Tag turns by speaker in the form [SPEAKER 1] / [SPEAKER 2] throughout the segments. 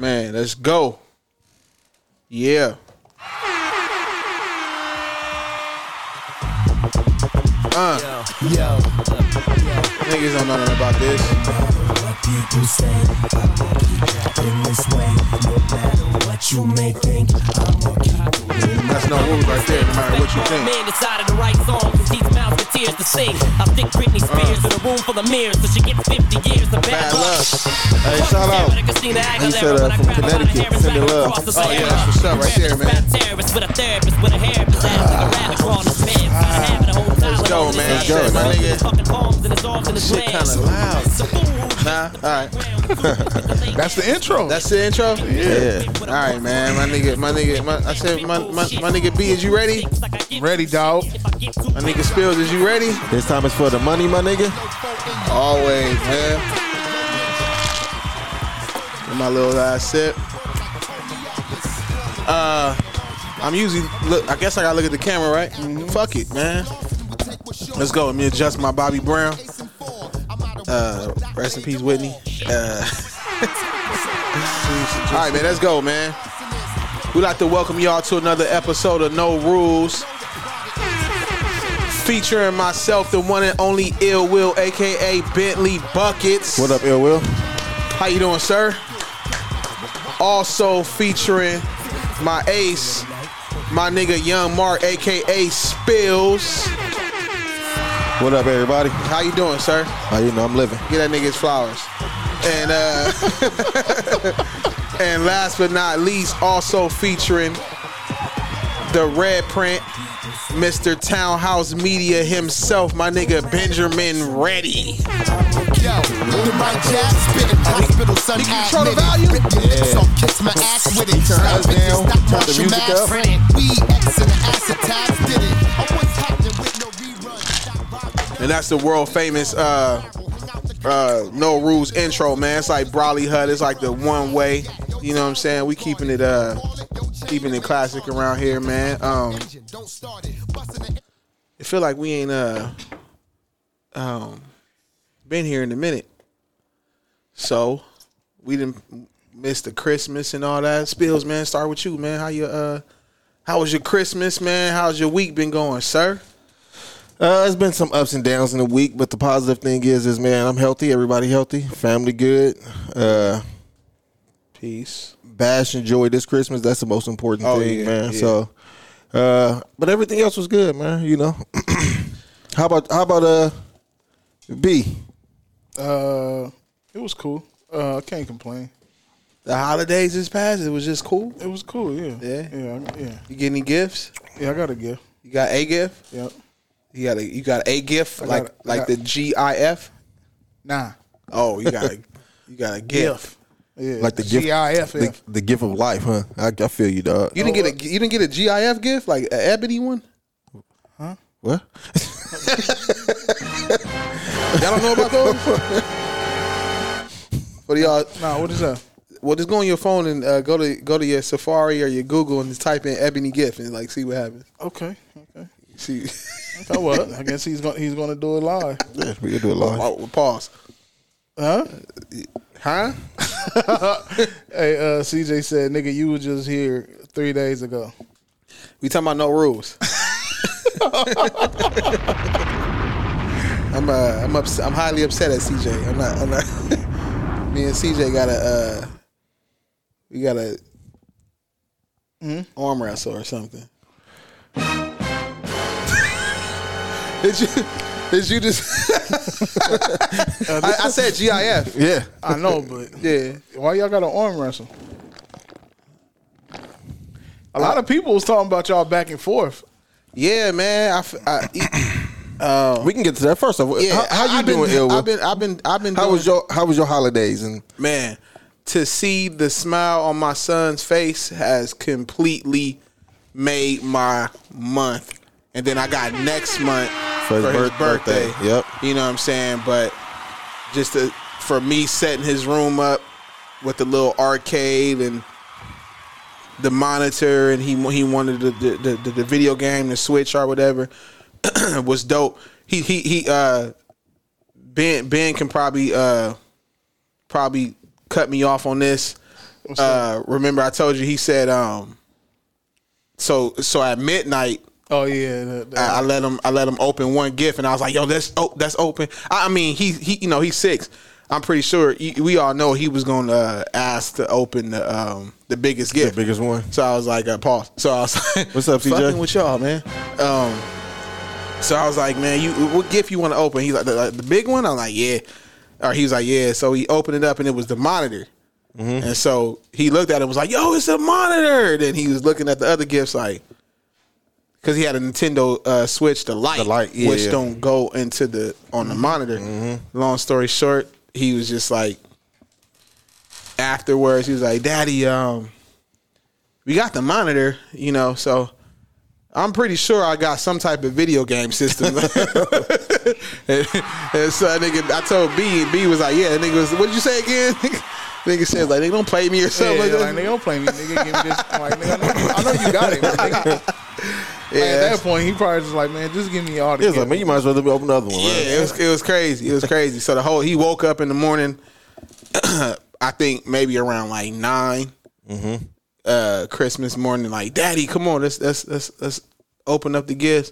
[SPEAKER 1] Man, let's go. Yeah.
[SPEAKER 2] Uh.
[SPEAKER 3] Yo,
[SPEAKER 1] Niggas don't know nothing about this.
[SPEAKER 3] what people say, I'ma keep acting this way. No matter what you may think, I'ma keep
[SPEAKER 1] That's no rules right there, no matter what you think.
[SPEAKER 4] Man decided to write songs and teach mouths with tears to sing. I stick Britney
[SPEAKER 2] Uh.
[SPEAKER 4] Spears in a room full of mirrors so she get 50 years of
[SPEAKER 1] Bad
[SPEAKER 4] bad
[SPEAKER 1] luck.
[SPEAKER 4] luck.
[SPEAKER 1] Hey, shout out. He said uh, from Connecticut, sending love. Oh, yeah, that's what's up right there, man.
[SPEAKER 4] Let's
[SPEAKER 1] go, man.
[SPEAKER 4] Let's go,
[SPEAKER 1] My
[SPEAKER 4] man.
[SPEAKER 1] nigga. Shit kind of loud. Nah, all right.
[SPEAKER 5] That's the intro.
[SPEAKER 1] That's the intro?
[SPEAKER 5] Yeah.
[SPEAKER 1] All right, man. My nigga, my nigga, my, I said, my, my, my nigga B, is you ready?
[SPEAKER 5] ready, dog.
[SPEAKER 1] My nigga Spills, is you ready?
[SPEAKER 6] This time it's for the money, my nigga.
[SPEAKER 1] Always, man. Get my little last sip. Uh, I'm usually look. I guess I gotta look at the camera, right? Fuck it, man. Let's go. Let me adjust my Bobby Brown. Uh, rest in peace, Whitney. Uh, all right, man. Let's go, man. We'd like to welcome y'all to another episode of No Rules featuring myself, the one and only Ill Will, aka Bentley Buckets.
[SPEAKER 6] What up, Ill Will?
[SPEAKER 1] How you doing, sir? Also featuring my ace, my nigga Young Mark, aka Spills.
[SPEAKER 6] What up, everybody?
[SPEAKER 1] How you doing, sir?
[SPEAKER 6] Oh, you know I'm living.
[SPEAKER 1] Get that nigga his flowers. And uh and last but not least, also featuring the red print, Mr. Townhouse Media himself, my nigga Benjamin Reddy.
[SPEAKER 7] Yo, the right jab spitting hospital sun
[SPEAKER 1] you control the
[SPEAKER 7] admitted.
[SPEAKER 1] volume?
[SPEAKER 7] Rip your lips off, kiss my ass with it.
[SPEAKER 6] Turn
[SPEAKER 7] Stop
[SPEAKER 6] us
[SPEAKER 7] it,
[SPEAKER 6] down,
[SPEAKER 7] stop
[SPEAKER 6] turn the
[SPEAKER 7] motion
[SPEAKER 6] music
[SPEAKER 7] mask.
[SPEAKER 6] up.
[SPEAKER 7] We X and the acetates did it. I was happening with no reruns. Stop rocking
[SPEAKER 1] And that's the world famous uh uh no rules intro, man. It's like Brawley Hut, it's like the one way. You know what I'm saying? We keeping it uh keeping it classic around here, man. Um
[SPEAKER 7] Don't start it. Busting the
[SPEAKER 1] I feel like we ain't uh um been here in a minute. So we didn't miss the Christmas and all that. Spills, man, start with you, man. How you uh how was your Christmas, man? How's your week been going, sir?
[SPEAKER 6] Uh, it's been some ups and downs in the week, but the positive thing is, is man, I'm healthy. Everybody healthy. Family good. Uh,
[SPEAKER 1] Peace.
[SPEAKER 6] bash and joy this Christmas. That's the most important
[SPEAKER 1] Oh,
[SPEAKER 6] thing,
[SPEAKER 1] yeah,
[SPEAKER 6] man.
[SPEAKER 1] yeah.
[SPEAKER 6] So, uh, but everything else was good, man. You know. how about how about uh, B?
[SPEAKER 5] Uh, it was cool. Uh, I can't complain.
[SPEAKER 1] The holidays this past, it was just cool.
[SPEAKER 5] It was cool. Yeah.
[SPEAKER 1] Yeah?
[SPEAKER 5] Yeah. I- Yeah.
[SPEAKER 1] You get any gifts?
[SPEAKER 5] Yeah. I got a gift.
[SPEAKER 1] You got a gift?
[SPEAKER 5] Yep.
[SPEAKER 1] You got a you got a gift
[SPEAKER 5] got
[SPEAKER 1] like
[SPEAKER 5] it. I
[SPEAKER 1] like
[SPEAKER 5] got
[SPEAKER 1] the
[SPEAKER 5] it.
[SPEAKER 1] G I F?
[SPEAKER 5] Nah.
[SPEAKER 1] Oh, you got a you got a gift.
[SPEAKER 5] Yeah.
[SPEAKER 6] Like the gift,
[SPEAKER 5] GIF.
[SPEAKER 6] the, the gift of life, huh? I, I feel you, dog.
[SPEAKER 1] You didn't
[SPEAKER 5] Oh,
[SPEAKER 1] get a you didn't get a GIF gift like an ebony one.
[SPEAKER 6] what?
[SPEAKER 1] Y'all don't know about those. What do y'all?
[SPEAKER 5] Nah. What is that?
[SPEAKER 1] Well, just go on your phone and uh, go to go to your Safari or your Google and just type in ebony gift and like see what happens.
[SPEAKER 5] Okay. Okay.
[SPEAKER 1] See,
[SPEAKER 5] Oh well. I guess he's gonna he's gonna do it live.
[SPEAKER 6] Yeah, we could do a lot.
[SPEAKER 1] oh, pause.
[SPEAKER 5] Huh?
[SPEAKER 1] Huh?
[SPEAKER 5] Hey, uh, CJ said, "Nigga, you was just here three days ago."
[SPEAKER 1] We talking about no rules. I'm uh, I'm upset. I'm highly upset at CJ. I'm not. I'm not. me and CJ got a uh, we got a hmm? arm wrestle or something. did you? Did you just? I, I said GIF.
[SPEAKER 6] Yeah,
[SPEAKER 5] I know, but
[SPEAKER 1] Yeah.
[SPEAKER 5] why y'all got an arm wrestle? A lot of people was talking about y'all back and forth.
[SPEAKER 1] Uh, Yeah, man. I f I e, uh,
[SPEAKER 6] we can get to that first. Off,
[SPEAKER 1] yeah.
[SPEAKER 6] how, how you
[SPEAKER 1] I've
[SPEAKER 6] doing,
[SPEAKER 1] been,
[SPEAKER 6] Ill?
[SPEAKER 1] I've been. I've been. I've been.
[SPEAKER 6] How
[SPEAKER 1] doing-
[SPEAKER 6] was your How was your holidays? And
[SPEAKER 1] Man, to see the smile on my son's face has completely made my month. And then I got next month
[SPEAKER 6] For his birth- birthday. Yep.
[SPEAKER 1] You know what I'm saying? But just to, for me setting his room up with the little arcade and the monitor, and he he wanted the the, the, the, video game, the Switch or whatever, was dope. He he he. Uh, ben Ben can probably uh probably cut me off on this. Uh, remember I told you he said um. So so at midnight
[SPEAKER 5] Oh yeah, the, the,
[SPEAKER 1] I, I let him I let him open one gift and I was like, yo, that's oh, that's open. I, I mean, he he you know he's six. I'm pretty sure y- we all know he was going to uh, ask to open the um, the biggest gift,
[SPEAKER 6] biggest one.
[SPEAKER 1] So I was like, uh, pause. So I was like,
[SPEAKER 6] What's up, CJ?
[SPEAKER 1] Fucking with y'all, man. Um, so I was like, man, you what gift you want to open? He's like, the, the big one. I'm like, yeah. Or he was like, yeah. So he opened it up and it was the monitor. Mm-hmm. And so he looked at it and was like, yo, it's a monitor. Then he was looking at the other gifts like, because he had a Nintendo uh, Switch, the light,
[SPEAKER 6] The light, yeah,
[SPEAKER 1] which
[SPEAKER 6] yeah. Mm-hmm.
[SPEAKER 1] don't go into the on the monitor. Long story short, he was just like, afterwards, he was like, Daddy, um, we got the monitor, you know, so I'm pretty sure I got some type of video game system. and, and so that nigga, I told B, and B was like, yeah, that nigga was, what did you say again? nigga said, like, they don't play me or
[SPEAKER 5] yeah,
[SPEAKER 1] something. like that.
[SPEAKER 5] like nigga, don't play me, nigga. Give me this. I'm like, nigga, I know, I know you got it. but nigga. Like, at that
[SPEAKER 1] that's-
[SPEAKER 5] point, he probably just like, man, just give me all the.
[SPEAKER 6] It was like, man, you might as well open another one. right?
[SPEAKER 1] Yeah, it was it was crazy. It was crazy. So the whole he woke up in the morning. I think maybe around like 9 Uh, Christmas morning, like Daddy, come on, let's let's let's let's open up the gifts.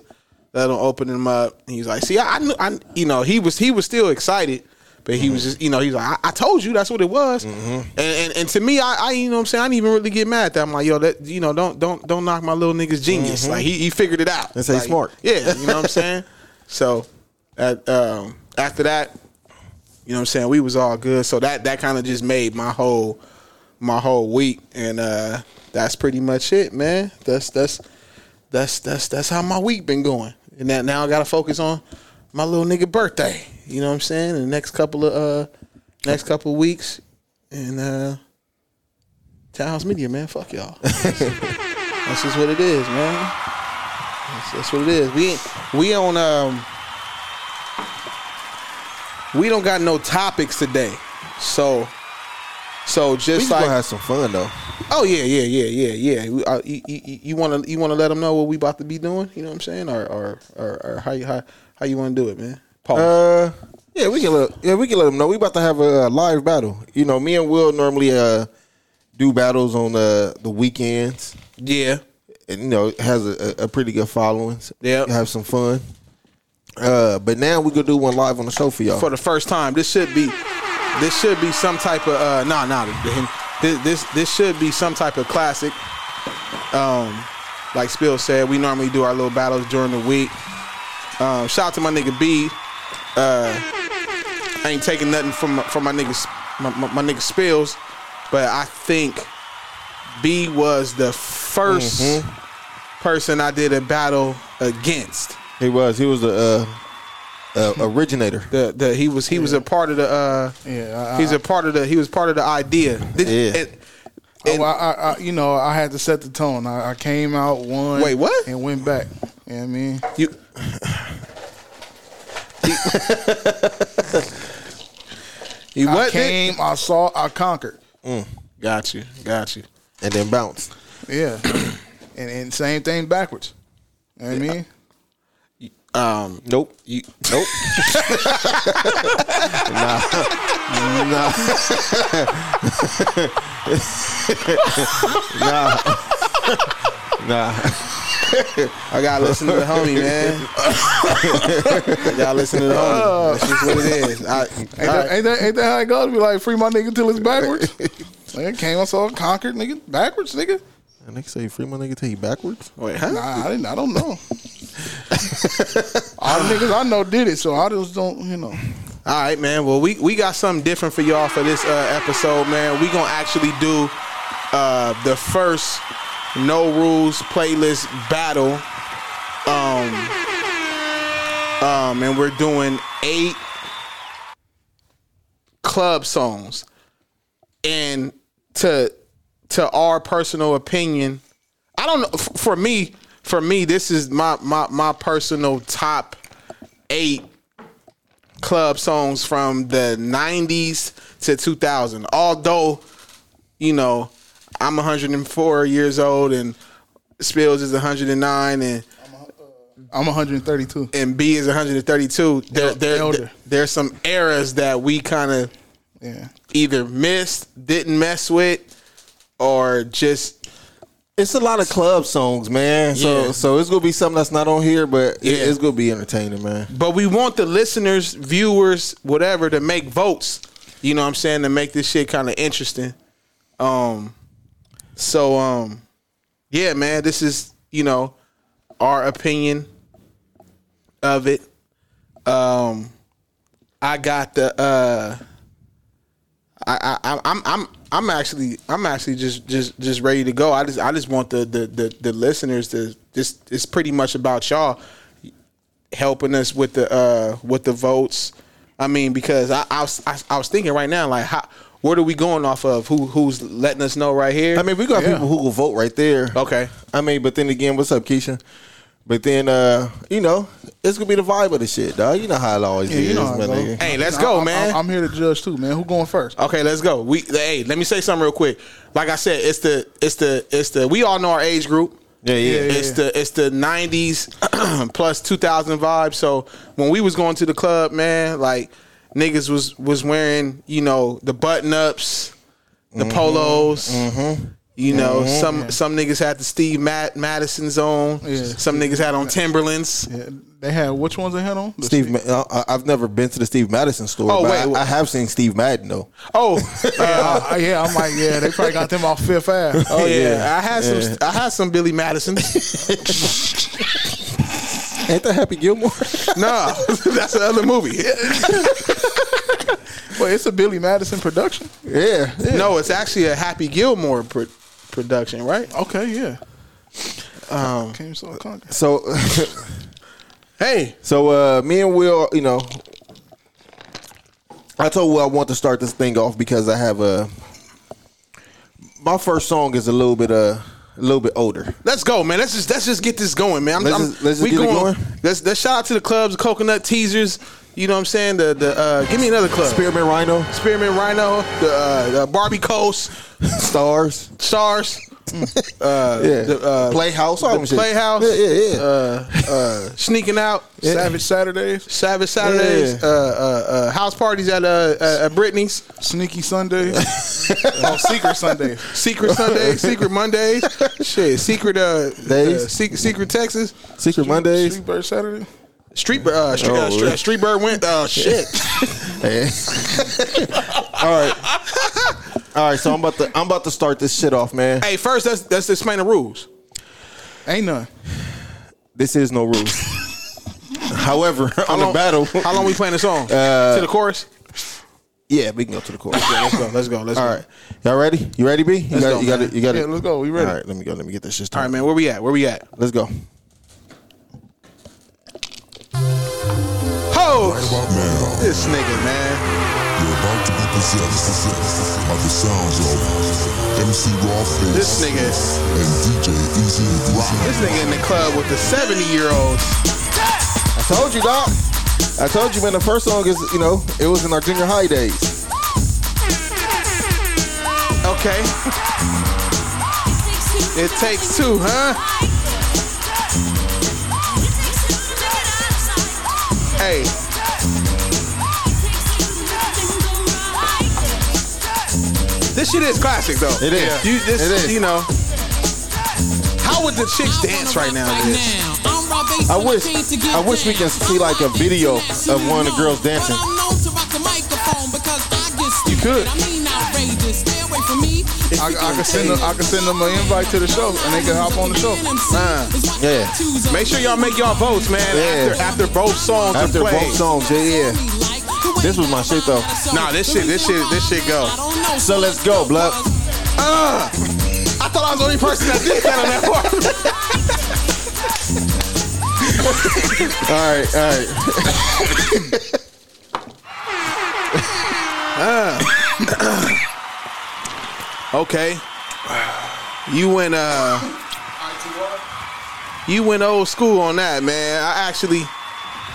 [SPEAKER 1] Let him open them up. And he's like, see, I, I knew, I you know, he was he was still excited, but he was just, you know, he's like, I, I told you that's what it was. And, and and to me, I, I you know what I'm saying, I didn't even really get mad at that. I'm like, yo, that you know, don't don't don't knock my little nigga's genius. Like he, he figured it out.
[SPEAKER 6] That's how you
[SPEAKER 1] Like,
[SPEAKER 6] smart.
[SPEAKER 1] Yeah, you know what I'm saying? So at um after that, you know what I'm saying, we was all good. So that that kind of just made my whole my whole week and uh that's pretty much it, man. That's that's that's that's that's how my week been going. And that now I gotta focus on my little nigga birthday. You know what I'm saying? The next couple of uh next couple of weeks and uh Townhouse Media, man, fuck y'all. That's just what it is, man. That's, that's what it is. We ain't, we on um we don't got no topics today, so so
[SPEAKER 6] We
[SPEAKER 1] just
[SPEAKER 6] just gonna
[SPEAKER 1] like
[SPEAKER 6] have some fun though.
[SPEAKER 1] oh yeah yeah yeah yeah yeah. We, uh, you you want to you want to let them know what we about to be doing? You know what I'm saying? Or or or, or how you how how you want to do it, man? Paul.
[SPEAKER 6] Uh, yeah, we can let yeah we can let them know. We about to have a, uh, live battle. You know, me and Will normally uh do battles on the the weekends,
[SPEAKER 1] yeah.
[SPEAKER 6] and you know it has a, a a pretty good following.
[SPEAKER 1] Yep.
[SPEAKER 6] have some fun. Uh, but now we gonna do one live on the show for y'all.
[SPEAKER 1] for the first time. This should be this should be some type of uh nah nah the- him- this this this should be some type of classic. Um like Spill said, we normally do our little battles during the week. Um shout out to my nigga B. Uh I ain't taking nothing from my- from my niggas my, my, my nigga Spills, but I think B was the 1st
[SPEAKER 6] Mm-hmm.
[SPEAKER 1] person I did a battle against.
[SPEAKER 6] he was he was the uh, uh, originator.
[SPEAKER 1] The the he was he was a part of the uh
[SPEAKER 5] Yeah, I-
[SPEAKER 1] he's a part of the he was part of the idea. Did-
[SPEAKER 6] Yeah.
[SPEAKER 1] and-
[SPEAKER 5] Oh, I, I, I, you know, I had to set the tone. I, I came out one.
[SPEAKER 1] Wait, what?
[SPEAKER 5] And went back. You know what I mean?
[SPEAKER 1] you You
[SPEAKER 5] I
[SPEAKER 1] what? Nick?
[SPEAKER 5] came, I saw, I conquered.
[SPEAKER 1] Got you. Got you.
[SPEAKER 6] Mm. and then bounced.
[SPEAKER 5] Yeah. and, and same thing backwards. You know what I mean?
[SPEAKER 1] Um
[SPEAKER 6] Nope.
[SPEAKER 1] you
[SPEAKER 6] Nope. nah. Nah. nah. nah.
[SPEAKER 1] I gotta listen to the homie, man. I gotta listen to the homie. That's just what it is. I,
[SPEAKER 5] Ain't, that, ain't, that, ain't that how it goes? Be like, free my nigga till it's backwards. nigga came, I saw, conquered, nigga. Backwards, nigga.
[SPEAKER 6] And they say free my nigga take you backwards.
[SPEAKER 1] wait, huh?
[SPEAKER 5] Nah, I didn't. I don't know. all the niggas I know did it, so I just don't. You know,
[SPEAKER 1] All right, man. Well, we, we got something different for y'all for this uh, episode, man. We gonna actually do uh, the first no rules playlist battle. Um, um, and we're doing eight club songs. and to to our personal opinion, I don't know. f- For me, for me, this is my my my personal top eight club songs from the '90s to 2000. Although, you know, I'm 104 years old and Spills is 109 and
[SPEAKER 5] I'm 132.
[SPEAKER 1] and B is 132. There, there,
[SPEAKER 5] Elder.
[SPEAKER 1] there's some eras that we kind of
[SPEAKER 5] Yeah.
[SPEAKER 1] either missed, didn't mess with, or just
[SPEAKER 6] It's a lot of club songs, man. So
[SPEAKER 1] Yeah.
[SPEAKER 6] so it's gonna be something that's not on here, but it-
[SPEAKER 1] Yeah.
[SPEAKER 6] it's gonna be entertaining, man.
[SPEAKER 1] but we want the listeners, viewers, whatever, to make votes. You know what I'm saying? To make this shit kind of interesting. Um so um yeah, man, this is, you know, our opinion of it. Um I got the uh I, I I'm I'm I'm actually I'm actually just just just ready to go. I just I just want the the the, the listeners to just it's pretty much about y'all helping us with the uh with the votes. I mean, because I I was, I, I was thinking right now like how what are we going off of? Who who's letting us know right here?
[SPEAKER 6] I mean, we got
[SPEAKER 5] Yeah.
[SPEAKER 6] people who will vote right there.
[SPEAKER 1] Okay.
[SPEAKER 6] I mean, but then again, what's up, Keisha? But then, uh, you know, it's gonna be the vibe of the shit, dog. You know how it always
[SPEAKER 5] Yeah,
[SPEAKER 6] is,
[SPEAKER 5] you know how it
[SPEAKER 6] my
[SPEAKER 5] goes.
[SPEAKER 6] nigga.
[SPEAKER 1] hey, let's go,
[SPEAKER 5] I-
[SPEAKER 1] man.
[SPEAKER 5] I, am here to judge too, man. Who going first?
[SPEAKER 1] Okay, let's go. We hey, let me say something real quick. Like I said, it's the it's the it's the we all know our age group.
[SPEAKER 6] Yeah, yeah.
[SPEAKER 1] It's the it's the nineties plus two thousand vibe. So when we was going to the club, man, like niggas was was wearing, you know, the button ups, the
[SPEAKER 6] Mm-hmm.
[SPEAKER 1] polos. You know, some some niggas had the Steve Matt Madison's on.
[SPEAKER 5] Yeah.
[SPEAKER 1] Some niggas had on Timberlands.
[SPEAKER 5] Yeah, they had which ones they had on? The
[SPEAKER 6] Steve, Ma- uh, I- I've never been to the Steve Madison store.
[SPEAKER 1] Oh,
[SPEAKER 6] but
[SPEAKER 1] wait,
[SPEAKER 6] I,
[SPEAKER 1] wait.
[SPEAKER 6] I have seen Steve Madden though.
[SPEAKER 1] Oh,
[SPEAKER 5] Yeah, I- yeah, I'm like, yeah, they probably got them off Fifth Ave.
[SPEAKER 1] Oh yeah,
[SPEAKER 6] Yeah.
[SPEAKER 1] I had some. I had some Billy Madison.
[SPEAKER 6] Ain't that Happy Gilmore?
[SPEAKER 1] nah, that's another movie.
[SPEAKER 5] Wait, it's a Billy Madison production.
[SPEAKER 6] yeah, yeah.
[SPEAKER 1] No, it's actually a Happy Gilmore pr- production, right?
[SPEAKER 5] Okay, yeah. Um, Came so conquer.
[SPEAKER 6] So,
[SPEAKER 1] Hey,
[SPEAKER 6] so uh, me and Will, you know, I told Will I want to start this thing off because I have a. My first song is a little bit uh, a little bit older.
[SPEAKER 1] let's go, man. Let's just let's just get this going, man. I'm,
[SPEAKER 6] Let's
[SPEAKER 1] I'm-
[SPEAKER 6] just- let's just get it going.
[SPEAKER 1] Let's let's shout out to the clubs, coconut teasers. You know what I'm saying? The the uh, give me another club.
[SPEAKER 6] Spearmint Rhino,
[SPEAKER 1] Spearmint Rhino, the, uh, the Barbie Coast,
[SPEAKER 6] Stars,
[SPEAKER 1] Stars,
[SPEAKER 6] yeah,
[SPEAKER 1] the, uh,
[SPEAKER 6] Playhouse, all
[SPEAKER 1] the
[SPEAKER 6] them shit.
[SPEAKER 1] Playhouse. Uh,
[SPEAKER 6] yeah, yeah, yeah.
[SPEAKER 1] Sneaking Out,
[SPEAKER 5] Savage Saturdays,
[SPEAKER 1] Savage Saturdays,
[SPEAKER 6] Yeah.
[SPEAKER 1] uh, uh, uh, house parties at uh, uh, at Britney's.
[SPEAKER 5] Sneaky Sundays, oh, Secret Sundays.
[SPEAKER 1] Secret Sundays, Secret Mondays, shit, Secret uh,
[SPEAKER 6] Days?
[SPEAKER 1] uh secret, secret Texas,
[SPEAKER 6] Secret Mondays.
[SPEAKER 5] Streetbird Saturday.
[SPEAKER 1] Street Bir- uh, Street, uh,
[SPEAKER 6] Oh,
[SPEAKER 1] Street,
[SPEAKER 6] really?
[SPEAKER 1] uh, Street Bird went uh shit.
[SPEAKER 6] Yeah. all right, all right. So I'm about to I'm about to start this shit off, man.
[SPEAKER 1] hey, first let's let's explain the rules.
[SPEAKER 5] Ain't none.
[SPEAKER 6] This is no rules. However, on
[SPEAKER 1] long,
[SPEAKER 6] the battle, Uh,
[SPEAKER 1] How long we playing the song? to the chorus.
[SPEAKER 6] yeah, we can go to the chorus.
[SPEAKER 1] Yeah, let's go. Let's go. Let's
[SPEAKER 6] All
[SPEAKER 1] go.
[SPEAKER 6] right, y'all ready? You ready, B? You
[SPEAKER 1] Let's
[SPEAKER 6] got,
[SPEAKER 1] go,
[SPEAKER 6] it, you got
[SPEAKER 1] man.
[SPEAKER 6] it. You got
[SPEAKER 5] Yeah,
[SPEAKER 6] it.
[SPEAKER 5] let's go. We ready.
[SPEAKER 6] All right, let me go. Let me get this shit
[SPEAKER 1] All
[SPEAKER 6] started.
[SPEAKER 1] right, man. Where we at? Where we at?
[SPEAKER 6] Let's go.
[SPEAKER 1] Ho! This nigga, man.
[SPEAKER 3] You're about to be possessed by the sounds of MC Rawface
[SPEAKER 1] This nigga.
[SPEAKER 3] and DJ Easy Rock.
[SPEAKER 1] This nigga in the club Uh, with the seventy year olds.
[SPEAKER 6] I told you, dog. I told you, man. The first song is, you know, it was in our junior high days.
[SPEAKER 1] Okay. It takes two, huh? Hey, this shit is classic though.
[SPEAKER 6] It is.
[SPEAKER 1] You this,
[SPEAKER 6] It is.
[SPEAKER 1] you know. How would the chicks dance right now? to this?
[SPEAKER 6] I wish, I wish we can see like a video of one of the girls dancing.
[SPEAKER 5] You could.
[SPEAKER 8] I,
[SPEAKER 5] I, I can send them. I can send them an invite to the show, and they can hop on the show.
[SPEAKER 6] yeah.
[SPEAKER 1] Make sure y'all make y'all votes, man.
[SPEAKER 6] Yeah.
[SPEAKER 1] After after both songs
[SPEAKER 6] After
[SPEAKER 1] are played.
[SPEAKER 6] both songs, yeah, yeah. This was my shit, though.
[SPEAKER 1] Nah, this shit- this shit- this shit go. Ah,
[SPEAKER 6] So let's go, blood.
[SPEAKER 1] I thought I was the only person that did that on that part.
[SPEAKER 6] All right, all right.
[SPEAKER 1] Okay. You went uh You went old school on that, man. I actually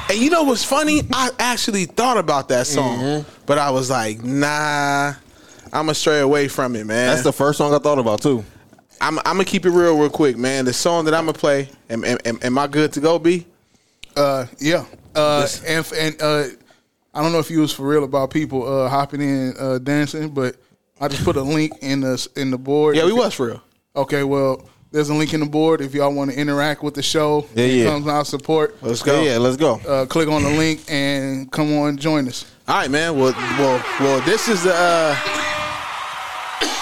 [SPEAKER 1] and you know what's funny? I actually thought about that song,
[SPEAKER 6] Mm-hmm.
[SPEAKER 1] but I was like, nah, I'ma stray away from it, man.
[SPEAKER 6] That's the first song I thought about too.
[SPEAKER 1] I'm, I'm gonna keep it real, real quick, man. The song that I'm gonna play, am, am, am, am I good to go, B?
[SPEAKER 9] Uh, yeah. Uh, and and uh, I don't know if you was for real about people uh, hopping in uh, dancing, but I just put a link in the in the board.
[SPEAKER 1] Yeah, we was for real.
[SPEAKER 9] Okay, well, there's a link in the board if y'all want to interact with the show.
[SPEAKER 6] Yeah, yeah.
[SPEAKER 9] Comes out support.
[SPEAKER 1] Let's go.
[SPEAKER 6] Yeah, yeah, let's go.
[SPEAKER 9] Uh, click on the link and come on join us.
[SPEAKER 1] All right, man. Well, well, well. This is the. Uh,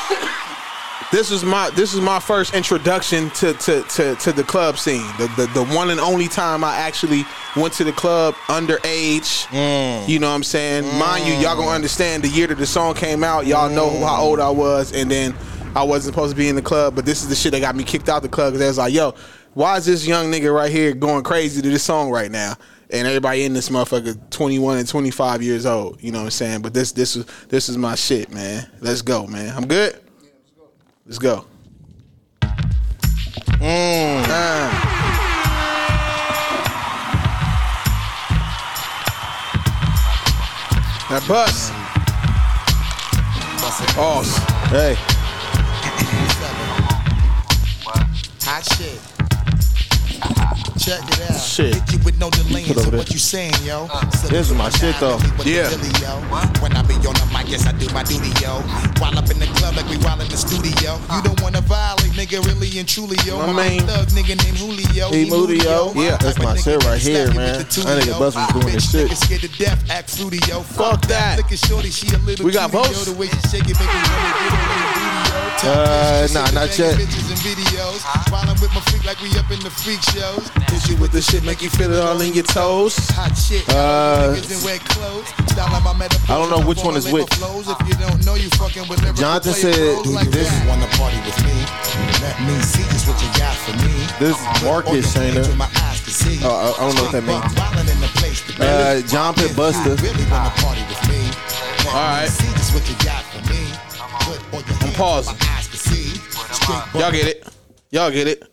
[SPEAKER 1] this is my this is my first introduction to to to, to the club scene. The, the the one and only time I actually went to the club underage. You know what I'm saying? Mind you, y'all gonna understand the year that the song came out. Y'all know how old I was, and then I wasn't supposed to be in the club. But this is the shit that got me kicked out the club because they was like, "Yo, why is this young nigga right here going crazy to this song right now?" And everybody in this motherfucker 21 and 25 years old. You know what I'm saying? But this this is this is my shit, man. Let's go, man. I'm good. Let's go. Ah. That bus. Oh, s-
[SPEAKER 6] Hey,
[SPEAKER 2] Hot shit. Check it out.
[SPEAKER 1] Shit.
[SPEAKER 2] Hit you with no delaying.
[SPEAKER 6] over
[SPEAKER 2] So
[SPEAKER 6] there. Uh,
[SPEAKER 2] what you saying, yo?
[SPEAKER 6] This is my shit, though.
[SPEAKER 1] Yeah.
[SPEAKER 2] When I be on the mic, yes I do my duty, yo. While up in the club like we while in the studio.
[SPEAKER 6] Uh.
[SPEAKER 2] You don't wanna violate, nigga, really and truly, yo.
[SPEAKER 1] My
[SPEAKER 2] My
[SPEAKER 1] man.
[SPEAKER 2] thug nigga named Julio.
[SPEAKER 6] He moody, yo.
[SPEAKER 2] Yeah,
[SPEAKER 6] That's my shit right here, man. That nigga Buzz was doing
[SPEAKER 2] bitch,
[SPEAKER 6] this shit.
[SPEAKER 2] nigga scared to death, act fruity, yo.
[SPEAKER 1] Fuck that.
[SPEAKER 2] Look at shorty, she a little
[SPEAKER 1] We got
[SPEAKER 2] cutie, yo.
[SPEAKER 1] votes?
[SPEAKER 2] The way she shake it, make me wanna get away and booty, yo. Top
[SPEAKER 6] Uh,
[SPEAKER 2] bitch,
[SPEAKER 6] nah, not
[SPEAKER 2] she banging
[SPEAKER 6] yet.
[SPEAKER 2] bitches and videos. While I'm with my freak like we up in the freak shows.
[SPEAKER 1] Hit you with the shit, make you feel it all in your toes.
[SPEAKER 2] Hot shit.
[SPEAKER 6] Uh,
[SPEAKER 2] Niggas in wet clothes. Style like my metaphor.
[SPEAKER 6] I don't know which one is
[SPEAKER 2] Formulate
[SPEAKER 6] which.
[SPEAKER 2] my flows. If you don't know, you fucking with lyrical
[SPEAKER 6] Jonathan
[SPEAKER 2] player
[SPEAKER 6] said,
[SPEAKER 2] pros
[SPEAKER 6] "Do
[SPEAKER 2] like
[SPEAKER 6] this
[SPEAKER 2] that." wanna party with me. Let me see just what you got for me.
[SPEAKER 6] This is
[SPEAKER 2] Put
[SPEAKER 6] Marcus
[SPEAKER 2] all your
[SPEAKER 6] saying
[SPEAKER 2] hands
[SPEAKER 6] that.
[SPEAKER 2] with my eyes to see.
[SPEAKER 6] Oh, I- I don't know what that means.
[SPEAKER 2] Buck wildin' in the place to be.
[SPEAKER 6] Uh, John Pitt
[SPEAKER 2] If you
[SPEAKER 6] Buster.
[SPEAKER 2] really wanna party with me, let
[SPEAKER 1] All
[SPEAKER 2] me
[SPEAKER 1] right.
[SPEAKER 2] see just what you got for me. Put all your hands with
[SPEAKER 1] pausing.
[SPEAKER 2] my eyes to see. Straight
[SPEAKER 1] Y'all get it. Y'all get it.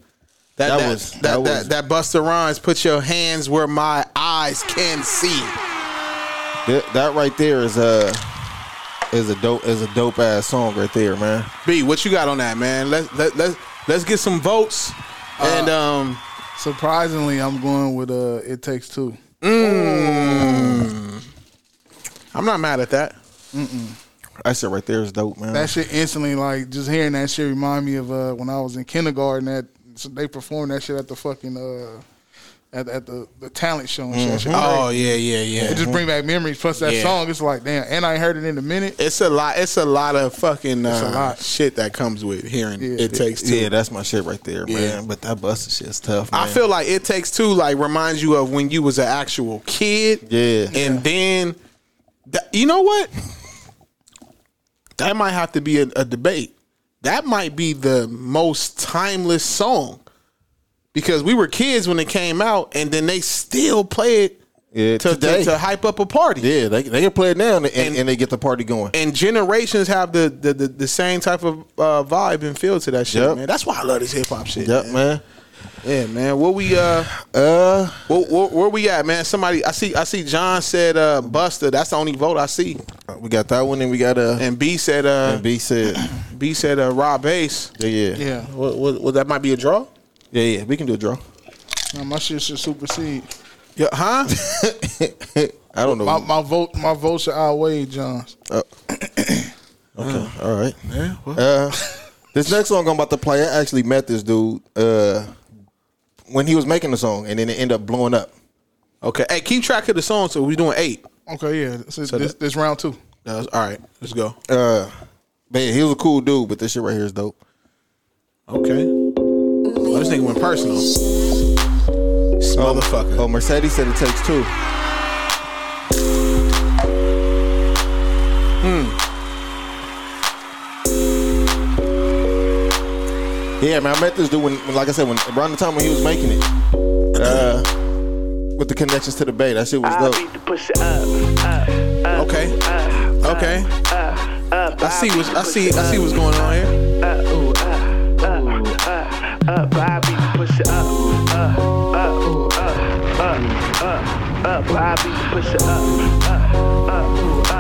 [SPEAKER 1] That
[SPEAKER 6] That
[SPEAKER 1] that
[SPEAKER 6] was-
[SPEAKER 1] that
[SPEAKER 6] that
[SPEAKER 1] that,
[SPEAKER 6] was-
[SPEAKER 1] that, Buster Rhymes. Put your hands where my eyes can see.
[SPEAKER 6] that, that right there is a is a dope is a dope ass song right there, man.
[SPEAKER 1] B, what you got on that, man? Let's let let let's get some votes. And um,
[SPEAKER 9] Uh, Surprisingly, I'm going with uh, it takes two.
[SPEAKER 1] Mm. I'm not mad at that.
[SPEAKER 6] That shit right there is dope, man.
[SPEAKER 9] That shit instantly, like just hearing that shit, remind me of uh, when I was in kindergarten. That so they performed that shit at the fucking uh, at, at the, the talent show. And shit.
[SPEAKER 6] Mm-hmm.
[SPEAKER 9] That shit was
[SPEAKER 1] Oh
[SPEAKER 9] great.
[SPEAKER 1] yeah, yeah, yeah.
[SPEAKER 9] it just bring back memories. Plus that
[SPEAKER 1] Yeah.
[SPEAKER 9] song, it's like damn. And I ain't heard it in a minute.
[SPEAKER 1] It's a lot. It's a lot of fucking uh,
[SPEAKER 9] a lot.
[SPEAKER 1] shit that comes with hearing
[SPEAKER 9] Yeah.
[SPEAKER 1] "It Takes Two.
[SPEAKER 6] yeah, that's my shit right there,
[SPEAKER 1] Yeah.
[SPEAKER 6] man. But that Buster shit's tough. Man.
[SPEAKER 1] I feel like "It Takes Two like reminds you of when you was an actual kid.
[SPEAKER 6] Yeah.
[SPEAKER 1] and then that, you know what? That might have to be a, a debate. That might be the most timeless song because we were kids when it came out, and then they still play it
[SPEAKER 6] Yeah,
[SPEAKER 1] to,
[SPEAKER 6] today.
[SPEAKER 1] to to hype up a party.
[SPEAKER 6] yeah, they they can play it now and, and,
[SPEAKER 1] And-
[SPEAKER 6] and they get the party going.
[SPEAKER 1] and generations have the the, the, the same type of uh, vibe and feel to that shit,
[SPEAKER 6] Yep.
[SPEAKER 1] man. That's why I love this hip hop shit.
[SPEAKER 6] Yep, man.
[SPEAKER 1] Yeah, man. Where we uh
[SPEAKER 6] Uh,
[SPEAKER 1] where, where, where we at, man? Somebody I see I see John said uh Buster. That's the only vote I see.
[SPEAKER 6] Uh, we got that one, and we got uh,
[SPEAKER 1] And B said uh
[SPEAKER 6] and
[SPEAKER 1] B.
[SPEAKER 6] B said,
[SPEAKER 1] said uh Rob Bass.
[SPEAKER 6] yeah, yeah, yeah,
[SPEAKER 9] Yeah,
[SPEAKER 1] Well, well, well, that might be a draw.
[SPEAKER 6] yeah, yeah. We can do a draw.
[SPEAKER 9] Now, my shit should supersede.
[SPEAKER 1] Yeah, huh?
[SPEAKER 6] I don't know.
[SPEAKER 9] My, my vote, my vote should outweigh John's.
[SPEAKER 1] Uh,
[SPEAKER 6] Okay. All right. Uh, this next song I'm about to play, I actually met this dude uh, when he was making the song, and then it ended up blowing up.
[SPEAKER 1] okay. Hey, keep track of the song. So we doing eight.
[SPEAKER 9] Okay, yeah, this is this, this round two.
[SPEAKER 1] That's- all right, let's go.
[SPEAKER 6] Uh, but yeah, he was a cool dude, but this shit right here is dope.
[SPEAKER 1] Okay. Oh, this nigga went personal. This motherfucker.
[SPEAKER 6] Oh, Mercedes said it takes two. Hmm. Yeah, man, I met this dude when, when, like I said, when around the time when he was making it, uh, with the connections to the Bay. That shit was
[SPEAKER 10] I
[SPEAKER 6] dope.
[SPEAKER 10] beat the pussy up, up,
[SPEAKER 1] Okay. Okay.
[SPEAKER 10] up.
[SPEAKER 1] Up, I see what I see. I see what's going on here.
[SPEAKER 8] Up, Bobby, push it up. Up, up, ooh, up, up, up, up, Bobby, push it up. Up, up, ooh, up,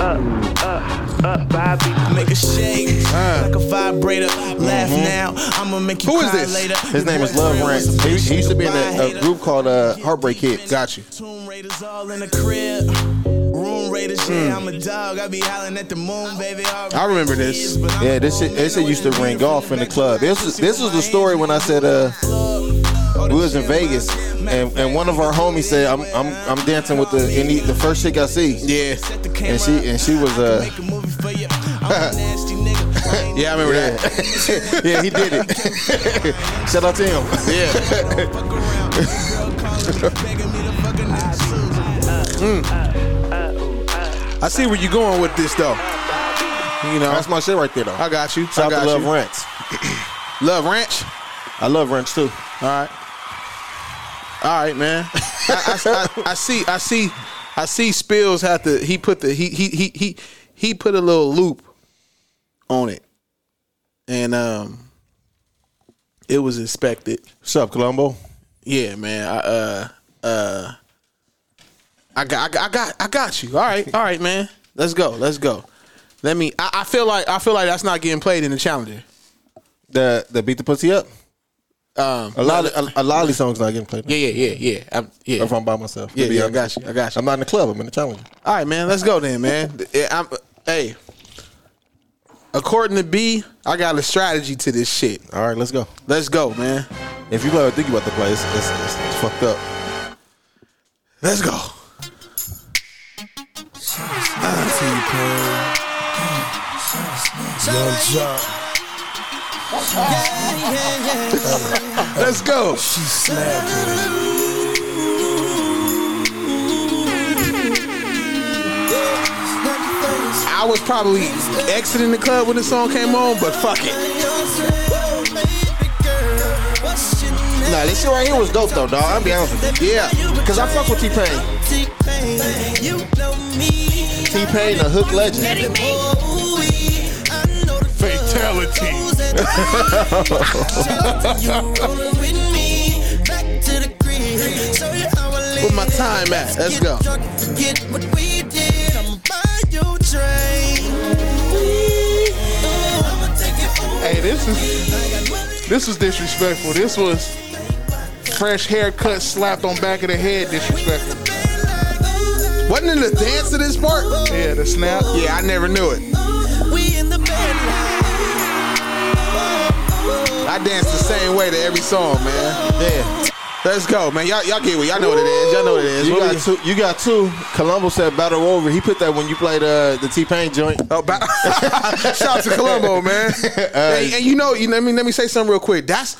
[SPEAKER 8] up, up, up, Bobby.
[SPEAKER 11] Make a shake like a vibrator. Laugh
[SPEAKER 1] Mm-hmm.
[SPEAKER 11] now, I'ma make you
[SPEAKER 6] Who is
[SPEAKER 11] cry
[SPEAKER 6] this?
[SPEAKER 11] later.
[SPEAKER 6] His name is Love Ranks. He, he used to be in a, a group called uh, Heartbreak Kid. Got you.
[SPEAKER 11] Tomb Raiders all in the crib. Room Raiders, yeah, I'm a dog. I be howling at the moon, baby. All
[SPEAKER 6] I remember this. Yeah, this shit, this shit used to ring off in the club. This was, this was the story when I said uh, we was in Vegas and, and one of our homies said I'm I'm, I'm dancing with the any, the first chick I see. Yeah, and she and she was uh.
[SPEAKER 1] Mm.
[SPEAKER 6] yeah, I remember that. yeah, he did it. Shout out to him. Mm.
[SPEAKER 1] I see where you're going with this though. You know,
[SPEAKER 6] that's my shit right there though.
[SPEAKER 1] I got you. I
[SPEAKER 6] Shout out
[SPEAKER 1] got
[SPEAKER 6] to Love
[SPEAKER 1] you.
[SPEAKER 6] Ranch.
[SPEAKER 1] Love Ranch.
[SPEAKER 6] I love Ranch too.
[SPEAKER 1] All right. All right, man. I, I- I- I see. I see. I see. Spills had to. He put the. He he he he he put a little loop on it, and um, it was inspected.
[SPEAKER 6] What's up, Colombo?
[SPEAKER 1] Yeah, man. I uh uh, I got I got I got, I got you. All right, all right, man. Let's go. Let's go. Let me. I, I feel like I feel like that's not getting played in the challenger.
[SPEAKER 6] The the beat the pussy up.
[SPEAKER 1] Um,
[SPEAKER 6] a lot of a, a lot of these songs not getting played.
[SPEAKER 1] Yeah, yeah, yeah, yeah. I'm, yeah.
[SPEAKER 6] If I'm by myself.
[SPEAKER 1] Yeah,
[SPEAKER 6] to be
[SPEAKER 1] yeah, I
[SPEAKER 6] honest.
[SPEAKER 1] got you. I got you.
[SPEAKER 6] I'm not in the club. I'm in the challenge.
[SPEAKER 1] All right, man. Let's go then, man. Yeah, I'm, hey, according to B, I got a strategy to this shit.
[SPEAKER 6] All right, let's go.
[SPEAKER 1] Let's go, man.
[SPEAKER 6] If you ever think about the play, it's, it's, it's, it's fucked up.
[SPEAKER 1] Let's go.
[SPEAKER 3] Young Jock.
[SPEAKER 1] Let's go.
[SPEAKER 3] She slapping.
[SPEAKER 1] I was probably exiting the club when the song came on, but fuck it.
[SPEAKER 6] Nah, this shit right here was dope though, dog. I'll be honest with you.
[SPEAKER 1] Yeah.
[SPEAKER 6] Cause I fuck with T Pain. T Pain, a hook legend.
[SPEAKER 3] Fatality.
[SPEAKER 1] Where my time at? Let's go.
[SPEAKER 5] Hey, this is this was disrespectful. This was fresh haircut slapped on back of the head disrespectful.
[SPEAKER 1] Wasn't it a dance to this part?
[SPEAKER 5] Yeah, the snap.
[SPEAKER 1] Yeah, I never knew it. I dance the same way to every song, man.
[SPEAKER 6] Yeah.
[SPEAKER 1] Let's go, man. Y'all, y'all get what y'all know what it is. Y'all know what it is.
[SPEAKER 6] You
[SPEAKER 1] What
[SPEAKER 6] got
[SPEAKER 1] we-
[SPEAKER 6] two. You got two. Columbo said battle over. He put that when you played uh, the T Pain joint. Uh,
[SPEAKER 1] Oh, ba- shout out to Colombo, man. and, and you know, you know, let me let me say something real quick. That's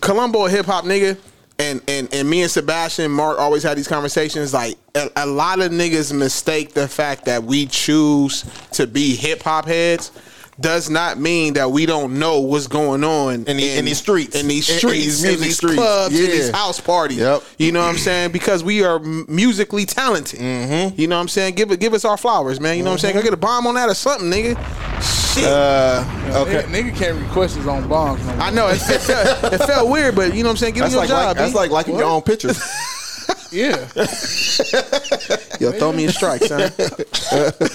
[SPEAKER 1] Colombo, a hip hop nigga, and and and me and Sebastian, and Mark always had these conversations. Like a, a lot of niggas mistake the fact that we choose to be hip hop heads. Does not mean that we don't know what's going on
[SPEAKER 6] In the- in these streets.
[SPEAKER 1] in these
[SPEAKER 6] In- in
[SPEAKER 1] streets,
[SPEAKER 6] these
[SPEAKER 1] in these,
[SPEAKER 6] music streets.
[SPEAKER 1] clubs, in these
[SPEAKER 6] Yeah.
[SPEAKER 1] house parties.
[SPEAKER 6] Yep.
[SPEAKER 1] You know what I'm saying? Because we are m- musically talented. Mm-hmm. You know what I'm saying? Give it, give us our flowers, man. You
[SPEAKER 6] Mm-hmm.
[SPEAKER 1] know what I'm saying? Go get a bomb on that or something, nigga. Shit.
[SPEAKER 6] Uh, okay.
[SPEAKER 5] Nigga, nigga can't request his own bombs. No more.
[SPEAKER 1] I know it, it, felt, it felt weird, but you know what I'm saying? Give me
[SPEAKER 6] That's
[SPEAKER 1] your
[SPEAKER 6] like,
[SPEAKER 1] job.
[SPEAKER 6] like that's
[SPEAKER 1] B.
[SPEAKER 6] like liking your own pictures.
[SPEAKER 5] Yeah.
[SPEAKER 1] yo, throw me a strike, son.
[SPEAKER 6] Uh,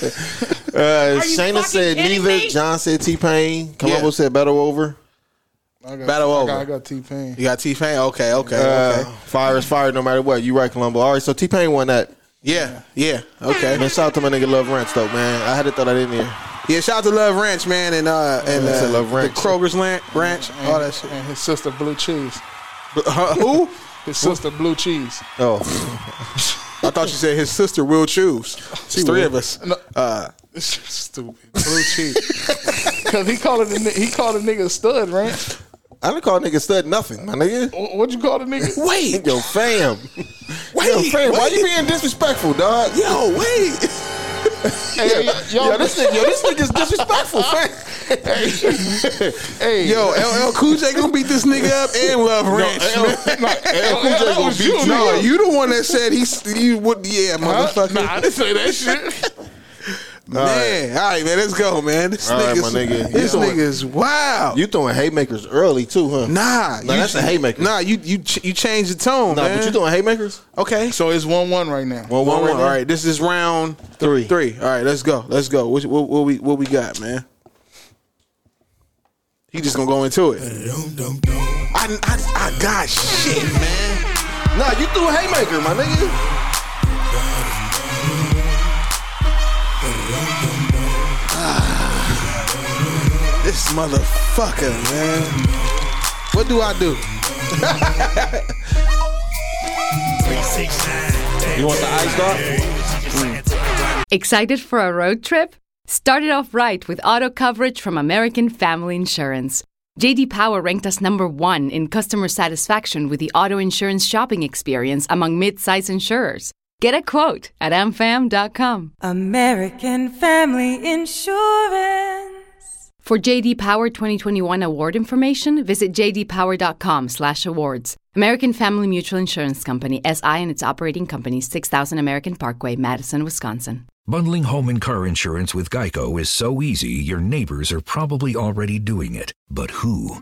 [SPEAKER 12] you
[SPEAKER 6] Shayna
[SPEAKER 12] fucking
[SPEAKER 6] said
[SPEAKER 12] kidding
[SPEAKER 6] neither.
[SPEAKER 12] me?
[SPEAKER 6] John said T Pain. Colombo
[SPEAKER 1] Yeah.
[SPEAKER 6] said battle over.
[SPEAKER 5] I got,
[SPEAKER 1] Battle
[SPEAKER 5] I got,
[SPEAKER 1] over.
[SPEAKER 5] I got T Pain.
[SPEAKER 1] You got T Pain? Okay, okay,
[SPEAKER 6] Uh,
[SPEAKER 1] okay.
[SPEAKER 6] Fire is fire no matter what. You right, Colombo. All right, so T Pain won that.
[SPEAKER 1] Yeah, yeah,
[SPEAKER 6] Man,
[SPEAKER 1] okay.
[SPEAKER 6] shout out to my nigga Love Ranch though, man. I had to throw that in there.
[SPEAKER 1] Yeah, shout out to Love Ranch, man, and uh and
[SPEAKER 6] I
[SPEAKER 1] uh,
[SPEAKER 6] said Love Ranch.
[SPEAKER 1] the Kroger's Lan- Ranch, all that shit.
[SPEAKER 5] And his sister Blue Cheese.
[SPEAKER 1] Who?
[SPEAKER 5] His sister Blue Cheese.
[SPEAKER 6] Oh,
[SPEAKER 1] I thought you said his sister will choose. It's three of us. Uh,
[SPEAKER 5] No. Stupid. Blue Cheese. Cause he called it a, ni- he called a nigga a stud, right?
[SPEAKER 6] I didn't call nigga stud nothing, my nigga.
[SPEAKER 5] Wh- What'd you call the nigga?
[SPEAKER 1] Wait,
[SPEAKER 6] Yo, fam. Yo,
[SPEAKER 1] Wait,
[SPEAKER 6] fam. Why
[SPEAKER 1] wait.
[SPEAKER 6] you being disrespectful, dog?
[SPEAKER 1] yo, wait.
[SPEAKER 5] Hey, y'all,
[SPEAKER 6] Yo, this nigga, yo, this nigga's disrespectful, fam.
[SPEAKER 5] hey,
[SPEAKER 1] Yo, LL Cool J gonna beat this nigga up and Love Ranch. man.
[SPEAKER 6] LL Cool J
[SPEAKER 5] that
[SPEAKER 6] gonna
[SPEAKER 5] was
[SPEAKER 6] beat
[SPEAKER 5] you,
[SPEAKER 6] you.
[SPEAKER 1] No,
[SPEAKER 6] up.
[SPEAKER 1] you the one that said he, he would. Yeah,
[SPEAKER 5] Huh?
[SPEAKER 1] motherfucker.
[SPEAKER 5] Nah, I didn't say that shit.
[SPEAKER 1] Man, all right, man, let's go, man. This
[SPEAKER 6] All right,
[SPEAKER 1] nigga's,
[SPEAKER 6] my nigga.
[SPEAKER 1] This
[SPEAKER 6] You doing-
[SPEAKER 1] nigga's wow.
[SPEAKER 6] You throwing haymakers early too, huh?
[SPEAKER 1] Nah,
[SPEAKER 6] no, that's a haymaker.
[SPEAKER 1] Nah, you you ch- you change the tone,
[SPEAKER 6] Nah,
[SPEAKER 1] man.
[SPEAKER 6] but you doing haymakers?
[SPEAKER 1] Okay,
[SPEAKER 13] so it's one one right now.
[SPEAKER 1] one one.
[SPEAKER 6] One, one.
[SPEAKER 1] All right, this is round
[SPEAKER 6] Three.
[SPEAKER 1] Three. All right, let's go. Let's go. What, what, what we what we got, man? He just gonna go into it. I, I, I got shit, man.
[SPEAKER 6] Nah, you threw a haymaker, my nigga.
[SPEAKER 1] This motherfucker, man. What do I do?
[SPEAKER 6] You want the ice dog?
[SPEAKER 14] Excited for a road trip? Start it off right with auto coverage from American Family Insurance. JD Power ranked us number one in customer satisfaction with the auto insurance shopping experience among mid-size insurers. Get a quote at amfam.com.
[SPEAKER 15] American Family Insurance.
[SPEAKER 14] For JD Power 2021 award information, visit jdpower.com/awards. American Family Mutual Insurance Company SI and its operating company 6000 American Parkway, Madison, Wisconsin.
[SPEAKER 16] Bundling home and car insurance with Geico is so easy, your neighbors are probably already doing it. But who?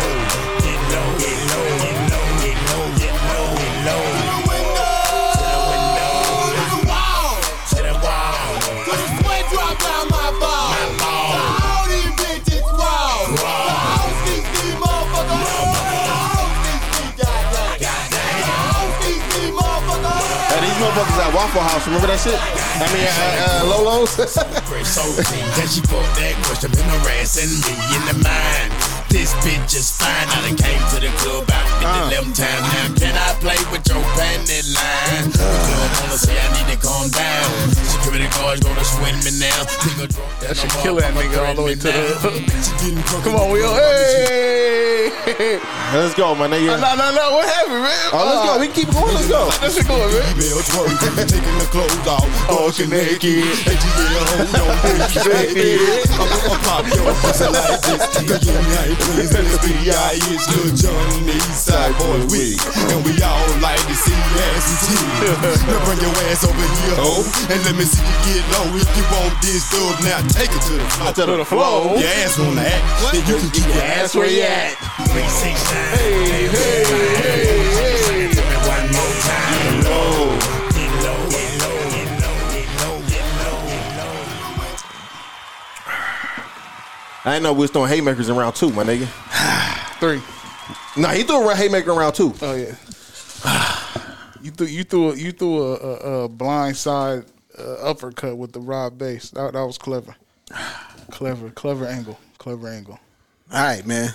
[SPEAKER 6] Hey, these motherfuckers at Waffle House, remember that shit? I mean, uh, uh, Lolo's?
[SPEAKER 2] so clean, then she put that question in her ass and me in the mind. This bitch is fine. I done came to the club
[SPEAKER 13] Uh.
[SPEAKER 2] out at the 11 time. Now can I play with your panty line?
[SPEAKER 13] Uh.
[SPEAKER 2] The club owner say I need to calm down. Security guards gonna swing me now. Nigga drunk
[SPEAKER 13] That should kill that nigga all the way to the. Come on, we all.
[SPEAKER 1] Hey!
[SPEAKER 6] Let's go, my
[SPEAKER 13] No,
[SPEAKER 6] nigga.
[SPEAKER 13] no, no. What happened, man?
[SPEAKER 6] Oh, let's go. We can keep going. Let's go.
[SPEAKER 13] Let's keep going, man.
[SPEAKER 2] Taking the clothes off, oh, she naked. And you get home, don't disrespect me. I'm gonna pop your pussy like this. Girl, you ain't please, this B.I. is Lil Johnny Eastside Boy Week. And we all like to see ass and teeth. Now bring your ass over here, ho, and let me see you get low. If you want this dub, now take it to the floor.
[SPEAKER 6] To the floor.
[SPEAKER 2] Your ass wanna act, then you can keep your ass where you at. Hey, hey, hey, hey. One more time.
[SPEAKER 6] I didn't know we was throwing haymakers in round two, my nigga.
[SPEAKER 13] Three.
[SPEAKER 6] Nah, he threw a haymaker in round two.
[SPEAKER 13] Oh yeah. You threw you threw a, you threw a, a, a blind side uh, uppercut with the rod base. That, that was clever. Clever, clever angle, clever angle.
[SPEAKER 1] All right, man.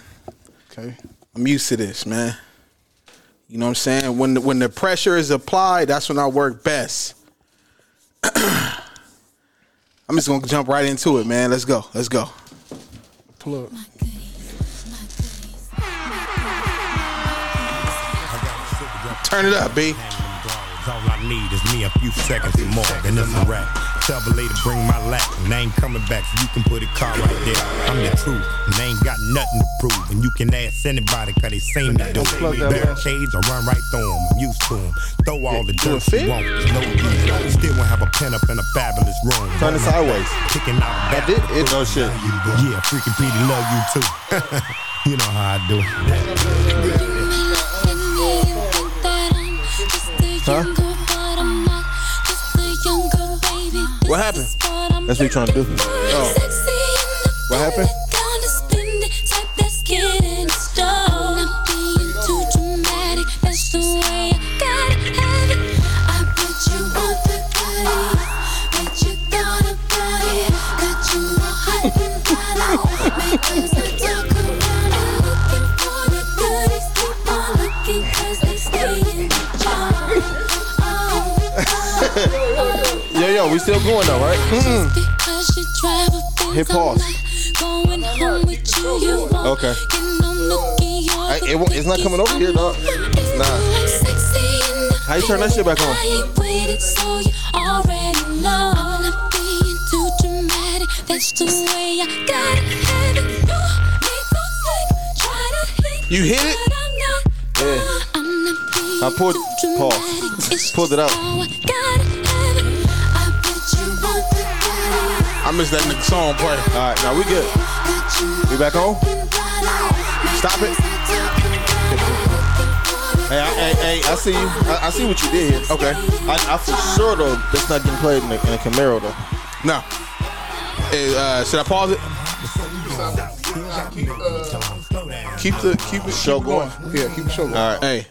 [SPEAKER 13] Okay.
[SPEAKER 1] I'm used to this, man. You know what I'm saying? When the, when the pressure is applied, that's when I work best. I'm just gonna jump right into it, man. Let's go. Let's go.
[SPEAKER 13] Pull up.
[SPEAKER 1] Turn it up, B.
[SPEAKER 17] All I need is me a few seconds and more than it's a rap. Tell the lady bring my lap, and I ain't coming back. So you can put a car right there. I'm the truth, and I ain't got nothing to prove. And you can ask anybody, cause they seem to do
[SPEAKER 13] plug that
[SPEAKER 17] it. Barricades, I run right through them. I'm used to them. Throw all the dirt you want. There's no reason. Still won't have a pen up in a fabulous room.
[SPEAKER 6] Turn it sideways.
[SPEAKER 17] Kicking out
[SPEAKER 6] I did it. No shit.
[SPEAKER 17] Yeah, freaking Petey love you too. you know how I do it.
[SPEAKER 6] Huh? What happened? That's what you trying to do. Oh. What happened?
[SPEAKER 18] Down to spend it, type that's getting it.
[SPEAKER 2] Oh,
[SPEAKER 6] yo, yo, we still going though, right?
[SPEAKER 2] Because oh, you drive a
[SPEAKER 6] Mm-hmm. Hit pause.
[SPEAKER 2] going home with you, you won't
[SPEAKER 6] Okay. I, it, won't- it's not coming over here, dog. It's not.
[SPEAKER 2] sexy and
[SPEAKER 6] How you turn that shit back on?
[SPEAKER 2] I ain't with it, so you already know. I'm not being too dramatic, that's the way I gotta have it. You make me sick, try to hit,
[SPEAKER 6] You hit it?
[SPEAKER 2] but I'm not,
[SPEAKER 6] Yeah.
[SPEAKER 2] I'm not being
[SPEAKER 6] I pulled
[SPEAKER 2] too dramatic.
[SPEAKER 6] pause.
[SPEAKER 2] It's
[SPEAKER 6] Pulled it out.
[SPEAKER 2] how Oh, I gotta have it. I bet you won't regret it.
[SPEAKER 1] I missed that nigga song play. All
[SPEAKER 6] right, now we good. We back home? Stop it. Hey, I, hey, hey, I see you. I, I see what you did. here. Okay. I, I for sure though, that's not getting played in a, in a Camaro though.
[SPEAKER 1] No. Hey, uh, should I pause it? Keep the keep it show going. Yeah, keep the show going. All right, hey,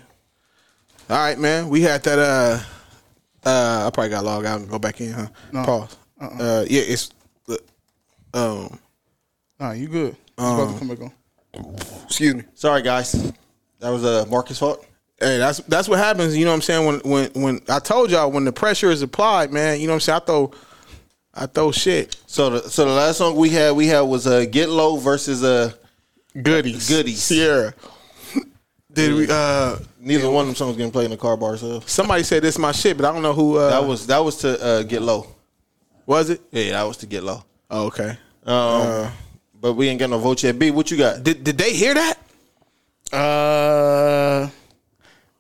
[SPEAKER 1] all right, man. We had that. Uh, uh, I probably got to log out and go back in, huh?
[SPEAKER 5] No.
[SPEAKER 1] Pause. uh
[SPEAKER 5] Uh-uh.
[SPEAKER 1] yeah, it's.
[SPEAKER 6] uh,
[SPEAKER 1] look, Um,
[SPEAKER 5] Nah, you good. It's about to
[SPEAKER 1] um,
[SPEAKER 5] come back on.
[SPEAKER 1] excuse me.
[SPEAKER 6] Sorry, guys. That was uh, Marcus' fault.
[SPEAKER 1] Hey, that's that's what happens. You know what I'm saying? When when when I told y'all when the pressure is applied, man. You know what I'm saying? I throw, I throw Oh, shit.
[SPEAKER 6] So the so the last song we had we had was uh, Get Low versus uh,
[SPEAKER 1] Goodies.
[SPEAKER 6] Goodies.
[SPEAKER 1] Sierra. Did we? uh
[SPEAKER 6] Neither one of them songs getting played in the car by ourselves.
[SPEAKER 1] Somebody said this my shit, but I don't know who. Uh,
[SPEAKER 6] That was that was to uh, Get Low.
[SPEAKER 1] Was it?
[SPEAKER 6] Yeah, that was to Get Low.
[SPEAKER 1] Oh, okay. Uh,
[SPEAKER 6] Um, but we ain't got no vote yet. B, what you got?
[SPEAKER 1] Did did they hear that?
[SPEAKER 5] Uh,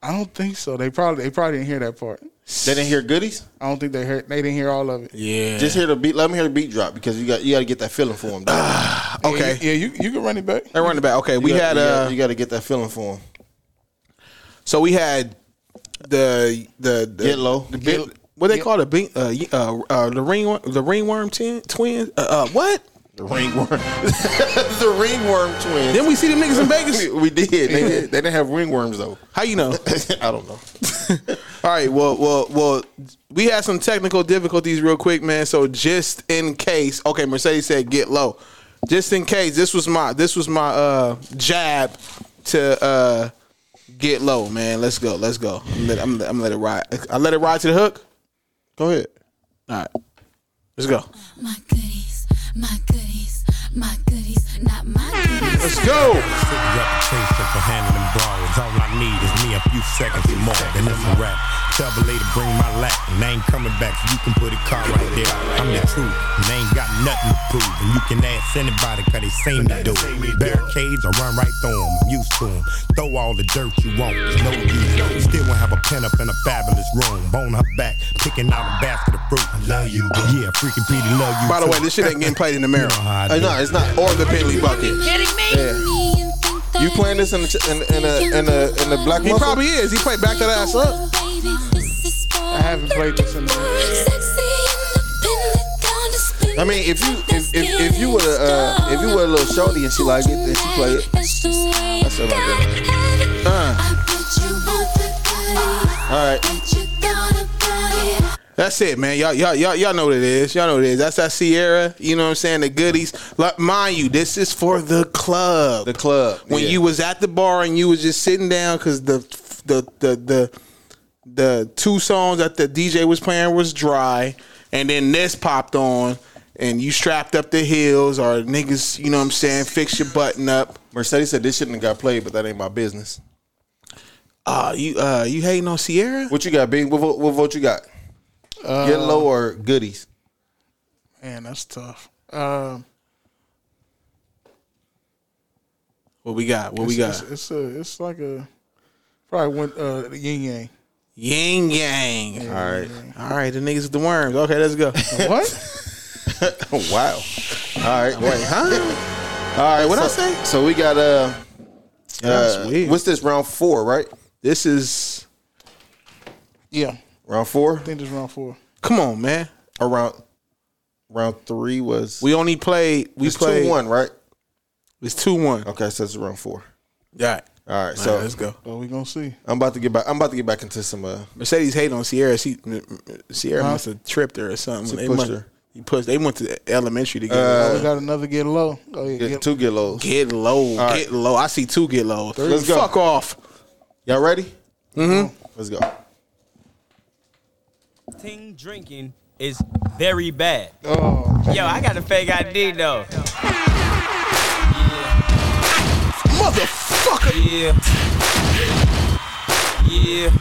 [SPEAKER 5] I don't think so. They probably they probably didn't hear that part.
[SPEAKER 6] They didn't hear goodies.
[SPEAKER 5] I don't think they heard. They didn't hear all of it.
[SPEAKER 1] Yeah.
[SPEAKER 6] Just hear the beat. Let me hear the beat drop because you got you got to get that feeling for him.
[SPEAKER 1] Ah, Okay.
[SPEAKER 5] Yeah, you, you can run it back.
[SPEAKER 1] They running back. Okay, we had uh,
[SPEAKER 6] you got to get that feeling for him.
[SPEAKER 1] so we had the the, the
[SPEAKER 6] Get low.
[SPEAKER 1] The big, what they call the big, uh, y- uh, uh, the ring the ringworm tin, twins. Uh, uh, what?
[SPEAKER 6] The ringworm. the ringworm twins.
[SPEAKER 1] Then we see them niggas in Vegas.
[SPEAKER 6] we did. They, did. they didn't have ringworms though.
[SPEAKER 1] How you know?
[SPEAKER 6] I don't know.
[SPEAKER 1] All right. Well, well, well. We had some technical difficulties real quick, man. So just in case, okay, Mercedes said get low. Just in case, this was my this was my uh jab to uh get low, man. Let's go. Let's go. I'm let, I'm, I'm let it ride. I let it ride to the hook. Go ahead. All right. Let's go.
[SPEAKER 2] My goodies, my goodies, my goodies, not my goodies.
[SPEAKER 1] Let's go.
[SPEAKER 17] Reputation for handling brawls. All I need is me a few seconds more than it's a rap. Tell the lady bring my lap, and I ain't coming back. You can put a car right there. I'm the truth, and I ain't got nothing to prove. And you can ask anybody, cause they seen me do it. Barricades, I run right through them. I'm used to them. Throw all the dirt you want, there's no use. Still won't have a pen up in a fabulous room. Bone her back, picking out a basket of fruit. I love you, Yeah, freaking Petey love you.
[SPEAKER 1] By the
[SPEAKER 17] too.
[SPEAKER 1] way, this shit ain't getting played in the mirror.
[SPEAKER 17] I do.
[SPEAKER 6] it's not. Or the Bentley bucket.
[SPEAKER 2] Kidding me?
[SPEAKER 6] You playing this in the ch- in, in a in a in the black?
[SPEAKER 1] He
[SPEAKER 6] muscle?
[SPEAKER 1] probably is. He played back that ass up.
[SPEAKER 5] I haven't played this in
[SPEAKER 6] I mean, if you if if, if you were uh, if you were a little shorty and she like it, then she play it. That's all I do.
[SPEAKER 1] Uh,
[SPEAKER 6] All right.
[SPEAKER 1] That's it, man. Y'all, y'all, y'all, y'all know what it is. Y'all know what it is. That's that Sierra. You know what I'm saying? The goodies. Like, mind you, this is for the club. The
[SPEAKER 6] club.
[SPEAKER 1] When
[SPEAKER 6] yeah.
[SPEAKER 1] you was at the bar and you was just sitting down because the the the the the two songs that the DJ was playing was dry, and then this popped on, and you strapped up the heels or niggas. You know what I'm saying? Fix your button up.
[SPEAKER 6] Mercedes said this shouldn't have got played, but that ain't my business.
[SPEAKER 1] Uh you uh you hating on Sierra?
[SPEAKER 6] What you got, Big? What, vote- what vote you got?
[SPEAKER 5] Uh,
[SPEAKER 6] Get low or goodies?
[SPEAKER 5] Man, that's tough. Um,
[SPEAKER 1] What we got? What we
[SPEAKER 5] it's-
[SPEAKER 1] got?
[SPEAKER 5] It's, it's a it's like a probably went uh, yin yang.
[SPEAKER 1] Yin Yang. All right. All right. The niggas with the worms. Okay, let's go.
[SPEAKER 5] what?
[SPEAKER 6] wow. Oh. All right. Wait, huh? All right.
[SPEAKER 1] What'd I
[SPEAKER 6] so-
[SPEAKER 1] say?
[SPEAKER 6] So we got uh,
[SPEAKER 1] That's
[SPEAKER 6] uh what's this round four, right?
[SPEAKER 1] This is
[SPEAKER 5] Yeah,
[SPEAKER 6] round four.
[SPEAKER 5] I think it's round four.
[SPEAKER 1] Come on, man.
[SPEAKER 6] Around round three was
[SPEAKER 1] We only played. We
[SPEAKER 6] it's
[SPEAKER 1] played
[SPEAKER 6] two one, right?
[SPEAKER 1] It's two one.
[SPEAKER 6] Okay, so it's round four.
[SPEAKER 1] All right.
[SPEAKER 6] All right.
[SPEAKER 1] All
[SPEAKER 6] So
[SPEAKER 1] right, let's go.
[SPEAKER 5] Well, we gonna see.
[SPEAKER 6] I'm about to get back. I'm about to get back into some. Uh,
[SPEAKER 1] Mercedes hating on Sierra. She, Sierra
[SPEAKER 5] Huh?
[SPEAKER 1] must have tripped her or something.
[SPEAKER 6] She
[SPEAKER 1] They
[SPEAKER 6] pushed
[SPEAKER 1] must-
[SPEAKER 6] her.
[SPEAKER 1] He pushed. They went to E-, Uh, elementary
[SPEAKER 5] Oh,
[SPEAKER 1] together.
[SPEAKER 5] we got another get low. Oh yeah,
[SPEAKER 6] uh, get, two get lows.
[SPEAKER 1] get low.
[SPEAKER 6] All right.
[SPEAKER 1] Get low. I see two get lows.
[SPEAKER 6] Let's go.
[SPEAKER 1] Fuck off.
[SPEAKER 6] Y'all ready?
[SPEAKER 1] Mm-hmm.
[SPEAKER 6] Let's go.
[SPEAKER 19] Ting drinking is very bad.
[SPEAKER 5] Oh.
[SPEAKER 19] Yo, I got a fake ID though. Motherfucker. Yeah. Yeah.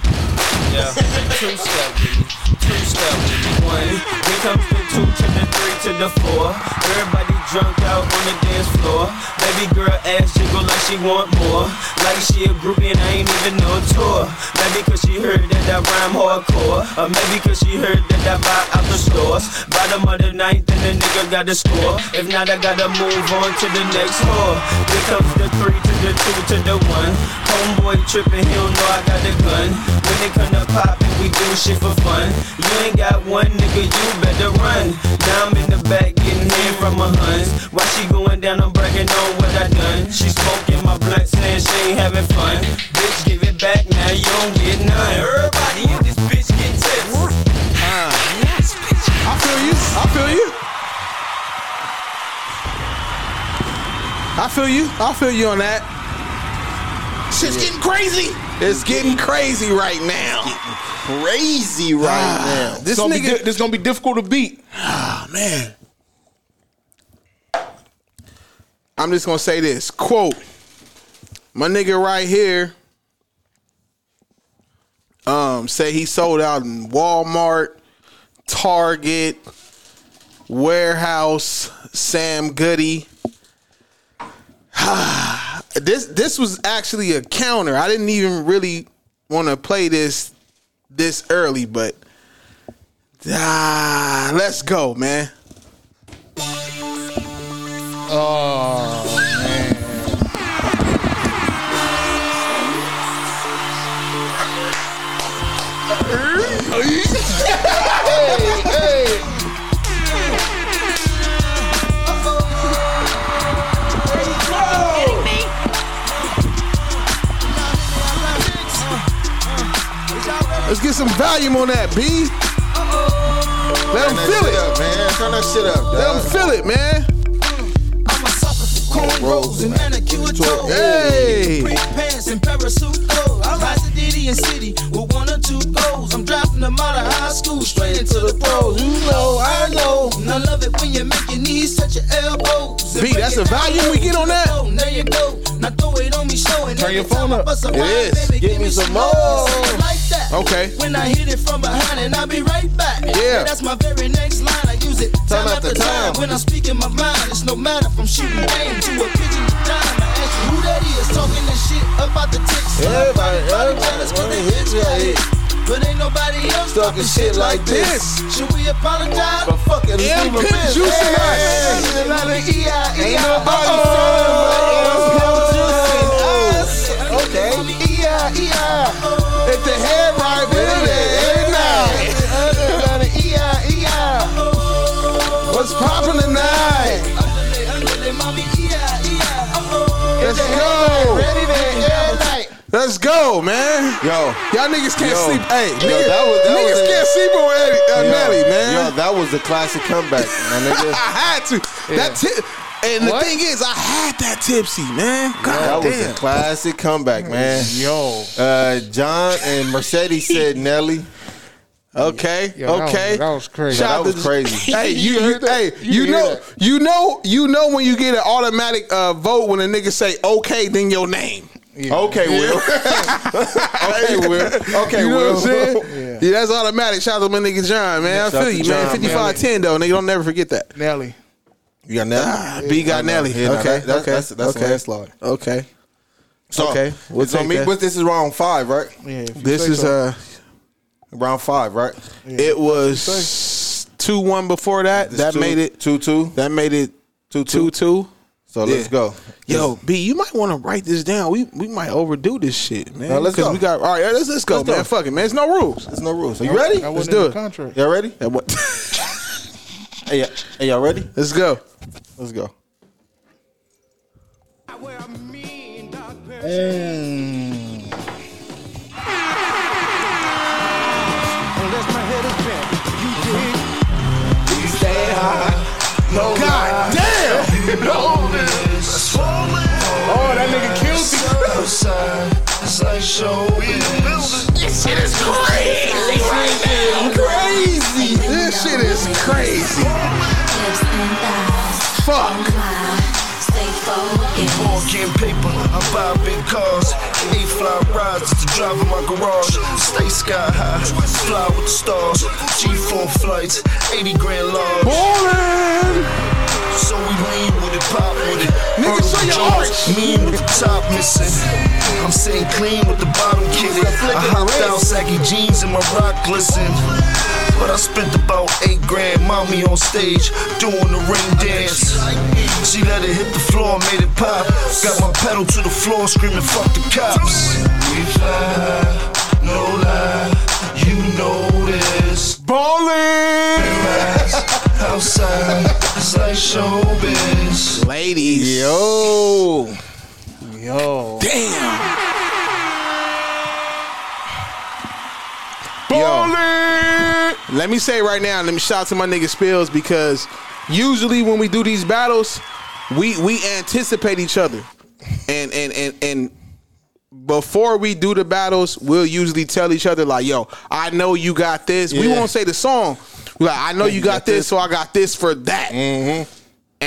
[SPEAKER 19] Yeah. two step with me. Two step with me. One. Here comes the two to the three to the four. Everybody drunk out on the dance floor. Baby girl ass jiggle like she want more. Like she a groupie and I ain't even know it to her. Maybe cause she heard that I rhyme hardcore. Or maybe cause she heard that I buy out the stores. Bottom of the ninth and the nigga got the score. If not, I gotta move on to the next whore. Here comes the three to the two to the one. Homeboy tripping, he don't know I got the gun. When it come to poppin', we do shit for fun. You ain't got one nigga, you better run. Now I'm in the back getting head from my huns. Why she going down? I'm bragging on what I done. She smoking my blunt, saying she ain't having fun. Bitch, give it back now, you don't get none. Everybody in this bitch get tips. I feel you. I feel you.
[SPEAKER 1] I feel you. I feel you on that. Shit's getting crazy. It's getting crazy right now. Ah. Crazy right now. This
[SPEAKER 20] gonna be
[SPEAKER 1] nigga,
[SPEAKER 20] di- this gonna be difficult to beat.
[SPEAKER 1] Ah man. I'm just gonna say this quote. My nigga right here, um, say he sold out in Walmart, Target, warehouse, Sam Goody. this this was actually a counter. I didn't even really want to play this this early, but ah, let's go, man.
[SPEAKER 20] Oh man.
[SPEAKER 2] hey, hey.
[SPEAKER 1] Let's get some volume on that, B. Let them feel it, man. Turn that shit up. Let them feel it, man.
[SPEAKER 2] Cornrows and manicure toes.
[SPEAKER 1] Hey.
[SPEAKER 2] Free pants and parasuit clothes. I rise to Diddy and City with one or two goals. I'm dropping them out of high school straight into the pros. You know, I know. And I love it when you make your knees touch your elbows.
[SPEAKER 1] B, that's the volume we get on that?
[SPEAKER 2] Oh, There you go. Now throw it on me, show it.
[SPEAKER 1] Turn your phone up.
[SPEAKER 2] Bust a
[SPEAKER 1] It
[SPEAKER 2] rhyme,
[SPEAKER 1] is.
[SPEAKER 2] baby,
[SPEAKER 1] Give me some more.
[SPEAKER 2] Something like that.
[SPEAKER 1] Okay.
[SPEAKER 2] When I hit it from behind, and I'll be right back.
[SPEAKER 1] Yeah.
[SPEAKER 2] That's my very next line. I use it time, after time. When I'm speaking my mind, it's no matter from shooting game to a pigeon to dime. I ask you who that is talking that shit about the ticks. Everybody, everybody jealous when they hit you. hit. But ain't nobody else talking shit like this. Should we apologize? But fuck it,
[SPEAKER 1] Yeah,
[SPEAKER 2] leave a
[SPEAKER 1] Pimp
[SPEAKER 2] miss.
[SPEAKER 1] Juice and us.
[SPEAKER 2] Hey, la, la, la, E-I,
[SPEAKER 1] Ain't
[SPEAKER 2] E-I,
[SPEAKER 1] nobody serving
[SPEAKER 2] uh-oh.
[SPEAKER 1] us.
[SPEAKER 2] Pimp Juice and us. Okay. E-I, E-I. If the head right, we're there. La, la, la, la, E-I, E-I. What's poppin' tonight? Let's go. Ready to air night.
[SPEAKER 1] Let's go, man.
[SPEAKER 6] Yo,
[SPEAKER 1] y'all niggas can't
[SPEAKER 6] Yo.
[SPEAKER 1] sleep. Hey,
[SPEAKER 6] Yo,
[SPEAKER 1] nigga-
[SPEAKER 6] that was- that
[SPEAKER 1] niggas
[SPEAKER 6] was a-
[SPEAKER 1] can't sleep on Eddie, uh,
[SPEAKER 6] Yo,
[SPEAKER 1] Nelly, man.
[SPEAKER 6] Yo, that was a classic comeback, my nigga.
[SPEAKER 1] I had to. That tip. And the thing is, I had that tipsy, man.
[SPEAKER 6] that
[SPEAKER 1] God
[SPEAKER 6] was a
[SPEAKER 1] damn.
[SPEAKER 6] classic comeback, man.
[SPEAKER 20] Yo.
[SPEAKER 6] Uh, John and Mercedes said Nelly.
[SPEAKER 1] Okay, okay.
[SPEAKER 6] That
[SPEAKER 1] out
[SPEAKER 6] was,
[SPEAKER 1] to-
[SPEAKER 6] crazy.
[SPEAKER 1] Hey, you, you hey, you,
[SPEAKER 20] You
[SPEAKER 1] know,
[SPEAKER 20] heard
[SPEAKER 1] you know, you know when you get an automatic uh, vote when a nigga say okay, then your name.
[SPEAKER 6] Okay, Will. okay, Will. Okay,
[SPEAKER 1] you know
[SPEAKER 6] Will.
[SPEAKER 1] what I'm saying? Yeah. that's automatic. Shout out to my nigga John, man.
[SPEAKER 6] Shout
[SPEAKER 1] I feel
[SPEAKER 6] out to
[SPEAKER 1] you,
[SPEAKER 6] John,
[SPEAKER 1] man. Fifty five ten though, nigga. Don't never forget that.
[SPEAKER 20] Nelly.
[SPEAKER 6] You got Nelly.
[SPEAKER 1] Ah, B got Nelly.
[SPEAKER 6] Yeah, no,
[SPEAKER 1] okay,
[SPEAKER 6] that- that's-
[SPEAKER 1] okay,
[SPEAKER 6] that's- that's
[SPEAKER 1] okay.
[SPEAKER 6] landslide.
[SPEAKER 1] Okay.
[SPEAKER 6] So,
[SPEAKER 1] okay, we'll
[SPEAKER 6] it's on
[SPEAKER 1] take
[SPEAKER 6] me.
[SPEAKER 1] that.
[SPEAKER 6] But this is round five, right?
[SPEAKER 20] Yeah. if you
[SPEAKER 1] This
[SPEAKER 20] say
[SPEAKER 1] is
[SPEAKER 20] so.
[SPEAKER 1] uh,
[SPEAKER 6] Round five, right?
[SPEAKER 1] it was two one before that.
[SPEAKER 6] This
[SPEAKER 1] that
[SPEAKER 6] two-
[SPEAKER 1] made it
[SPEAKER 6] two two.
[SPEAKER 1] That made it two two.
[SPEAKER 6] So let's go.
[SPEAKER 1] Yo, B, you might want to write this down. We we might overdo this shit, man.
[SPEAKER 6] Now, let's
[SPEAKER 1] 'Cause
[SPEAKER 6] go.
[SPEAKER 1] We got all right. Let's let's go,
[SPEAKER 6] Let's
[SPEAKER 1] man.
[SPEAKER 6] go.
[SPEAKER 1] Fuck it, man. There's no rules.
[SPEAKER 6] There's no rules. Are you
[SPEAKER 1] That-
[SPEAKER 6] ready?
[SPEAKER 1] that
[SPEAKER 6] Let's
[SPEAKER 1] wasn't
[SPEAKER 6] do
[SPEAKER 1] in
[SPEAKER 6] it.
[SPEAKER 1] the contract.
[SPEAKER 6] Y'all ready?
[SPEAKER 1] And what-
[SPEAKER 6] Hey, y- hey, y'all ready?
[SPEAKER 1] let's go.
[SPEAKER 6] Let's go. Mm,
[SPEAKER 2] Unless my head is bent, you dig? We stay high. No God damn! No Oh, that nigga killed me. This shit is crazy right now. Crazy. Five big cars, eight fly rides to drive in my garage. Stay sky high, fly with the stars. G4 flights, 80 grand large. So we lean with it, pop with it. Nigga, show your Mean with the top missing. I'm sitting clean with the bottom kitted. I hopped out, saggy jeans and my rock glisten. But I spent about eight grand, mommy on stage, doing the ring dance. She let it hit the floor, made it pop. Got my pedal to the floor, screaming, fuck the cops. We fly, no lie, you know this. Ballin'! Outside, it's like showbiz. Ladies.
[SPEAKER 6] Yo. Oh.
[SPEAKER 21] Yo.
[SPEAKER 2] Damn.
[SPEAKER 1] Yo, let me say right now, let me shout out to my nigga Spills because usually when we do these battles, we we anticipate each other, and and and and before we do the battles, we'll usually tell each other like, "Yo, I know you got this." We
[SPEAKER 6] Yeah.
[SPEAKER 1] won't say the song. We like, I know you got this, so I got this for that. And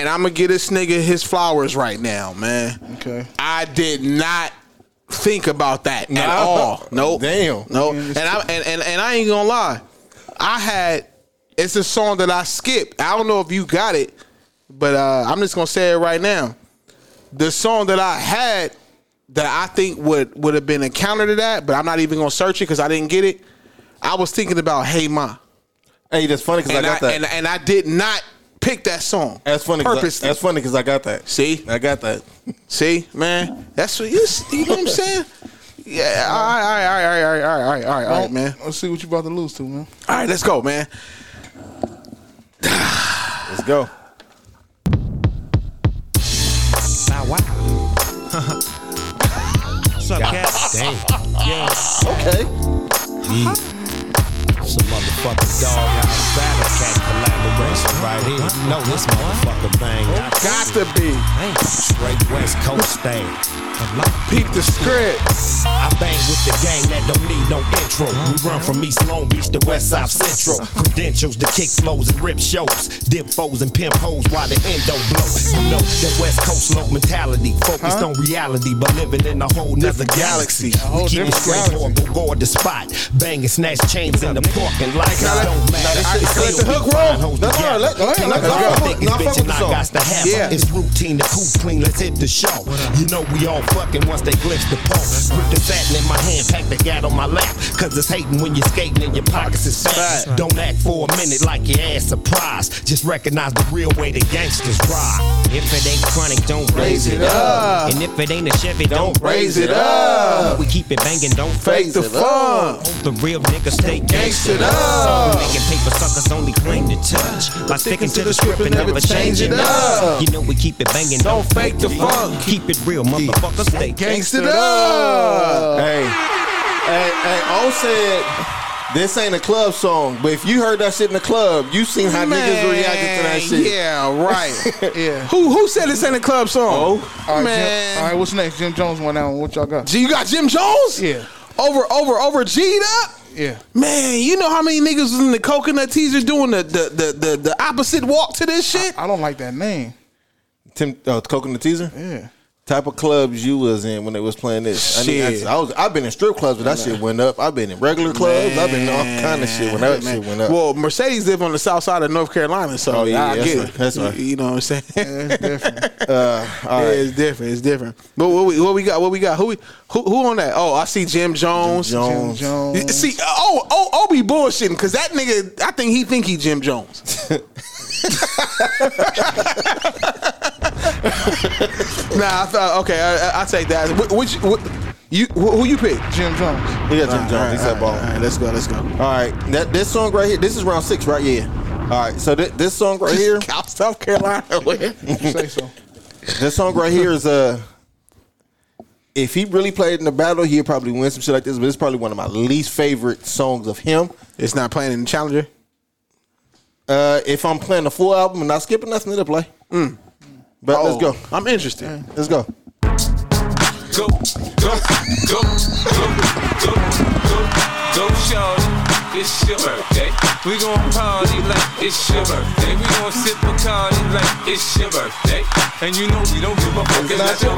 [SPEAKER 1] I'm gonna give this nigga his flowers right now, man.
[SPEAKER 21] Okay.
[SPEAKER 1] I did not think about that at
[SPEAKER 6] Nah.
[SPEAKER 1] all. Nope. Damn. Nope. And I and, and, and I ain't gonna lie. I had it's a song that I skipped. I don't know if you got it, but uh, I'm just gonna say it right now. The song that I had that I think would would have been a counter to that, but I'm not even gonna search it because I didn't get it. I was thinking about Hey Ma.
[SPEAKER 6] Hey, that's funny 'cause I
[SPEAKER 1] And
[SPEAKER 6] got that.
[SPEAKER 1] and, and I did not pick that song.
[SPEAKER 6] That's funny. 'cause I-
[SPEAKER 1] Purposely.
[SPEAKER 6] that's funny because I got that.
[SPEAKER 1] See,
[SPEAKER 6] I got that.
[SPEAKER 1] See, man, that's what you, you know what I'm saying. Yeah, all right, all right, all right, all right, all right, all right, all right, man.
[SPEAKER 21] Let's see what you about to lose to, man.
[SPEAKER 1] All right, let's go, man.
[SPEAKER 6] Let's go.
[SPEAKER 17] Bow wow. What's up,
[SPEAKER 2] God
[SPEAKER 17] cats?
[SPEAKER 2] damn.
[SPEAKER 17] Yeah.
[SPEAKER 2] Okay.
[SPEAKER 17] Some motherfucking dog house battle cat collaboration right here. You know this motherfucker thing. Got
[SPEAKER 1] to be.
[SPEAKER 17] Straight West Coast thing.
[SPEAKER 1] Peep the script.
[SPEAKER 17] I bang with the gang that don't need no intro. We run from East Long Beach to West South Central. Credentials to kick flows and rip shows. Dip foes and pimp hoes while the endo blow. You know that West Coast low mentality. Focused on reality, but living in a whole nother galaxy. We keep it straight, horrible, guard the spot. Bang and snatch chains in the parking lot. It don't matter. It's still we find hoes
[SPEAKER 6] That's all right. Let-
[SPEAKER 17] together.
[SPEAKER 6] let-
[SPEAKER 17] Can't
[SPEAKER 6] let-
[SPEAKER 17] let
[SPEAKER 6] let-
[SPEAKER 17] all
[SPEAKER 6] let-
[SPEAKER 17] niggas,
[SPEAKER 6] let-
[SPEAKER 17] bitch,
[SPEAKER 6] fuck
[SPEAKER 17] and
[SPEAKER 6] with
[SPEAKER 17] I
[SPEAKER 6] the
[SPEAKER 17] gots to
[SPEAKER 6] song.
[SPEAKER 17] have 'em.
[SPEAKER 6] Yeah.
[SPEAKER 17] It's it's routine, the cool clean, let's hit the show. You know we all fucking once they glitch the pole. Grip the satin in my hand, pack the gat on my lap. Cause it's hating when you're skating and your pockets is fat. Don't act for a minute like your ass surprised. Just recognize the real way the gangsters ride. If it ain't chronic, don't raise it up. And if it ain't a Chevy, don't raise it up. We keep it banging, don't fake the fun. The real niggas stay gangstered up. Making paper suckers only claim to touch by sticking to the script and never changing up. You know we keep it banging, don't fake the funk. Keep it real, motherfuckers stay gangstered up.
[SPEAKER 6] Hey, hey, hey, O said this ain't a club song, but if you heard that shit in the club, you seen how niggas reacted to that shit.
[SPEAKER 1] Yeah, right.
[SPEAKER 21] yeah.
[SPEAKER 1] Who who said this in the club song?
[SPEAKER 21] Oh, All right,
[SPEAKER 1] man.
[SPEAKER 21] Jim, all right, what's next? Jim Jones went out. What y'all got?
[SPEAKER 1] G, you got Jim Jones?
[SPEAKER 21] Yeah.
[SPEAKER 1] Over over over G'd up.
[SPEAKER 21] Yeah.
[SPEAKER 1] Man, you know how many niggas was in the coconut teaser doing the the the the, the opposite walk to this shit?
[SPEAKER 21] I, don't like that name.
[SPEAKER 6] Tim, uh, Coconut Teaser.
[SPEAKER 21] Yeah.
[SPEAKER 6] Type of clubs you was in when they was playing this. I, mean,
[SPEAKER 1] Shit.
[SPEAKER 6] I, I was. I've been in strip clubs, but that shit went up. I've been in regular clubs. I've been in all kind of shit when that
[SPEAKER 1] Man.
[SPEAKER 6] shit went up.
[SPEAKER 1] Well, Mercedes live on the south side of North Carolina, so
[SPEAKER 6] Oh, yeah,
[SPEAKER 1] I
[SPEAKER 6] that's
[SPEAKER 1] get
[SPEAKER 6] right.
[SPEAKER 1] it.
[SPEAKER 6] That's
[SPEAKER 1] You-
[SPEAKER 6] right.
[SPEAKER 1] You, know what I'm saying?
[SPEAKER 6] uh, all
[SPEAKER 1] Yeah,
[SPEAKER 6] right.
[SPEAKER 1] it's different. It's different. But what we what we got? What we got? Who we, who who on that? Oh, I see Jim Jones.
[SPEAKER 6] Jones. Jim
[SPEAKER 21] Jones.
[SPEAKER 1] See, oh oh oh, be bullshitting because that nigga. I think he think he Jim Jones. nah, I thought okay. I, I, I take that. Wh- Which wh- you wh- who you pick?
[SPEAKER 21] Jim Jones.
[SPEAKER 6] He
[SPEAKER 1] All right,
[SPEAKER 6] got Jim Jones.
[SPEAKER 1] all right,
[SPEAKER 6] He's that ball.
[SPEAKER 1] all right, let's go. Let's go.
[SPEAKER 6] All right, that this song right here. This is round six, right? Yeah. All right, so thi- this song right here,
[SPEAKER 1] South Carolina.
[SPEAKER 21] Say so.
[SPEAKER 6] this song right here is uh, if he really played in the battle, he'd probably win some shit like this. But it's probably one of my least favorite songs of him.
[SPEAKER 1] It's not playing in the Challenger.
[SPEAKER 6] Uh, if I'm playing the full album and not skipping, that's another play. But
[SPEAKER 1] Mm.
[SPEAKER 6] let's
[SPEAKER 1] Oh,
[SPEAKER 6] go.
[SPEAKER 1] I'm interested.
[SPEAKER 6] Let's go.
[SPEAKER 17] Go, go, go, go, go, go, go, shorty. It's your birthday.
[SPEAKER 22] We gon' party like it's your birthday. We gon' sip a party like it's your birthday. And you know we don't give a fuck. It's not your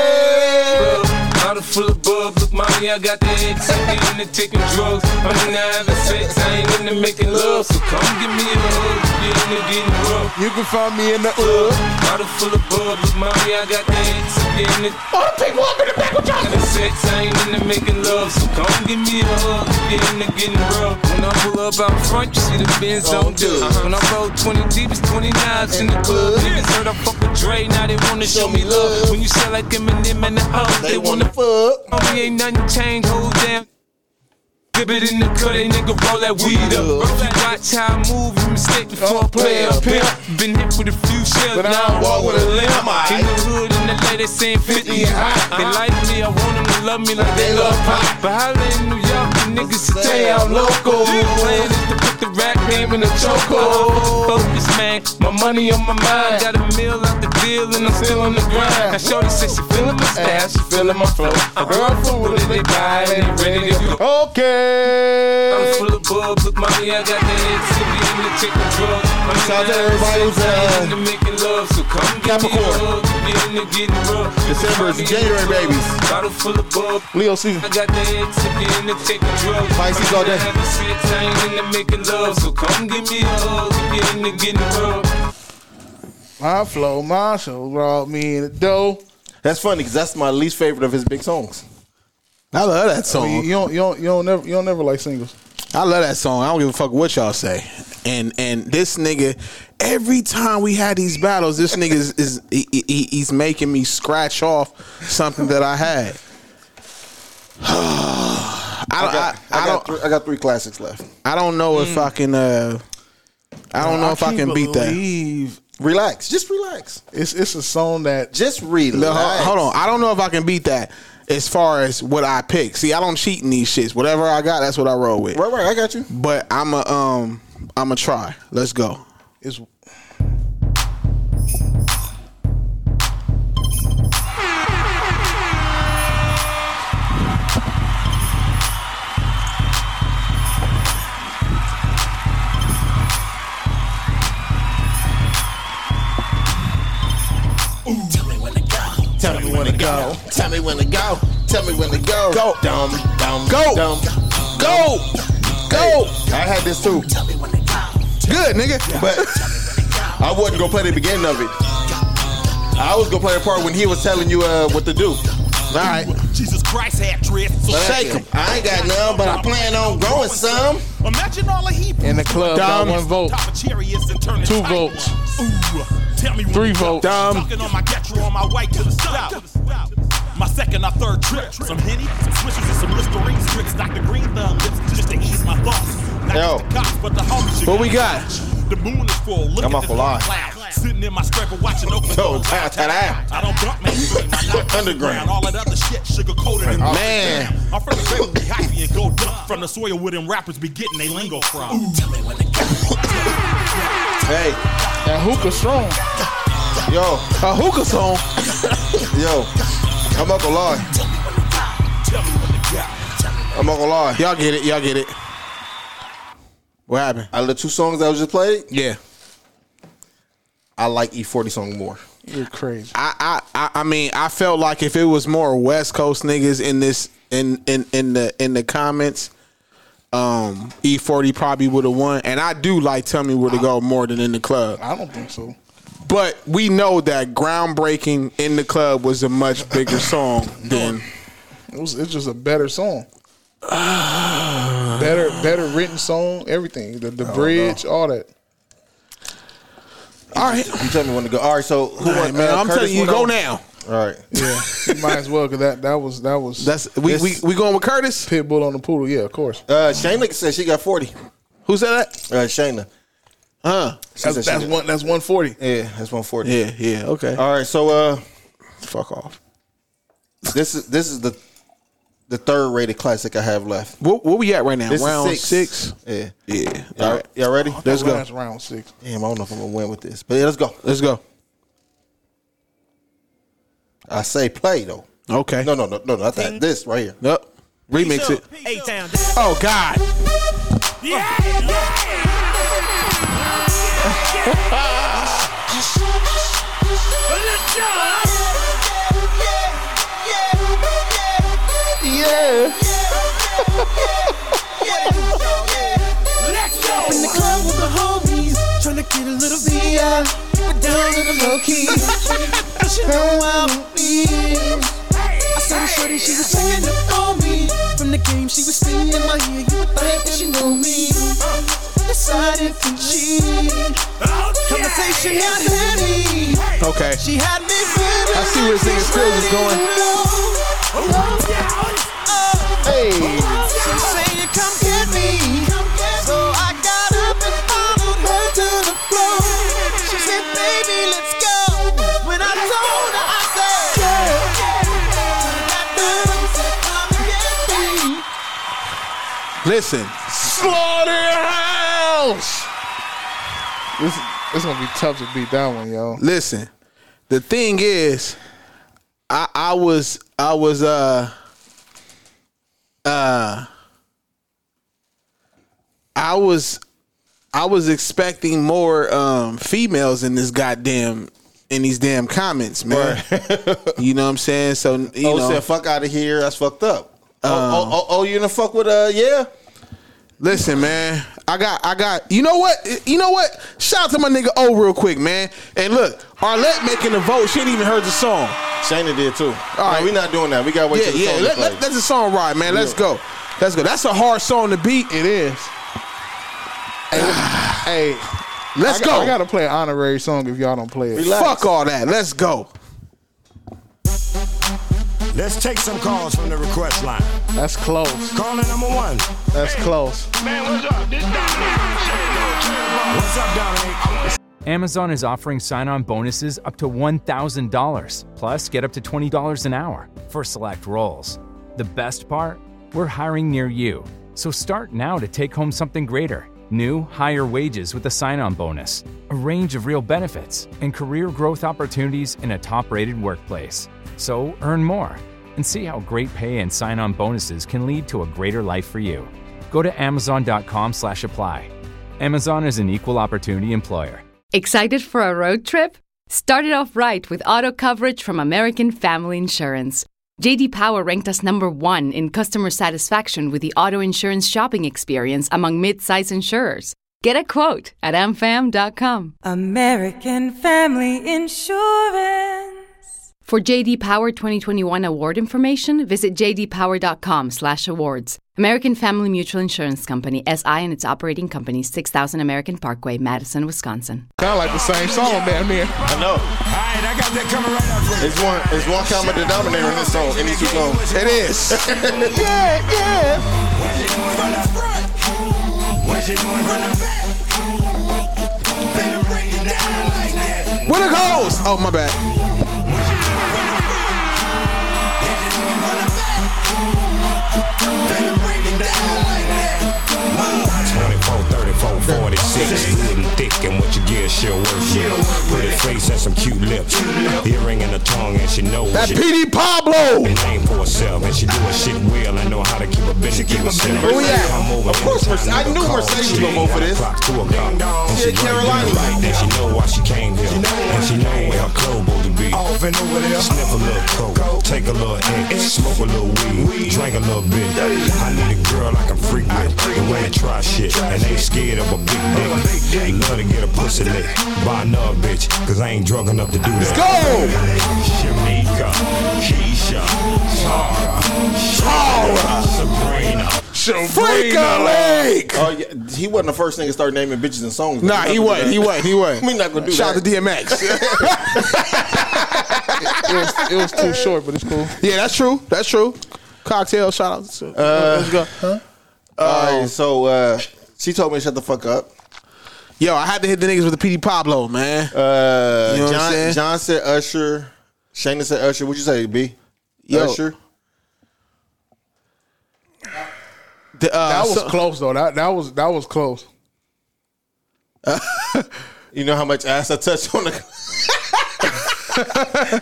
[SPEAKER 22] birthday. Bottle full of bub, look, mommy, I got the hits. I'm into taking drugs. I'm into having sex. I ain't into making love. So come give me a hug. You into getting rough.
[SPEAKER 5] You can find me in the club.
[SPEAKER 22] Bottle full of bub, look, mommy, I got the hits. I'm into all the people up in the back with y'all. Having sex, I ain't into making love. So come give me a hug. You into getting rough. When I pull up out front, you see the Benz on dub. When I roll 20 deep, it's 29s in the club. Niggas heard I fuck with Dre, now they wanna show me love. When you sell like Eminem and the hoes, they wanna fuck. Homie, ain't nothing changed, hold down. Dip it in the cut, they nigga roll that weed up. Bro, you watch how I move, you mistake before I play a pimp. Been hit with a few shells,
[SPEAKER 5] But I
[SPEAKER 22] now I
[SPEAKER 5] don't
[SPEAKER 22] walk with a limp.
[SPEAKER 5] I'm alright.
[SPEAKER 22] In the hood, in the lady saying 50 and hot. They like me, I want them to love me like they love pop. But holla in New York, the niggas to stay out local. Plan is to put the rap game in a chokehold. Focus, man, my money on my mind. Got a meal out the deal, and I'm still on the grind. Now, Shorty says she feeling my style, she feeling my flow. A girl fool, and they buy it, and they ready to go.
[SPEAKER 5] Okay.
[SPEAKER 22] I'm full of bub, look, mommy, I got the head sippy and the chicken drugs. I'm
[SPEAKER 5] Shout out to everybody who's, uh,
[SPEAKER 22] into making love, so come get me a hug, get in the getting rough.
[SPEAKER 6] December is January, babies.
[SPEAKER 22] Bottle full of bub,
[SPEAKER 6] Leo season.
[SPEAKER 22] I got the head sippy and the chicken drugs.
[SPEAKER 6] Pisces all day.
[SPEAKER 22] I'm having sex, I ain't into making love, so come give me a hug, get in the getting rough.
[SPEAKER 5] My flow, my show brought me in the dough.
[SPEAKER 6] That's funny because that's my least favorite of his big songs.
[SPEAKER 1] I love that song.
[SPEAKER 5] You, you don't, you don't, you don't never, you don't never like singles.
[SPEAKER 1] I love that song. I don't give a fuck what y'all say. And and this nigga, every time we had these battles, this nigga is, is he, he- he's making me scratch off something that I had. I, got, I,
[SPEAKER 6] got three, I got three classics left.
[SPEAKER 1] I don't know if I can. Uh, I don't know if I can beat that.
[SPEAKER 5] believe
[SPEAKER 6] Relax, just relax.
[SPEAKER 5] It's it's a song that
[SPEAKER 6] just relax.
[SPEAKER 1] Look, ho- hold on, I don't know if I can beat that as far as what I pick. See, I don't cheat in these shits. Whatever I got, that's what I roll with.
[SPEAKER 6] Right, right. I got you.
[SPEAKER 1] But I'm a um, I'm a try. Let's go.
[SPEAKER 5] It's
[SPEAKER 19] Tell me when to go. Tell me when to go. Tell me when to go. Tell me when to go. Go. Dumb, dumb, go. Dumb. Go. Go.
[SPEAKER 6] I had this too.
[SPEAKER 1] Good, nigga.
[SPEAKER 6] But I wasn't gonna play the beginning of it. I was gonna play the part when he was telling you uh, what to do. All
[SPEAKER 1] right.
[SPEAKER 19] Jesus Christ had drift.
[SPEAKER 6] So shake 'em. I ain't got none, but I plan on growing some.
[SPEAKER 19] Imagine all the heat.
[SPEAKER 5] in the club. Got
[SPEAKER 6] Dumb.
[SPEAKER 5] one vote,
[SPEAKER 19] Top of chariots and turning
[SPEAKER 5] two
[SPEAKER 19] tight.
[SPEAKER 5] votes.
[SPEAKER 19] Ooh, tell me when
[SPEAKER 5] Three
[SPEAKER 19] to go.
[SPEAKER 5] votes. Dumb.
[SPEAKER 19] Talking on my getro on my way to the stop. My second or third trip. Some henny, some swishes, and some listerine tricks. Dr. Green thumb lips just to ease my thoughts. Not
[SPEAKER 6] Yo.
[SPEAKER 19] just the cops, but the homies. you
[SPEAKER 6] What we got?
[SPEAKER 19] The moon is full. Look
[SPEAKER 6] I'm
[SPEAKER 19] at
[SPEAKER 6] off
[SPEAKER 19] this
[SPEAKER 6] a lot.
[SPEAKER 19] cloud. Sitting in my scraper watching Oakland.
[SPEAKER 6] Yo,
[SPEAKER 19] Bowl.
[SPEAKER 6] tap that out.
[SPEAKER 19] I don't dump mainstream. I knock
[SPEAKER 6] Underground.
[SPEAKER 19] All that other shit sugar coated and
[SPEAKER 6] Man.
[SPEAKER 19] I'm from the paper we hyphy and go dump from the soil where them rappers be getting they lingo from.
[SPEAKER 6] Hey,
[SPEAKER 5] that hookah strong.
[SPEAKER 6] Yo,
[SPEAKER 1] a hookah song.
[SPEAKER 6] Yo, I'm not gonna lie. I'm not gonna lie.
[SPEAKER 1] Y'all get it. Y'all get it. What happened?
[SPEAKER 6] Out of the two songs that was just played,
[SPEAKER 1] yeah,
[SPEAKER 6] I like E40 song more.
[SPEAKER 5] You're crazy.
[SPEAKER 1] I, I, I I mean, I felt like if it was more West Coast niggas in this in in in the in the comments, um, E forty probably would have won. And I do like tell me where to go more than in the club.
[SPEAKER 5] I don't think so.
[SPEAKER 1] But we know that groundbreaking in the club was a much bigger song than
[SPEAKER 5] It was, it's just a better song. better, better written song. Everything, the, the bridge, all that.
[SPEAKER 1] All right,
[SPEAKER 6] you tell me when to go. All right, so who
[SPEAKER 1] All right,
[SPEAKER 6] won?
[SPEAKER 1] man,
[SPEAKER 6] Uh,
[SPEAKER 1] I'm
[SPEAKER 6] Curtis
[SPEAKER 1] telling you,
[SPEAKER 6] won
[SPEAKER 1] go
[SPEAKER 6] on-
[SPEAKER 1] now.
[SPEAKER 6] All right,
[SPEAKER 5] Yeah, you might as well because that that was that was
[SPEAKER 1] That's we, we we going with Curtis.
[SPEAKER 5] Pitbull on the poodle. Yeah, of course.
[SPEAKER 6] Uh, Shayna said she got 40.
[SPEAKER 1] Who said that?
[SPEAKER 6] Uh, Shayna.
[SPEAKER 1] Huh?
[SPEAKER 6] She said
[SPEAKER 5] That's,
[SPEAKER 6] she
[SPEAKER 5] that's
[SPEAKER 6] got-
[SPEAKER 5] one. That's one forty.
[SPEAKER 6] Yeah, that's 140.
[SPEAKER 1] Yeah, yeah. Okay.
[SPEAKER 6] All right, so uh,
[SPEAKER 1] Fuck off.
[SPEAKER 6] this is this is the the third rated classic I have left.
[SPEAKER 1] What what we at right now?
[SPEAKER 6] This is
[SPEAKER 1] Round
[SPEAKER 6] six.
[SPEAKER 1] six.
[SPEAKER 6] Yeah.
[SPEAKER 1] Yeah.
[SPEAKER 6] All right, y'all ready?
[SPEAKER 1] Let's go.
[SPEAKER 5] That's round six.
[SPEAKER 6] Damn, I don't know if I'm gonna win with this, but yeah, let's go.
[SPEAKER 1] Let's go.
[SPEAKER 6] I say play though.
[SPEAKER 1] Okay.
[SPEAKER 6] No, no, no, no, not that. This right here.
[SPEAKER 1] Nope. Remix it.
[SPEAKER 19] Eight down.
[SPEAKER 1] Oh God.
[SPEAKER 19] Yeah, yeah.
[SPEAKER 2] Yeah. Let's go. In the club with the homies, trying to get a little VI, but down to the low key. but you know I'm mean. I saw the shorty, she was checking up on me. From the game, she was spinning in my ear. You would think that she knew me. Decided to cheat. Conversation got heavy.
[SPEAKER 1] Okay.
[SPEAKER 2] She had me feeling.
[SPEAKER 1] I see where this nigga Skrills is going.
[SPEAKER 2] Hey. She said, "You come get me." So I got up and followed her to the floor. She said, "Baby, let's go." When I told her, I said, "Yeah." That dude said, "Come and get me."
[SPEAKER 1] Listen,
[SPEAKER 5] Slaughterhouse. This it's gonna be tough to beat that one, yo.
[SPEAKER 1] listen. The thing is, I I was I was uh uh I was I was expecting more um females in this goddamn in these damn comments, man. you know what I'm saying? So you
[SPEAKER 6] Oh,
[SPEAKER 1] know,
[SPEAKER 6] said, fuck out of here. That's fucked up.
[SPEAKER 1] oh, oh, oh, you gonna fuck with uh yeah? Listen, man, I got I got you know what? You know what? Shout out to my nigga O real quick, man. And look, Arlette making the vote. She ain't even heard the song.
[SPEAKER 6] Shana did too.
[SPEAKER 1] All right.
[SPEAKER 6] No, we not doing that. We gotta wait
[SPEAKER 1] yeah,
[SPEAKER 6] till the
[SPEAKER 1] yeah.
[SPEAKER 6] song
[SPEAKER 1] let,
[SPEAKER 6] play.
[SPEAKER 1] let, let the song ride, man. Let's go. Let's go. That's a hard song to beat. It is.
[SPEAKER 5] Hey,
[SPEAKER 1] Let's
[SPEAKER 5] I got-
[SPEAKER 1] go.
[SPEAKER 5] I gotta play an honorary song if y'all don't play it.
[SPEAKER 1] Fuck all that. Let's go.
[SPEAKER 17] Let's take some calls from the request line.
[SPEAKER 5] That's close.
[SPEAKER 17] Caller number one.
[SPEAKER 5] That's close.
[SPEAKER 17] Man, what's up? This Dominic. What's up, Dominic?
[SPEAKER 4] Amazon is offering sign on bonuses up to $1,000, plus get up to $20 an hour for select roles. The best part? We're hiring near you. So start now to take home something greater new, higher wages with a sign on bonus, a range of real benefits, and career growth opportunities in a top rated workplace. So earn more and see how great pay and sign on bonuses can lead to a greater life for you. Go to amazon.com slash apply. Amazon is an equal opportunity employer.
[SPEAKER 14] Excited for a road trip? Start it off right with auto coverage from American Family Insurance. JD Power ranked us number one in customer satisfaction with the auto insurance shopping experience among mid-size insurers. Get a quote at amfam.com.
[SPEAKER 23] American Family Insurance.
[SPEAKER 14] For JD Power 2021 award information, visit jdpower.com/awards. American Family Mutual Insurance Company SI and its operating company 6000 American Parkway, Madison, Wisconsin.
[SPEAKER 5] Sound like the same song down there.
[SPEAKER 6] I know. All
[SPEAKER 17] right, I got that coming right up.
[SPEAKER 6] It's one. It's one common denominator in this song. In these two songs.
[SPEAKER 1] It is.
[SPEAKER 2] Yeah, yeah.
[SPEAKER 1] Where the goes? Oh my bad.
[SPEAKER 17] Little thick and what you get, she'll work shit. Pretty face and some cute lips. Earring and a tongue, and she knows
[SPEAKER 1] That
[SPEAKER 17] it.
[SPEAKER 1] PD
[SPEAKER 2] Oh.
[SPEAKER 1] Pablo.
[SPEAKER 17] And aim for herself, and she do her shit well. I know how to keep a bitch. Keep herself.
[SPEAKER 6] Where we at?
[SPEAKER 17] Come over
[SPEAKER 6] Of course, Mercedes. I knew Mercedes was gonna vote for this.
[SPEAKER 17] Clock, two o'clock. And she
[SPEAKER 6] Yeah, Carolina.
[SPEAKER 17] Right, then she know why she came here. And she know where her clothes supposed to be. Off and over there. Sniff a little coke, take a little hit, smoke a little weed, drink a little bit. I need a girl I can freak with. The way I try shit, and they scared of a big dick. They love to get a pussy lick by another bitch, cause I ain't drunk enough to do that. Let's
[SPEAKER 2] go!
[SPEAKER 17] Shamika, Keisha, Tara, Tara, Sabrina.
[SPEAKER 6] Freaka Lake. Oh, yeah. He wasn't the first nigga to start naming bitches in songs.
[SPEAKER 1] Nah, he wasn't. He wasn't. He wasn't.
[SPEAKER 6] We not gonna do
[SPEAKER 1] Shout
[SPEAKER 6] that.
[SPEAKER 1] out to DMX.
[SPEAKER 5] It was, it was too short, but it's cool.
[SPEAKER 1] yeah, that's true. That's true. Cocktail. Shout out. To,
[SPEAKER 6] Uh,
[SPEAKER 1] let's go.
[SPEAKER 6] All
[SPEAKER 1] Oh.
[SPEAKER 6] right. So uh, she told me to shut the fuck up.
[SPEAKER 1] Yo, I had to hit the niggas with the PD Pablo, Oh, man.
[SPEAKER 6] Uh,
[SPEAKER 1] You know what I'm
[SPEAKER 6] John,
[SPEAKER 1] saying?
[SPEAKER 6] John said Usher. Shayna said Usher. What'd you say, B?
[SPEAKER 1] Yo.
[SPEAKER 6] Usher.
[SPEAKER 1] The, uh,
[SPEAKER 5] that was
[SPEAKER 1] so-
[SPEAKER 5] close though. That that was that was close.
[SPEAKER 6] You know how much ass I touched on the.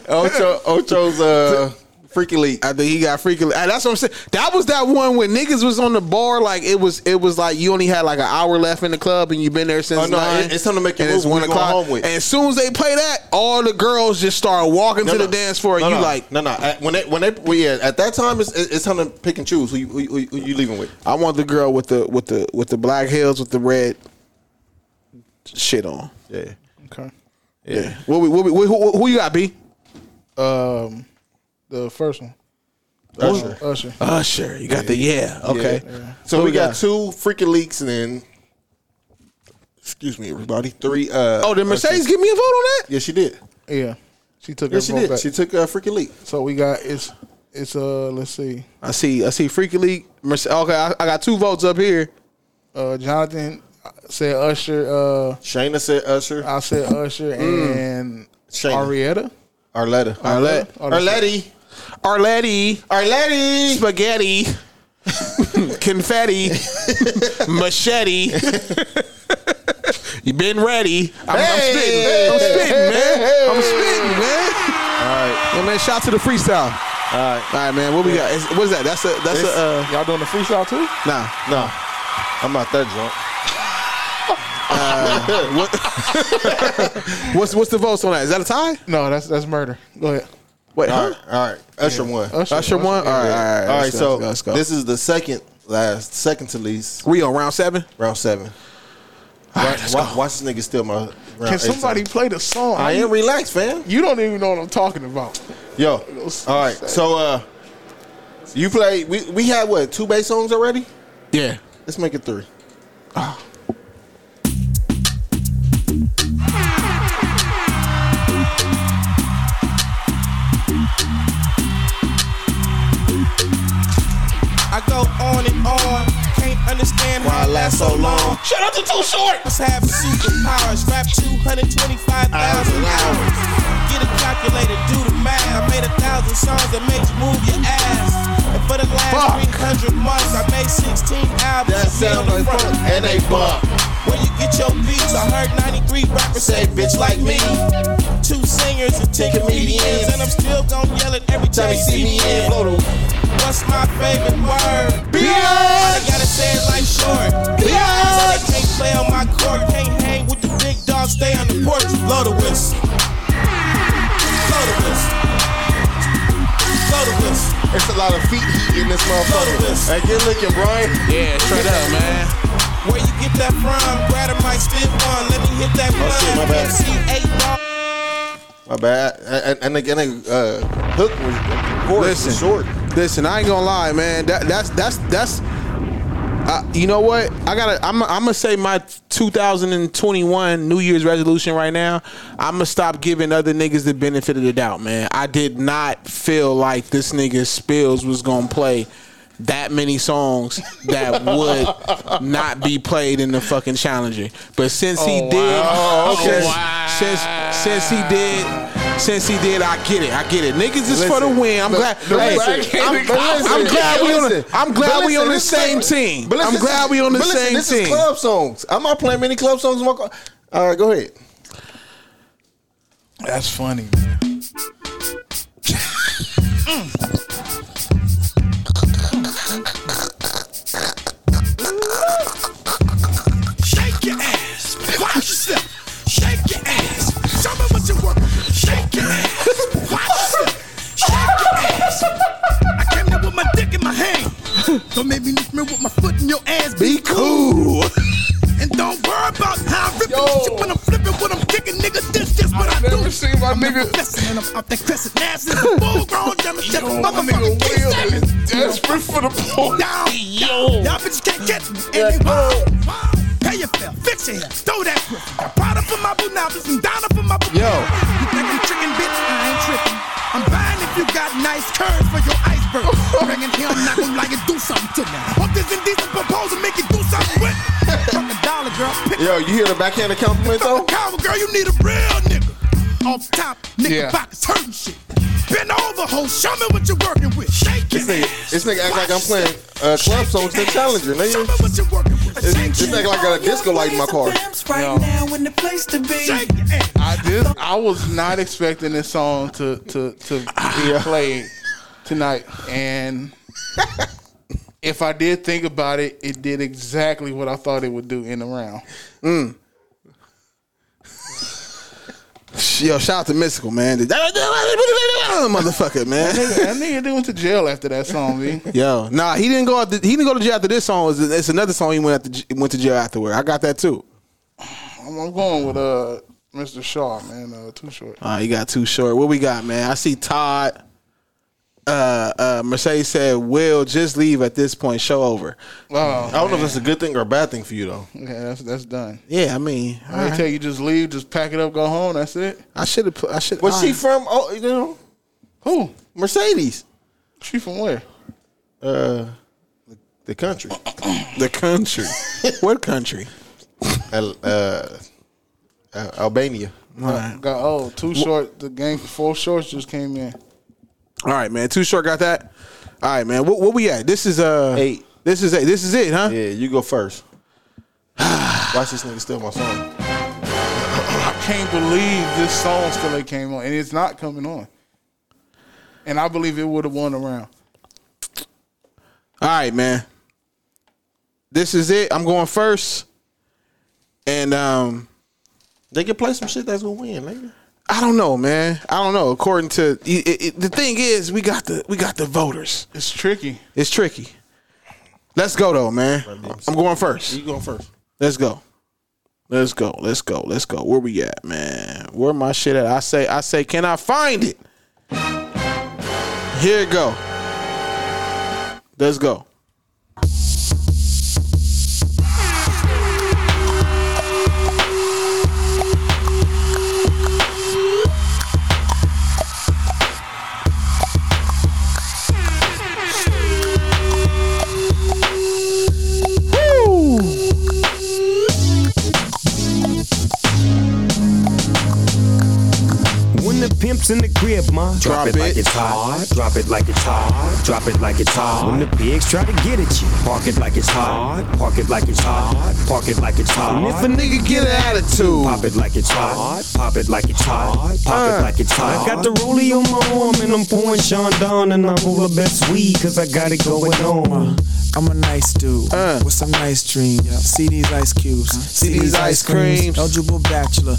[SPEAKER 6] Ocho, Ocho's uh, Freaky leak.
[SPEAKER 1] I think he got freaky leak. Uh, That's what I'm saying. That was that one when niggas was on the bar. Like it was, it was like you only had like an hour left in the club, and you've been there since
[SPEAKER 6] Oh, no,
[SPEAKER 1] nine.
[SPEAKER 6] it- it's time to make your
[SPEAKER 1] and it's
[SPEAKER 6] move.
[SPEAKER 1] one
[SPEAKER 6] We going
[SPEAKER 1] o'clock.
[SPEAKER 6] home with.
[SPEAKER 1] And as soon as they play that, all the girls just start walking
[SPEAKER 6] No,
[SPEAKER 1] to
[SPEAKER 6] no.
[SPEAKER 1] the dance floor.
[SPEAKER 6] No,
[SPEAKER 1] and you
[SPEAKER 6] no.
[SPEAKER 1] like,
[SPEAKER 6] no, no. At- When they, when they, well, yeah. At that time, it's it's time to pick and choose who you, who, you- who you leaving with.
[SPEAKER 1] I want the girl with the with the with the black heels with the red shit on.
[SPEAKER 6] Yeah.
[SPEAKER 5] Okay.
[SPEAKER 6] Yeah.
[SPEAKER 1] What we, what we, who, who, who you got, B?
[SPEAKER 5] Um, the first one.
[SPEAKER 6] Usher.
[SPEAKER 5] Oh, Usher.
[SPEAKER 1] Usher. You got the yeah. Okay.
[SPEAKER 6] So
[SPEAKER 1] Who
[SPEAKER 6] we
[SPEAKER 1] we
[SPEAKER 6] got
[SPEAKER 1] got?
[SPEAKER 6] two freaking leaks and then. Excuse me, everybody. Three. Uh,
[SPEAKER 1] Oh, did Mercedes
[SPEAKER 6] Usher.
[SPEAKER 1] give me a vote on that?
[SPEAKER 6] Yeah, she did.
[SPEAKER 5] Yeah, she took.
[SPEAKER 6] Yeah,
[SPEAKER 5] her
[SPEAKER 6] she
[SPEAKER 5] vote
[SPEAKER 6] did.
[SPEAKER 5] Back.
[SPEAKER 6] She took a freaking leak.
[SPEAKER 5] So we got it's it's uh let's see
[SPEAKER 1] I see. I see. Freaky leak. Merce- okay, I, I got two votes up here.
[SPEAKER 5] uh Jonathan said Usher uh
[SPEAKER 6] Shayna said Usher.
[SPEAKER 5] I said Usher
[SPEAKER 6] Mm.
[SPEAKER 5] and
[SPEAKER 6] Shayna.
[SPEAKER 5] Arietta
[SPEAKER 6] Arletta.
[SPEAKER 1] Arlette.
[SPEAKER 6] Arletti.
[SPEAKER 1] Arletti. Arletti. Spaghetti. Confetti. Machete. you been ready. I'm, I'm
[SPEAKER 6] Hey!
[SPEAKER 1] spitting. I'm spitting, man. I'm
[SPEAKER 6] Hey!
[SPEAKER 1] spitting, man. All right. Yeah, man, shout out to the freestyle. All right. All right, man. What we got? Is- What's that? That's a that's
[SPEAKER 6] It's-
[SPEAKER 1] a uh,
[SPEAKER 5] y'all doing the freestyle too?
[SPEAKER 1] nah.
[SPEAKER 6] No, I'm not that drunk.
[SPEAKER 1] Uh, what, what's what's the votes on that? Is that a tie?
[SPEAKER 5] No, that's that's murder. Go ahead.
[SPEAKER 1] Wait,
[SPEAKER 6] all
[SPEAKER 1] huh?
[SPEAKER 6] right, all right. Usher won.
[SPEAKER 1] Usher, won. All right, all right,
[SPEAKER 6] All right,
[SPEAKER 1] let's go,
[SPEAKER 6] so
[SPEAKER 1] let's go, let's go.
[SPEAKER 6] this is the second last, second to least
[SPEAKER 1] we on round seven.
[SPEAKER 6] round seven. watch, watch, watch this nigga steal my. Round
[SPEAKER 5] Can
[SPEAKER 6] eight
[SPEAKER 5] somebody
[SPEAKER 6] time.
[SPEAKER 5] play the song?
[SPEAKER 6] I am relaxed, fam.
[SPEAKER 5] You don't even know what I'm talking about.
[SPEAKER 6] Yo, all right. So uh, you play. We we had what two bass songs already?
[SPEAKER 1] Yeah.
[SPEAKER 6] Let's make it three.
[SPEAKER 2] I go on and on. Can't understand why I last so long. Shut up, you're too short. Must have superpowers. Rap 225,000 hours. Get a calculator, do the math. I made a thousand songs that make you move your ass. And for the last 300 months, I made 16 albums. That sound like fun and they bump. Where you get your beats? I heard 93 rappers say bitch like me. Two singers and 10 comedians. And I'm still gonna yell it every time you see me in. What's my favorite word? Bitch! I gotta say it like short. Bitch! I can't play on my court, can't hang with the big dogs, stay on the porch. Blow the whistle. Blow the whistle. Blow the whistle.
[SPEAKER 6] It's a lot of feet heat in this motherfucker. Hey, good looking, Brian.
[SPEAKER 1] Yeah, straight up, man.
[SPEAKER 2] Where you get that from? Brad, I might spit one. Let me hit that
[SPEAKER 6] shit, my
[SPEAKER 2] blind.
[SPEAKER 6] bad.
[SPEAKER 2] MC eight ball.
[SPEAKER 6] My bad. And- And again, uh, hook was of course, was
[SPEAKER 1] Listen,
[SPEAKER 6] short.
[SPEAKER 1] listen, I ain't gonna lie, man. That that's that's that's. Uh, you know what? I gotta. I'm. I'm gonna say my 2021 New Year's resolution right now. I'm gonna stop giving other niggas the benefit of the doubt, man. I did not feel like this nigga Spills was gonna play that many songs that would not be played in the fucking challenger. But since he
[SPEAKER 5] Oh,
[SPEAKER 1] did,
[SPEAKER 5] wow. Oh,
[SPEAKER 1] since,
[SPEAKER 5] wow.
[SPEAKER 1] since since he did, since he did, I get it. I get it. Niggas is for the win. I'm
[SPEAKER 6] But-
[SPEAKER 1] glad.
[SPEAKER 6] but
[SPEAKER 1] Hey,
[SPEAKER 6] listen,
[SPEAKER 1] I'm,
[SPEAKER 6] but listen,
[SPEAKER 1] I'm glad we on. The,
[SPEAKER 6] listen.
[SPEAKER 1] I'm
[SPEAKER 6] But
[SPEAKER 1] glad we
[SPEAKER 6] listen,
[SPEAKER 1] on the
[SPEAKER 6] this
[SPEAKER 1] same
[SPEAKER 6] is-
[SPEAKER 1] team.
[SPEAKER 6] but
[SPEAKER 1] I'm
[SPEAKER 6] listen,
[SPEAKER 1] glad we on the
[SPEAKER 6] but listen,
[SPEAKER 1] same
[SPEAKER 6] this is
[SPEAKER 1] team.
[SPEAKER 6] club songs. I'm not playing many club songs. in my car. All right, go ahead.
[SPEAKER 5] That's funny.
[SPEAKER 2] Shake your ass. Watch yourself. Shake your ass. Show me what you work. Shake your ass. Watch yourself. Shake your ass. I came in with my dick in my hand. Don't make me lift me with my foot in your ass. Be cool. And don't worry about how I rip it. Shit when I'm flipping, when I'm kicking, nigga, this just what i do. never seen my nigga. And I'm out that crescent ass is a full grown demonstration. Motherfucker, nigga is desperate for the pull. Down, yo. Y'all bitches can't catch me. And they wild. Pay your fare, fix your hair, throw that grip. I bought up for my bunabas and down up for my bunabas. Yo. You think I'm tricking, bitch? I ain't tricking. I'm buying if you got nice curves for your iceberg. Bringing him, knock him like it do something to me. Hope this indecent proposal make you do something with it. Fucking dollar girl, pick
[SPEAKER 6] Yo, you hear the backhanded compliment though?
[SPEAKER 2] Coward girl, you need a real nigga. Off top, nigga
[SPEAKER 6] Yeah.
[SPEAKER 2] pockets hurting shit. Bend over, hoe, show me what you're working with. Shake
[SPEAKER 6] This
[SPEAKER 2] it.
[SPEAKER 6] nigga, this nigga act like I'm playing uh, club songs to Challenger, nigga.
[SPEAKER 2] What you working with?
[SPEAKER 6] This, this nigga like I got a disco light in my car.
[SPEAKER 5] Yo.
[SPEAKER 2] now in the place to be. Shake it.
[SPEAKER 6] Ah.
[SPEAKER 5] I did. I was not expecting this song to to to be played
[SPEAKER 24] tonight, and if I did think about it, it did exactly what I thought it would do in the round.
[SPEAKER 1] Mm. Yo, shout out to Mystical, man. Motherfucker, man.
[SPEAKER 24] That nigga, that nigga did went to jail after that song, B.
[SPEAKER 1] Yo, nah, he didn't go out. To, he didn't go to jail after this song. It's, it's another song he went out to, j- went to jail afterward. I got that too.
[SPEAKER 24] I'm I'm going with uh Mr. Shaw, man. Uh, too short.
[SPEAKER 1] Uh, you got too short. What we got, man? I see Todd. Uh, uh, Mercedes said, "Will just leave at this point. Show over."
[SPEAKER 24] Oh,
[SPEAKER 1] I don't know if
[SPEAKER 24] man.
[SPEAKER 1] that's a good thing or a bad thing for you though.
[SPEAKER 24] Yeah, that's that's done.
[SPEAKER 1] Yeah, I mean,
[SPEAKER 24] When They tell you just leave, just pack it up, go home. That's it.
[SPEAKER 1] I should have. I should.
[SPEAKER 6] Was she from? Oh, you know,
[SPEAKER 24] who?
[SPEAKER 1] Mercedes.
[SPEAKER 24] She from where?
[SPEAKER 1] Uh, the country. the country. what country?
[SPEAKER 6] Al- uh, uh, Albania.
[SPEAKER 24] Got, got oh too short. The gang four shorts just came in.
[SPEAKER 1] All right, man. Too short. Got that. All right, man. What, what we at? This is uh eight. This is eight. This is it, huh?
[SPEAKER 6] Yeah, you go first. Watch this nigga steal my song.
[SPEAKER 24] I can't believe this song still ain't came on, and it's not coming on. And I believe it would have won around.
[SPEAKER 1] All right, man. This is it. I'm going first. And um
[SPEAKER 6] they can play some shit that's gonna win later.
[SPEAKER 1] I don't know, man. I don't know. According to it, it- it- the thing is, we got the we got the voters.
[SPEAKER 24] It's tricky.
[SPEAKER 1] It's tricky. Let's go though, man. I'm going first.
[SPEAKER 6] You go first.
[SPEAKER 1] Let's go. Let's go. Let's go. Let's go. Where we at, man? Where my shit at? I say, I say, can I find it? Here it go. Let's go. Woo!
[SPEAKER 17] When the pimp's in the crib, ma, drop, it, like it's hot. Drop it like it's hot. Drop it like it's hot. When the pigs try to get at you, park it like it's hot. Park it like it's hot. Park it like it's hot.
[SPEAKER 1] And if a nigga get an attitude,
[SPEAKER 17] pop it like it's hot. Pop it like it's hot. Pop it like it's hot. Uh, I got the rollie on my arm and I'm pouring Sean down and I'm over best weed cause I got it going on.
[SPEAKER 2] Uh,
[SPEAKER 17] Uh.
[SPEAKER 2] I'm a nice dude with some nice dreams. See these ice cubes, see, these, ice creams. Eligible bachelor,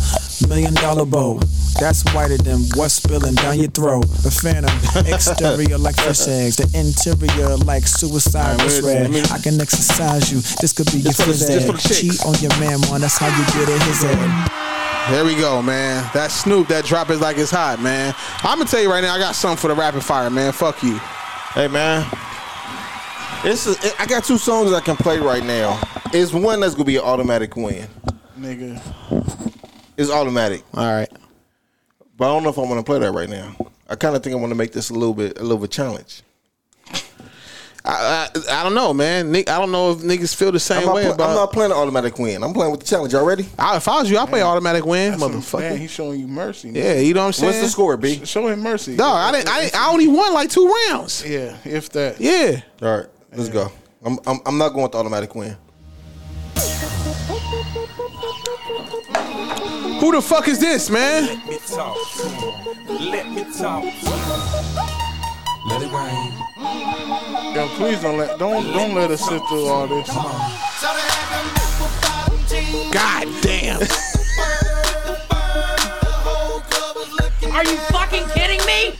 [SPEAKER 2] million dollar bow. That's whiter than what's spilling down your throat. The phantom exterior like
[SPEAKER 17] Uh.
[SPEAKER 2] fresh eggs, the interior like suicide
[SPEAKER 1] Alright,
[SPEAKER 2] was
[SPEAKER 1] wait,
[SPEAKER 2] red.
[SPEAKER 1] let me-
[SPEAKER 2] I can exercise you. This could be your
[SPEAKER 1] Just for the-
[SPEAKER 2] phys
[SPEAKER 1] just for the
[SPEAKER 2] ed.
[SPEAKER 1] chicks.
[SPEAKER 2] Cheat on your man, man. That's how you get it. His head.
[SPEAKER 1] There we go, man. That Snoop, that drop is like it's hot, man. I'm gonna tell you right now, I got something for the rapid fire, man. Fuck you.
[SPEAKER 6] Hey, man. This is. I got two songs I can play right now. It's one that's gonna be an automatic win.
[SPEAKER 24] Nigga.
[SPEAKER 6] It's automatic.
[SPEAKER 1] All right.
[SPEAKER 6] But I don't know if I want to play that right now. I kind of think I want to make this a little bit, a little bit challenge.
[SPEAKER 1] I, I, I don't know, man. Nick, I don't know if niggas feel the
[SPEAKER 6] I'm
[SPEAKER 1] same
[SPEAKER 6] not,
[SPEAKER 1] way
[SPEAKER 6] pla-
[SPEAKER 1] about.
[SPEAKER 6] I'm not playing the automatic win. I'm playing with the challenge. Y'all ready?
[SPEAKER 1] I, if I was you, I play automatic win,
[SPEAKER 24] Man,
[SPEAKER 1] motherfucker.
[SPEAKER 24] he's showing you mercy. nigga.
[SPEAKER 1] Yeah, you know what I'm saying.
[SPEAKER 6] What's the score, B?
[SPEAKER 24] Show him mercy.
[SPEAKER 1] Dog, I didn't. I, didn't, I only won like two rounds.
[SPEAKER 24] Yeah, if that.
[SPEAKER 1] Yeah.
[SPEAKER 6] All right, let's go. I'm, I'm, I'm not going with the automatic win.
[SPEAKER 1] Who the fuck is this, man?
[SPEAKER 25] Let me talk to 'em. Let me talk to 'em. Let it rain.
[SPEAKER 24] Yo, please don't let don't don't let us sit through all this.
[SPEAKER 1] God damn.
[SPEAKER 25] Are you fucking kidding me?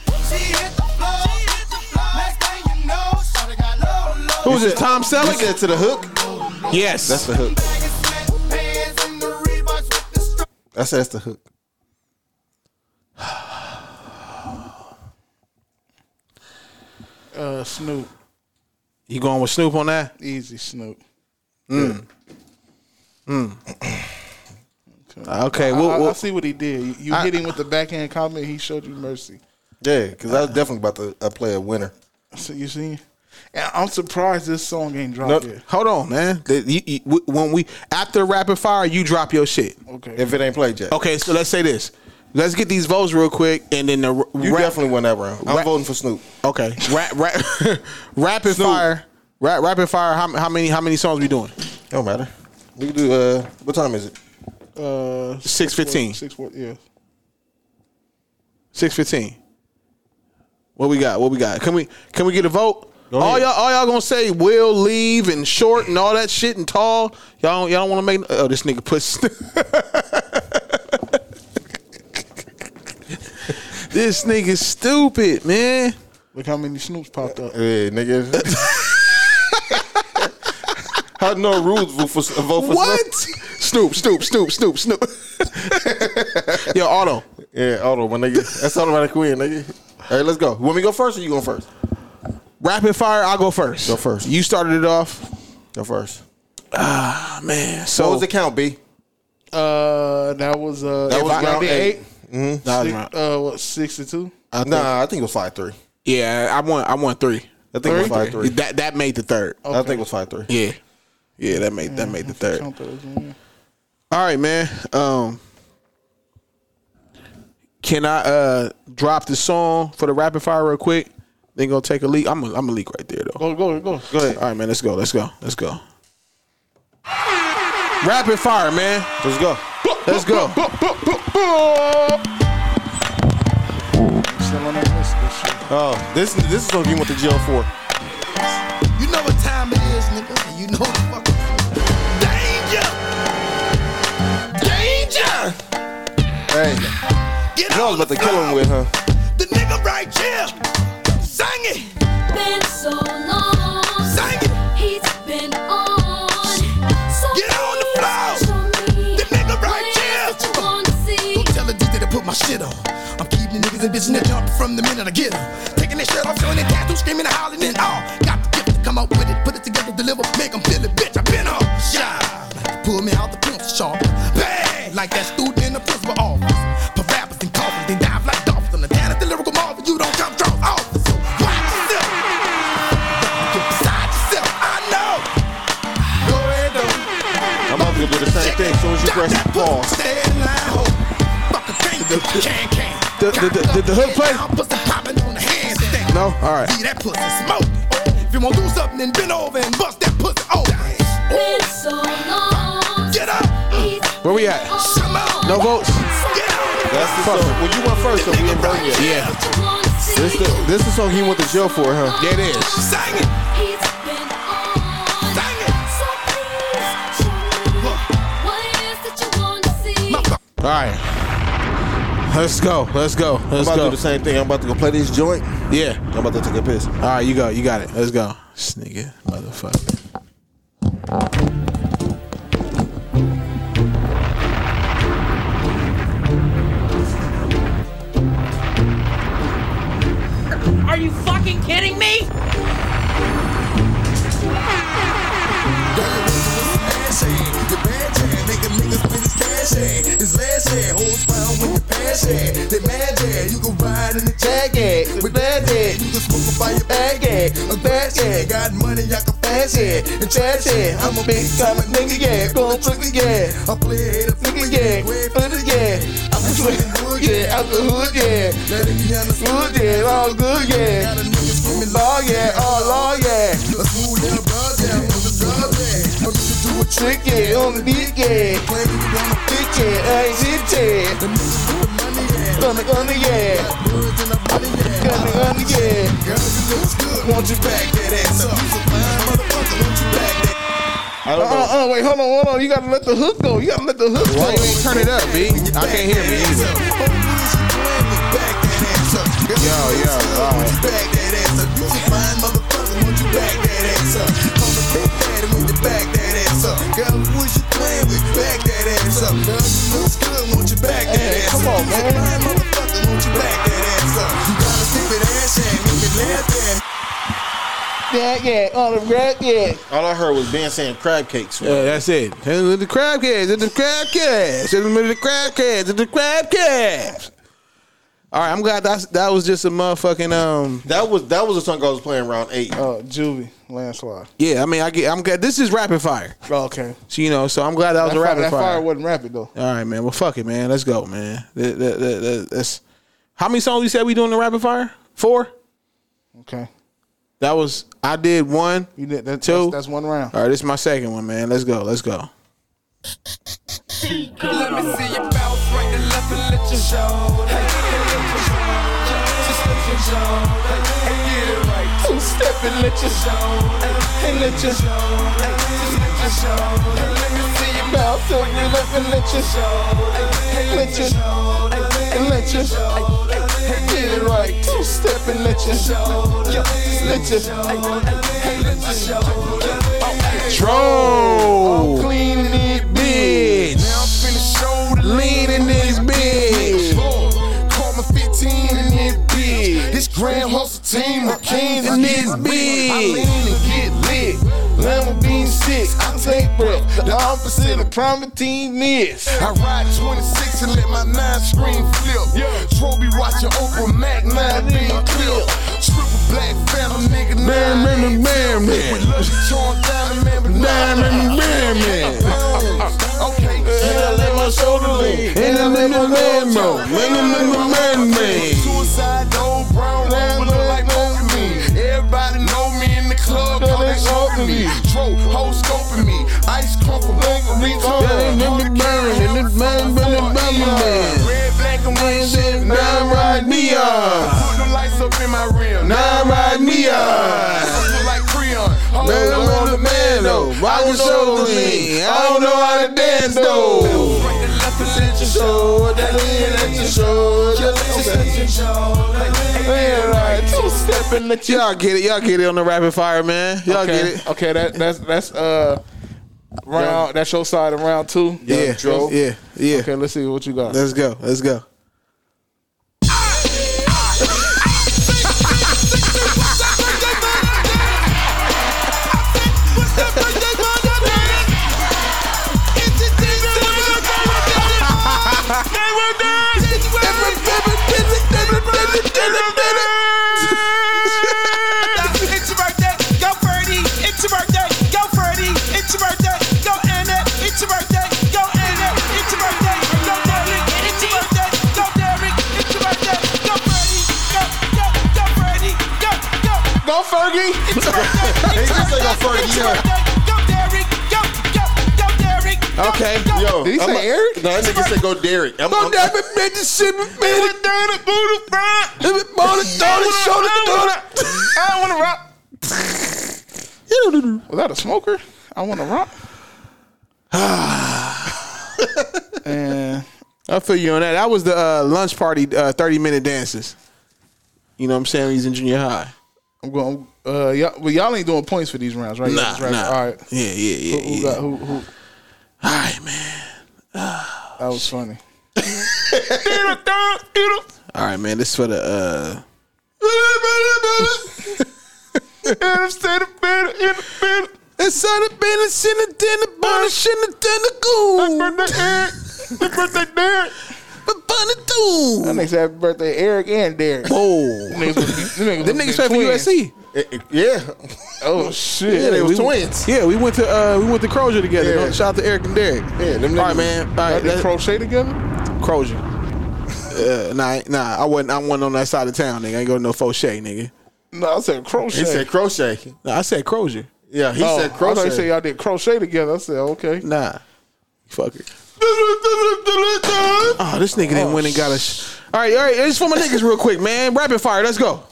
[SPEAKER 1] Who is this? Tom Selleck?
[SPEAKER 6] You said to the hook.
[SPEAKER 1] Yes,
[SPEAKER 6] that's the hook. I said that's the hook.
[SPEAKER 24] Uh, Snoop,
[SPEAKER 1] You going with Snoop on that?
[SPEAKER 24] easy Snoop.
[SPEAKER 1] Mm. Mm. Okay.
[SPEAKER 24] Hmm. I,
[SPEAKER 1] We'll,
[SPEAKER 24] I- I
[SPEAKER 1] we'll,
[SPEAKER 24] see what he did. You, you
[SPEAKER 1] I-
[SPEAKER 24] hit him with the backhand comment. He showed you mercy.
[SPEAKER 6] Yeah, because I was definitely about to uh, play a winner.
[SPEAKER 24] So you see, and I'm surprised this song ain't
[SPEAKER 1] no,
[SPEAKER 24] dropped yet.
[SPEAKER 1] hold on, man. The- you- you- w- when we after rapid fire, you drop your shit.
[SPEAKER 24] Okay.
[SPEAKER 6] If it ain't played yet.
[SPEAKER 1] Okay. So let's say this. Let's get these votes real quick, and then the you
[SPEAKER 6] definitely won that round. I'm voting for Snoop.
[SPEAKER 1] Okay. Rap, rap, rapid fire. Rap, rapid fire. How, how many? How many songs we doing?
[SPEAKER 6] Don't matter. We can do. Uh, what time is it?
[SPEAKER 24] Uh,
[SPEAKER 1] 6:15.
[SPEAKER 24] Six four. Yeah.
[SPEAKER 1] Six fifteen. What we got? What we got? Can we can we get a vote? All y'all, all y'all gonna say will leave and short and all that shit and tall. Y'all, don't, y'all don't want to make. Oh, this nigga puts. this nigga stupid, man.
[SPEAKER 5] Look how many snoops popped up.
[SPEAKER 6] Yeah, nigga. How no rules vote for vote for
[SPEAKER 1] What? Snoop, Snoop, Snoop, Snoop, Snoop. Yo, Auto.
[SPEAKER 6] Yeah, Auto, my nigga. That's automatic win, nigga. All right, let's go. Want me to go first or you going first?
[SPEAKER 1] Rapid fire. I'll go first.
[SPEAKER 6] Go first.
[SPEAKER 1] You started it off.
[SPEAKER 6] Go first.
[SPEAKER 1] Ah man. So
[SPEAKER 6] what was the count, B?
[SPEAKER 5] Uh, that was uh,
[SPEAKER 6] That was
[SPEAKER 5] if I
[SPEAKER 6] round
[SPEAKER 5] did
[SPEAKER 6] eight. Mhm. That was
[SPEAKER 5] Six-
[SPEAKER 6] round-
[SPEAKER 5] uh, what sixty-two?
[SPEAKER 6] I nah, I think it was five three.
[SPEAKER 1] Yeah, I want. I want three.
[SPEAKER 6] I think it was
[SPEAKER 1] Three?
[SPEAKER 6] five three.
[SPEAKER 1] That that made the third.
[SPEAKER 6] I think it was five three.
[SPEAKER 1] Yeah, yeah, that made
[SPEAKER 5] Mm,
[SPEAKER 1] that made the third. All right, man. Um, can I uh drop the song for the rapid fire real quick? Then gonna take a leak. I'm a, I'm a leak right there though.
[SPEAKER 5] Go, go, go.
[SPEAKER 1] Go ahead. All right, man. Let's go. Let's go. Let's go. Rapid fire, man.
[SPEAKER 6] Let's go.
[SPEAKER 1] Let's go.
[SPEAKER 5] Uh, Still on that list.
[SPEAKER 6] Oh, this this is what you went to jail for.
[SPEAKER 2] You know what time it is, nigga. You know the fucking danger. Danger.
[SPEAKER 6] Hey,
[SPEAKER 2] Get
[SPEAKER 6] I was about to kill him with, huh?
[SPEAKER 2] The nigga right here. Sing it. Been so long. Sing it. He's been on. So Get on the floor. The nigga right here. Don't tell the DJ to put my shit on. I'm keeping the niggas and bitches in the jump from the minute I get 'em. Taking their shirt off, showing their tattoo, screaming and hollering and all. Got the gift to come out with it, put it together, deliver, make 'em feel it, bitch. i been on. Shine. Pull me out the pencil sharp. Bang! Like that student in the principal office. Put rappers and coffins, they dive like dolphins. On the down at the lyrical marvel, you don't come drunk off. So watch yourself. Don't get beside yourself, I know. Go ahead,
[SPEAKER 6] I'm
[SPEAKER 2] though.
[SPEAKER 6] about to do the same thing as soon as you press pause.
[SPEAKER 2] Stay in line, ho. Fuck a thing, can can.
[SPEAKER 1] The, the, the, did the hook play?
[SPEAKER 2] Pussy popping on the handstand.
[SPEAKER 1] No. All right.
[SPEAKER 2] See that pussy smoke. If you wanna do something, then bend over and bust that pussy open. Been so long. Get up.
[SPEAKER 1] Where we at? No votes.
[SPEAKER 6] That's the song. Well, you went first, so we didn't burn you.
[SPEAKER 1] Yeah.
[SPEAKER 6] This the this the song he went to jail for, huh?
[SPEAKER 1] Yeah, it is.
[SPEAKER 2] Sing it. Sing it.
[SPEAKER 1] All right. Let's go. Let's go. Let's
[SPEAKER 6] I'm
[SPEAKER 1] go.
[SPEAKER 6] about to do the same thing. I'm about to go play this joint.
[SPEAKER 1] Yeah.
[SPEAKER 6] I'm about to take a piss.
[SPEAKER 1] All right, you go. You got it. Let's go. This nigga, motherfucker.
[SPEAKER 12] Are you fucking kidding me?
[SPEAKER 2] ass hand, your bad hand, making niggas spend his cash hand. His last hand, hoes found with the pass hand. They mad dad, you can ride in the jag ad. With bad dad, you can smoke up by your bag ad. A bad dad, got money, I can pass head. And trash head, I'm a big time nigga, yeah. Going trick the yeah. I play it a nigga, yeah. Way for the yeah. I'm a fucking hood, yeah. Out the hood, yeah. Let it be on the hood, yeah. All good, yeah. Got a nigga screaming, law, yeah. All law, yeah. Let's move down, blood down, on the drug, yeah. I'm used to do a trick, yeah. On the dick, yeah. Claim you want a dick, yeah. I ain't shit, yeah. The niggas with the money, yeah. Gonna, gonna, yeah. Got birds in the money, yeah. Gonna, gonna, yeah. Girl, you looks good. Won't you back that ass up? You's a fine motherfucker. Won't you back that
[SPEAKER 6] I don't know.
[SPEAKER 5] Uh, uh, wait, hold on, hold on. You gotta let the hook go. You gotta let the hook
[SPEAKER 1] Uh-uh. Why you
[SPEAKER 5] go.
[SPEAKER 1] ain't turn it up, B? I can't hear me either.
[SPEAKER 2] Yo, yo, alright. Back that ass up. You a fine motherfucker. Won't you back that ass up? I'm a big daddy when you back that ass up. Girl, who is you playing with? Back that ass up. Girl, you looks good. Won't you back that ass up? Come on, man. fine motherfucker. Won't you back that ass up? You got a stupid ass and make me laugh at.
[SPEAKER 5] Yeah, yeah. On the rack, yeah.
[SPEAKER 6] All I heard was Ben saying crab cakes.
[SPEAKER 1] Yeah, that's it. Hit with the crab cakes. Hit the crab cakes. Hit with the crab cakes. Hit the crab cakes. All right, I'm glad that's, that was just a motherfucking um.
[SPEAKER 6] That was that was a song I was playing round eight.
[SPEAKER 5] Oh, Juvie, landslide.
[SPEAKER 1] Yeah, I mean, I get. I'm glad this is rapid fire.
[SPEAKER 5] Okay.
[SPEAKER 1] So you know, so I'm glad that was
[SPEAKER 5] That
[SPEAKER 1] a
[SPEAKER 5] fire,
[SPEAKER 1] rapid
[SPEAKER 5] that
[SPEAKER 1] fire.
[SPEAKER 5] fire wasn't rapid though.
[SPEAKER 1] All right, man. Well, fuck it, man. Let's go, man. That- that- that- that- that's how many songs you said we doing the rapid fire? Four.
[SPEAKER 5] Okay.
[SPEAKER 1] That was I did one.
[SPEAKER 5] You did that,
[SPEAKER 1] Two.
[SPEAKER 5] That's, that's one round.
[SPEAKER 1] All right, this is my second one, man. Let's go. Let's go.
[SPEAKER 2] Let me see your mouth right and left and let you show. Hey, hey, let you show. Just let your shoulder and get it right. Two step and let your shoulder and let your shoulder just let your shoulder. Let me see your mouth turn it up and let your shoulder and let your shoulder and let your shoulder. Get it right. Two step and let your shoulder. Yeah, just let your shoulder and let your shoulder.
[SPEAKER 1] Troll.
[SPEAKER 2] All clean in it, bitch. Now I'm finna shoulder lean in this bitch. Call my 15 in this bitch. This grand hustle team of kings in this bitch. I lean and get lit. Lamborghini 6, I take breath. The opposite of prometine is. I ride 26 and let my 9 screen flip. Trophy watching Oprah Mac 9 being clip. Triple black phantom nigga 9 in the man man. With Lucky Charm Diamond man with 9 in the man man. Okay, and I let my shoulder lean. And I'm in the man mode. And I'm in the man man. Suicide old brown room look like most of me. Everybody know me in the club, cause they scoping me. Tro, whole scoping me. Ice crumb for bacon, we talking. in the burn, in the burn, burn, burn, burn. Red, black, and white shit, nine ride neon. Put them lights up in my rim, nine ride neon. I look like Creon. Hold
[SPEAKER 1] Man, I'm
[SPEAKER 2] on
[SPEAKER 1] on the man though. Why was so lean? I don't know how to dance though.
[SPEAKER 2] let your shoulder, let your shoulder, let your shoulder. Man, right, two step and let
[SPEAKER 1] Y'all get it. Y'all get it on the rapid fire, man. Y'all
[SPEAKER 5] okay.
[SPEAKER 1] get it.
[SPEAKER 5] Okay, that that's that's uh round. That's your side of round two.
[SPEAKER 1] Yeah,
[SPEAKER 5] Dro.
[SPEAKER 1] yeah, yeah.
[SPEAKER 5] Okay, let's see what you got.
[SPEAKER 1] Let's go. Let's go.
[SPEAKER 2] Go Fergie! It's your birthday! It's your birthday! It's your birthday! Go Derek! Go, go, go Derek!
[SPEAKER 6] Okay, yo.
[SPEAKER 2] Did he
[SPEAKER 6] I'm
[SPEAKER 2] say
[SPEAKER 6] a-
[SPEAKER 2] Eric?
[SPEAKER 6] No, that nigga said go Derek. I'm, I'm,
[SPEAKER 2] Never been to shit, man. Went down and booted front. Booted,
[SPEAKER 5] I
[SPEAKER 2] started,
[SPEAKER 5] wanna-
[SPEAKER 2] shoulder,
[SPEAKER 5] I
[SPEAKER 2] shoulder. I don't want to rock.
[SPEAKER 5] Was that a smoker? I want to rock.
[SPEAKER 1] And I feel you on that. That was the uh, lunch party uh, thirty minute dances. You know what I'm saying? He's in junior high.
[SPEAKER 5] I'm going. Uh, y'all, well, y'all ain't doing points for these rounds, right?
[SPEAKER 1] Nah,
[SPEAKER 5] Y'all just rapping.
[SPEAKER 1] nah.
[SPEAKER 5] All right.
[SPEAKER 1] Yeah, yeah, yeah,
[SPEAKER 5] Who, who
[SPEAKER 1] yeah.
[SPEAKER 5] got who? who? All right, man. that was funny.
[SPEAKER 1] All right, man. This for the uh,
[SPEAKER 2] And I'm standing better in the bed. Inside the bed, it's in the dinner, burnish in the dinner, goo. Happy birthday, Eric. Happy birthday, Derek. But bunny, too.
[SPEAKER 5] That niggas happy birthday, Eric and Derek.
[SPEAKER 1] Oh,
[SPEAKER 5] them niggas, them
[SPEAKER 1] them niggas play for USC.
[SPEAKER 6] Yeah.
[SPEAKER 5] Oh shit!
[SPEAKER 1] Yeah, we- Yeah, we went to uh, we went to Crozier together. Don't- Shout out to Eric and Derek. Yeah,
[SPEAKER 5] them
[SPEAKER 1] All right,
[SPEAKER 5] niggas-
[SPEAKER 1] man. All right,
[SPEAKER 5] Y'all did
[SPEAKER 1] that-
[SPEAKER 5] crochet together.
[SPEAKER 1] Crozier. Uh, nah, nah, I wasn't. I wasn't on that side of town, nigga. I ain't go to no Fauché, nigga.
[SPEAKER 5] No, I said crochet.
[SPEAKER 1] He said
[SPEAKER 6] crochet.
[SPEAKER 1] Nah, I said Crozier.
[SPEAKER 6] Yeah,
[SPEAKER 1] he said
[SPEAKER 5] I thought
[SPEAKER 1] crochet.
[SPEAKER 5] he said y'all did crochet together. I said okay.
[SPEAKER 1] Nah, fuck it. Oh, this nigga didn't win and got a. Sh- all right, all right. It's for my niggas, real quick, man. Rapid fire. Let's go.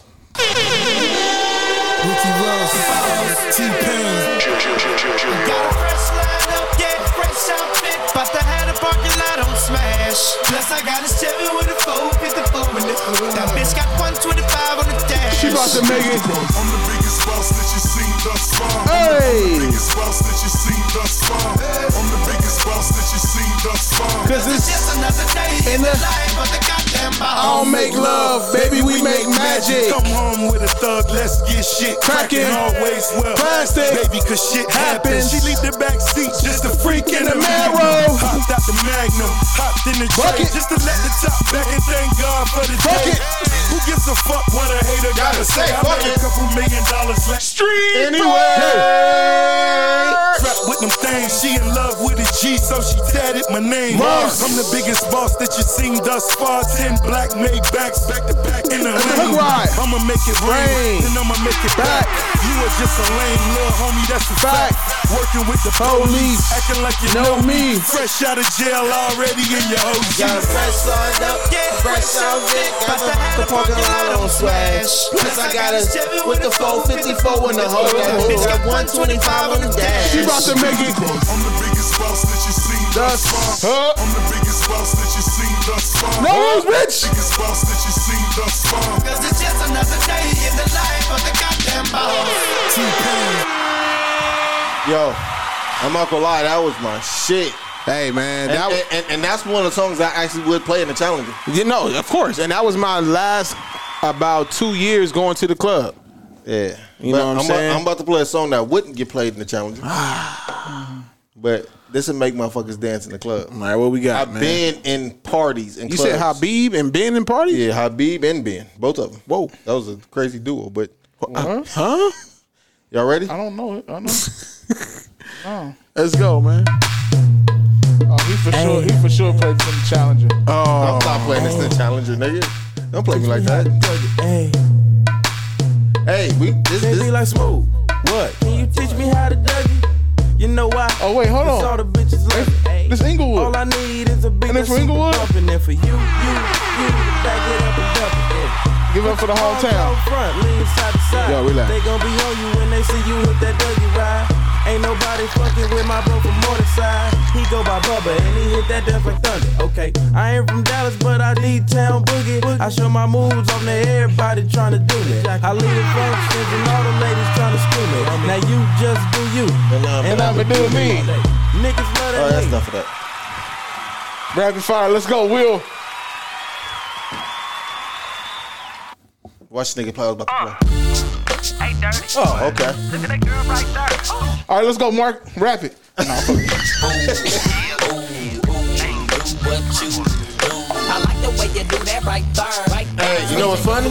[SPEAKER 2] Ricky Ross, T-Pain. Got a fresh lineup, yeah, fresh outfit. About to have the parking lot on smash. Plus, I got a 7 with a 454 in the hood. That bitch got 125 on the dash.
[SPEAKER 1] She about to make it.
[SPEAKER 2] I'm the biggest boss that you seen thus far.
[SPEAKER 1] Hey.
[SPEAKER 2] I'm the biggest boss that you seen thus far. I'm the biggest boss that you seen thus far. Cause it's just another day in the life of the goddamn boss.
[SPEAKER 1] I don't make love, baby, we make magic.
[SPEAKER 2] Come home with a thug, let's get shit cracking. Always well, plastic, baby, cause shit happens. She leave the back seat, just a freak in the marrow. Hopped out the Magnum, hopped in the bucket, just to let the top back and thank God for the bucket. Who gives a fuck what a hater gotta say? I made a couple million dollars last street. Anyway, Trapped with them things, she in love with a G, so she tatted. my name.
[SPEAKER 26] Ross.
[SPEAKER 2] I'm the biggest boss that you seen thus far. Ten black made backs back to back in the lane. I'ma make it rain, then I'ma make it back. You are just a lame little homie, that's a fact. Working with the police, acting like you know, me. Fresh out of jail already in your OG.
[SPEAKER 27] Got a fresh side up, a fresh outfit. Got the, the parking lot on swash. Plus I got a with the 454 in the hole. That bitch got 125 on the dash.
[SPEAKER 26] She about to make it. I'm the biggest boss that you seen thus far. I'm the biggest boss that you seen thus far.
[SPEAKER 2] No,
[SPEAKER 26] I'm the Biggest boss that you seen thus far. Cause it's just another day in the life of the goddamn boss.
[SPEAKER 6] Yo, I'm not gonna lie, that was my shit.
[SPEAKER 1] Hey man,
[SPEAKER 6] and,
[SPEAKER 1] that was-
[SPEAKER 6] and, and, and that's one of the songs I actually would play in the challenger.
[SPEAKER 1] You know, of course. And that was my last about two years going to the club.
[SPEAKER 6] Yeah.
[SPEAKER 1] You know
[SPEAKER 6] But
[SPEAKER 1] what I'm,
[SPEAKER 6] I'm about-
[SPEAKER 1] saying? Ah.
[SPEAKER 6] I'm about to play a song that wouldn't get played in the challenger. but this would make motherfuckers dance in the club. All
[SPEAKER 1] right, what we got?
[SPEAKER 6] I've
[SPEAKER 1] man?
[SPEAKER 6] been in parties and
[SPEAKER 1] You
[SPEAKER 6] clubs.
[SPEAKER 1] said Habib and Ben in parties?
[SPEAKER 6] Yeah, Habib and Ben, both of them.
[SPEAKER 1] Whoa, Uh,
[SPEAKER 6] that was a crazy duo. But
[SPEAKER 1] huh?
[SPEAKER 6] Y'all ready?
[SPEAKER 7] I don't know it. I know. oh.
[SPEAKER 1] Let's go, man.
[SPEAKER 7] Oh, he for sure. He for sure played some challenger.
[SPEAKER 6] Oh, stop playing this to the challenger, nigga. Don't play me like that. Hey, we this Oh,
[SPEAKER 2] this like smooth.
[SPEAKER 6] What?
[SPEAKER 2] Can you teach me how to dug it? You know why? Oh wait, hold on. All the bitches love it. Ayy. This Inglewood. All I need is a big and for Inglewood. And then for you, you, you, back it up and dump it. ayy.
[SPEAKER 7] Give it up for the whole town.
[SPEAKER 2] Front, lean side to side.
[SPEAKER 7] Yo, relax.
[SPEAKER 2] They gon' be on you when they see you with that Dougie ride. Ain't nobody fucking with my bro from Morningside. He go by Bubba and he hit that death like thunder. Okay, I ain't from Dallas, but I need town boogie. I show my moves on to everybody tryna do it. I lead the functions and all the ladies tryna screw me. Now you just do you, and I'ma do me. Niggas love that.
[SPEAKER 6] Oh, that's enough of that.
[SPEAKER 7] Rapid fire. Let's go, Will.
[SPEAKER 6] Watch this nigga play. I was about to play.
[SPEAKER 28] Uh, Hey, dirty.
[SPEAKER 6] Oh, okay.
[SPEAKER 28] Look at that girl right there. Oh,
[SPEAKER 7] All right, let's go, Mark. Rapid. No, fuck it.
[SPEAKER 29] I like the way you do that right there. Right there.
[SPEAKER 6] Hey, you know what's funny?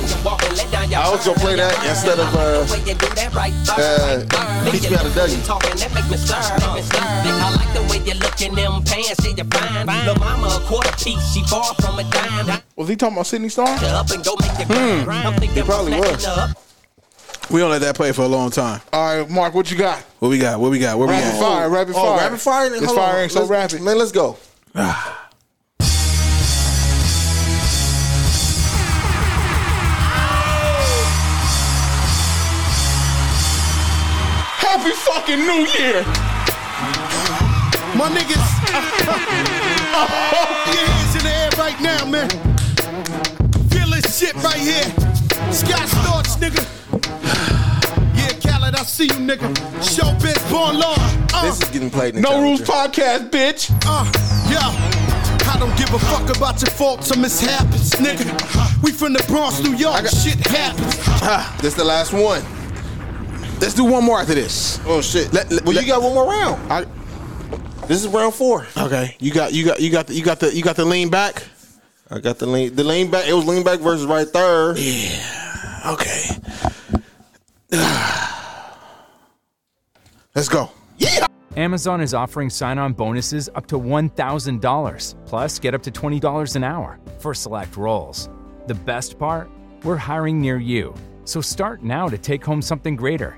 [SPEAKER 6] I was gonna play that instead of uh,
[SPEAKER 29] Way you do that right there.
[SPEAKER 6] uh teach me how to Dougie.
[SPEAKER 29] Talking that make me stir, make me stir. I like the way you look in them pants, see you fine. Lil' mama a quarter piece, she far from a dime.
[SPEAKER 7] Was he talking about Sydney Star?
[SPEAKER 29] Up and go make your
[SPEAKER 1] Hmm.
[SPEAKER 29] grind. He
[SPEAKER 1] probably was. We don't let that play for a long time.
[SPEAKER 7] All right, Mark, what you got?
[SPEAKER 1] What we got? What we got? Where we
[SPEAKER 7] Rapid
[SPEAKER 1] at?
[SPEAKER 7] fire. Rapid
[SPEAKER 1] Oh,
[SPEAKER 7] fire.
[SPEAKER 1] rapid fire?
[SPEAKER 7] This
[SPEAKER 1] Hold on.
[SPEAKER 7] fire ain't so
[SPEAKER 1] Let's-
[SPEAKER 7] rapid.
[SPEAKER 6] Man, let's go.
[SPEAKER 7] Happy fucking New Year.
[SPEAKER 2] My niggas.
[SPEAKER 26] Put your hands in the air right now, man. Feel this shit right here. Scott Storch, nigga. Yeah, Khaled, I see you, nigga. Show bitch, born law. Uh.
[SPEAKER 6] This is getting played in the
[SPEAKER 26] No
[SPEAKER 6] challenger.
[SPEAKER 26] Rules Podcast, bitch. Uh, yeah. I don't give a fuck about your faults or mishaps, nigga. We from the Bronx, New York. shit happens.
[SPEAKER 6] This the last one.
[SPEAKER 1] Let's do one more after this.
[SPEAKER 6] Oh shit.
[SPEAKER 1] well,
[SPEAKER 6] you got one more round.
[SPEAKER 1] I,
[SPEAKER 6] this is round four.
[SPEAKER 1] Okay, you got you got you got the, you got the you got the lean back.
[SPEAKER 6] I got the lean the lean back. It was lean back versus right there. Yeah.
[SPEAKER 1] Okay. Let's go.
[SPEAKER 4] Amazon is offering sign on bonuses up to $1,000, plus get up to $20 an hour for select roles. The best part? We're hiring near you. So start now to take home something greater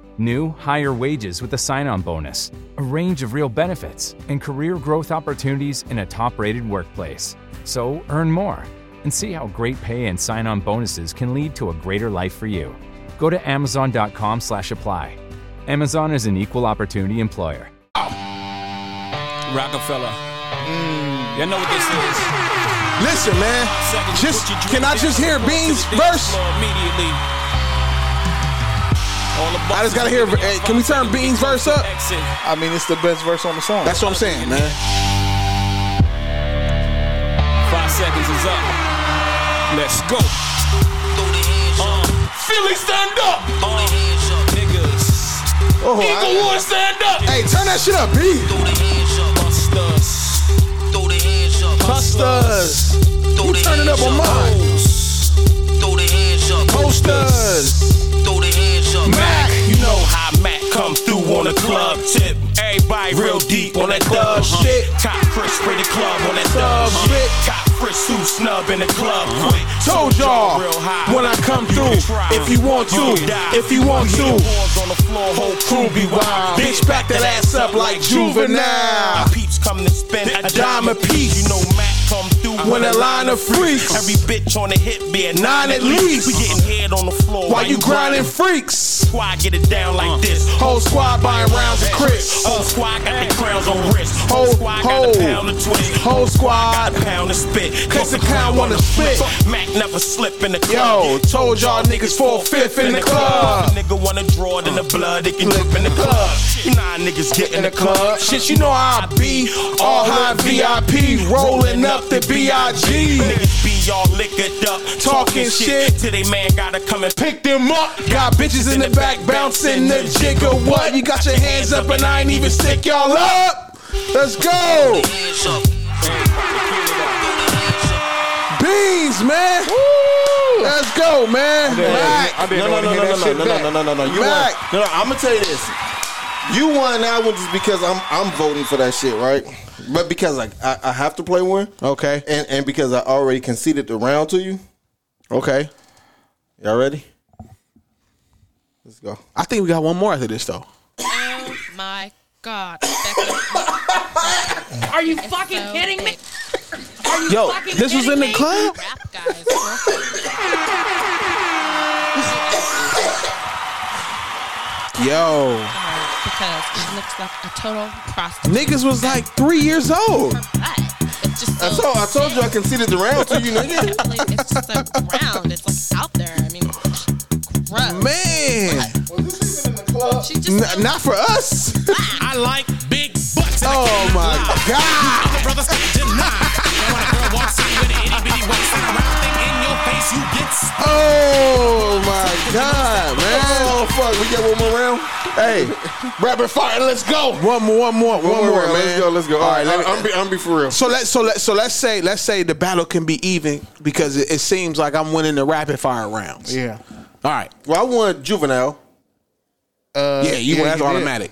[SPEAKER 4] new, higher wages with a sign on bonus, a range of real benefits, and career growth opportunities in a top rated workplace. So earn more and see how great pay and sign on bonuses can lead to a greater life for you. Go to amazon.com slash apply. Amazon is an equal opportunity employer.
[SPEAKER 19] Rockefeller.
[SPEAKER 7] Mm.
[SPEAKER 19] Y'all know what this is.
[SPEAKER 1] Listen, man. Just can I just hear Beans verse?
[SPEAKER 19] Immediately.
[SPEAKER 1] I just gotta hear. Hey, can we turn Beans verse up?
[SPEAKER 7] I mean, it's the best verse on the song.
[SPEAKER 1] That's what I'm saying, man.
[SPEAKER 30] rounds is up. Let's go. Uh, Philly, stand up. Uh, niggas.
[SPEAKER 2] Oh, I-
[SPEAKER 30] Eaglewood, stand up.
[SPEAKER 2] Hey, turn that shit up, B.
[SPEAKER 30] Throw the hands up, busters. Throw the hands up,
[SPEAKER 2] Busters. You turning up on mine.
[SPEAKER 30] Throw the hands up, posters. Throw the hands up, Mac.
[SPEAKER 19] You know how Mac come through on a club tip. Everybody real deep on that thug shit. Top Chris for the club on that thug shit. Top Chris who snub in the club quick. Uh-huh. Told y'all when I come through. If you want to, if you want to. Whole crew be wild. Bitch, back that ass up like juvenile. Peeps come to spend a dime a piece. You know Mac come through when a line of freaks. Every bitch on the hit be a nine at least. We getting head on the floor Why you grinding freaks? Squad get it down like this. Whole squad buying rounds of crisps. Whole squad got the crowns on wrist. Whole squad got a pound of twist. Whole squad got a pound of spit. Cause the clown wanna spit. Mac never slip in the club. Yo, told y'all niggas four fifth in the club. If a nigga wanna draw it in the blood, they can dip in the club. You know how niggas get in the club. Shit, you know how I be. All high VIP, rolling up the BIG. Niggas be all liquored up, talking shit. Till they man gotta come and pick them up. Got bitches in the back bouncing the jig or what? You got your hands up and I ain't even stick y'all up. Let's go.
[SPEAKER 1] Beans, man. Let's go, man. Mac.
[SPEAKER 6] I didn't no, no, no, no, no, no, no, no, no, no, no. You won.
[SPEAKER 1] Mac.
[SPEAKER 6] No, no. I'm gonna tell you this. You won that one just because I'm I'm voting for that shit, right? But because I I, I have to play one.
[SPEAKER 1] Okay.
[SPEAKER 6] And and because I already conceded the round to you.
[SPEAKER 1] Okay.
[SPEAKER 6] Y'all ready? Let's go.
[SPEAKER 1] I think we got one more after this though.
[SPEAKER 31] My God. Are you fucking kidding me? Are you
[SPEAKER 1] Yo,
[SPEAKER 31] fucking
[SPEAKER 1] this was
[SPEAKER 31] kidding
[SPEAKER 1] in the
[SPEAKER 31] me?
[SPEAKER 1] club?
[SPEAKER 31] Rap guys.
[SPEAKER 1] Yo.
[SPEAKER 31] because it looks like a total prostitute.
[SPEAKER 1] Niggas was like three years old.
[SPEAKER 31] It's just so
[SPEAKER 6] I told I told you I conceded the round to you, nigga.
[SPEAKER 31] definitely- It's just like round. It's like out there. I mean, gross.
[SPEAKER 1] Man.
[SPEAKER 31] She just
[SPEAKER 1] N- not for us.
[SPEAKER 19] I like big butts.
[SPEAKER 1] Oh my God.
[SPEAKER 19] Other brothers can deny. And when a girl walks in with an itty bitty waist and a round thing in your face, you get stuck.
[SPEAKER 1] Oh my God, man.
[SPEAKER 6] Oh fuck, we get one more round.
[SPEAKER 1] Hey, rapid fire, let's go. One more, one more, one,
[SPEAKER 6] more
[SPEAKER 1] more,
[SPEAKER 6] round,
[SPEAKER 1] man.
[SPEAKER 6] let's go, let's go. All right, I- I'm be-
[SPEAKER 1] I'm be for real. So let so let so let's say let's say the battle can be even because it, it seems like I'm winning the rapid fire rounds.
[SPEAKER 5] Yeah.
[SPEAKER 1] All right.
[SPEAKER 6] Well, I won juvenile.
[SPEAKER 5] Uh,
[SPEAKER 1] yeah, you
[SPEAKER 5] yeah,
[SPEAKER 1] won. That's
[SPEAKER 5] you did.
[SPEAKER 1] automatic.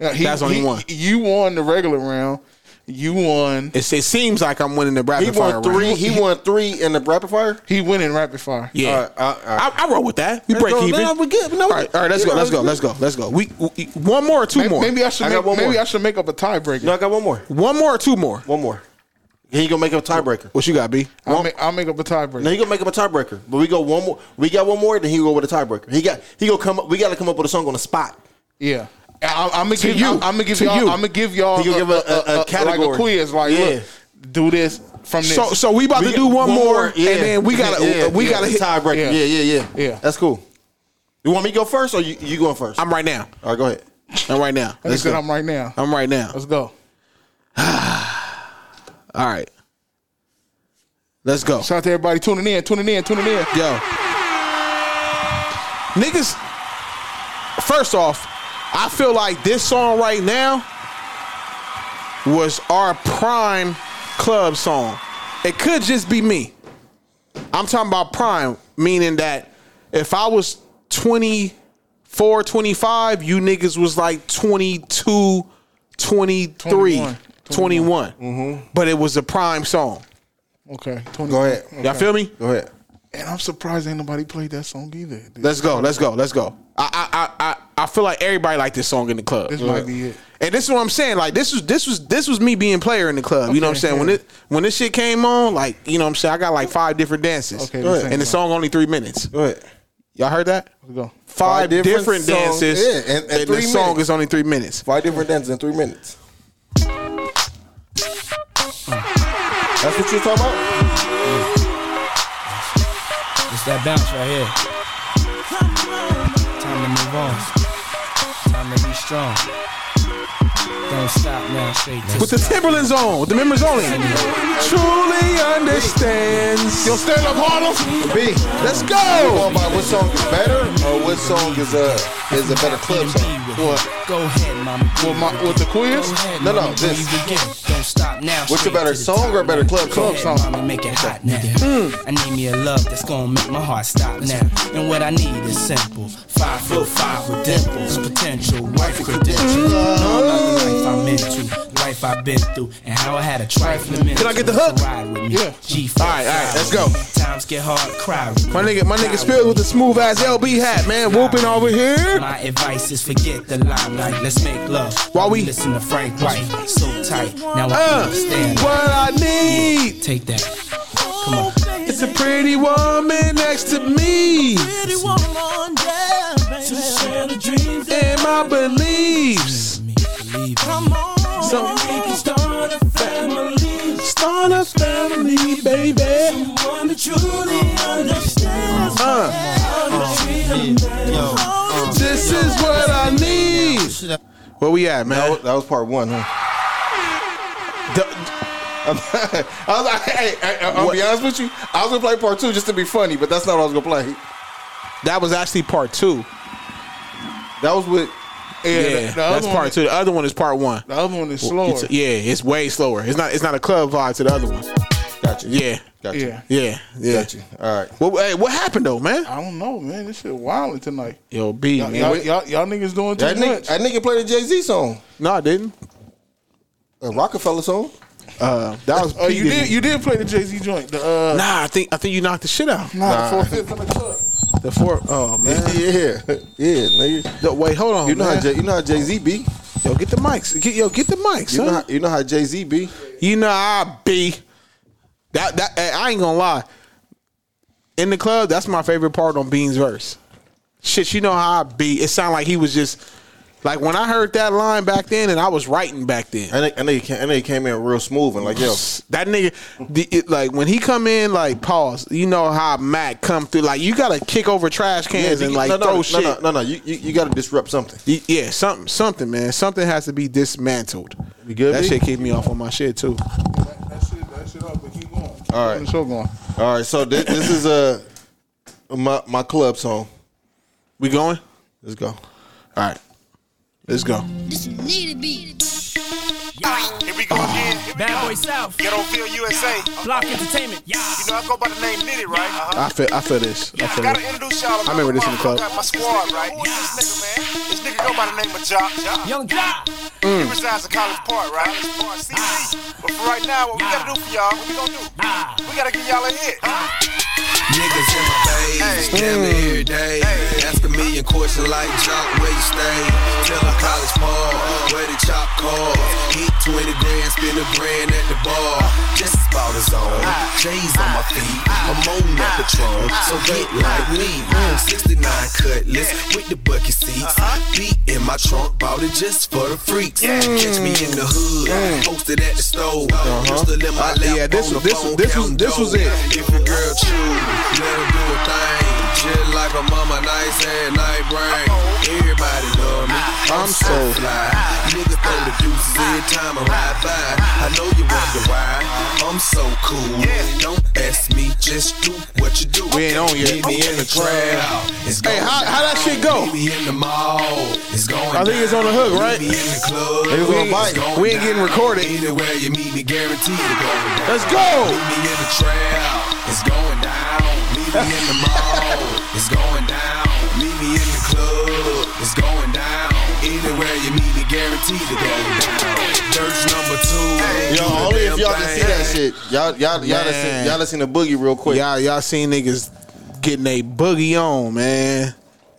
[SPEAKER 5] Yeah, he-
[SPEAKER 1] That's only
[SPEAKER 5] he-
[SPEAKER 1] one.
[SPEAKER 5] You won the regular round. You won.
[SPEAKER 1] It, it seems like I'm winning the rapid
[SPEAKER 5] He
[SPEAKER 1] fire.
[SPEAKER 5] won three-
[SPEAKER 1] round.
[SPEAKER 5] he
[SPEAKER 6] won three in the rapid fire.
[SPEAKER 5] He winning rapid fire.
[SPEAKER 1] Yeah, I, I roll with that. We
[SPEAKER 5] Let's
[SPEAKER 1] break
[SPEAKER 5] go.
[SPEAKER 1] even.
[SPEAKER 5] No, we're good. No,
[SPEAKER 1] all right, all right. Let's
[SPEAKER 5] you
[SPEAKER 1] go.
[SPEAKER 5] know,
[SPEAKER 1] Let's go.
[SPEAKER 5] it's
[SPEAKER 1] Let's go. Let's go. We, we one more or two
[SPEAKER 5] Maybe-
[SPEAKER 1] more.
[SPEAKER 5] maybe I should make- maybe I
[SPEAKER 1] should make up a tiebreaker.
[SPEAKER 6] No, I got one more.
[SPEAKER 1] One more or two more.
[SPEAKER 6] One more. Then you gonna make up a tiebreaker.
[SPEAKER 1] What you got, B?
[SPEAKER 5] I'll make, I'll make up a tiebreaker.
[SPEAKER 6] Now he gonna make up a tiebreaker, but we go one more. We got one more, then he go with a tiebreaker. He got he gonna come up. We got to come up with a song on the spot.
[SPEAKER 5] Yeah. I, I'm gonna
[SPEAKER 6] To
[SPEAKER 5] give
[SPEAKER 6] you.
[SPEAKER 5] you. I'm gonna give
[SPEAKER 6] To
[SPEAKER 5] y'all.
[SPEAKER 6] you.
[SPEAKER 5] I'm gonna give y'all.
[SPEAKER 6] He gonna give a- a- a
[SPEAKER 5] like
[SPEAKER 6] category.
[SPEAKER 5] a quiz. Like,
[SPEAKER 6] Yeah.
[SPEAKER 5] look, do this from this.
[SPEAKER 1] So so we about to
[SPEAKER 5] got-
[SPEAKER 1] do one, more, and then we gotta
[SPEAKER 6] Yeah,
[SPEAKER 1] we
[SPEAKER 6] yeah,
[SPEAKER 1] gotta hit
[SPEAKER 6] tiebreaker. Yeah. yeah, yeah, yeah, That's cool. You want me to go first, or you, you going first?
[SPEAKER 1] I'm right now.
[SPEAKER 6] All right, go ahead.
[SPEAKER 1] I'm right now. Let's
[SPEAKER 5] Let's
[SPEAKER 1] go.
[SPEAKER 5] I'm right now.
[SPEAKER 1] I'm right now.
[SPEAKER 5] Let's go.
[SPEAKER 1] All right. Let's go.
[SPEAKER 5] Shout out to everybody tuning in, tuning in, tuning in.
[SPEAKER 1] Yo. Niggas, first off, I feel like this song right now was our prime club song. It could just be me. I'm talking about prime, meaning that if I was 24, 25, you niggas was like 22, 23, 21.
[SPEAKER 5] 21. Mm-hmm.
[SPEAKER 1] But it was a prime song.
[SPEAKER 5] Okay.
[SPEAKER 1] Go ahead. Y'all
[SPEAKER 5] Okay.
[SPEAKER 1] feel me?
[SPEAKER 6] Go ahead.
[SPEAKER 5] And I'm surprised ain't nobody played that song either.
[SPEAKER 1] Let's go. Let's go. Let's go. I I I I I feel like everybody like this song in the club.
[SPEAKER 5] This might be it.
[SPEAKER 1] And this is what I'm saying. Like this was this was this was me being player in the club. You know what I'm
[SPEAKER 5] Okay,
[SPEAKER 1] saying? When
[SPEAKER 5] yeah.
[SPEAKER 1] it when this shit came on, like you know what I'm saying, I got like five different dances.
[SPEAKER 5] Okay,
[SPEAKER 1] Go
[SPEAKER 5] this
[SPEAKER 1] ahead.
[SPEAKER 5] ain't
[SPEAKER 1] and the
[SPEAKER 5] right.
[SPEAKER 1] song only three minutes. Y'all heard that?
[SPEAKER 5] Let's go.
[SPEAKER 1] Five,
[SPEAKER 6] Five different
[SPEAKER 1] different,
[SPEAKER 6] songs.
[SPEAKER 1] dances.
[SPEAKER 6] Yeah, and- and
[SPEAKER 1] and, the
[SPEAKER 6] three
[SPEAKER 1] song
[SPEAKER 6] minutes.
[SPEAKER 1] is only three minutes.
[SPEAKER 6] Five different dances in three minutes. That's what you're talking about.
[SPEAKER 32] It's that bounce right here. Time to move on. Time to be strong.
[SPEAKER 33] don't stop now, straight to
[SPEAKER 1] With the Timberlands on, with the members only. Truly understands. Yo, stand up, Harlem.
[SPEAKER 6] B,
[SPEAKER 1] let's go.
[SPEAKER 6] Going by what song is better or Oh, what song is a is a better club song? What?
[SPEAKER 33] Go ahead, mama.
[SPEAKER 6] With, my, with the quiz? No, no, this.
[SPEAKER 33] Don't stop now.
[SPEAKER 6] What's a better song or a better club
[SPEAKER 33] Go
[SPEAKER 6] song?
[SPEAKER 33] ahead, mommy, make it hot now.
[SPEAKER 1] Hmm.
[SPEAKER 33] I need me a love that's gonna make my heart stop now. And what I need is simple: five foot five with dimples, potential wife credentials.
[SPEAKER 1] Hmm.
[SPEAKER 33] No, not the life I'm into, life I've been through, and how I had a trifling minute.
[SPEAKER 1] Can I get the hook?
[SPEAKER 33] Ride with me. G
[SPEAKER 1] All right, all right, let's go.
[SPEAKER 33] Times get hard, cry. with me.
[SPEAKER 1] My nigga, my nigga spilled with the smooth ass LB hat, man. Whooping over here.
[SPEAKER 33] My advice is forget the limelight. Let's make love while we listen to Frank White. So tight. Now I
[SPEAKER 1] Uh,
[SPEAKER 33] understand.
[SPEAKER 1] what I need.
[SPEAKER 33] Take that.
[SPEAKER 1] It's a pretty woman next to me. And my beliefs.
[SPEAKER 33] Come on.
[SPEAKER 1] So we can start a family. Start a family, baby. Someone that truly understands. This is what I need. Where we at, man?
[SPEAKER 6] That was, that was part one, huh? I was like, hey, hey, I'll be honest with you. I was gonna play part two just to be funny, but that's not what I was gonna play.
[SPEAKER 1] That was actually part two.
[SPEAKER 6] That was with.
[SPEAKER 1] Yeah, that's part two. The other one is part one.
[SPEAKER 34] The other one is slower.
[SPEAKER 1] It's- yeah, it's way slower. It's not. It's not a club vibe to the other one.
[SPEAKER 6] Gotcha.
[SPEAKER 1] Yeah.
[SPEAKER 6] Gotcha.
[SPEAKER 34] Yeah.
[SPEAKER 1] Yeah. Yeah.
[SPEAKER 6] Gotcha. All right.
[SPEAKER 1] What, hey, what happened though, man?
[SPEAKER 34] I don't know, man. This shit wilding tonight.
[SPEAKER 1] Yo, B.
[SPEAKER 34] Y'all,
[SPEAKER 1] man.
[SPEAKER 34] y'all, y'all, y'all niggas doing too
[SPEAKER 6] That nigga,
[SPEAKER 34] much.
[SPEAKER 6] that nigga played a Jay Z song,
[SPEAKER 1] no, I didn't.
[SPEAKER 6] a Rockefeller song.
[SPEAKER 1] Uh, that was.
[SPEAKER 34] Oh, you
[SPEAKER 1] P. Diddy.
[SPEAKER 34] did you did play the Jay Z joint. The uh,
[SPEAKER 1] Nah, I think I think you knocked the shit out.
[SPEAKER 34] nah, four fifth in the club.
[SPEAKER 1] The four. Oh man.
[SPEAKER 6] yeah, yeah, nigga.
[SPEAKER 1] Yo, wait, hold on.
[SPEAKER 6] You know how
[SPEAKER 1] man.
[SPEAKER 6] Jay, you know how Jay Z be.
[SPEAKER 1] yo, get the mics. Get, yo, get the mics.
[SPEAKER 6] You
[SPEAKER 1] huh?
[SPEAKER 6] know how, you know how Jay Z be.
[SPEAKER 1] You know I be that that hey, I ain't gonna lie. In the club, that's my favorite part on Bean's verse. Shit, you know how I be. It sounded like he was just like when I heard that line back then, and I was writing back then.
[SPEAKER 6] I think I think he came, I think he came in real smooth and like yo.
[SPEAKER 1] That nigga, the, it, like when he come in, like pause. You know how Mac come through. Like you gotta kick over trash cans
[SPEAKER 6] you-
[SPEAKER 1] and like
[SPEAKER 6] no, no,
[SPEAKER 1] throw
[SPEAKER 6] no,
[SPEAKER 1] shit.
[SPEAKER 6] No, no, no, You you, you got to disrupt something.
[SPEAKER 1] Y- Yeah, something, something, man. Something has to be dismantled.
[SPEAKER 6] You good,
[SPEAKER 1] That
[SPEAKER 6] B?
[SPEAKER 1] shit kicked me off on my shit too.
[SPEAKER 34] That shit, that shit up, but keep going.
[SPEAKER 6] All
[SPEAKER 34] The
[SPEAKER 6] right,
[SPEAKER 34] show going.
[SPEAKER 6] all right. So this, this is uh, my my club song.
[SPEAKER 1] We going?
[SPEAKER 6] Let's go.
[SPEAKER 1] All right, let's go.
[SPEAKER 35] This need to be.
[SPEAKER 7] Alright, here we go again. Here we
[SPEAKER 33] Bad
[SPEAKER 7] go.
[SPEAKER 33] Boy South.
[SPEAKER 7] Get on Feel USA.
[SPEAKER 33] Block Entertainment. Yeah.
[SPEAKER 7] You know I go by the name Nitty, right? Uh-huh.
[SPEAKER 1] I feel, I feel this. I feel
[SPEAKER 7] Gotta
[SPEAKER 1] this.
[SPEAKER 7] introduce y'all. to
[SPEAKER 1] I remember this in the club.
[SPEAKER 7] motherfucker at My squad, right? Who is this nigga, man? This nigga go by the name of Jock.
[SPEAKER 33] Young Ah. Jock.
[SPEAKER 1] Mm.
[SPEAKER 7] He resides in College Park, right? College Park, CC. But for right now, what we gotta do for y'all? What we gonna do? We gotta give y'all a hit.
[SPEAKER 2] Niggas in my face, damn near every day. Asking me a question like, Jock, where you stay? Tell a college ball, where the chop call. Hit 20 grand, spend a grand at the bar. Just about is on, J's on my feet. I'm on that patron, so get like me. Mm, 69 cutlass with the bucket seats. Beat in my trunk, bought it just for the freaks. Catch me in the hood, posted at the store. Pistol in my
[SPEAKER 1] Mm. Uh-huh. Uh,
[SPEAKER 2] lap,
[SPEAKER 1] yeah, this
[SPEAKER 2] on the
[SPEAKER 1] was- this was-
[SPEAKER 2] phone,
[SPEAKER 1] this was-
[SPEAKER 2] counting
[SPEAKER 1] this was
[SPEAKER 2] dough.
[SPEAKER 1] it.
[SPEAKER 2] If a girl choose, let her do a thing. Just like a mama, nice and night brain. Everybody love me. I'm so fly. Niggas throw the deuces every time I ride by. I know you wonder why. I'm so cool. Don't ask me, just do what you do. We ain't on yet. Meet me in the crowd. It's
[SPEAKER 1] Hey, how how that shit
[SPEAKER 2] Meet
[SPEAKER 1] go?
[SPEAKER 2] me in the mall. It's going
[SPEAKER 1] I think it's on the hook, right?
[SPEAKER 2] Meet me in the club.
[SPEAKER 1] It's on mic.
[SPEAKER 2] It's going
[SPEAKER 1] We ain't getting
[SPEAKER 2] down.
[SPEAKER 1] recorded.
[SPEAKER 2] Anywhere you meet me, guaranteed to go down.
[SPEAKER 1] Let's go.
[SPEAKER 2] Meet me in the trail. It's going down. Meet me in the mall. It's going down. Meet me in the club. It's going down. Anywhere you meet me, guaranteed to go down. Dirt's number two.
[SPEAKER 6] Yo, only if y'all can see that shit. Y'all y'all y'all done
[SPEAKER 1] Man.
[SPEAKER 6] seen, y'all done seen the boogie real quick.
[SPEAKER 1] Y'all y'all seen niggas getting a boogie on, man.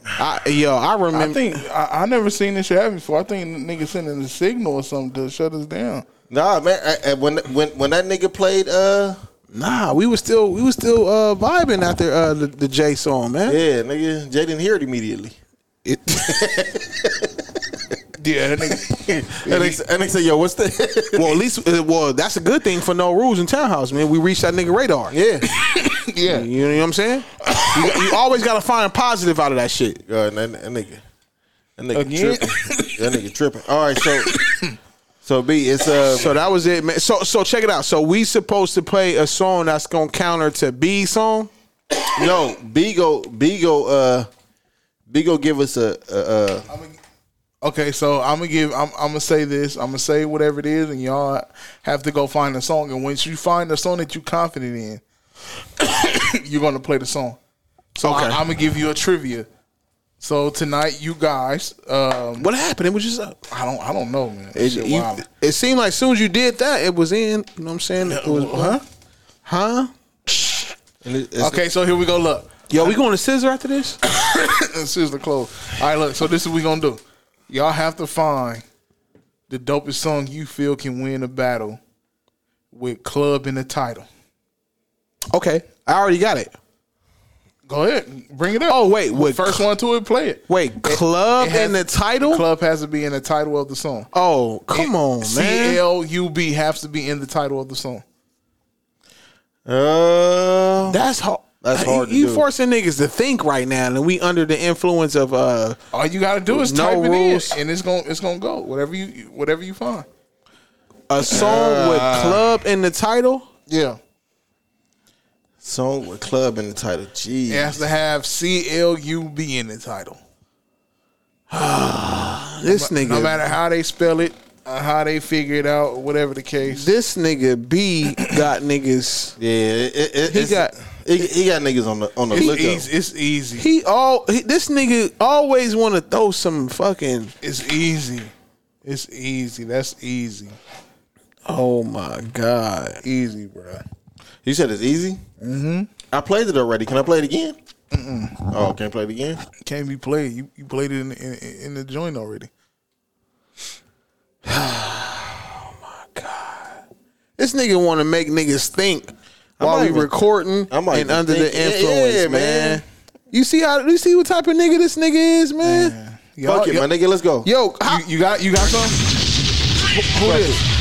[SPEAKER 1] I, yo, I
[SPEAKER 34] I
[SPEAKER 1] remember.
[SPEAKER 34] think I, I never seen this shit happen before. I think niggas sending a signal or something to shut us down.
[SPEAKER 6] Nah, man. I, I, when when when that nigga played, uh,
[SPEAKER 1] nah, we was still we was still uh, vibing after uh, the, the J song, man.
[SPEAKER 6] yeah, nigga, Jay didn't hear it immediately.
[SPEAKER 1] It-
[SPEAKER 34] Yeah, that nigga.
[SPEAKER 6] And they, and they say, yo, what's the?
[SPEAKER 1] well, at least uh, well that's a good thing for no rules in townhouse, man. We reached that nigga radar.
[SPEAKER 6] yeah.
[SPEAKER 34] yeah.
[SPEAKER 1] You know what I'm saying? You, got- you always gotta find positive out of that shit.
[SPEAKER 6] Uh, Yo, and that, that nigga, that nigga
[SPEAKER 34] Again?
[SPEAKER 6] tripping. That nigga tripping. All right, so So B, it's uh
[SPEAKER 22] So that was it, man. So so check it out. So we supposed to play a song that's gonna counter to B song.
[SPEAKER 6] no B go B go uh B go give us a, a, a
[SPEAKER 1] Okay, so I'm gonna give. I'm, I'm gonna say this. I'm gonna say whatever it is, and y'all have to go find a song. And once you find a song that you're confident in, you're gonna play the song. So I,
[SPEAKER 22] Okay.
[SPEAKER 1] am gonna give you a trivia. So tonight, you guys, um,
[SPEAKER 22] what happened? It was just up.
[SPEAKER 1] I don't. I don't know, man.
[SPEAKER 22] It,
[SPEAKER 1] Shit,
[SPEAKER 22] you-
[SPEAKER 1] wow.
[SPEAKER 22] it seemed like as soon as you did that, it was in. You know what I'm saying? It was huh, huh.
[SPEAKER 1] okay, so here we go. Look,
[SPEAKER 22] Yo, we going to scissor after this?
[SPEAKER 1] scissor close. All right, look. So this is what we gonna do. Y'all have to find the dopest song you feel can win a battle with club in the title.
[SPEAKER 22] Okay, I already got it.
[SPEAKER 1] Go ahead, bring it up.
[SPEAKER 22] Oh wait, what-
[SPEAKER 1] first one to it, play it.
[SPEAKER 22] Wait, club
[SPEAKER 1] It has-
[SPEAKER 22] in the title?
[SPEAKER 1] Club has to be in the title of the song.
[SPEAKER 22] Oh, come on,
[SPEAKER 1] C
[SPEAKER 22] man.
[SPEAKER 1] L U B has to be in the title of the song.
[SPEAKER 6] Uh,
[SPEAKER 22] that's hard.
[SPEAKER 6] That's hard to
[SPEAKER 22] You
[SPEAKER 6] do.
[SPEAKER 22] forcing niggas to think right now, and we under the influence of uh.
[SPEAKER 1] All you gotta do is
[SPEAKER 22] No
[SPEAKER 1] type
[SPEAKER 22] rules.
[SPEAKER 1] it in, and it's gonna it's gonna go whatever you whatever you find.
[SPEAKER 22] A song with
[SPEAKER 6] Uh.
[SPEAKER 22] club in the title.
[SPEAKER 1] Yeah,
[SPEAKER 6] song with club in the title. Jeez.
[SPEAKER 1] it has to have C L U B in the title.
[SPEAKER 22] This
[SPEAKER 1] No-
[SPEAKER 22] nigga.
[SPEAKER 1] no matter how they spell it, uh, how they figure it out, whatever the case.
[SPEAKER 22] This nigga B got niggas.
[SPEAKER 6] Yeah, it, it, it,
[SPEAKER 22] He
[SPEAKER 6] it's-
[SPEAKER 22] got-
[SPEAKER 6] he, he got niggas on the on the
[SPEAKER 1] It's
[SPEAKER 6] lookout.
[SPEAKER 1] easy. It's easy.
[SPEAKER 22] He all he, this nigga always want to throw some fucking.
[SPEAKER 1] It's easy. It's easy. That's easy.
[SPEAKER 22] Oh my god.
[SPEAKER 1] Easy, bro.
[SPEAKER 6] You said it's easy.
[SPEAKER 1] Mm-hmm.
[SPEAKER 6] I played it already. Can I play it again?
[SPEAKER 1] Mm-mm.
[SPEAKER 6] Oh, can't play it again.
[SPEAKER 1] Can't be played. You you played it in in, in the joint already.
[SPEAKER 22] Oh, This nigga want to make niggas think while
[SPEAKER 6] might
[SPEAKER 22] we
[SPEAKER 6] even-
[SPEAKER 22] recording
[SPEAKER 6] I might
[SPEAKER 22] and
[SPEAKER 6] even
[SPEAKER 22] under
[SPEAKER 6] think-
[SPEAKER 22] the
[SPEAKER 6] yeah,
[SPEAKER 22] influence,
[SPEAKER 6] yeah,
[SPEAKER 22] man.
[SPEAKER 6] man.
[SPEAKER 22] You see how you see what type of nigga this nigga is, man.
[SPEAKER 1] Y'all-
[SPEAKER 6] Fuck it,
[SPEAKER 1] y'all-
[SPEAKER 6] my nigga. Let's go.
[SPEAKER 22] Yo, how,
[SPEAKER 1] You got you got some?
[SPEAKER 22] who this?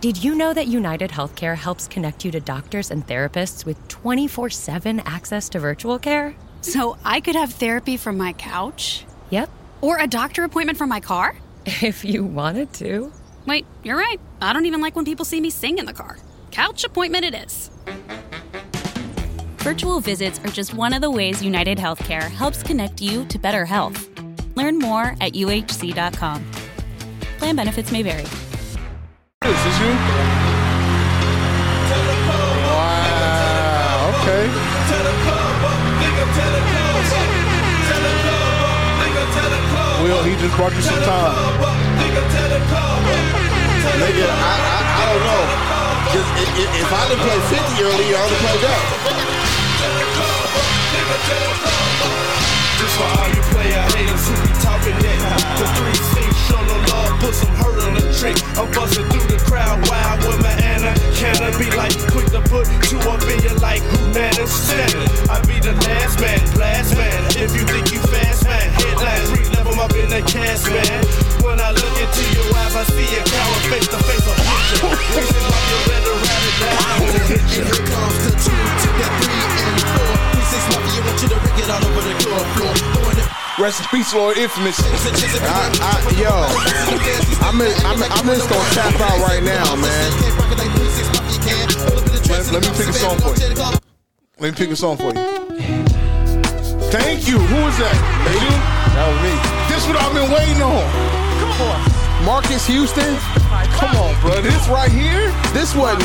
[SPEAKER 36] Did you know that United Healthcare helps connect you to doctors and therapists with 24 7 access to virtual care?
[SPEAKER 5] So I could have therapy from my couch?
[SPEAKER 36] Yep,
[SPEAKER 5] Or a doctor appointment from my car?
[SPEAKER 36] if you wanted to.
[SPEAKER 5] Wait, you're right. I don't even like when people see me sing in the car. Couch appointment it is. Virtual visits are just one of the ways United Healthcare helps connect you to better health. Learn more at uhc.com. Plan benefits may vary.
[SPEAKER 1] This is you. Wow. Okay. Will he just brought you some time?
[SPEAKER 6] Nigga, I, I, I don't know. Just, i i if I didn't play 50 earlier, I would have played that.
[SPEAKER 2] Just for all you player haters who be talking that The three things show no love, put some hurt on the trick I'm busting through the crowd wild with my anaconda Be like quick to put two up in you like who man is standing I be the last man, blast man If you think you fast man, headline Three level up in the cast man When I look into your eyes, I see a coward face to face a picture Reason why you better ride it down Here comes the two, take that three and four Three, six, mafia, want you to rig it all over the floor, floor Throwing it
[SPEAKER 1] Rest in peace, Lord Infamous.
[SPEAKER 22] I, I, yo, I'm, in, I'm, I'm just gonna tap out right now, man.
[SPEAKER 1] Let, let me pick a song for you. Let me pick a song for you. Thank you. Who is that? You? That was me. This what I've been waiting on. Come on.
[SPEAKER 22] Marcus Houston.
[SPEAKER 1] Come on, bro. This right here.
[SPEAKER 22] This wasn't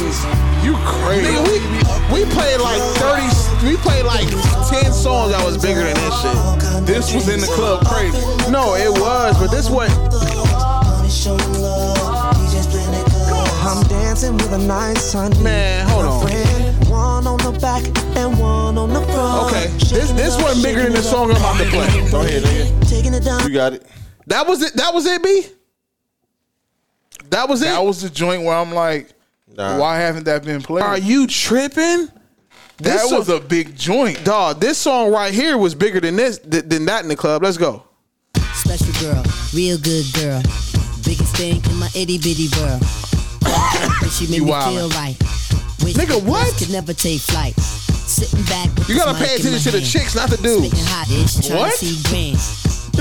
[SPEAKER 1] you crazy.
[SPEAKER 22] Nigga, we we played like 30. We played like 10 songs that was bigger than this shit.
[SPEAKER 1] This was in the club crazy.
[SPEAKER 22] No, it was, but this what
[SPEAKER 2] I'm dancing with a nice honey.
[SPEAKER 22] Man, hold
[SPEAKER 2] My
[SPEAKER 22] on.
[SPEAKER 2] friend, One on the back and one on the front.
[SPEAKER 22] Okay, this this wasn't bigger than the song I'm about to play.
[SPEAKER 6] Go ahead, nigga.
[SPEAKER 2] Taking it down.
[SPEAKER 6] You got it.
[SPEAKER 22] That was it. That was it, B. That was it.
[SPEAKER 1] That was the joint where I'm like, why haven't that been played?
[SPEAKER 22] Are you tripping?
[SPEAKER 1] That
[SPEAKER 22] This
[SPEAKER 1] was a big joint,
[SPEAKER 22] dog. This song right here was bigger than this th- than that in the club. Let's go.
[SPEAKER 17] Special girl, real good girl. Biggest thing in my itty bitty world. And she made
[SPEAKER 22] You
[SPEAKER 17] me
[SPEAKER 22] wildin'.
[SPEAKER 17] feel right. Nigga, what? Could never take flight. Sitting back with
[SPEAKER 22] You
[SPEAKER 17] this
[SPEAKER 22] gotta
[SPEAKER 17] mic
[SPEAKER 22] pay
[SPEAKER 17] in my
[SPEAKER 22] attention to the
[SPEAKER 17] hand.
[SPEAKER 22] chicks, not the dudes.
[SPEAKER 17] Spitting hot ish, trying
[SPEAKER 22] What?
[SPEAKER 17] to see grand.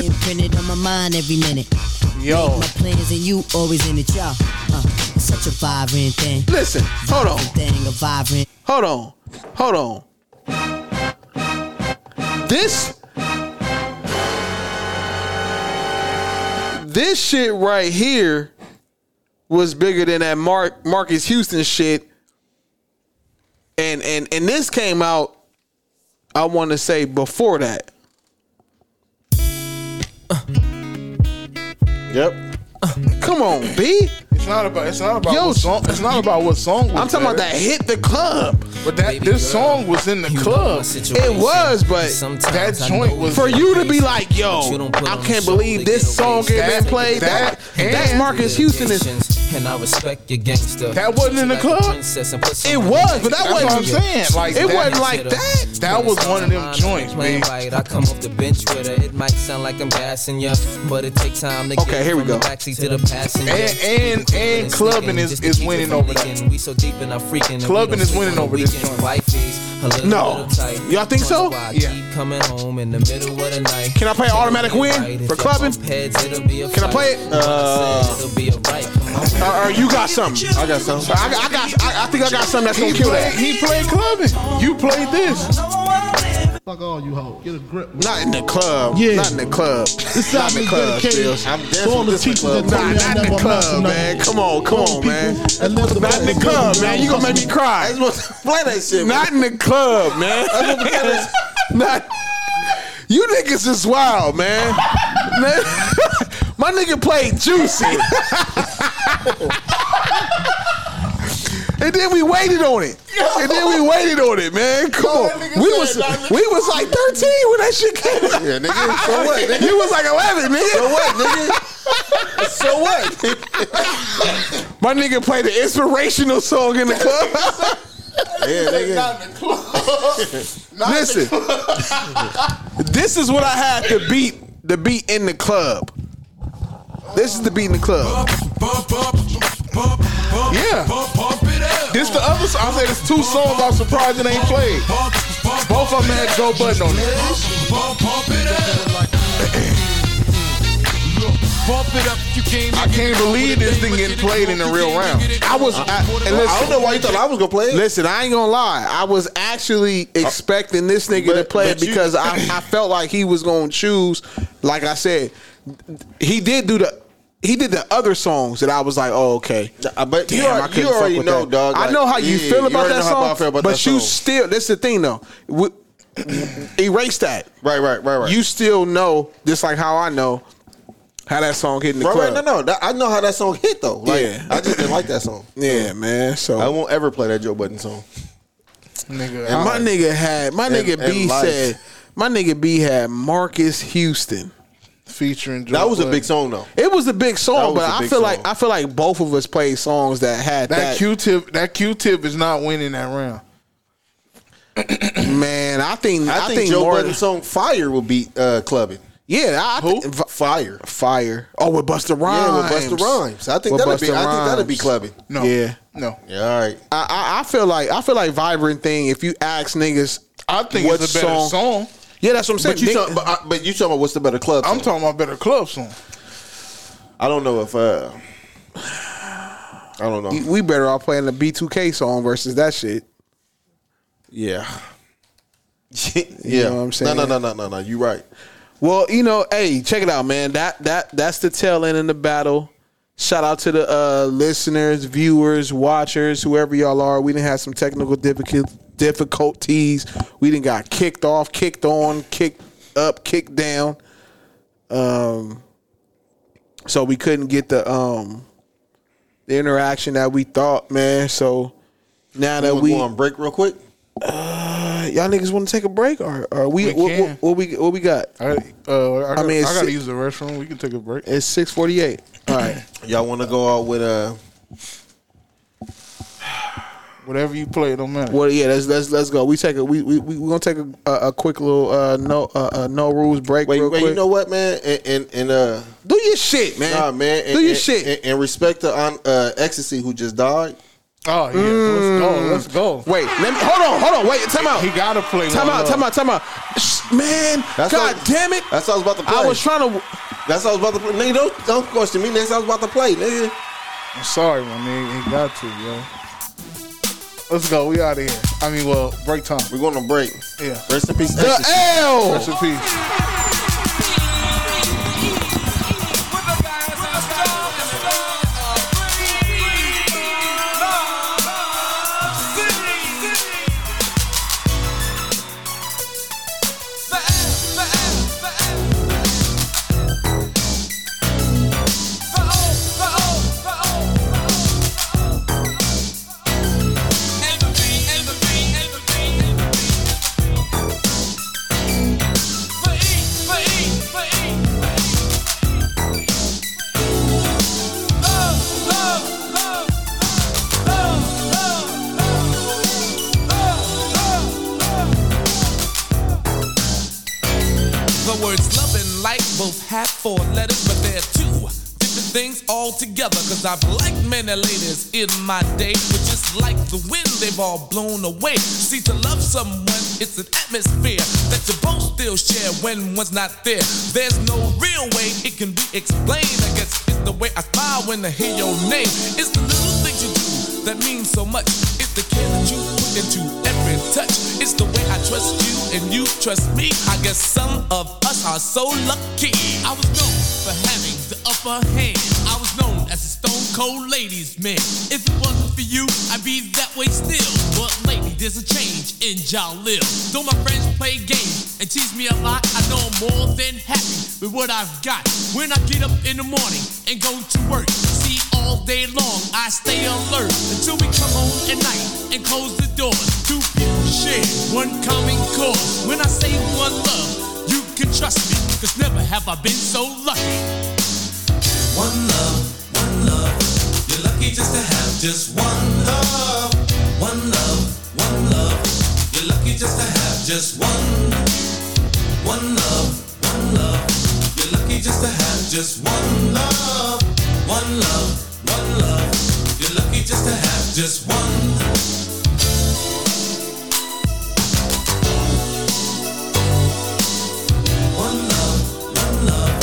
[SPEAKER 37] Imprinted on my mind every minute.
[SPEAKER 1] Yo.
[SPEAKER 37] Make my plans and you always in it, y'all. Uh, such a vibrant thing.
[SPEAKER 1] Listen, hold on.
[SPEAKER 37] Thing, a vibrant.
[SPEAKER 1] Hold on. Hold on. This This shit right here was bigger than that Mark Marcus Houston shit. And and and this came out I want to say before that.
[SPEAKER 6] Yep.
[SPEAKER 1] Come on, B.
[SPEAKER 5] It's not about. It's not about. what song, it's not about what song. Was
[SPEAKER 1] I'm talking about
[SPEAKER 5] there.
[SPEAKER 1] that hit the club.
[SPEAKER 5] But that this song was in the club.
[SPEAKER 1] It was, but
[SPEAKER 5] that joint was
[SPEAKER 1] for you to be like, yo, I can't believe this song getting played. That, that's Marcus Houston. Is,
[SPEAKER 38] And I respect your gangster.
[SPEAKER 5] That wasn't in the club.
[SPEAKER 38] It
[SPEAKER 1] it was, but that
[SPEAKER 5] That's
[SPEAKER 1] wasn't.
[SPEAKER 5] what I'm saying. Like
[SPEAKER 1] it
[SPEAKER 5] that-
[SPEAKER 1] wasn't like that.
[SPEAKER 5] That was one of them joints,
[SPEAKER 38] Playing
[SPEAKER 5] man.
[SPEAKER 38] right, I come off the bench with her. It might sound like I'm gassing ya, but it takes time to
[SPEAKER 5] Okay,
[SPEAKER 38] get
[SPEAKER 5] here we
[SPEAKER 38] from the
[SPEAKER 5] go.
[SPEAKER 38] backseat to the passenger.
[SPEAKER 5] And and and clubbing is, is winning over that.
[SPEAKER 38] We so deep in our freaking.
[SPEAKER 5] Clubbing is winning over this joint.
[SPEAKER 38] No,
[SPEAKER 1] y'all think so?
[SPEAKER 38] Yeah. Coming home in the middle of the night.
[SPEAKER 1] Can I play automatic win for clubbing?
[SPEAKER 38] Can
[SPEAKER 1] I play it? Uh, or you got something? I got something. I, got- I got. I, I think I got something that's gonna
[SPEAKER 5] He
[SPEAKER 1] kill
[SPEAKER 5] played-
[SPEAKER 1] that.
[SPEAKER 5] He played clubbing. You played this.
[SPEAKER 14] Fuck all you hoes. Get a grip.
[SPEAKER 1] Not in the club.
[SPEAKER 14] Yeah.
[SPEAKER 1] Not in the club.
[SPEAKER 14] This
[SPEAKER 1] not
[SPEAKER 14] side
[SPEAKER 1] in the
[SPEAKER 14] is
[SPEAKER 1] club,
[SPEAKER 14] dedicated
[SPEAKER 1] Spills.
[SPEAKER 14] to all the teachers that
[SPEAKER 1] Nah,
[SPEAKER 14] told me I
[SPEAKER 1] not in the
[SPEAKER 14] never
[SPEAKER 1] club,
[SPEAKER 14] amount to
[SPEAKER 1] man.
[SPEAKER 14] nothing.
[SPEAKER 1] Come on, come
[SPEAKER 14] Those
[SPEAKER 1] on, man.
[SPEAKER 14] that live the
[SPEAKER 1] Not in the
[SPEAKER 14] way
[SPEAKER 1] club,
[SPEAKER 14] they
[SPEAKER 1] man.
[SPEAKER 14] do.
[SPEAKER 1] You gonna make me cry.
[SPEAKER 6] Play that shit.
[SPEAKER 1] Not in the club, man. Not. You niggas is wild, man. Man, My nigga played juicy. And then we waited on it. And then we waited on it, man. Come on. We was we was like 13 when that shit came out.
[SPEAKER 6] Yeah, nigga. So what, nigga?
[SPEAKER 1] You was like 11, nigga.
[SPEAKER 6] So what, nigga? So what?
[SPEAKER 1] My nigga played the inspirational song in the club.
[SPEAKER 6] Yeah,
[SPEAKER 5] Not in the club. Not in the
[SPEAKER 1] Listen.
[SPEAKER 5] club.
[SPEAKER 1] this is what I had to beat the beat in the club. This is the beat in the club.
[SPEAKER 5] Yeah. This the other song. I say there's two songs I'm surprised it ain't played. Both of them had Joe Budden on it. I can't believe this thing getting played in the real round.
[SPEAKER 1] I was. I, and listen,
[SPEAKER 6] I don't know why you thought I was gonna play it.
[SPEAKER 1] Listen, I ain't gonna lie. I was actually expecting this nigga to play it
[SPEAKER 6] but you-
[SPEAKER 1] because I, I felt like he was gonna choose. Like I said, he did do the. He did the other songs that I was like, oh okay.
[SPEAKER 6] But you,
[SPEAKER 1] Damn, I
[SPEAKER 6] are,
[SPEAKER 1] couldn't
[SPEAKER 6] you
[SPEAKER 1] fuck
[SPEAKER 6] already
[SPEAKER 1] with
[SPEAKER 6] know,
[SPEAKER 1] that.
[SPEAKER 6] dog.
[SPEAKER 1] I know how you feel about that song, but you
[SPEAKER 6] still
[SPEAKER 1] still. That's the thing, though. We, erase that.
[SPEAKER 6] right, right, right, right.
[SPEAKER 1] You still know, just like how I know how that song hit in the
[SPEAKER 6] right,
[SPEAKER 1] club.
[SPEAKER 6] right, no, no. That- I know how that song hit though. Like,
[SPEAKER 1] Yeah.
[SPEAKER 6] I just didn't like that song.
[SPEAKER 1] Yeah, man. So
[SPEAKER 6] I won't ever play that Joe Budden song.
[SPEAKER 5] Nigga,
[SPEAKER 1] And my
[SPEAKER 6] Alright.
[SPEAKER 1] nigga had my
[SPEAKER 6] And-
[SPEAKER 1] nigga
[SPEAKER 6] and
[SPEAKER 1] B
[SPEAKER 6] life.
[SPEAKER 1] said my nigga B had Marcus Houston.
[SPEAKER 5] featuring Joe
[SPEAKER 6] That was a
[SPEAKER 5] Budden.
[SPEAKER 6] big song though.
[SPEAKER 1] It was a big
[SPEAKER 6] That
[SPEAKER 1] song,
[SPEAKER 6] was
[SPEAKER 1] but
[SPEAKER 6] a
[SPEAKER 1] I
[SPEAKER 6] big
[SPEAKER 1] feel like
[SPEAKER 6] song.
[SPEAKER 1] I feel like both of us played songs that had
[SPEAKER 5] That,
[SPEAKER 1] that.
[SPEAKER 5] Q-tip, that Q-tip is not winning that round.
[SPEAKER 1] man, I think
[SPEAKER 6] I,
[SPEAKER 1] I,
[SPEAKER 6] think, Joe
[SPEAKER 1] more.
[SPEAKER 6] Budden's song "Fire" will beat uh, "Clubbing."
[SPEAKER 1] Yeah, I, I think
[SPEAKER 6] Fire.
[SPEAKER 1] fire. Oh, with Busta Rhymes.
[SPEAKER 6] Yeah, with Busta Rhymes. I think
[SPEAKER 1] With
[SPEAKER 6] that'll be.
[SPEAKER 1] Busta
[SPEAKER 6] I think that'll
[SPEAKER 1] Rhymes.
[SPEAKER 6] be clubbing.
[SPEAKER 5] No.
[SPEAKER 1] Yeah.
[SPEAKER 5] No.
[SPEAKER 6] Yeah, all right.
[SPEAKER 1] I, I I feel like I feel like vibrant thing. If you ask niggas,
[SPEAKER 5] I think
[SPEAKER 1] what
[SPEAKER 5] it's a better song.
[SPEAKER 1] Yeah, that's what I'm saying.
[SPEAKER 6] But you,
[SPEAKER 1] Nigg-
[SPEAKER 6] talk, but, I, but you talking about what's the better club?
[SPEAKER 5] I'm
[SPEAKER 6] Song?
[SPEAKER 5] talking about better club song.
[SPEAKER 6] I don't know if. Uh, I don't know.
[SPEAKER 1] we better off playing the B2K song versus that shit.
[SPEAKER 6] Yeah.
[SPEAKER 1] You
[SPEAKER 6] yeah.
[SPEAKER 1] know what I'm saying?
[SPEAKER 6] No, no, no, no, no, no. You right.
[SPEAKER 1] Well, you know, hey, check it out, man. That that that's the tail end in the battle. Shout out to the uh, listeners, viewers, watchers, whoever y'all are. We didn't have some technical difficul- difficulties. We didn't got kicked off, kicked on, kicked up, kicked down. Um, so we couldn't get the um the interaction that we thought, man. So now that
[SPEAKER 6] Wanna
[SPEAKER 1] we uh,
[SPEAKER 6] go on break real quick.
[SPEAKER 1] y'all niggas want to take a break or or we,
[SPEAKER 5] We
[SPEAKER 1] what,
[SPEAKER 5] can.
[SPEAKER 1] what, what we what we got?
[SPEAKER 5] I, uh, I, got,
[SPEAKER 1] mean,
[SPEAKER 5] I
[SPEAKER 1] it's-
[SPEAKER 5] gotta use the restroom. We can take a break.
[SPEAKER 1] It's six forty eight. All right.
[SPEAKER 6] Y'all want to go out with uh
[SPEAKER 5] Whatever you play, it don't matter.
[SPEAKER 1] Well, yeah, let's let's let's go. We take a we we we we gonna take a a, a quick little uh no uh, uh no rules break.
[SPEAKER 6] Wait,
[SPEAKER 1] real
[SPEAKER 6] wait.
[SPEAKER 1] quick.
[SPEAKER 6] You know what, man? And and, and uh,
[SPEAKER 1] do your shit, man.
[SPEAKER 6] nah, man. And,
[SPEAKER 1] do your
[SPEAKER 6] and-
[SPEAKER 1] shit.
[SPEAKER 6] And, and respect to um, uh, ecstasy who just died.
[SPEAKER 5] Oh yeah, let's go. Let's go.
[SPEAKER 1] wait, let me, hold on, hold on. Wait, time out.
[SPEAKER 5] He gotta play.
[SPEAKER 1] Time
[SPEAKER 5] one
[SPEAKER 1] out.
[SPEAKER 5] love.
[SPEAKER 1] Time out. Time out. Shh, Man,
[SPEAKER 6] That's
[SPEAKER 1] God
[SPEAKER 6] what-
[SPEAKER 1] damn it.
[SPEAKER 6] That's what I was about to play.
[SPEAKER 1] I was trying to.
[SPEAKER 6] That's what I was about to play. Nigga, don't, don't question me. That's what I was about to play, nigga.
[SPEAKER 5] I'm sorry, my nigga. He got to, yo. Let's go. We out of here. I mean, well, break time.
[SPEAKER 6] We're going to break.
[SPEAKER 5] Yeah.
[SPEAKER 6] Rest in peace.
[SPEAKER 5] The
[SPEAKER 6] Ecstasy.
[SPEAKER 5] L.
[SPEAKER 6] Rest in
[SPEAKER 5] peace.
[SPEAKER 7] The words love and like both have four letters, but they're two different things altogether. Cause I've liked many ladies in my day, but just like the wind, they've all blown away. See, to love someone, it's an atmosphere that you both still share when one's not there. There's no real way it can be explained. I guess it's the way I smile when I hear your name. It's the little things you do that mean so much. It's the care that you put into every touch. It's the way I trust you and you trust me. I guess some of us are so lucky. I was known for having the upper hand. I was known as a stone cold ladies man. If it wasn't for you, I'd be that way still. But lately there's a change in Jalil. Though my friends play games and tease me a lot, I know I'm more than happy with what I've got. When I get up in the morning and go to work, see all day long I stay alert until we come home at night and close the doors. Two people share one common cause. When I say one love, you can trust me, cause never have I been so lucky. One love, one love. You're lucky just to have just one love. One love, one love. You're lucky just to have just one. One love, one love. You're lucky just to have just one love. One love, one love. You're lucky just to have just one. One love, one love.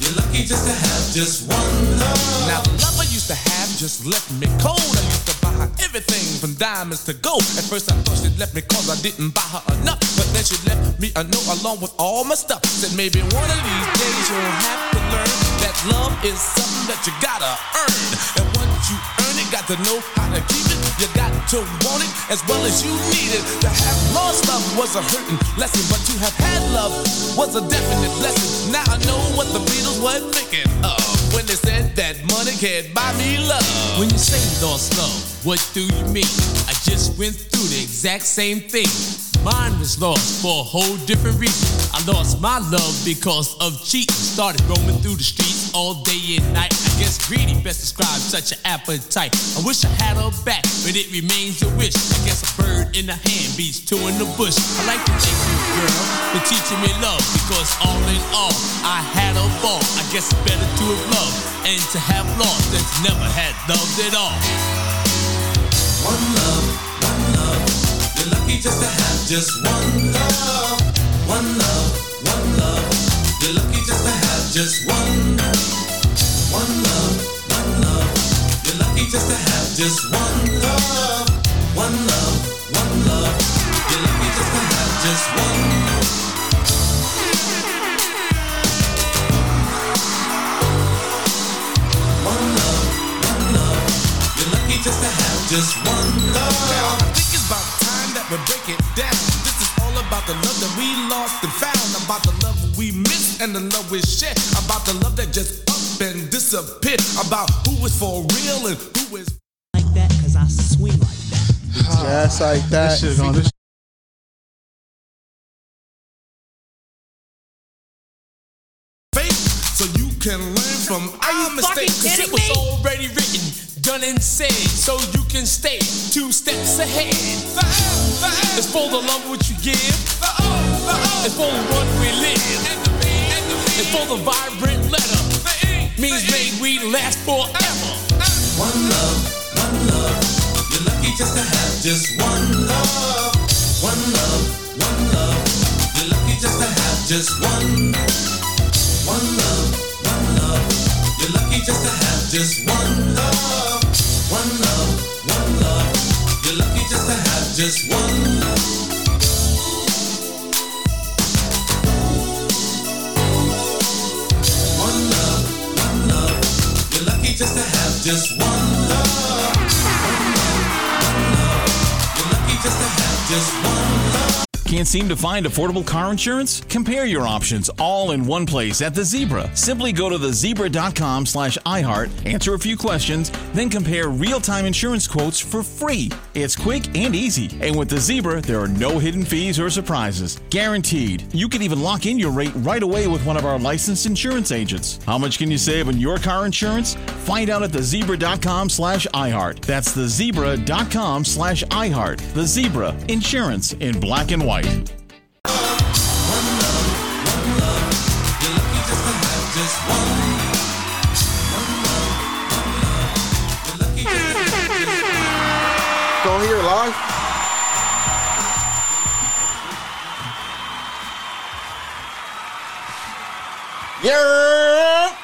[SPEAKER 7] You're lucky just to have just one love. Now the love I used to have just left me cold. I used to buy her everything from diamonds to gold. At first I thought she left me cause I didn't buy her enough. But then she left me a note along with all my stuff. Said maybe one of these days you'll have to learn that love is something that you gotta earn. And once you earn it, got to know how to keep it. You got to want it as well as you need it. To have lost love was a hurting lesson, but to have had love was a definite blessing. Now I know what the Beatles were thinking of when they said that money can't buy me love. When you say lost love, what do you mean? I just went through the exact same thing. Mine was lost for a whole different reason. I lost my love because of cheating. Started roaming through the streets all day and night. I guess greedy best describes such an appetite. I wish I had her back, but it remains a wish. I guess a bird in the hand beats two in the bush. I like to thank you, girl, for teaching me love because all in all, I had a ball. I guess it's better to have loved and to have lost than to never had loved at all. One love, one love. You're lucky just to have just one love, one love, one love. You're lucky just to have just one love, one love, one love. You're lucky just to have just one love, one love, one love. You're lucky just to have just one. One love, one love. You're lucky just to have just one love. I think it's about time that we break it down. This is all about the love that we lost and found. About the love we missed and the love we shared. About the love that just up and disappeared. About who is for real and who is like that. Cause I swing like
[SPEAKER 1] That's like that.
[SPEAKER 7] shit on- this faith so you can learn from our mistakes. Cause it was already written, done and said, so you can stay two steps ahead. The L, the L. It's for the love which you give. The O, the O. It's for the one we live. And the B, and the B. It's for the vibrant letter. The E means may we last forever. One love, one love. You're lucky just to have just one love. One love, one love. You're lucky just to have just one, one love, one love. You're lucky just to have just one love, one love, one love. You're lucky just to have just one love. One love, one love. You're lucky just to have just one love. One love, one love. You're lucky just to have just one love.
[SPEAKER 8] Can't seem to find affordable car insurance? Compare your options all in one place at The Zebra. Simply go to thezebra.com slash iHeart, answer a few questions, then compare real-time insurance quotes for free. It's quick and easy. And with The Zebra, there are no hidden fees or surprises. Guaranteed. You can even lock in your rate right away with one of our licensed insurance agents. How much can you save on your car insurance? Find out at thezebra.com slash iHeart. That's thezebra.com slash iHeart. The Zebra. Insurance in black and white.
[SPEAKER 2] Go here live.
[SPEAKER 6] Yeah.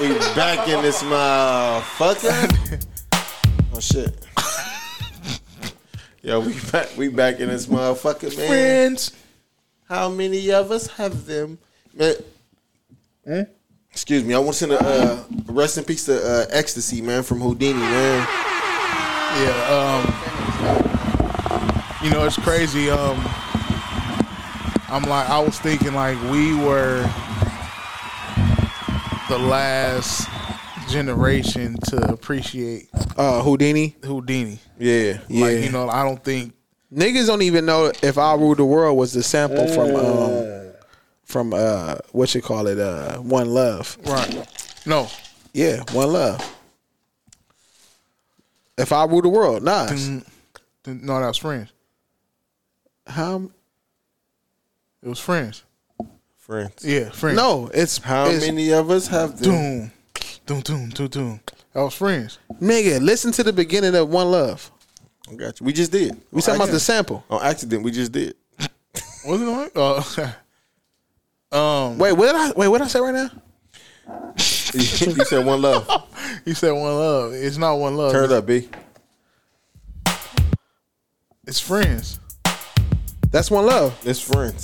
[SPEAKER 6] We back in this motherfucker. Oh shit. Yo, we back we back in this motherfucker, man.
[SPEAKER 1] Friends.
[SPEAKER 6] How many of us have them? Man. Excuse me. I want to send a uh, rest in peace to uh, Ecstasy, man, from Houdini, man.
[SPEAKER 1] Yeah, um, you know, it's crazy. Um, I'm like, I was thinking, like, we were the last generation to appreciate
[SPEAKER 2] uh, Houdini.
[SPEAKER 1] Houdini.
[SPEAKER 6] Yeah,
[SPEAKER 1] yeah. Like, you know, I don't think
[SPEAKER 2] niggas don't even know if I Rule the World was the sample from um from uh what you call it uh One Love.
[SPEAKER 1] Right. No.
[SPEAKER 2] Yeah, One Love. If I Rule the World, Nas.
[SPEAKER 1] No, that was Friends.
[SPEAKER 2] How?
[SPEAKER 1] It was Friends.
[SPEAKER 6] Friends.
[SPEAKER 1] Yeah, Friends.
[SPEAKER 2] No, it's
[SPEAKER 6] How many of us have
[SPEAKER 1] them? Doom, doom, doom, doom. That was Friends.
[SPEAKER 2] Nigga, listen to the beginning of One Love.
[SPEAKER 6] I got you. We just did.
[SPEAKER 2] We talking about the sample.
[SPEAKER 6] On accident, we just did.
[SPEAKER 1] Was it on it? Uh, um,
[SPEAKER 2] wait, what did I wait? What did I say right now?
[SPEAKER 6] you said one love.
[SPEAKER 1] you said one love. It's not one love.
[SPEAKER 6] Turn it up, B.
[SPEAKER 1] It's friends.
[SPEAKER 2] That's one love.
[SPEAKER 6] It's friends.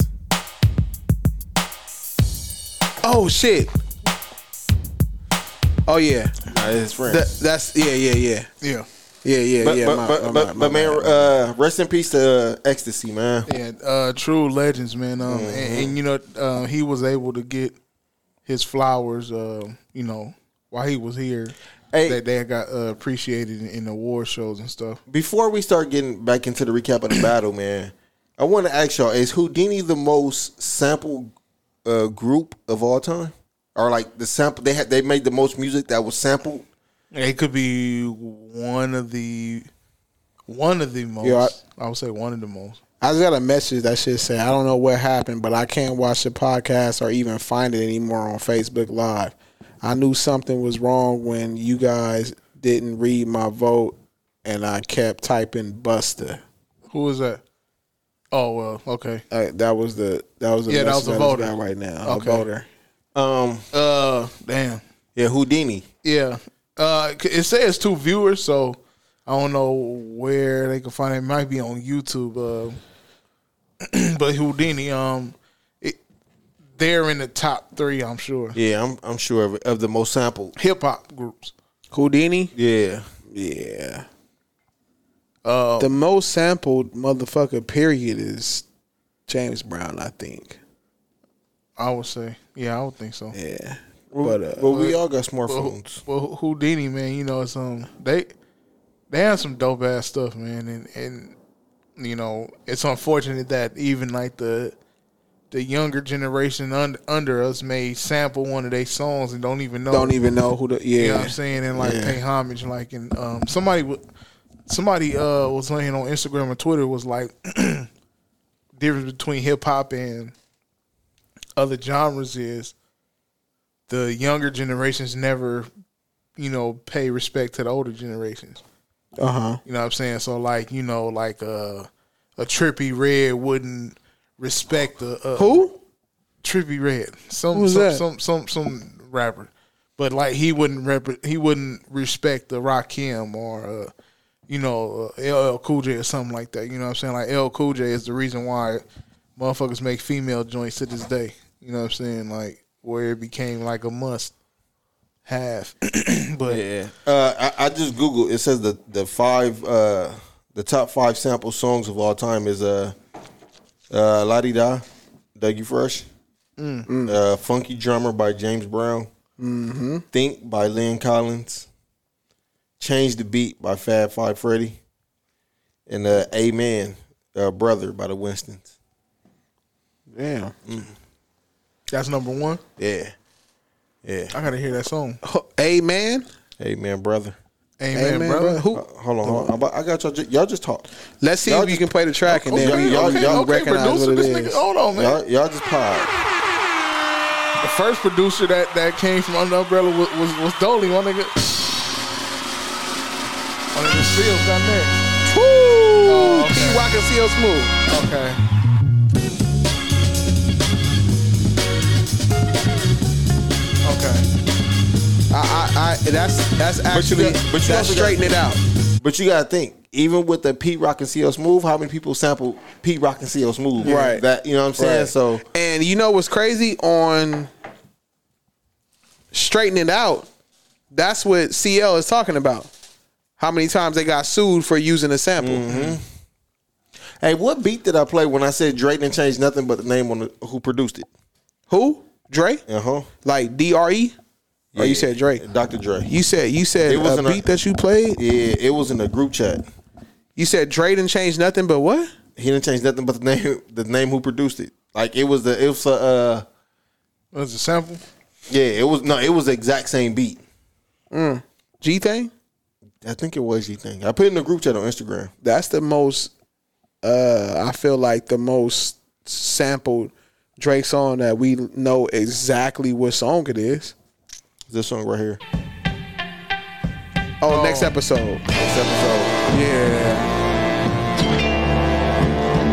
[SPEAKER 2] Oh shit. Oh yeah.
[SPEAKER 6] Nah, it's friends.
[SPEAKER 2] That- that's yeah, yeah, yeah,
[SPEAKER 1] yeah,
[SPEAKER 2] yeah, yeah,
[SPEAKER 6] but,
[SPEAKER 2] yeah.
[SPEAKER 6] But,
[SPEAKER 2] my-
[SPEAKER 6] but, but,
[SPEAKER 2] my- my-
[SPEAKER 6] but
[SPEAKER 2] my-
[SPEAKER 6] man, uh, rest in peace to uh, ecstasy, man.
[SPEAKER 1] Yeah, uh, true legends, man. Um, and,
[SPEAKER 2] Mm-hmm.
[SPEAKER 1] and you know, uh, he was able to get his flowers. Uh, you know, while he was here, that they got uh, appreciated in, in award shows and stuff.
[SPEAKER 6] Before we start getting back into the recap of the battle, man, I want to ask y'all: Is Houdini the most sampled uh, group of all time, or like the sample they had? They made the most music that was sampled.
[SPEAKER 1] It could be one of the one of the most.
[SPEAKER 2] Yeah,
[SPEAKER 1] I, would say one of the most.
[SPEAKER 2] I just got a message that shit said, I don't know what happened, but I can't watch the podcast or even find it anymore on Facebook Live. I knew something was wrong when you guys didn't read my vote and I kept typing Buster.
[SPEAKER 1] Who was that? Oh well, okay.
[SPEAKER 2] Uh, that was the that was the
[SPEAKER 1] Yeah, that was
[SPEAKER 2] message
[SPEAKER 1] a
[SPEAKER 2] I just
[SPEAKER 1] voter.
[SPEAKER 2] got right now.
[SPEAKER 1] Okay.
[SPEAKER 2] A voter.
[SPEAKER 6] Um.
[SPEAKER 1] Uh. Damn.
[SPEAKER 6] Yeah, Houdini.
[SPEAKER 1] Yeah. Uh, c- it says two viewers, so I don't know where they can find it. It might be on YouTube. Uh, but Houdini, um, it, they're in the top three, I'm sure.
[SPEAKER 6] Yeah, I'm I'm sure of, of the most sampled
[SPEAKER 1] hip hop groups.
[SPEAKER 2] Houdini?
[SPEAKER 6] Yeah,
[SPEAKER 2] yeah.
[SPEAKER 1] Uh, Oh.
[SPEAKER 2] the most sampled motherfucker period is James Brown, I think.
[SPEAKER 1] I would say, yeah, I would think so.
[SPEAKER 2] Yeah,
[SPEAKER 6] Well,
[SPEAKER 2] but uh,
[SPEAKER 6] well, we all got
[SPEAKER 1] Well,
[SPEAKER 6] smartphones.
[SPEAKER 1] Well, Houdini, man, you know, it's um, they they have some dope ass stuff, man, and and you know, it's unfortunate that even like the the younger generation under under us may sample one of their songs and don't even know,
[SPEAKER 2] Don't even know who the-
[SPEAKER 1] you know
[SPEAKER 2] yeah.
[SPEAKER 1] what I'm saying, and like
[SPEAKER 2] Yeah.
[SPEAKER 1] pay homage, like and um, somebody w- somebody uh was laying on Instagram and Twitter was like difference between hip hop and other genres is the younger generations never, you know, pay respect to the older generations.
[SPEAKER 2] Uh-huh.
[SPEAKER 1] You know what I'm saying? So like, you know, like uh, a trippy red wouldn't respect a, a
[SPEAKER 2] Who?
[SPEAKER 5] Trippy Red. Some
[SPEAKER 1] Who's
[SPEAKER 5] some,
[SPEAKER 1] that?
[SPEAKER 5] some some some rapper. But like he wouldn't rep- he wouldn't respect the Rakim or uh, you know uh, LL Cool J or something like that. You know what I'm saying? Like LL Cool J is the reason why motherfuckers make female joints to this day. You know what I'm saying? Like where it became like a must have. but
[SPEAKER 6] yeah, uh, I, I just googled. It says the the five uh, the top five sample songs of all time is uh, uh, La Di Da, Dougie Fresh,
[SPEAKER 1] Mm.
[SPEAKER 6] uh, Funky Drummer by James Brown,
[SPEAKER 1] Mm-hmm.
[SPEAKER 6] Think by Lynn Collins, Change the Beat by Fab Five Freddy, and uh, Amen uh, Brother by the Winstons.
[SPEAKER 5] Damn. That's number one.
[SPEAKER 6] Yeah, yeah.
[SPEAKER 5] I gotta hear that song.
[SPEAKER 1] Amen.
[SPEAKER 6] Amen, brother.
[SPEAKER 5] Amen, brother. Who?
[SPEAKER 6] Uh, hold on, hold on. I'm about- I got y'all. ju- Y'all just talk.
[SPEAKER 1] Let's see
[SPEAKER 6] Y'all
[SPEAKER 1] if you can play the track and then
[SPEAKER 6] uh, Okay,
[SPEAKER 1] we- y'all,
[SPEAKER 6] okay,
[SPEAKER 1] y'all
[SPEAKER 6] okay,
[SPEAKER 1] recognize
[SPEAKER 6] producer,
[SPEAKER 1] what it
[SPEAKER 6] this nigga-
[SPEAKER 1] is.
[SPEAKER 6] hold on, man. Y'all- y'all just
[SPEAKER 5] The first producer that, that came from Under Umbrella was was, was Dolly, my nigga. My nigga Seals got next. Woo! Oh, okay.
[SPEAKER 1] Rock and Seal Smooth.
[SPEAKER 5] Okay. Okay.
[SPEAKER 1] I, I, I, that's that's actually that's straightening it out.
[SPEAKER 6] But you gotta think, even with the Pete Rock and CL Smooth, how many people sample Pete Rock and CL Smooth?
[SPEAKER 1] Right.
[SPEAKER 6] That you know what I'm saying?
[SPEAKER 1] Right.
[SPEAKER 6] So
[SPEAKER 1] and you know what's crazy on straightening it out? That's what CL is talking about. How many times they got sued for using a sample?
[SPEAKER 6] Mm-hmm. Hey, what beat did I play when I said Drake didn't change nothing but the name on the, who produced it?
[SPEAKER 1] Who? Dre?
[SPEAKER 6] Uh huh.
[SPEAKER 1] Like D R E?
[SPEAKER 6] Oh, you said
[SPEAKER 1] Drake.
[SPEAKER 6] Dr. Dre.
[SPEAKER 1] You said you said
[SPEAKER 6] It was
[SPEAKER 1] a
[SPEAKER 6] in a-
[SPEAKER 1] beat that you played.
[SPEAKER 6] Yeah, it was in a group chat.
[SPEAKER 1] You said Dre didn't change nothing, but what?
[SPEAKER 6] He didn't change nothing but the name the name who produced it. Like it was the it was a uh,
[SPEAKER 5] Was it sample?
[SPEAKER 6] yeah, it was no, it was the exact same beat.
[SPEAKER 1] Mm. G thing.
[SPEAKER 6] I think it was G thing. I put it in the group chat on Instagram.
[SPEAKER 1] That's the most. uh I feel like the most sampled Drake song that we know exactly what song it is.
[SPEAKER 6] This song right here.
[SPEAKER 1] Oh, next episode.
[SPEAKER 6] Next episode.
[SPEAKER 1] Yeah.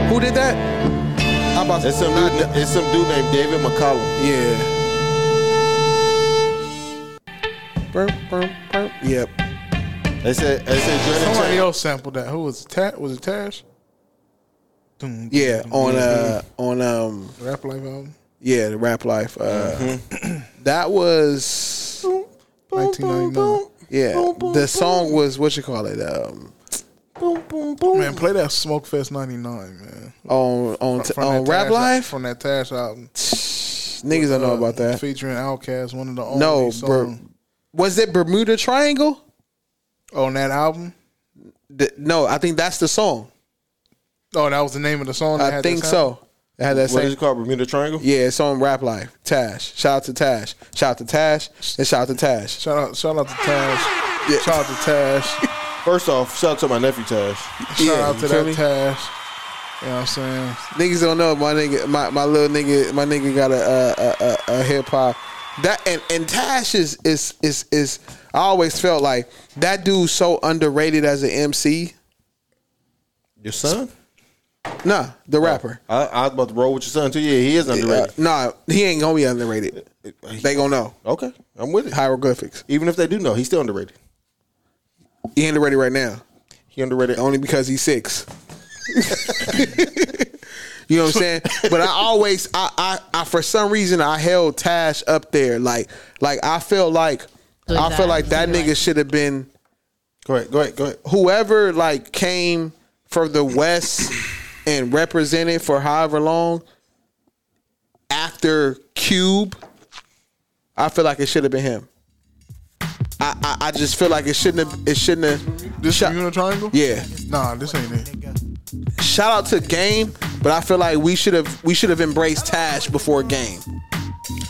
[SPEAKER 1] Who did that? How about
[SPEAKER 6] it's some dude, it's some dude named David McCollum.
[SPEAKER 1] Yeah. Burp, burp, burp. Yep.
[SPEAKER 6] They said they said Drake didn't
[SPEAKER 5] Somebody
[SPEAKER 6] change-
[SPEAKER 5] else sampled that. Who was it? Ta- was it Tash?
[SPEAKER 1] Yeah, on uh on um
[SPEAKER 5] Rap Life album.
[SPEAKER 1] yeah, the rap life. Uh
[SPEAKER 5] Mm-hmm.
[SPEAKER 1] that was
[SPEAKER 5] 1999.
[SPEAKER 1] yeah. the song was what you call it? Um
[SPEAKER 6] Boom, boom, boom.
[SPEAKER 5] Man, play that Smoke Fest 99, man.
[SPEAKER 1] on on
[SPEAKER 5] From- from
[SPEAKER 1] on
[SPEAKER 5] that
[SPEAKER 1] rap
[SPEAKER 5] Tash-
[SPEAKER 1] life?
[SPEAKER 5] From that Tash album. uh,
[SPEAKER 1] Niggas don't know about that.
[SPEAKER 5] Featuring Outkast, one of the only
[SPEAKER 1] No,
[SPEAKER 5] songs.
[SPEAKER 1] bro. Was it Bermuda Triangle?
[SPEAKER 5] On that album?
[SPEAKER 1] Th- no, I think that's the song.
[SPEAKER 5] Oh, that was the name of the song. that
[SPEAKER 1] I
[SPEAKER 5] had
[SPEAKER 1] think
[SPEAKER 5] that
[SPEAKER 1] so. It had that
[SPEAKER 6] What
[SPEAKER 1] same-
[SPEAKER 6] is it called? Bermuda Triangle?
[SPEAKER 1] Yeah, it's on Rap Life. Tash. Shout out to Tash. Shout out to Tash. And shout out to Tash.
[SPEAKER 5] Shout out, shout out to Tash. Shout out to Tash.
[SPEAKER 6] First off, shout out to my nephew Tash.
[SPEAKER 5] Shout out to
[SPEAKER 1] you
[SPEAKER 5] that
[SPEAKER 1] feel me?
[SPEAKER 5] Tash. You know what I'm saying?
[SPEAKER 1] Niggas don't know my nigga, my, my little nigga, my nigga got a a, a, a hip hop. That and, and Tash is, is is is I always felt like that dude's so underrated as an MC.
[SPEAKER 6] Your son?
[SPEAKER 1] Nah, the rapper.
[SPEAKER 6] I, I was about to roll with your son too. Yeah, he is underrated.
[SPEAKER 1] Uh, nah, he ain't gonna be underrated. They gonna know.
[SPEAKER 6] Okay, I'm with it.
[SPEAKER 1] Hieroglyphics.
[SPEAKER 6] Even if they do know, he's still underrated.
[SPEAKER 1] He underrated right now.
[SPEAKER 6] He underrated
[SPEAKER 1] only because he's six. you know what I'm saying? But I always, I, I, I, for some reason, I held Tash up there. Like, like I feel like,
[SPEAKER 6] Good
[SPEAKER 1] I feel
[SPEAKER 6] guy.
[SPEAKER 1] like that
[SPEAKER 6] Good
[SPEAKER 1] nigga should have been.
[SPEAKER 6] Go ahead, go ahead, go ahead.
[SPEAKER 1] Whoever like came from the West and represented for however long after Cube, I feel like it should have been him. I, I, I just feel like it shouldn't have. It shouldn't have.
[SPEAKER 5] This Bermuda Triangle?
[SPEAKER 1] Yeah.
[SPEAKER 5] Nah, this ain't it.
[SPEAKER 1] Shout out to Game, but I feel like we should have we should have embraced Tash before Game.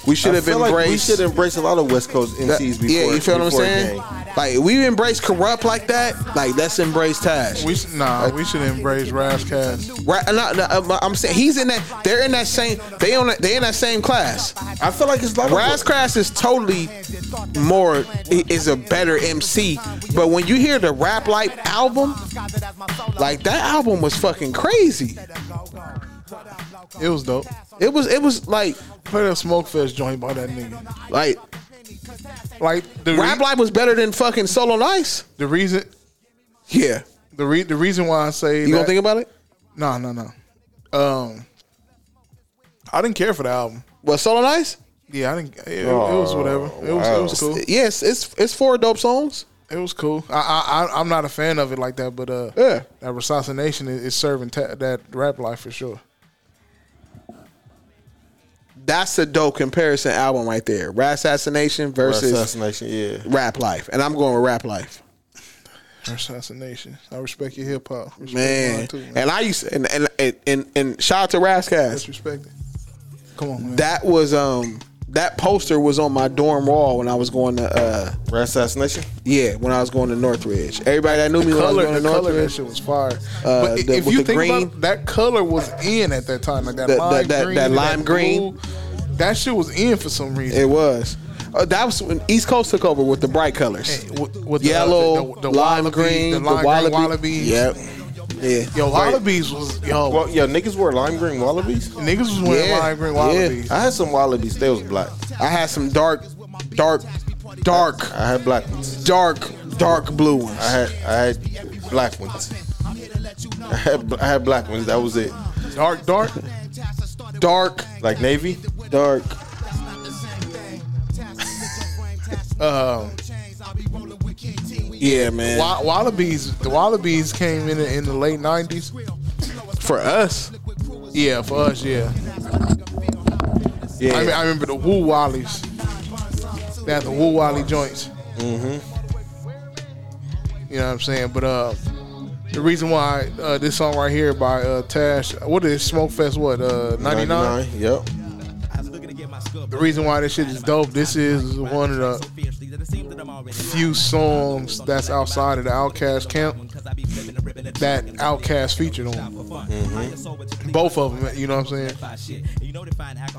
[SPEAKER 1] We should
[SPEAKER 6] I
[SPEAKER 1] have
[SPEAKER 6] feel
[SPEAKER 1] embraced.
[SPEAKER 6] like we should embrace a lot of West Coast MCs
[SPEAKER 1] that-
[SPEAKER 6] before.
[SPEAKER 1] yeah, you feel what I'm
[SPEAKER 6] before
[SPEAKER 1] saying?
[SPEAKER 6] Gang.
[SPEAKER 1] Like we embrace corrupt like that. Like let's embrace Tash.
[SPEAKER 5] We should, nah, we should embrace Razzcast.
[SPEAKER 1] Right? No, no, I'm- uh, I'm saying he's in that. They're in that same. They on. that- They in that same class.
[SPEAKER 6] I feel like it's like
[SPEAKER 1] Razzcrass is totally more i- is a better MC. But when you hear the Rap Life album, like that album was fucking crazy. It was dope. It was it was like play that smoke fest joint by that nigga.
[SPEAKER 6] Like
[SPEAKER 1] like the
[SPEAKER 6] Rap Life was better than fucking Solo Nice.
[SPEAKER 1] The reason
[SPEAKER 6] Yeah.
[SPEAKER 1] The re- the reason why I say
[SPEAKER 6] You gonna think about it?
[SPEAKER 1] No, no, no. Um I didn't care for the album.
[SPEAKER 6] What Solo Nice?
[SPEAKER 1] Yeah, I didn't it, it was whatever. It was it was cool.
[SPEAKER 6] Yes, it's it's four dope songs.
[SPEAKER 1] It was cool. I, I I I'm not a fan of it like that, but uh,
[SPEAKER 6] Yeah.
[SPEAKER 1] that resuscitation is, is serving ta- that rap life for sure.
[SPEAKER 6] That's a dope comparison album right there. Rap Assassination versus
[SPEAKER 7] Assassination, yeah.
[SPEAKER 6] Rap Life. And I'm going with Rap Life.
[SPEAKER 1] Assassination. I respect your hip hop, Respect
[SPEAKER 6] Man.
[SPEAKER 1] mine too, man.
[SPEAKER 6] And I used to, and, and and and and shout out to Rascast.
[SPEAKER 1] Disrespect it. Come on, man.
[SPEAKER 6] That was um that poster was on my dorm wall when I was going to uh
[SPEAKER 7] Assassination?
[SPEAKER 6] Yeah, when I was going to Northridge. Everybody that knew me
[SPEAKER 1] the
[SPEAKER 6] when
[SPEAKER 1] color,
[SPEAKER 6] I
[SPEAKER 1] the
[SPEAKER 6] was going to
[SPEAKER 1] color, that
[SPEAKER 6] Northridge.
[SPEAKER 1] shit was fire.
[SPEAKER 6] Uh,
[SPEAKER 1] but i-
[SPEAKER 6] the-
[SPEAKER 1] if
[SPEAKER 6] with
[SPEAKER 1] you
[SPEAKER 6] the
[SPEAKER 1] think
[SPEAKER 6] green-
[SPEAKER 1] about that color was in at that time, like that,
[SPEAKER 6] That- that-
[SPEAKER 1] lime
[SPEAKER 6] that-
[SPEAKER 1] green,
[SPEAKER 6] that
[SPEAKER 1] and
[SPEAKER 6] lime green.
[SPEAKER 1] blue, that shit was in for some reason.
[SPEAKER 6] It was. Uh, that was when East Coast took over with the bright colors.
[SPEAKER 1] Eh, with, with the- uh,
[SPEAKER 6] Yellow,
[SPEAKER 1] the-
[SPEAKER 6] the,
[SPEAKER 1] the
[SPEAKER 6] lime
[SPEAKER 1] wallaby-
[SPEAKER 6] green,
[SPEAKER 1] the
[SPEAKER 6] the,
[SPEAKER 1] lime green
[SPEAKER 6] wallaby.
[SPEAKER 1] wallabies.
[SPEAKER 6] Yep. Yeah.
[SPEAKER 1] Yo, wallabies was yo.
[SPEAKER 7] Well, yo, niggas wore lime green wallabies.
[SPEAKER 1] Niggas was wearing lime green wallabies.
[SPEAKER 7] I had some wallabies. They was black.
[SPEAKER 6] I had some dark, dark, dark.
[SPEAKER 7] I had black ones.
[SPEAKER 6] Dark, dark blue ones.
[SPEAKER 7] I had I had black ones. I had I had black ones. That was it.
[SPEAKER 1] Dark, dark,
[SPEAKER 6] dark.
[SPEAKER 7] Like navy.
[SPEAKER 6] Dark.
[SPEAKER 1] Um,
[SPEAKER 6] Yeah, man.
[SPEAKER 1] Wa- wallabies. The wallabies came in in the late nineties.
[SPEAKER 6] For us.
[SPEAKER 1] Yeah, for us. Yeah.
[SPEAKER 7] Yeah.
[SPEAKER 1] I, mean, I remember the Woo Wallies. They had the Woo Wally joints.
[SPEAKER 7] Mm-hmm.
[SPEAKER 1] You know what I'm saying? But uh, the reason why uh, this song right here by uh, Tash, what is Smoke Fest? What uh, 99?
[SPEAKER 7] Yep.
[SPEAKER 1] The reason why this shit is dope. This is one of the few songs that's outside of the Outcast camp that Outcast featured on. Both of them, you know what I'm saying?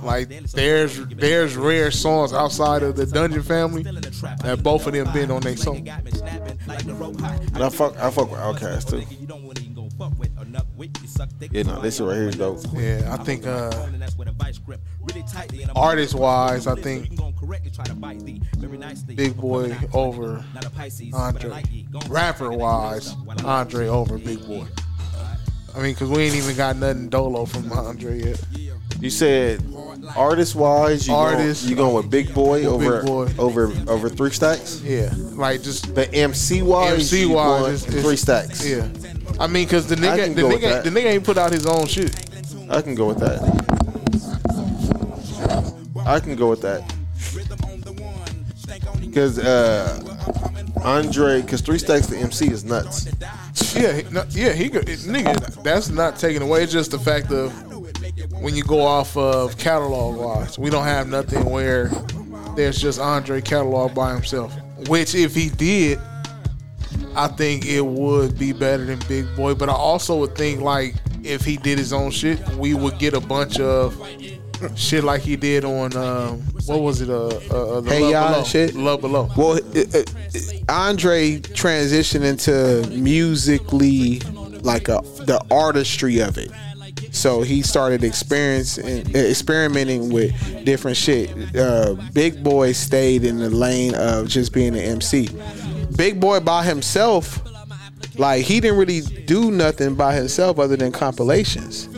[SPEAKER 1] Like there's there's rare songs outside of the Dungeon family that both of them been on their song.
[SPEAKER 7] And I fuck I fuck with Outkast too. Yeah, no, this shit right here is dope.
[SPEAKER 1] Yeah, I think uh, artist wise, I think Big Boy over Andre. Rapper wise, Andre over Big Boy. I mean, cause we ain't even got nothing Dolo from Andre yet.
[SPEAKER 7] You said artist wise, you
[SPEAKER 1] Artist.
[SPEAKER 7] going, you going with Big Boy
[SPEAKER 1] With Big
[SPEAKER 7] over
[SPEAKER 1] Boy.
[SPEAKER 7] over over three stacks?
[SPEAKER 1] Yeah, like just
[SPEAKER 7] the MC wise,
[SPEAKER 1] MC
[SPEAKER 7] you
[SPEAKER 1] wise,
[SPEAKER 7] going
[SPEAKER 1] it's- it's-
[SPEAKER 7] three stacks.
[SPEAKER 1] Yeah, I mean, cause the
[SPEAKER 7] I
[SPEAKER 1] nigga,
[SPEAKER 7] can
[SPEAKER 1] the
[SPEAKER 7] go with
[SPEAKER 1] nigga,
[SPEAKER 7] that.
[SPEAKER 1] the nigga ain't put out his own shit.
[SPEAKER 7] I can go with that. I can go with that. Because uh, Andre, because Three Stacks the MC is nuts.
[SPEAKER 1] Yeah, he- no, yeah, he could, it- nigga. That's not taken away. It's just the fact of when you go off of catalog wise, we don't have nothing where there's just Andre catalog by himself. Which, if he did, I think it would be better than Big Boy. But I also would think like if he did his own shit, we would get a bunch of shit like he did on um, what was it? Uh, uh, uh, the
[SPEAKER 6] Hey
[SPEAKER 1] Love
[SPEAKER 6] y'all
[SPEAKER 1] Below.
[SPEAKER 6] and shit.
[SPEAKER 1] Love below.
[SPEAKER 6] Well, it, it, it- Andre transitioned into musically like a, the artistry of it. So he started experiencing experimenting with different shit. Uh, Big Boy stayed in the lane of just being an MC. Big Boy by himself, like he didn't really do nothing by himself other than compilations.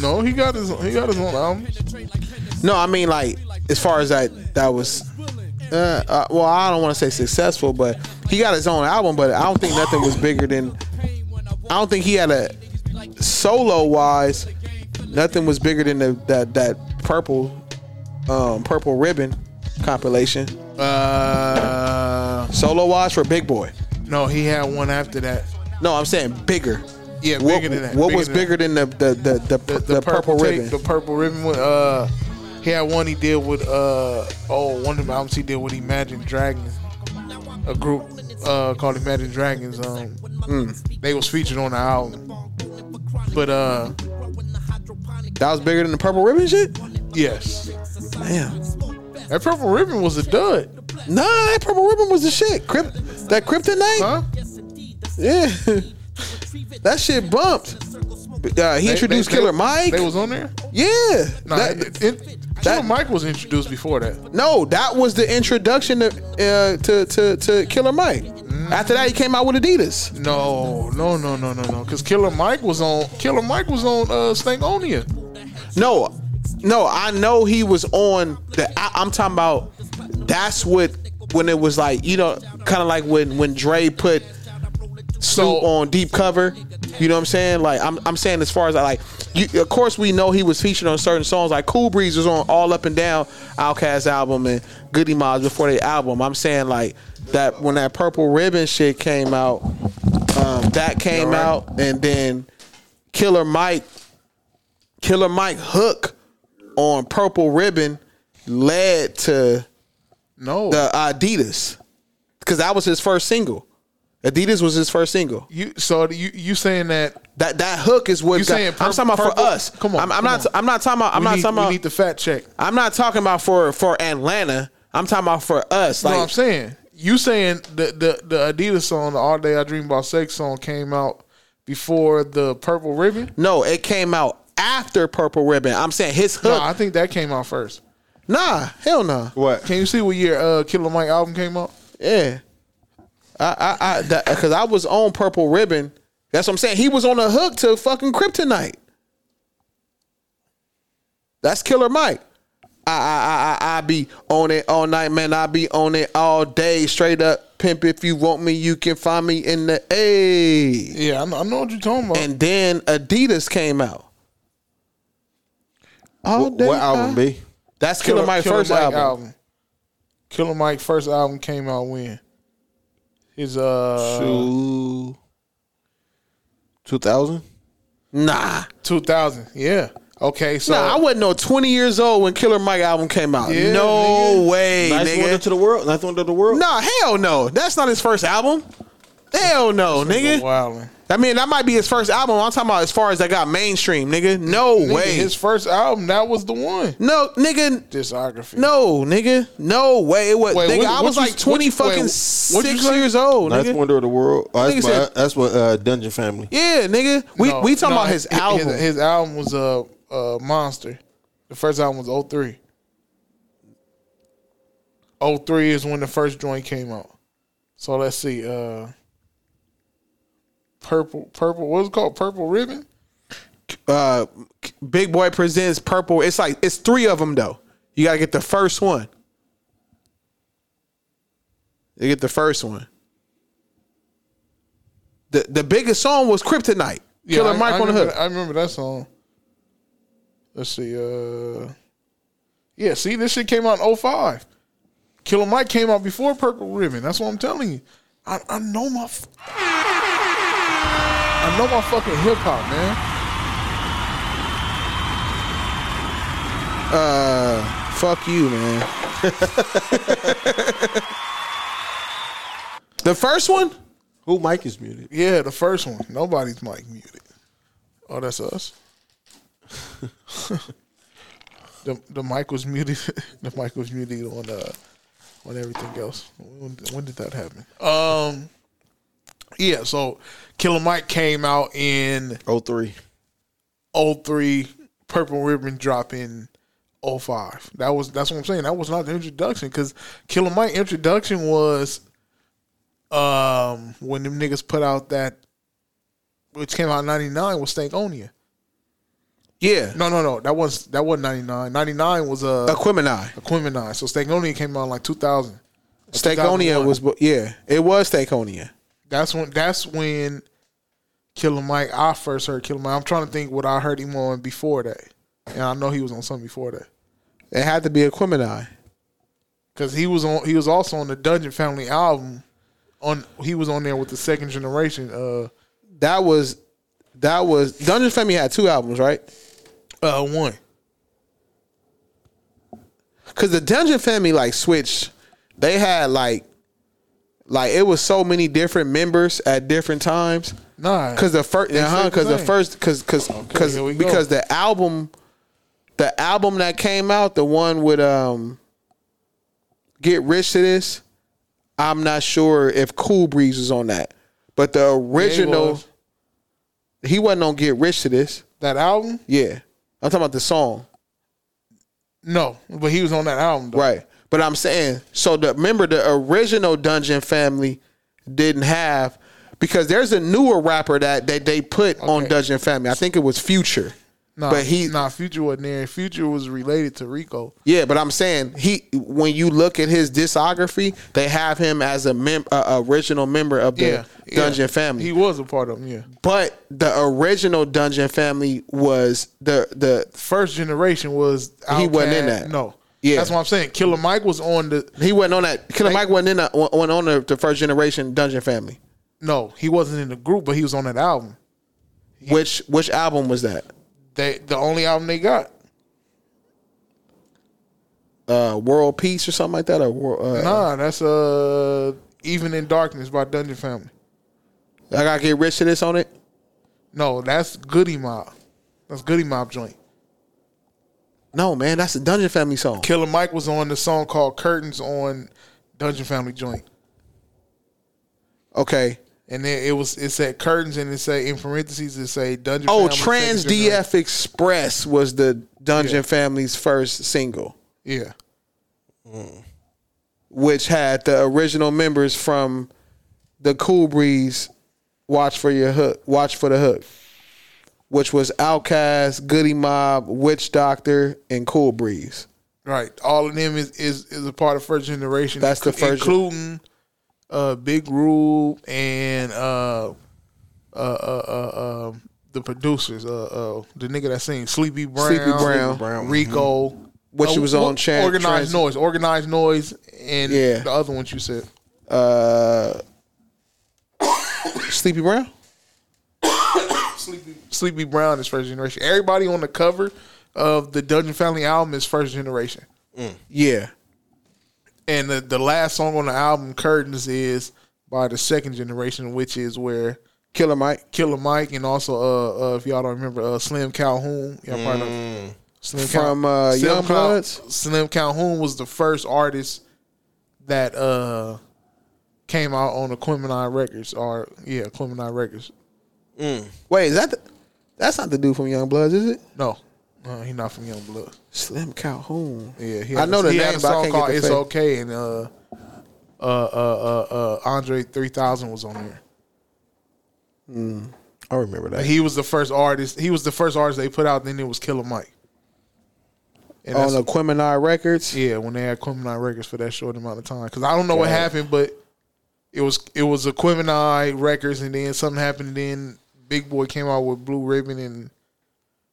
[SPEAKER 1] No, he got his he got his own album.
[SPEAKER 6] No, I mean like as far as that that was. Uh, uh, well, I don't want to say successful, but he got his own album. But I don't think nothing was bigger than. I don't think he had a solo wise. Nothing was bigger than the, that that purple, um, purple ribbon compilation.
[SPEAKER 1] Uh,
[SPEAKER 6] solo wise for Big Boy.
[SPEAKER 1] No, he had one after that.
[SPEAKER 6] No, I'm saying bigger.
[SPEAKER 1] Yeah,
[SPEAKER 6] What-
[SPEAKER 1] bigger than that.
[SPEAKER 6] What
[SPEAKER 1] Bigger
[SPEAKER 6] was
[SPEAKER 1] than that.
[SPEAKER 6] bigger than the the the the, the, purple,
[SPEAKER 1] tape,
[SPEAKER 6] ribbon?
[SPEAKER 1] The purple ribbon. With, uh, he had one he did with uh oh one of the albums he did with Imagine Dragons, a group uh called Imagine Dragons. Um,
[SPEAKER 6] Hmm.
[SPEAKER 1] they was featured on the album, but uh
[SPEAKER 6] that was bigger than the purple ribbon shit.
[SPEAKER 1] Yes.
[SPEAKER 6] Damn.
[SPEAKER 1] That purple ribbon was a dud.
[SPEAKER 6] Nah, that purple ribbon was the shit. Crypt, that kryptonite.
[SPEAKER 1] Huh?
[SPEAKER 6] Yeah. that shit bumped.
[SPEAKER 1] Uh, he
[SPEAKER 5] They-
[SPEAKER 1] introduced
[SPEAKER 5] they-
[SPEAKER 1] Killer
[SPEAKER 5] they-
[SPEAKER 1] Mike.
[SPEAKER 5] They was on there.
[SPEAKER 1] Yeah.
[SPEAKER 5] Nah,
[SPEAKER 1] that-
[SPEAKER 5] it- it- Killer Mike was introduced before that.
[SPEAKER 1] no, that was the introduction to uh, to, to to Killer Mike. After that, he came out with Adidas.
[SPEAKER 5] No, no, no, no, no, no. Because Killer Mike was on. Killer Mike was on uh, Stangonia.
[SPEAKER 1] No, no, I know he was on the. I, I'm talking about. That's what when it was like you know, kind of like when when Dre put Snoop on deep cover. You know what I'm saying? Like I'm I'm saying as far as I like. You, of course, we know he was featured on certain songs. Like Cool Breeze was on All Up and Down Outcast album and Goody Mods before the album. I'm saying like that when that Purple Ribbon shit came out. Um, that came out and then Killer Mike Killer Mike Hook on Purple Ribbon led to
[SPEAKER 5] no
[SPEAKER 1] the Adidas because that was his first single. Adidas was his first single.
[SPEAKER 5] You so you you saying that
[SPEAKER 1] that that hook is what
[SPEAKER 5] You
[SPEAKER 1] got-
[SPEAKER 5] saying
[SPEAKER 1] I'm
[SPEAKER 5] purp-
[SPEAKER 1] talking about
[SPEAKER 5] purple-
[SPEAKER 1] for us.
[SPEAKER 5] Come on,
[SPEAKER 1] I'm, I'm
[SPEAKER 5] come
[SPEAKER 1] not.
[SPEAKER 5] on.
[SPEAKER 1] I'm not talking about. I'm
[SPEAKER 5] We
[SPEAKER 1] not
[SPEAKER 5] need-
[SPEAKER 1] talking about.
[SPEAKER 5] We need the fact check.
[SPEAKER 1] I'm not talking about for for Atlanta. I'm talking about for us.
[SPEAKER 5] You
[SPEAKER 1] Like
[SPEAKER 5] know what I'm saying? You saying the the the Adidas song, the All Day I Dream About Sex song, came out before the Purple Ribbon?
[SPEAKER 1] No, it came out after Purple Ribbon. I'm saying his hook.
[SPEAKER 5] No, I think that came out first.
[SPEAKER 1] Nah, hell no.
[SPEAKER 5] What? Can you see what year uh, Killer Mike album came out?
[SPEAKER 1] Yeah. I I I that because I was on Purple Ribbon. That's what I'm saying. He was on the hook to fucking Kryptonite. That's Killer Mike. I I I I, I be on it all night, man. I be on it all day, straight up pimp. If you want me, you can find me in the A.
[SPEAKER 5] Yeah, I know, I know what you're talking about.
[SPEAKER 1] And then Adidas came out. All day.
[SPEAKER 6] what album
[SPEAKER 1] I-
[SPEAKER 6] B?
[SPEAKER 1] That's Killer, Mike's first album.
[SPEAKER 5] Killer Mike first album came out when his uh
[SPEAKER 6] Shoe. 2000?
[SPEAKER 1] Nah.
[SPEAKER 5] 2000. Yeah. Okay. So
[SPEAKER 1] nah, I wasn't no 20 years old when Killer Mike album came out. no way,
[SPEAKER 6] Nice
[SPEAKER 1] nigga.
[SPEAKER 6] wonder to the world. Nice wonder to the world.
[SPEAKER 1] Nah, hell no. That's not his first album. Hell no, nigga. I mean, that might be his first album. I'm talking about as far as that got mainstream, nigga. No
[SPEAKER 5] Nigga,
[SPEAKER 1] way.
[SPEAKER 5] His first album, that was the one.
[SPEAKER 1] No, nigga.
[SPEAKER 5] Discography.
[SPEAKER 1] No, nigga. No way. It was,
[SPEAKER 5] Wait,
[SPEAKER 1] nigga,
[SPEAKER 5] what-
[SPEAKER 1] I
[SPEAKER 5] what
[SPEAKER 1] was
[SPEAKER 5] you-
[SPEAKER 1] like 20
[SPEAKER 5] what you- wait,
[SPEAKER 1] fucking
[SPEAKER 5] what you
[SPEAKER 1] six
[SPEAKER 5] say?
[SPEAKER 1] years old,
[SPEAKER 6] Nice
[SPEAKER 1] nigga.
[SPEAKER 6] wonder of the world. Oh, that's,
[SPEAKER 1] Nigga
[SPEAKER 6] what,
[SPEAKER 1] said-
[SPEAKER 6] that's what uh, Dungeon Family.
[SPEAKER 1] Yeah, nigga. We
[SPEAKER 5] No,
[SPEAKER 1] we talking
[SPEAKER 5] no,
[SPEAKER 1] about his, album.
[SPEAKER 5] His, album was a uh, uh, monster. The first album was 03. 03 is when the first joint came out. So let's see. Uh, purple, purple. What's it called? Purple ribbon.
[SPEAKER 1] uh Big Boy presents Purple. It's like it's three of them though. You gotta get the first one. You get the first one. The the biggest song was Kryptonite. Killer
[SPEAKER 5] I-
[SPEAKER 1] Mike
[SPEAKER 5] I
[SPEAKER 1] on the
[SPEAKER 5] remember-
[SPEAKER 1] hook.
[SPEAKER 5] I remember that song. Let's see. Uh, yeah, see, this shit came out in 05. Killer Mike came out before Purple Ribbon. That's what I'm telling you. I, I know my. F- I know my fucking hip hop, man.
[SPEAKER 1] Uh fuck you, man. the first one?
[SPEAKER 6] Who Mike is muted?
[SPEAKER 5] Yeah, the first one. Nobody's mic muted. Oh, that's us. the the mic was muted. the mic was muted on uh on everything else. When, when did that happen? Um, yeah. So Killer Mike came out in
[SPEAKER 6] 03.
[SPEAKER 5] 03 Purple Ribbon drop in 05. That was that's what I'm saying. That was not the introduction because Killer Mike introduction was um when them niggas put out that which came out in 99 was Stankonia.
[SPEAKER 1] Yeah.
[SPEAKER 5] No, no, no. That was that wasn't 99. 99 was uh
[SPEAKER 1] Equimini.
[SPEAKER 5] Equimini. So Stankonia came out in like 2000.
[SPEAKER 1] Stakonia
[SPEAKER 5] 2001.
[SPEAKER 1] was yeah, it was Stakonia.
[SPEAKER 5] That's when that's when Killer Mike I first heard Killer Mike. I'm trying to think what I heard him on before that. And I know he was on something before that.
[SPEAKER 1] It had to be Equimini.
[SPEAKER 5] Cause he was on he was also on the Dungeon Family album. On he was on there with the second generation. Uh
[SPEAKER 1] That was that was Dungeon Family had two albums, right?
[SPEAKER 5] Uh one.
[SPEAKER 1] Cause the Dungeon Family like switched. They had like like it was so many different members at different times.
[SPEAKER 5] Nah.
[SPEAKER 1] Cause the first
[SPEAKER 6] uh-huh,
[SPEAKER 5] They
[SPEAKER 1] uh
[SPEAKER 5] said
[SPEAKER 1] cause
[SPEAKER 5] the
[SPEAKER 1] the
[SPEAKER 5] name.
[SPEAKER 1] first cause cause cause
[SPEAKER 5] here we go.
[SPEAKER 1] because the album the album that came out, the one with um Get Rich to This, I'm not sure if Cool Breeze was on that. But the
[SPEAKER 5] Yeah, he
[SPEAKER 1] original
[SPEAKER 5] was.
[SPEAKER 6] He wasn't on Get Rich to this.
[SPEAKER 1] That album?
[SPEAKER 6] Yeah. I'm talking about the song.
[SPEAKER 1] No, but he was on that album. Though.
[SPEAKER 6] Right. But I'm saying, so the remember the original Dungeon Family didn't have because there's a newer rapper that they, they put on Dungeon Family. I think it was Future.
[SPEAKER 1] Nah,
[SPEAKER 6] but he
[SPEAKER 1] nah, Future wasn't there. Future was related to Rico.
[SPEAKER 6] Yeah, but I'm saying he when you look at his discography, they have him as a mem- uh, original member of the
[SPEAKER 1] Yeah, yeah.
[SPEAKER 6] Dungeon Family.
[SPEAKER 1] He was a part of them. Yeah.
[SPEAKER 6] But the original Dungeon Family was the the
[SPEAKER 1] first generation was
[SPEAKER 6] he wasn't in
[SPEAKER 1] Outkast,
[SPEAKER 6] that.
[SPEAKER 1] No.
[SPEAKER 6] Yeah.
[SPEAKER 1] That's what I'm saying. Killer Mike was on the.
[SPEAKER 6] He wasn't on that. Killer Mike wasn't in that on, on the, the first generation Dungeon Family.
[SPEAKER 1] No, he wasn't in the group, but he was on that album.
[SPEAKER 6] Which which album was that?
[SPEAKER 1] They the only album they got.
[SPEAKER 6] Uh, World Peace or something like that. Or Wor- uh,
[SPEAKER 1] nah, that's uh Even in Darkness by Dungeon Family.
[SPEAKER 6] I gotta get rich to this on it.
[SPEAKER 1] No, that's Goody Mob. That's Goody Mob joint.
[SPEAKER 6] No man, that's a Dungeon Family song.
[SPEAKER 1] Killer Mike was on the song called Curtains on Dungeon Family joint.
[SPEAKER 6] Okay.
[SPEAKER 1] And then it was it said curtains and it say in parentheses it say Dungeon
[SPEAKER 6] Oh,
[SPEAKER 1] Family
[SPEAKER 6] Trans
[SPEAKER 1] second generation.
[SPEAKER 6] DF Express was the Dungeon
[SPEAKER 1] Yeah.
[SPEAKER 6] Family's first single,
[SPEAKER 1] Yeah.
[SPEAKER 6] which had the original members from the Cool Breeze. Watch for your hook. Watch for the hook, which was Outkast, Goody Mob, Witch Doctor, and Cool Breeze.
[SPEAKER 1] Right. All of them is is, is a part of first generation.
[SPEAKER 6] That's the
[SPEAKER 1] inclu-
[SPEAKER 6] first-
[SPEAKER 1] including uh Big Rule and uh uh uh, uh um the producers, uh, uh, the nigga that sings Sleepy Brown,
[SPEAKER 6] Sleepy Brown.
[SPEAKER 1] Rico,
[SPEAKER 6] Which
[SPEAKER 1] Uh,
[SPEAKER 6] was on
[SPEAKER 1] what-
[SPEAKER 6] Chan-
[SPEAKER 1] Organized
[SPEAKER 6] Trans-
[SPEAKER 1] Noise, Organized Noise, and
[SPEAKER 6] Yeah.
[SPEAKER 1] the other ones you said.
[SPEAKER 6] Uh, Sleepy Brown.
[SPEAKER 1] Sleepy Sleepy Brown is first generation. Everybody on the cover of the Dungeon Family album is first generation.
[SPEAKER 6] Yeah.
[SPEAKER 1] And the, the last song on the album, Curtains, is by the second generation, which is where
[SPEAKER 6] Killer Mike,
[SPEAKER 1] Killer Mike, and also uh, uh if y'all don't remember, uh, Slim Calhoun. Y'all probably don't- Slim
[SPEAKER 6] From, uh,
[SPEAKER 1] Slim Cal-
[SPEAKER 6] Youngbloods?
[SPEAKER 1] Slim Calhoun was the first artist that uh came out on the Quemini Records, or yeah, Quemini Records.
[SPEAKER 6] Wait, is that the, that's not the dude from Young Bloods, is it?
[SPEAKER 1] No, no, he not from Youngblood.
[SPEAKER 6] Slim Calhoun.
[SPEAKER 1] Yeah, he
[SPEAKER 6] I
[SPEAKER 1] had
[SPEAKER 6] know
[SPEAKER 1] a,
[SPEAKER 6] the
[SPEAKER 1] he had
[SPEAKER 6] name,
[SPEAKER 1] a
[SPEAKER 6] but I
[SPEAKER 1] song
[SPEAKER 6] can't get
[SPEAKER 1] called
[SPEAKER 6] the
[SPEAKER 1] "It's
[SPEAKER 6] face.
[SPEAKER 1] Okay," and uh, uh, uh, uh, uh, Andre three thousand was on there.
[SPEAKER 6] Mm, I remember that.
[SPEAKER 1] Like, he was the first artist. He was the first artist they put out. Then it was Killer Mike. And
[SPEAKER 6] on
[SPEAKER 1] that's-
[SPEAKER 6] the Quemini Records.
[SPEAKER 1] Yeah, when they had Quemini Records for that short amount of time, because I don't know what
[SPEAKER 6] Got it.
[SPEAKER 1] happened, but it was it was a Quemini Records, and then something happened, and then Big Boy came out with Blue Ribbon, and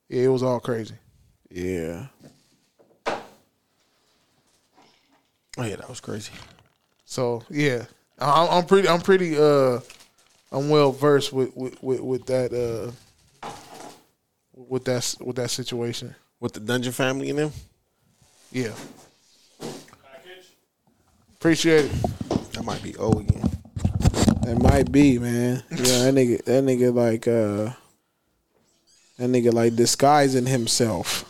[SPEAKER 1] yeah, it was all crazy.
[SPEAKER 6] Yeah.
[SPEAKER 39] Oh yeah, that was crazy.
[SPEAKER 1] So yeah, I'm, I'm pretty. I'm pretty. Uh, I'm well versed with with, with with that. Uh, with that s- with that situation.
[SPEAKER 39] With the Dungeon Family and them.
[SPEAKER 1] Yeah. Appreciate it.
[SPEAKER 39] That might be O again.
[SPEAKER 6] That might be, man. Yeah, that nigga that nigga like uh that nigga like disguising himself.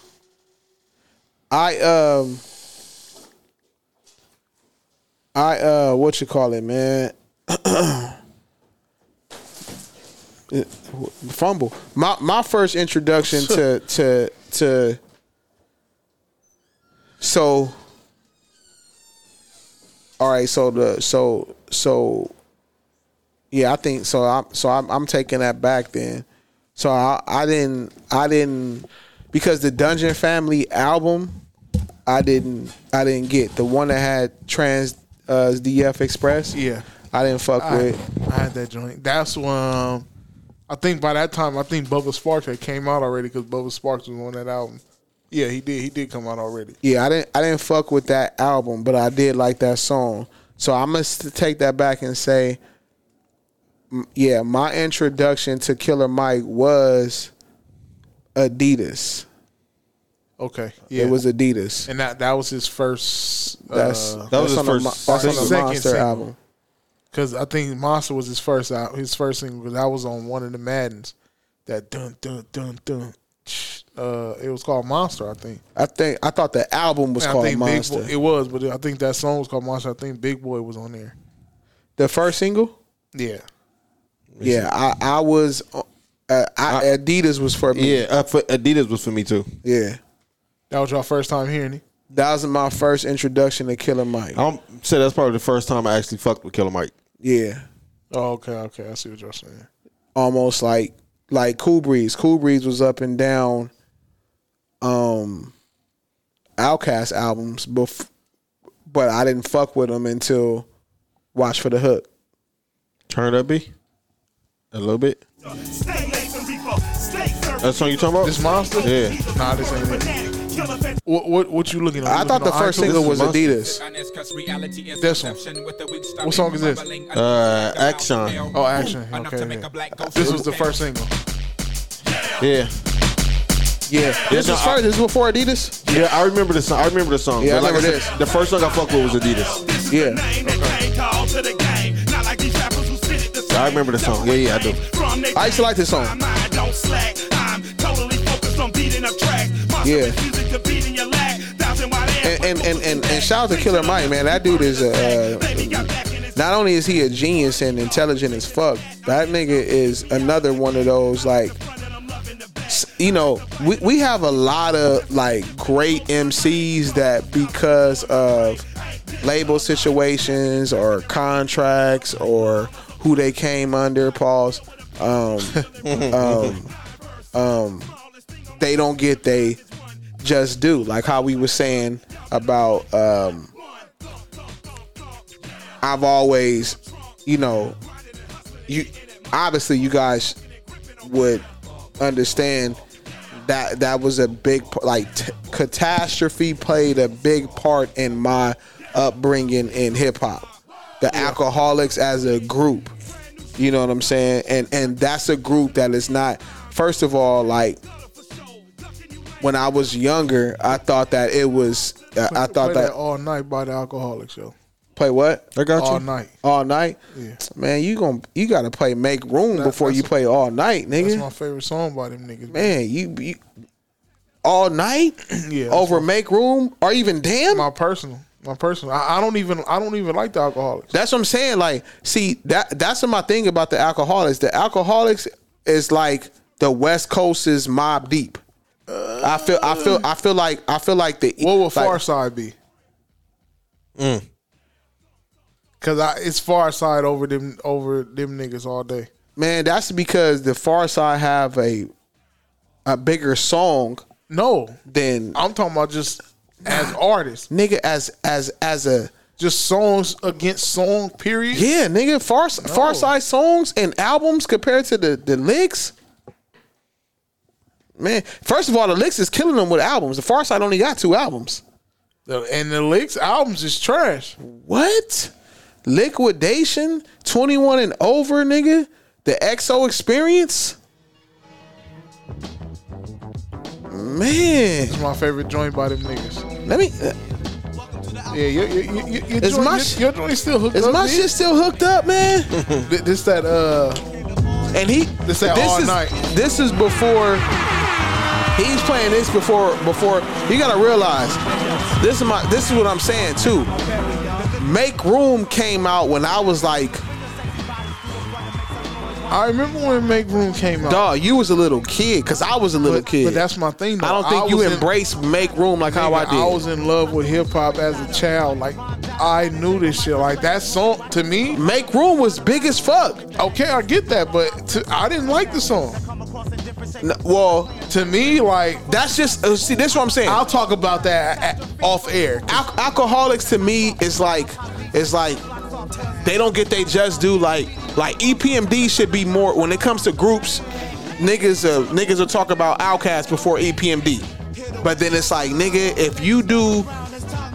[SPEAKER 6] I um I uh what you call it, man? Fumble. My my first introduction to to to so all right, so the so so yeah, I think so. I'm so I'm, I'm taking that back then. So I, I didn't I didn't because the Dungeon Family album I didn't I didn't get the one that had Trans uh, DF Express.
[SPEAKER 1] Yeah.
[SPEAKER 6] I didn't fuck with.
[SPEAKER 1] I, I had that joint. That's when um, I think by that time I think Bubba Sparks had came out already because Bubba Sparks was on that album. Yeah, he did. He did come out already.
[SPEAKER 6] Yeah, I didn't I didn't fuck with that album, but I did like that song. So I'm gonna st- take that back and say, m- yeah, my introduction to Killer Mike was Adidas.
[SPEAKER 1] Okay.
[SPEAKER 6] It was Adidas.
[SPEAKER 1] and that that was his first. uh,
[SPEAKER 6] That's- That was that's his on the first Mo- that's on the Monster album.
[SPEAKER 1] Because I think Monster was his first out his first single because that was on one of the Maddens. That dun dun dun dun. Uh, it was called Monster, I think.
[SPEAKER 6] I think I thought the album was
[SPEAKER 1] And I
[SPEAKER 6] called
[SPEAKER 1] think Big
[SPEAKER 6] Monster.
[SPEAKER 1] Boy- it was, but I think that song was called Monster. I think Big Boy was on there.
[SPEAKER 6] the first single.
[SPEAKER 1] Yeah.
[SPEAKER 6] Yeah, I, I was. Uh, I,
[SPEAKER 1] Adidas was for me.
[SPEAKER 6] Yeah, uh, for- Adidas was for me too.
[SPEAKER 1] Yeah.
[SPEAKER 5] That was your first time hearing it.
[SPEAKER 1] That was my first introduction to Killer Mike.
[SPEAKER 6] I'm say that's probably the first time I actually fucked with Killer Mike.
[SPEAKER 1] Yeah.
[SPEAKER 5] Oh, okay, okay. I see what you're saying.
[SPEAKER 1] almost like like Cool Breeze. Cool Breeze was up and down um Outcast albums bef- but I didn't fuck with them until Watch for the Hook.
[SPEAKER 6] Turn it up, B. A little bit. That's what you talking about?
[SPEAKER 5] This monster?
[SPEAKER 6] Yeah.
[SPEAKER 5] Nah, this ain't it. What what what you looking at?
[SPEAKER 6] I thought the first single was
[SPEAKER 5] Adidas. This one. What song is this?
[SPEAKER 6] Uh, action.
[SPEAKER 5] Oh, action. Okay. yeah. This was the first single.
[SPEAKER 6] Yeah.
[SPEAKER 1] Yeah.
[SPEAKER 5] This was
[SPEAKER 1] first. This was before Adidas.
[SPEAKER 6] Yeah, I remember the song. I remember the song.
[SPEAKER 1] Yeah, I
[SPEAKER 6] But like
[SPEAKER 1] remember
[SPEAKER 6] said, The first song I fucked with was Adidas.
[SPEAKER 1] Yeah.
[SPEAKER 6] I remember the song. Yeah, yeah, I do.
[SPEAKER 1] I used to like this song. Yeah. And and, and, and, and shout out to Killer Mike, man. That dude is a. Uh, not only is he a genius and intelligent as fuck, that nigga is another one of those like. s- You know, we, we have a lot of like great MCs that because of label situations or contracts or who they came under, pause, um, um, um, they don't get they just do like how we were saying about um I've always you know you obviously you guys would understand that that was a big p- like t- catastrophe played a big part in my upbringing in hip hop the alcoholics as a group you know what I'm saying and and that's a group that is not first of all like when I was younger, I thought that it was. Uh, I thought
[SPEAKER 5] Play
[SPEAKER 1] that
[SPEAKER 5] all night by the alcoholics, yo.
[SPEAKER 1] play what? I
[SPEAKER 5] got you. All night.
[SPEAKER 1] All night.
[SPEAKER 5] Yeah.
[SPEAKER 1] Man, you going you gotta play make room
[SPEAKER 5] That-
[SPEAKER 1] before you play all night,
[SPEAKER 5] That's
[SPEAKER 1] nigga.
[SPEAKER 5] my favorite song by them niggas.
[SPEAKER 1] Man, you, you all night
[SPEAKER 5] yeah,
[SPEAKER 1] over make room or even damn.
[SPEAKER 5] My personal, my personal. I, I don't even, I don't even like the alcoholics.
[SPEAKER 1] That's what I'm saying. Like, see that that's my thing about the alcoholics. The alcoholics is like the West Coast is mob deep. I feel I feel I feel like I feel like the
[SPEAKER 5] What would
[SPEAKER 1] like,
[SPEAKER 5] Far Side be? Mm. Cause I, it's Far Side over them, over them niggas all day.
[SPEAKER 1] Man, that's because the Far Side have a a bigger song.
[SPEAKER 5] No,
[SPEAKER 1] than
[SPEAKER 5] I'm talking about just as artists,
[SPEAKER 1] nigga. As as as a
[SPEAKER 5] just songs against song. Period.
[SPEAKER 1] Yeah, nigga. Far Far Side songs and albums compared to the the licks. Man, first of all, the licks is killing them with albums. The Far Side only got two albums.
[SPEAKER 5] The- And the licks albums is trash.
[SPEAKER 1] What? Liquidation, twenty one and over, nigga. The EXO experience. Man,
[SPEAKER 5] It's my favorite joint by them niggas.
[SPEAKER 1] let me. uh,
[SPEAKER 5] Yeah, your, your, your, your, your,
[SPEAKER 1] Is
[SPEAKER 5] joint,
[SPEAKER 1] my
[SPEAKER 5] your,
[SPEAKER 1] sh-
[SPEAKER 5] your joint still hooked
[SPEAKER 1] Is
[SPEAKER 5] up.
[SPEAKER 1] my
[SPEAKER 5] nigga?
[SPEAKER 1] shit still hooked up, man?
[SPEAKER 5] Th- This that uh,
[SPEAKER 1] and he
[SPEAKER 5] This that all
[SPEAKER 1] is,
[SPEAKER 5] night.
[SPEAKER 1] This is before he's playing this before before you gotta realize this is my this is what I'm saying too. Make Room came out when I was like,
[SPEAKER 5] I remember when Make Room came out.
[SPEAKER 1] dog, you was a little kid, cause I was a little
[SPEAKER 5] but,
[SPEAKER 1] kid.
[SPEAKER 5] but that's my thing. Though.
[SPEAKER 1] I don't think you
[SPEAKER 5] was in-
[SPEAKER 1] embrace Make Room like how I
[SPEAKER 5] Nigga,
[SPEAKER 1] did.
[SPEAKER 5] I was in love with hip hop as a child. Like I knew this shit. Like that song to me,
[SPEAKER 1] Make Room was big as fuck.
[SPEAKER 5] okay, I get that, but to, I didn't like the song.
[SPEAKER 1] N- Well,
[SPEAKER 5] To me, like
[SPEAKER 1] that's just uh, see. This is what I'm saying.
[SPEAKER 5] I'll talk about that a- a- off air.
[SPEAKER 1] Al- alcoholics to me is like is like they don't get they just do like like E EPMD should be more when it comes to groups niggas uh, niggas will talk about outcast before E EPMD but then it's like nigga if you do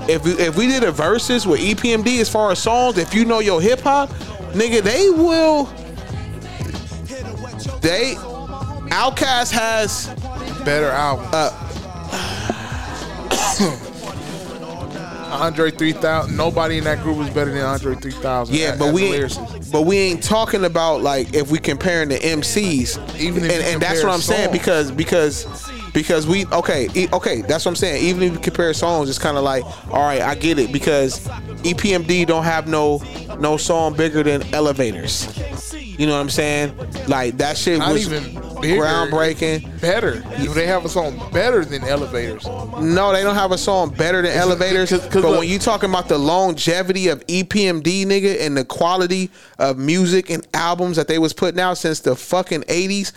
[SPEAKER 1] if we, if we did a versus with E EPMD as far as songs if you know your hip hop nigga they will they outcast has
[SPEAKER 5] Better Uh, album. Andre 3000. Nobody in that group was better than Andre 3000.
[SPEAKER 1] Yeah,
[SPEAKER 5] a-
[SPEAKER 1] but
[SPEAKER 5] as
[SPEAKER 1] we
[SPEAKER 5] a
[SPEAKER 1] ain't,
[SPEAKER 5] lyricist.
[SPEAKER 1] but we ain't talking about like if we comparing the MCs,
[SPEAKER 5] Even if
[SPEAKER 1] and,
[SPEAKER 5] you
[SPEAKER 1] and that's
[SPEAKER 5] compare
[SPEAKER 1] what I'm saying
[SPEAKER 5] songs.
[SPEAKER 1] because because because we okay e- okay that's what I'm saying. Even if you compare songs, it's kind of like all right, I get it because E EPMD don't have no no song bigger than Elevators. You know what I'm saying? Like that shit
[SPEAKER 5] Not
[SPEAKER 1] was
[SPEAKER 5] even bigger,
[SPEAKER 1] groundbreaking.
[SPEAKER 5] better. Do they have a song better than Elevators?
[SPEAKER 1] No, they don't have a song better than Elevators. but
[SPEAKER 5] look-
[SPEAKER 1] when you talking about the longevity of E EPMD, nigga, and the quality of music and albums that they was putting out since the fucking eighties.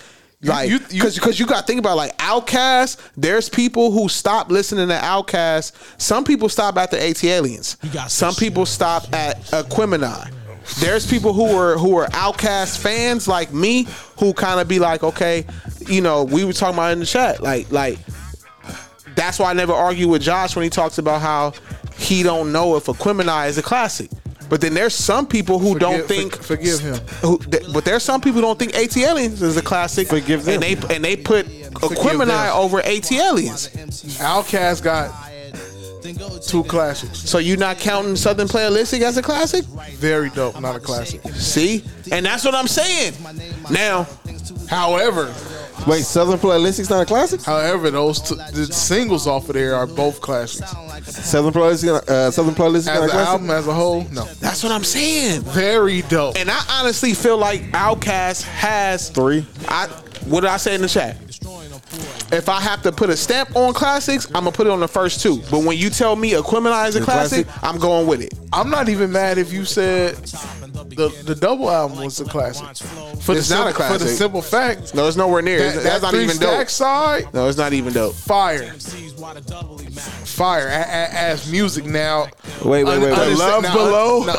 [SPEAKER 1] Like, because you, got to think about like Outkast. There's people who stop listening to Outkast. Some people stop after AT Aliens. Some people stop at Aquemini. There's people who were who were Outcast fans like me who kind of be like, okay, you know, we were talking about in the chat, like like that's why I never argue with Josh when he talks about how he don't know if Aquemini is a classic. But then there's some people who don't think forgive him. Who, th- but there's some people who don't think AT Aliens is a classic. Forgive them. And they and they put Aquemini
[SPEAKER 5] them.
[SPEAKER 1] over AT Aliens. Outcast got two classics. So you not counting Southern Playalistic as a classic? Very dope, not a classic. See, and that's what I'm saying. Now,
[SPEAKER 5] however,
[SPEAKER 6] Wait, Southern Playlistic's not a classic?
[SPEAKER 5] However, those t- the singles off of there are both classics.
[SPEAKER 6] Southern Playlistic, uh, Southern Playlistic's
[SPEAKER 5] As
[SPEAKER 6] not a
[SPEAKER 5] an
[SPEAKER 6] classic?
[SPEAKER 5] album as a whole, no.
[SPEAKER 1] That's what I'm saying. Very dope. And I honestly feel like Outkast has three. I what did I say in the chat? If I have to put a stamp on classics, I'm gonna put it on the first two. But when you tell me Aquemini is a
[SPEAKER 5] The
[SPEAKER 1] classic,
[SPEAKER 5] classic?
[SPEAKER 1] I'm going with it.
[SPEAKER 5] I'm not even mad if you said the the double album was a classic. For
[SPEAKER 1] It's
[SPEAKER 5] the
[SPEAKER 1] not a
[SPEAKER 5] simple- For the
[SPEAKER 1] classic.
[SPEAKER 5] simple fact,
[SPEAKER 1] No, it's nowhere near.
[SPEAKER 5] That,
[SPEAKER 1] That's
[SPEAKER 5] that
[SPEAKER 1] not
[SPEAKER 5] Three
[SPEAKER 1] even dope.
[SPEAKER 5] Stacks side,
[SPEAKER 1] No, it's not even dope.
[SPEAKER 5] fire, fire a- a- as music now.
[SPEAKER 6] Wait, wait,
[SPEAKER 5] Un-
[SPEAKER 6] wait, wait.
[SPEAKER 5] understand- now, un- now, under-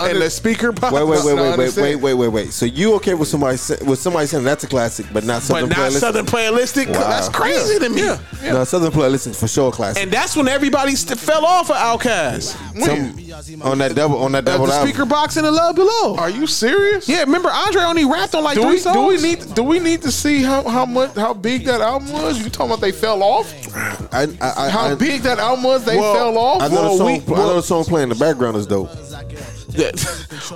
[SPEAKER 6] Wait, wait, wait,
[SPEAKER 5] Now,
[SPEAKER 6] wait, wait,
[SPEAKER 5] understand.
[SPEAKER 6] wait, wait, wait, wait. So you okay with somebody sa- with somebody saying that's a classic, but not Southern
[SPEAKER 1] but not
[SPEAKER 6] Playlistic?
[SPEAKER 1] Southern Playalistic.
[SPEAKER 6] Wow.
[SPEAKER 1] That's crazy to me.
[SPEAKER 6] No, Southern Playlistic's for sure a classic.
[SPEAKER 1] And that's when everybody st- fell off of Outkast.
[SPEAKER 6] Some- on that double, on that
[SPEAKER 1] Uh,
[SPEAKER 6] double
[SPEAKER 1] the
[SPEAKER 6] album.
[SPEAKER 1] speaker box in the love below. Are
[SPEAKER 5] you serious?
[SPEAKER 1] Yeah, remember Andre only rapped on like
[SPEAKER 5] do
[SPEAKER 1] three
[SPEAKER 5] we,
[SPEAKER 1] songs.
[SPEAKER 5] do we need do we need to see how, how much how big that album was? You talking about they fell off?
[SPEAKER 6] I, I, I,
[SPEAKER 5] how
[SPEAKER 6] I,
[SPEAKER 5] big that album was? They fell off.
[SPEAKER 6] I know, the song, I know the song playing in the background is dope.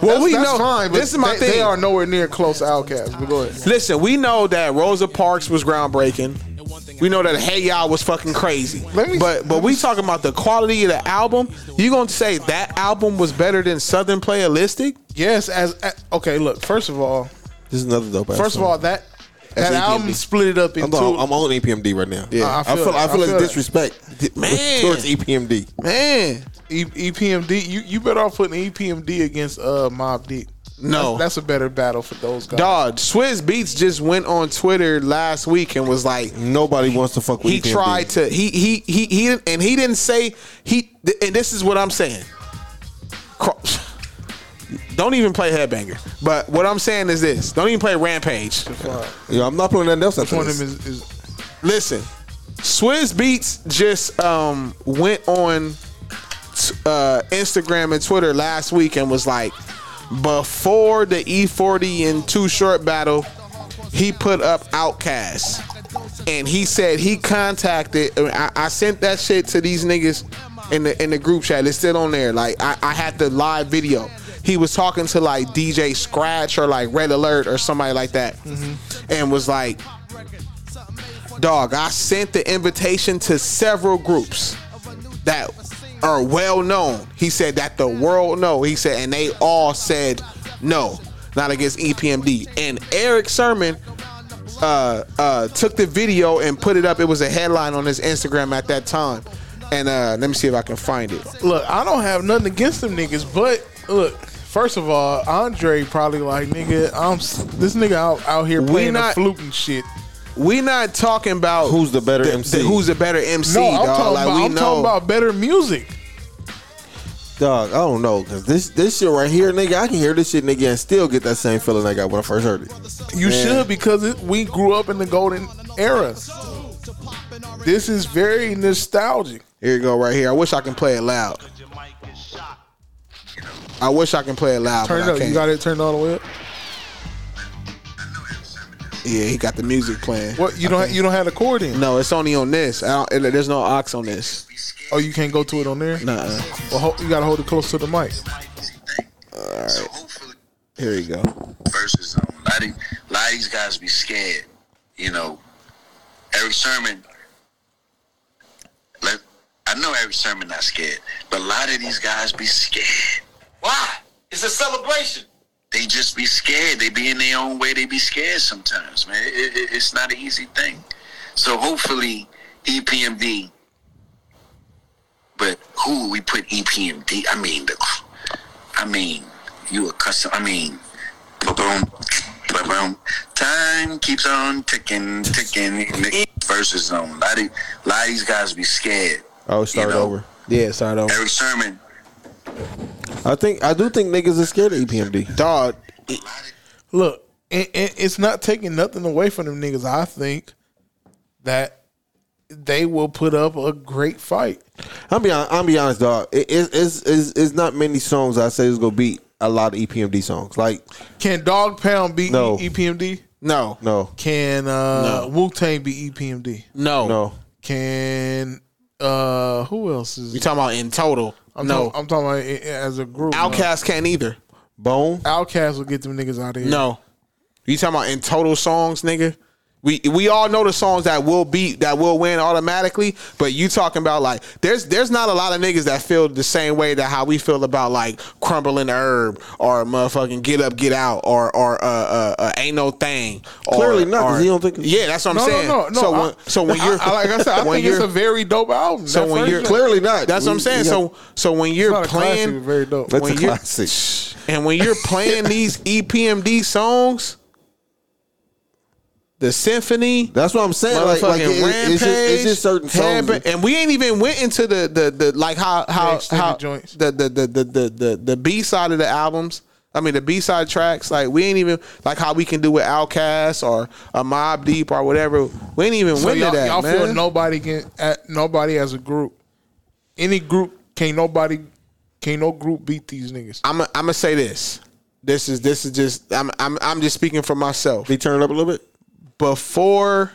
[SPEAKER 1] well, we
[SPEAKER 5] that's
[SPEAKER 1] know.
[SPEAKER 5] Fine, but
[SPEAKER 1] this is my
[SPEAKER 5] they,
[SPEAKER 1] thing.
[SPEAKER 5] They are nowhere near close to Outkast. But go ahead.
[SPEAKER 1] Listen, we know that Rosa Parks was groundbreaking. We know that Hey Y'all was fucking crazy. but but we talking about the quality of the album. You gonna say that album was better than Southern Playalistic?
[SPEAKER 5] Yes. As, as okay, look. First of all,
[SPEAKER 6] This is another dope.
[SPEAKER 5] First of all, that
[SPEAKER 6] E
[SPEAKER 5] that album split it up
[SPEAKER 6] I'm,
[SPEAKER 5] into.
[SPEAKER 6] on- I'm on E EPMD right now.
[SPEAKER 5] Yeah.
[SPEAKER 6] I, feel, I feel,
[SPEAKER 5] it.
[SPEAKER 6] like disrespect di-
[SPEAKER 5] Man.
[SPEAKER 6] towards EPMD.
[SPEAKER 1] Man,
[SPEAKER 5] e- EPMD, you you better off putting E EPMD against uh Mob Deep.
[SPEAKER 1] No.
[SPEAKER 5] that's, that's a better battle for those guys.
[SPEAKER 1] Dog, Swizz Beats just went on Twitter last week and was like,
[SPEAKER 6] nobody wants to fuck with. E
[SPEAKER 1] He
[SPEAKER 6] EPMD.
[SPEAKER 1] tried to. He he he he didn't- and he didn't say he. th- And this is what I'm saying. Cro- Don't even play Headbanger. But what I'm saying is this: Don't even play Rampage.
[SPEAKER 6] Yeah, I'm not playing that else. After
[SPEAKER 1] One of
[SPEAKER 6] this.
[SPEAKER 1] them is- Listen, Swizz Beats just um, went on t- uh, Instagram and Twitter last week and was like, before the E40 and Two Short battle, he put up Outcast. And he said he contacted. I, I sent that shit to these niggas in the in the group chat. It's still on there. Like I, I had the live video. He was talking to like DJ Scratch or like Red Alert or somebody like that, and was like, Dog, I sent the invitation to several groups that are well known. He said that the world know. He said, and they all said no, not against E EPMD. And Eric Sermon uh, uh, took the video and put it up. It was a headline on his Instagram at that time. And uh, let me see if I can find it.
[SPEAKER 5] Look, I don't have nothing against them niggas, but look. First of all, Andre probably like nigga. I'm s- this nigga out, out here
[SPEAKER 1] We
[SPEAKER 5] playing
[SPEAKER 1] not-
[SPEAKER 5] the flute and shit.
[SPEAKER 1] We not talking about
[SPEAKER 6] who's the better
[SPEAKER 1] the- who's the better MC,
[SPEAKER 5] No, I'm,
[SPEAKER 1] dog.
[SPEAKER 5] talking,
[SPEAKER 1] like
[SPEAKER 5] about,
[SPEAKER 1] we
[SPEAKER 5] I'm
[SPEAKER 1] know.
[SPEAKER 5] talking about better music.
[SPEAKER 6] Dog, I don't know, cause this this shit right here, nigga, I can hear this shit, nigga, and still get that same feeling I got when I first heard it.
[SPEAKER 5] You
[SPEAKER 6] Man.
[SPEAKER 5] should because it, we grew up in the golden era. This is very nostalgic.
[SPEAKER 1] Here you go, right here. I wish I can play it loud. I wish I can play it loud.
[SPEAKER 5] Turn
[SPEAKER 1] but
[SPEAKER 5] it
[SPEAKER 1] I
[SPEAKER 5] up. You
[SPEAKER 1] can't.
[SPEAKER 5] got it turned all the way up.
[SPEAKER 1] Yeah, he got the music playing.
[SPEAKER 5] What you don't you don't have the chord in?
[SPEAKER 1] No, it's only on this. I don't, it- there's no aux on this.
[SPEAKER 5] Oh, you can't go to it on there.
[SPEAKER 1] Nah.
[SPEAKER 5] Well, ho- you gotta hold it close to the mic.
[SPEAKER 1] All right. Here you go.
[SPEAKER 23] versus um, a, lot of, a lot of these guys be scared. You know, Eric Sermon. Like, I know Eric Sermon not scared, but a lot of these guys be scared.
[SPEAKER 25] Why? It's a celebration.
[SPEAKER 23] they just be scared. They be in their own way. They be scared sometimes, man. It, it, it's not an easy thing. So hopefully, E EPMD. But who we put E EPMD? I mean, the, I mean, you a custom. I mean, boom, boom. Time keeps on ticking, ticking. Versus zone. A lot, of, a lot of these guys be scared.
[SPEAKER 6] Oh, start over.
[SPEAKER 1] Yeah, start over.
[SPEAKER 23] Eric Sermon,
[SPEAKER 6] I think I do think niggas is scared of E EPMD.
[SPEAKER 5] Dog, it- look, it, it, it's not taking nothing away from them niggas. I think that they will put up a great fight. E-
[SPEAKER 6] I'm be hon- I'm be honest, dog. It, it, it's, it's it's not many songs I say is gonna beat a lot of E EPMD songs. Like
[SPEAKER 5] Can Dog Pound beat
[SPEAKER 1] E
[SPEAKER 6] No.
[SPEAKER 5] EPMD?
[SPEAKER 1] Oh. No.
[SPEAKER 6] no,
[SPEAKER 5] Can uh,
[SPEAKER 6] No.
[SPEAKER 5] Wu Tang beat EPMD?
[SPEAKER 1] No.
[SPEAKER 6] no.
[SPEAKER 5] Can uh, who else is?
[SPEAKER 1] You talking about in total?
[SPEAKER 5] I'm
[SPEAKER 1] no.
[SPEAKER 5] talking, I'm talking about i- i- as a group.
[SPEAKER 1] Outcast can't either.
[SPEAKER 6] Bone.
[SPEAKER 5] Outcast will get them niggas out of here.
[SPEAKER 1] No. You talking about in total songs, nigga? We we all know the songs that will beat that will win automatically, but you talking about like there's there's not a lot of niggas that feel the same way that how we feel about like crumbling herb or motherfucking get up get out or or uh, uh, uh ain't no thing. Or,
[SPEAKER 6] Clearly not, 'cause
[SPEAKER 1] or-
[SPEAKER 6] you don't think-
[SPEAKER 1] Yeah, that's what I'm
[SPEAKER 5] No, no,
[SPEAKER 1] saying.
[SPEAKER 5] no, no,
[SPEAKER 1] So
[SPEAKER 5] I-
[SPEAKER 1] when so when you're
[SPEAKER 5] I, like I said, I
[SPEAKER 1] when
[SPEAKER 5] think it's
[SPEAKER 1] you're-
[SPEAKER 5] a very dope album.
[SPEAKER 1] so
[SPEAKER 5] That
[SPEAKER 1] when
[SPEAKER 5] first
[SPEAKER 1] you're
[SPEAKER 5] one-
[SPEAKER 6] Clearly not.
[SPEAKER 1] That's what I'm
[SPEAKER 6] We-
[SPEAKER 1] saying.
[SPEAKER 6] we
[SPEAKER 1] So so when you're
[SPEAKER 5] not a classic,
[SPEAKER 1] playing
[SPEAKER 5] it's very dope.
[SPEAKER 6] That's
[SPEAKER 1] when
[SPEAKER 6] a
[SPEAKER 1] you're-
[SPEAKER 6] classic.
[SPEAKER 1] and when you're playing these E EPMD songs, the symphony,
[SPEAKER 6] That's what I'm saying. Like, like
[SPEAKER 1] motherfucking
[SPEAKER 6] it- it- it's, just, it's just certain songs.
[SPEAKER 1] Headband- and we ain't even went into the the, the like how how
[SPEAKER 5] extended
[SPEAKER 1] how
[SPEAKER 5] joints.
[SPEAKER 1] the the the the the, the, the B side of the albums. I mean the B side tracks. Like we ain't even like how we can do with Outkast or a Mob Deep or whatever. We ain't even
[SPEAKER 5] So
[SPEAKER 1] went
[SPEAKER 5] y'all,
[SPEAKER 1] to that,
[SPEAKER 5] y'all
[SPEAKER 1] man.
[SPEAKER 5] feel nobody can at nobody as a group. Any group can nobody can no group beat these niggas.
[SPEAKER 1] I'm I'm gonna say this. This is this is just I'm I'm I'm just speaking for myself.
[SPEAKER 6] They turn it up a little bit.
[SPEAKER 1] Before,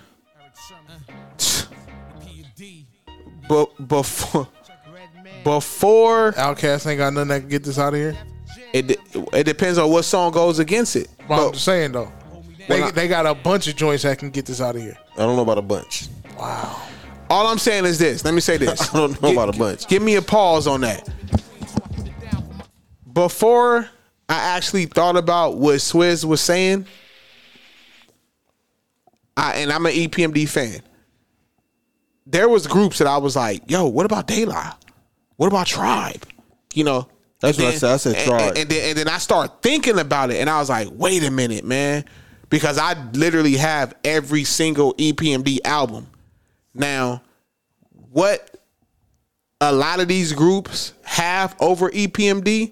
[SPEAKER 1] but before before
[SPEAKER 5] Outcast ain't got nothing that can get this out of here.
[SPEAKER 1] it de- it depends on what song goes against it.
[SPEAKER 5] But I'm just saying though, they, they got a bunch of joints that can get this out of here.
[SPEAKER 6] I don't know about a bunch.
[SPEAKER 1] All I'm saying is this. Let me say this.
[SPEAKER 6] I don't know about a bunch.
[SPEAKER 1] Give me a pause on that. Before I actually thought about what Swizz was saying, I and I'm an E EPMD fan. There was groups that I was like, "Yo, what about Daylight? What about Tribe?" You know.
[SPEAKER 6] That's
[SPEAKER 1] and
[SPEAKER 6] what I said. I said
[SPEAKER 1] and-
[SPEAKER 6] Tribe.
[SPEAKER 1] And, and then, and then I started thinking about it, and I was like, "Wait a minute, man," because I literally have every single E EPMD album. Now, what a lot of these groups have over E EPMD,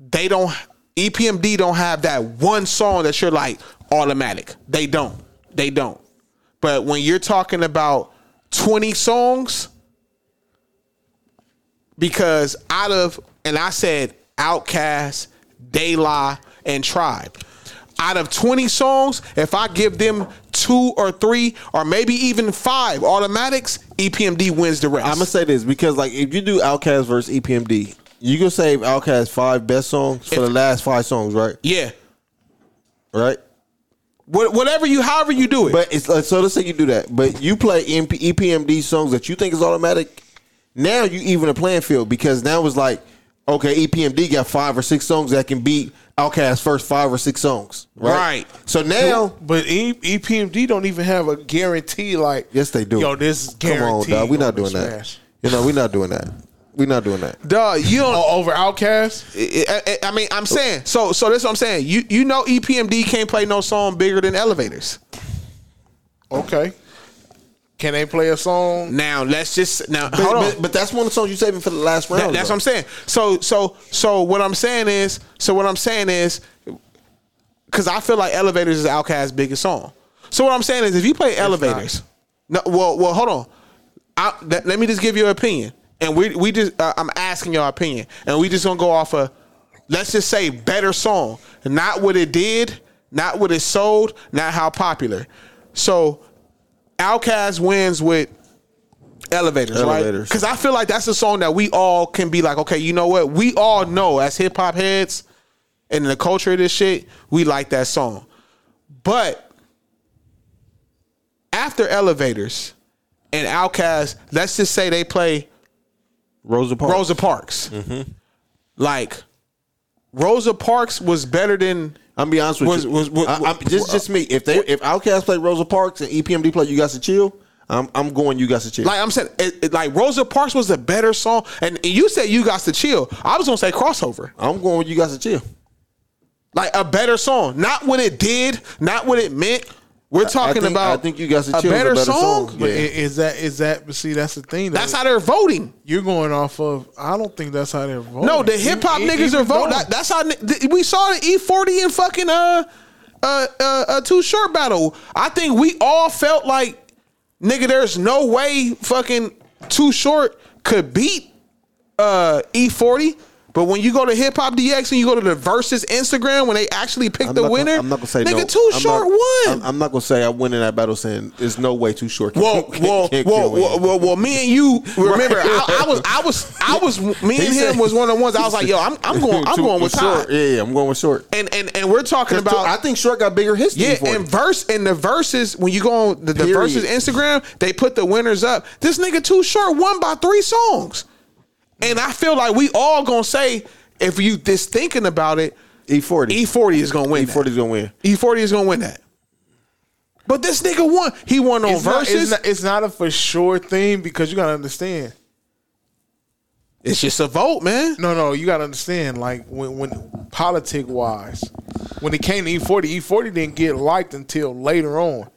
[SPEAKER 1] they don't E EPMD don't have that one song that you're like automatic. They don't. They don't. But when you're talking about 20 songs, because out of and I said Outcast, De La, and Tribe. Out of 20 songs, if I give them two or three or maybe even five automatics, E EPMD wins the rest.
[SPEAKER 6] I'm gonna say this because like if you do Outkast versus E EPMD, you gonna save Outkast five best songs for the last five songs, right?
[SPEAKER 1] yeah.
[SPEAKER 6] Right.
[SPEAKER 1] What, whatever you, however you do it.
[SPEAKER 6] But it's like, so let's say you do that, but you play E MP, EPMD songs that you think is automatic. Now you even a playing field because now it's like, okay, E EPMD got five or six songs that can beat Outkast first five or six songs, right?
[SPEAKER 1] Right.
[SPEAKER 6] So now,
[SPEAKER 5] But e, EPMD don't even have a guarantee. Like
[SPEAKER 6] yes, they do.
[SPEAKER 5] Yo, this is
[SPEAKER 6] Come on,
[SPEAKER 5] guaranteed.
[SPEAKER 6] dog. We're not
[SPEAKER 5] gonna
[SPEAKER 6] doing that.
[SPEAKER 5] smash.
[SPEAKER 6] You know, we're not doing that. We're not doing that.
[SPEAKER 1] Duh, you don't.
[SPEAKER 5] Oh, over Outcast.
[SPEAKER 1] I, I- I mean, I'm saying so. So that's what I'm saying. You you know, E EPMD can't play no song bigger than Elevators.
[SPEAKER 5] Okay. Can they play a song?
[SPEAKER 1] Now let's just now
[SPEAKER 6] But,
[SPEAKER 1] hold on.
[SPEAKER 6] but, but that's one of the songs you're saving for the last round.
[SPEAKER 1] That- that's
[SPEAKER 6] though.
[SPEAKER 1] what I'm saying. So so so what I'm saying is so what I'm saying is because I feel like Elevators is Outkast's biggest song. So what I'm saying is if you play Elevators, no, well well hold on. I, let, let me just give you an opinion, and we we just uh, I'm asking your opinion, and we just gonna go off a let's just say better song, not what it did, not what it sold, not how popular. So Outkast wins with Elevators, right?
[SPEAKER 6] Elevators.
[SPEAKER 1] Because I feel like that's a song that we all can be like, okay, you know what? We all know as hip hop heads and in the culture of this shit, we like that song. But after Elevators and Outkast, let's just say they play
[SPEAKER 6] Rosa Parks. Mm-hmm.
[SPEAKER 1] Rosa Parks. Like, Rosa Parks was better than.
[SPEAKER 6] I'm be honest with
[SPEAKER 1] was,
[SPEAKER 6] you.
[SPEAKER 1] Was, was,
[SPEAKER 6] I, I'm, just, just me. If they, if Outkast play Rosa Parks and E EPMD play, you got to chill. I'm, I'm going. You got to chill.
[SPEAKER 1] Like I'm saying, it, it- like Rosa Parks was a better song, and you said you got to chill. I was gonna say crossover.
[SPEAKER 6] I'm going with you got to chill.
[SPEAKER 1] Like a better song, not what it did, not what it meant. We're
[SPEAKER 6] I
[SPEAKER 1] talking
[SPEAKER 6] think-
[SPEAKER 1] about.
[SPEAKER 6] I think You Got Some
[SPEAKER 1] a
[SPEAKER 6] Chill is a
[SPEAKER 1] better,
[SPEAKER 6] better
[SPEAKER 1] song.
[SPEAKER 6] song.
[SPEAKER 5] But
[SPEAKER 6] Yeah.
[SPEAKER 5] i- is that is that? But see, that's the thing.
[SPEAKER 1] That's how they're voting.
[SPEAKER 5] You're going off of. I don't think that's how they're voting.
[SPEAKER 1] No, the hip hop
[SPEAKER 5] E- e-
[SPEAKER 1] niggas are
[SPEAKER 5] even
[SPEAKER 1] voting.
[SPEAKER 5] though-
[SPEAKER 1] That- that's how ni- th- we saw the E forty and fucking uh uh uh, uh two short battle. I think we all felt like nigga, there's no way fucking too short could beat uh E forty. But when you go to Hip Hop DX and you go to the Versus Instagram when they actually pick the
[SPEAKER 6] not gonna-
[SPEAKER 1] winner,
[SPEAKER 6] I'm not gonna say
[SPEAKER 1] nigga,
[SPEAKER 6] no.
[SPEAKER 1] too
[SPEAKER 6] I'm
[SPEAKER 1] short
[SPEAKER 6] not,
[SPEAKER 1] won.
[SPEAKER 6] I'm, I'm not gonna say I win in that battle saying there's no way too short. can-
[SPEAKER 1] Well,
[SPEAKER 6] can-
[SPEAKER 1] well,
[SPEAKER 6] can- can
[SPEAKER 1] well,
[SPEAKER 6] win.
[SPEAKER 1] well, well, well, me and you remember. I, I was, I was, I was. Me
[SPEAKER 6] He
[SPEAKER 1] and
[SPEAKER 6] said-
[SPEAKER 1] him was one of the ones. I was like, yo, I'm, I'm going, I'm
[SPEAKER 6] Too-
[SPEAKER 1] going with
[SPEAKER 6] short.
[SPEAKER 1] Todd.
[SPEAKER 6] Yeah, yeah, I'm going with short.
[SPEAKER 1] And and and we're talking
[SPEAKER 6] 'Cause
[SPEAKER 1] about.
[SPEAKER 6] I think short got bigger history.
[SPEAKER 1] yeah,
[SPEAKER 6] for
[SPEAKER 1] and
[SPEAKER 6] it.
[SPEAKER 1] verse and the verses when you go on the, the
[SPEAKER 6] Period.
[SPEAKER 1] verses Instagram, they put the winners up. This nigga too short won by three songs, and I feel like we all gonna say if you just thinking about it,
[SPEAKER 6] E40,
[SPEAKER 1] E40 is gonna win.
[SPEAKER 6] E40 E is gonna win.
[SPEAKER 1] E40 is gonna win that. But this nigga won. He won on
[SPEAKER 5] It's not,
[SPEAKER 1] verses.
[SPEAKER 5] it's, not, it's not a for sure thing because you gotta understand.
[SPEAKER 1] It's just a vote, man.
[SPEAKER 5] No, no, you gotta understand. Like when, when politic wise, when it came to E forty, E forty didn't get liked until later on.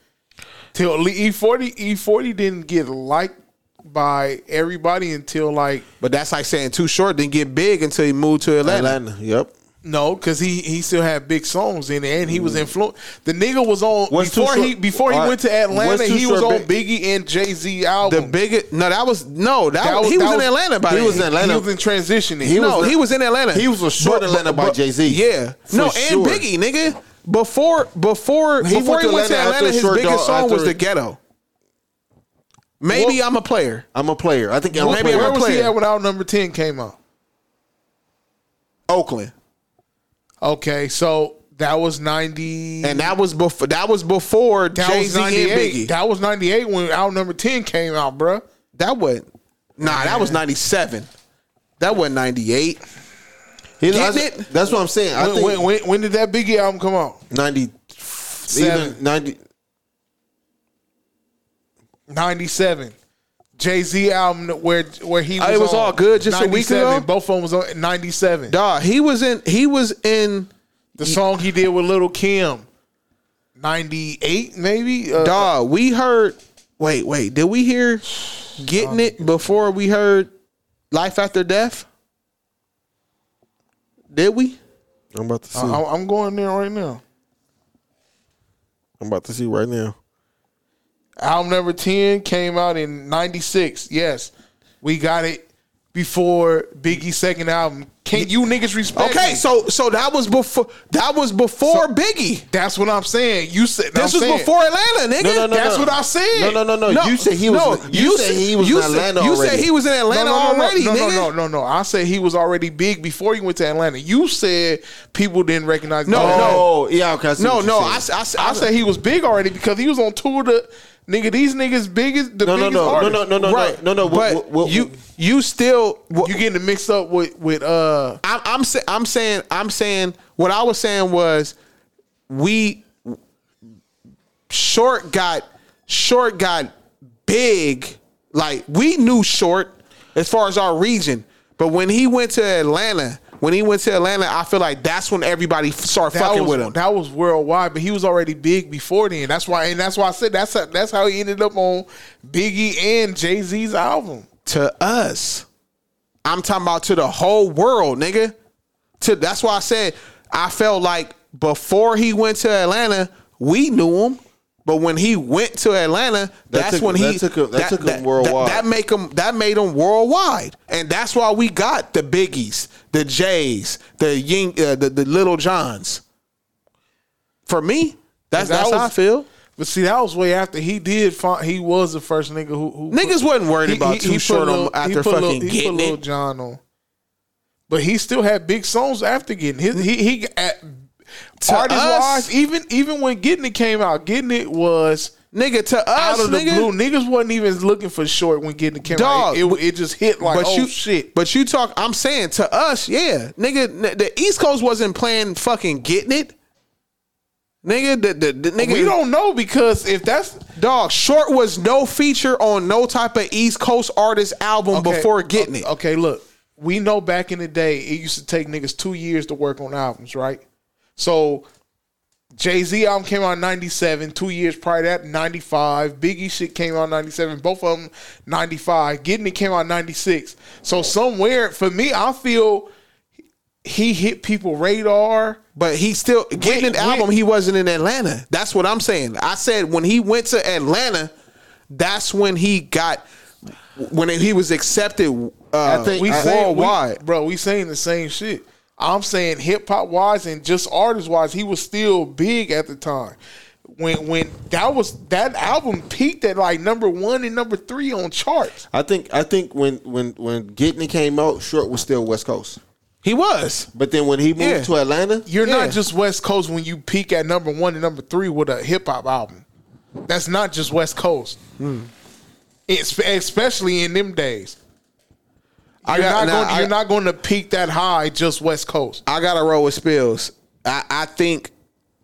[SPEAKER 5] Till E forty, E forty didn't get liked by everybody until like
[SPEAKER 1] But that's like saying too short didn't get big until he moved to Atlanta.
[SPEAKER 6] Atlanta. Yep.
[SPEAKER 5] no, because he he still had big songs in it, and he
[SPEAKER 1] Mm.
[SPEAKER 5] was influenced. The nigga was on
[SPEAKER 6] What's Too
[SPEAKER 5] before he
[SPEAKER 6] Short-
[SPEAKER 5] before he
[SPEAKER 6] Alright,
[SPEAKER 5] went to Atlanta.
[SPEAKER 6] what's Too
[SPEAKER 5] He was
[SPEAKER 6] Short
[SPEAKER 5] on Biggie and Jay Z album.
[SPEAKER 1] The biggest. No, that was no. Oh, That,
[SPEAKER 5] That
[SPEAKER 1] was, he
[SPEAKER 5] that
[SPEAKER 1] was, in Atlanta by
[SPEAKER 5] he
[SPEAKER 1] then.
[SPEAKER 5] was in Atlanta. He was in transitioning.
[SPEAKER 1] He no, he was in Atlanta.
[SPEAKER 6] He was a short Atlanta by Jay-Z.
[SPEAKER 1] Yeah.
[SPEAKER 6] For
[SPEAKER 1] no,
[SPEAKER 6] sure.
[SPEAKER 1] and Biggie, nigga. Before before
[SPEAKER 6] He
[SPEAKER 1] before
[SPEAKER 6] went
[SPEAKER 1] he
[SPEAKER 6] to
[SPEAKER 1] went to
[SPEAKER 6] Atlanta after
[SPEAKER 1] Atlanta, his
[SPEAKER 6] Short
[SPEAKER 1] biggest
[SPEAKER 6] Dog-
[SPEAKER 1] song was
[SPEAKER 6] after-
[SPEAKER 1] the ghetto. Maybe I'm a player.
[SPEAKER 6] I'm a player. I think I'm
[SPEAKER 1] Maybe
[SPEAKER 6] a player.
[SPEAKER 1] I'm
[SPEAKER 5] Where
[SPEAKER 1] a
[SPEAKER 5] was he
[SPEAKER 1] player.
[SPEAKER 5] at when our number ten came out?
[SPEAKER 1] Oakland,
[SPEAKER 5] Okay, so that was ninety,
[SPEAKER 1] and that was before that was before
[SPEAKER 5] that
[SPEAKER 1] Jay
[SPEAKER 5] was
[SPEAKER 1] Z and
[SPEAKER 5] ninety eight.
[SPEAKER 1] Biggie. That,
[SPEAKER 5] That was ninety eight when our number ten came out, bruh.
[SPEAKER 1] was nah. That was '97. That wasn't '98.
[SPEAKER 6] He-
[SPEAKER 1] Getting
[SPEAKER 6] I-
[SPEAKER 1] it?
[SPEAKER 6] That's what I'm saying. I
[SPEAKER 5] When,
[SPEAKER 6] think
[SPEAKER 5] when, when, when did that Biggie album come out?
[SPEAKER 6] 90,
[SPEAKER 5] Seven.
[SPEAKER 6] even 90.
[SPEAKER 5] Ninety seven. Jay Z album where where he
[SPEAKER 1] Uh,
[SPEAKER 5] was
[SPEAKER 1] it was
[SPEAKER 5] on,
[SPEAKER 1] all good just a week
[SPEAKER 5] 97.
[SPEAKER 1] ago?
[SPEAKER 5] Both of them was on ninety seven.
[SPEAKER 1] Dog, he was in. He was in.
[SPEAKER 5] The song he did with Little Kim, ninety eight maybe. Uh,
[SPEAKER 1] Dog, we heard. Wait, wait. Did we hear getting it before we heard life after death? Did we?
[SPEAKER 6] I'm about to
[SPEAKER 1] Uh,
[SPEAKER 6] see.
[SPEAKER 5] I, I'm going there right now.
[SPEAKER 6] I'm about to see right now.
[SPEAKER 5] Album number 10 came out in 96. Yes. We got it before Biggie's second album. Can you niggas respect
[SPEAKER 1] Okay,
[SPEAKER 5] me?
[SPEAKER 1] so so that was before. That was before Biggie.
[SPEAKER 5] that's what I'm saying. You said
[SPEAKER 1] This
[SPEAKER 5] I'm
[SPEAKER 1] was
[SPEAKER 5] saying-
[SPEAKER 1] before Atlanta, nigga.
[SPEAKER 6] No, no, no,
[SPEAKER 5] That's
[SPEAKER 6] no.
[SPEAKER 5] what I said.
[SPEAKER 6] No, no, no, no. You said he was. you, said he was
[SPEAKER 1] you
[SPEAKER 6] in Atlanta
[SPEAKER 1] said,
[SPEAKER 6] already.
[SPEAKER 1] You said he was in Atlanta already,
[SPEAKER 5] no,
[SPEAKER 1] nigga.
[SPEAKER 5] no, no, no, no. I said he was already big before he went to Atlanta. You said people didn't recognize.
[SPEAKER 1] No,
[SPEAKER 5] Atlanta.
[SPEAKER 6] Oh, yeah. Okay. I see
[SPEAKER 1] No,
[SPEAKER 6] what you
[SPEAKER 1] no,
[SPEAKER 6] said.
[SPEAKER 1] I, s- I, s-
[SPEAKER 5] I said he was big already because he was on tour to nigga. These niggas biggest. The
[SPEAKER 6] No, no,
[SPEAKER 5] biggest
[SPEAKER 6] no, no,
[SPEAKER 5] artists.
[SPEAKER 6] no, no, no,
[SPEAKER 1] right,
[SPEAKER 6] no, no.
[SPEAKER 1] But
[SPEAKER 6] What- what-
[SPEAKER 1] you you still what,
[SPEAKER 5] You getting it mixed up with with uh
[SPEAKER 1] I'm I'm, sa- I'm saying I'm saying what I was saying was we short got short got big like we knew short as far as our region but when he went to Atlanta when he went to Atlanta I feel like that's when everybody f- started
[SPEAKER 5] that
[SPEAKER 1] fucking
[SPEAKER 5] was,
[SPEAKER 1] with him
[SPEAKER 5] That was worldwide, but he was already big before then. That's why, and that's why I said that's how, that's how he ended up on Biggie and Jay Z's album.
[SPEAKER 1] to us I'm talking about to the whole world nigga to that's why I said I felt like before he went to Atlanta we knew him but when he went to Atlanta that's
[SPEAKER 6] took-
[SPEAKER 1] when
[SPEAKER 6] that
[SPEAKER 1] he
[SPEAKER 6] took him- that took him worldwide.
[SPEAKER 1] that, that make him that made him worldwide and that's why we got the biggies the Jays the Ying, uh, the, the little Johns for me that's
[SPEAKER 5] That
[SPEAKER 1] that's how I
[SPEAKER 5] was-
[SPEAKER 1] feel
[SPEAKER 5] But see, that was way after he did. Find, he was the first nigga who, who
[SPEAKER 1] Niggas wasn't worried about Too
[SPEAKER 5] put
[SPEAKER 1] Short on-
[SPEAKER 5] Lil- he
[SPEAKER 1] after
[SPEAKER 5] put Lil-
[SPEAKER 1] fucking
[SPEAKER 5] he put
[SPEAKER 1] Getting
[SPEAKER 5] Lil
[SPEAKER 1] It.
[SPEAKER 5] John on. But he still had big songs after getting his. He he. Artist
[SPEAKER 1] us-
[SPEAKER 5] wise, even even when Getting It came out, Getting It was
[SPEAKER 1] Nigga, to us,
[SPEAKER 5] Out of the
[SPEAKER 1] nigga,
[SPEAKER 5] blue, niggas wasn't even looking for short when getting the camera.
[SPEAKER 1] Dog,
[SPEAKER 5] it, it, it just hit like oh
[SPEAKER 1] you,
[SPEAKER 5] shit.
[SPEAKER 1] But you talk. I'm saying to us, yeah, nigga. n- The East Coast wasn't playing fucking getting it, nigga. The, the, the nigga.
[SPEAKER 5] We don't
[SPEAKER 1] know because if that's dog, short was no feature on no type of East Coast artist album
[SPEAKER 5] Okay,
[SPEAKER 1] before getting it.
[SPEAKER 5] Okay, look, we know back in the day it used to take niggas two years to work on albums, right? So Jay Z album came out in '97, two years prior to that '95. Biggie shit came out in '97, both of them '95. Getting it came out in '96. So somewhere for me, I feel he hit people radar,
[SPEAKER 1] but he still getting an album. He wasn't in Atlanta. That's what I'm saying. I said when he went to Atlanta, that's when he got when he was accepted. Uh,
[SPEAKER 5] we saying,
[SPEAKER 1] worldwide.
[SPEAKER 5] we, bro. We saying the same shit. I'm saying hip hop wise and just artist wise, he was still big at the time. When when that was that album peaked at like number one and number three on charts.
[SPEAKER 6] I think I think when when when Getting It came out, Short was still West Coast.
[SPEAKER 1] He was,
[SPEAKER 6] but then when he moved
[SPEAKER 5] Yeah.
[SPEAKER 6] to Atlanta,
[SPEAKER 5] You're not just West Coast when you peak at number one and number three with a hip hop album. That's not just West Coast,
[SPEAKER 31] Mm.
[SPEAKER 5] it's, especially in them days.
[SPEAKER 1] I
[SPEAKER 5] You're,
[SPEAKER 1] got-
[SPEAKER 5] not,
[SPEAKER 1] nah,
[SPEAKER 5] going,
[SPEAKER 1] I-
[SPEAKER 5] you're not going to peak that high just West Coast.
[SPEAKER 1] I gotta roll with Spills. I, I think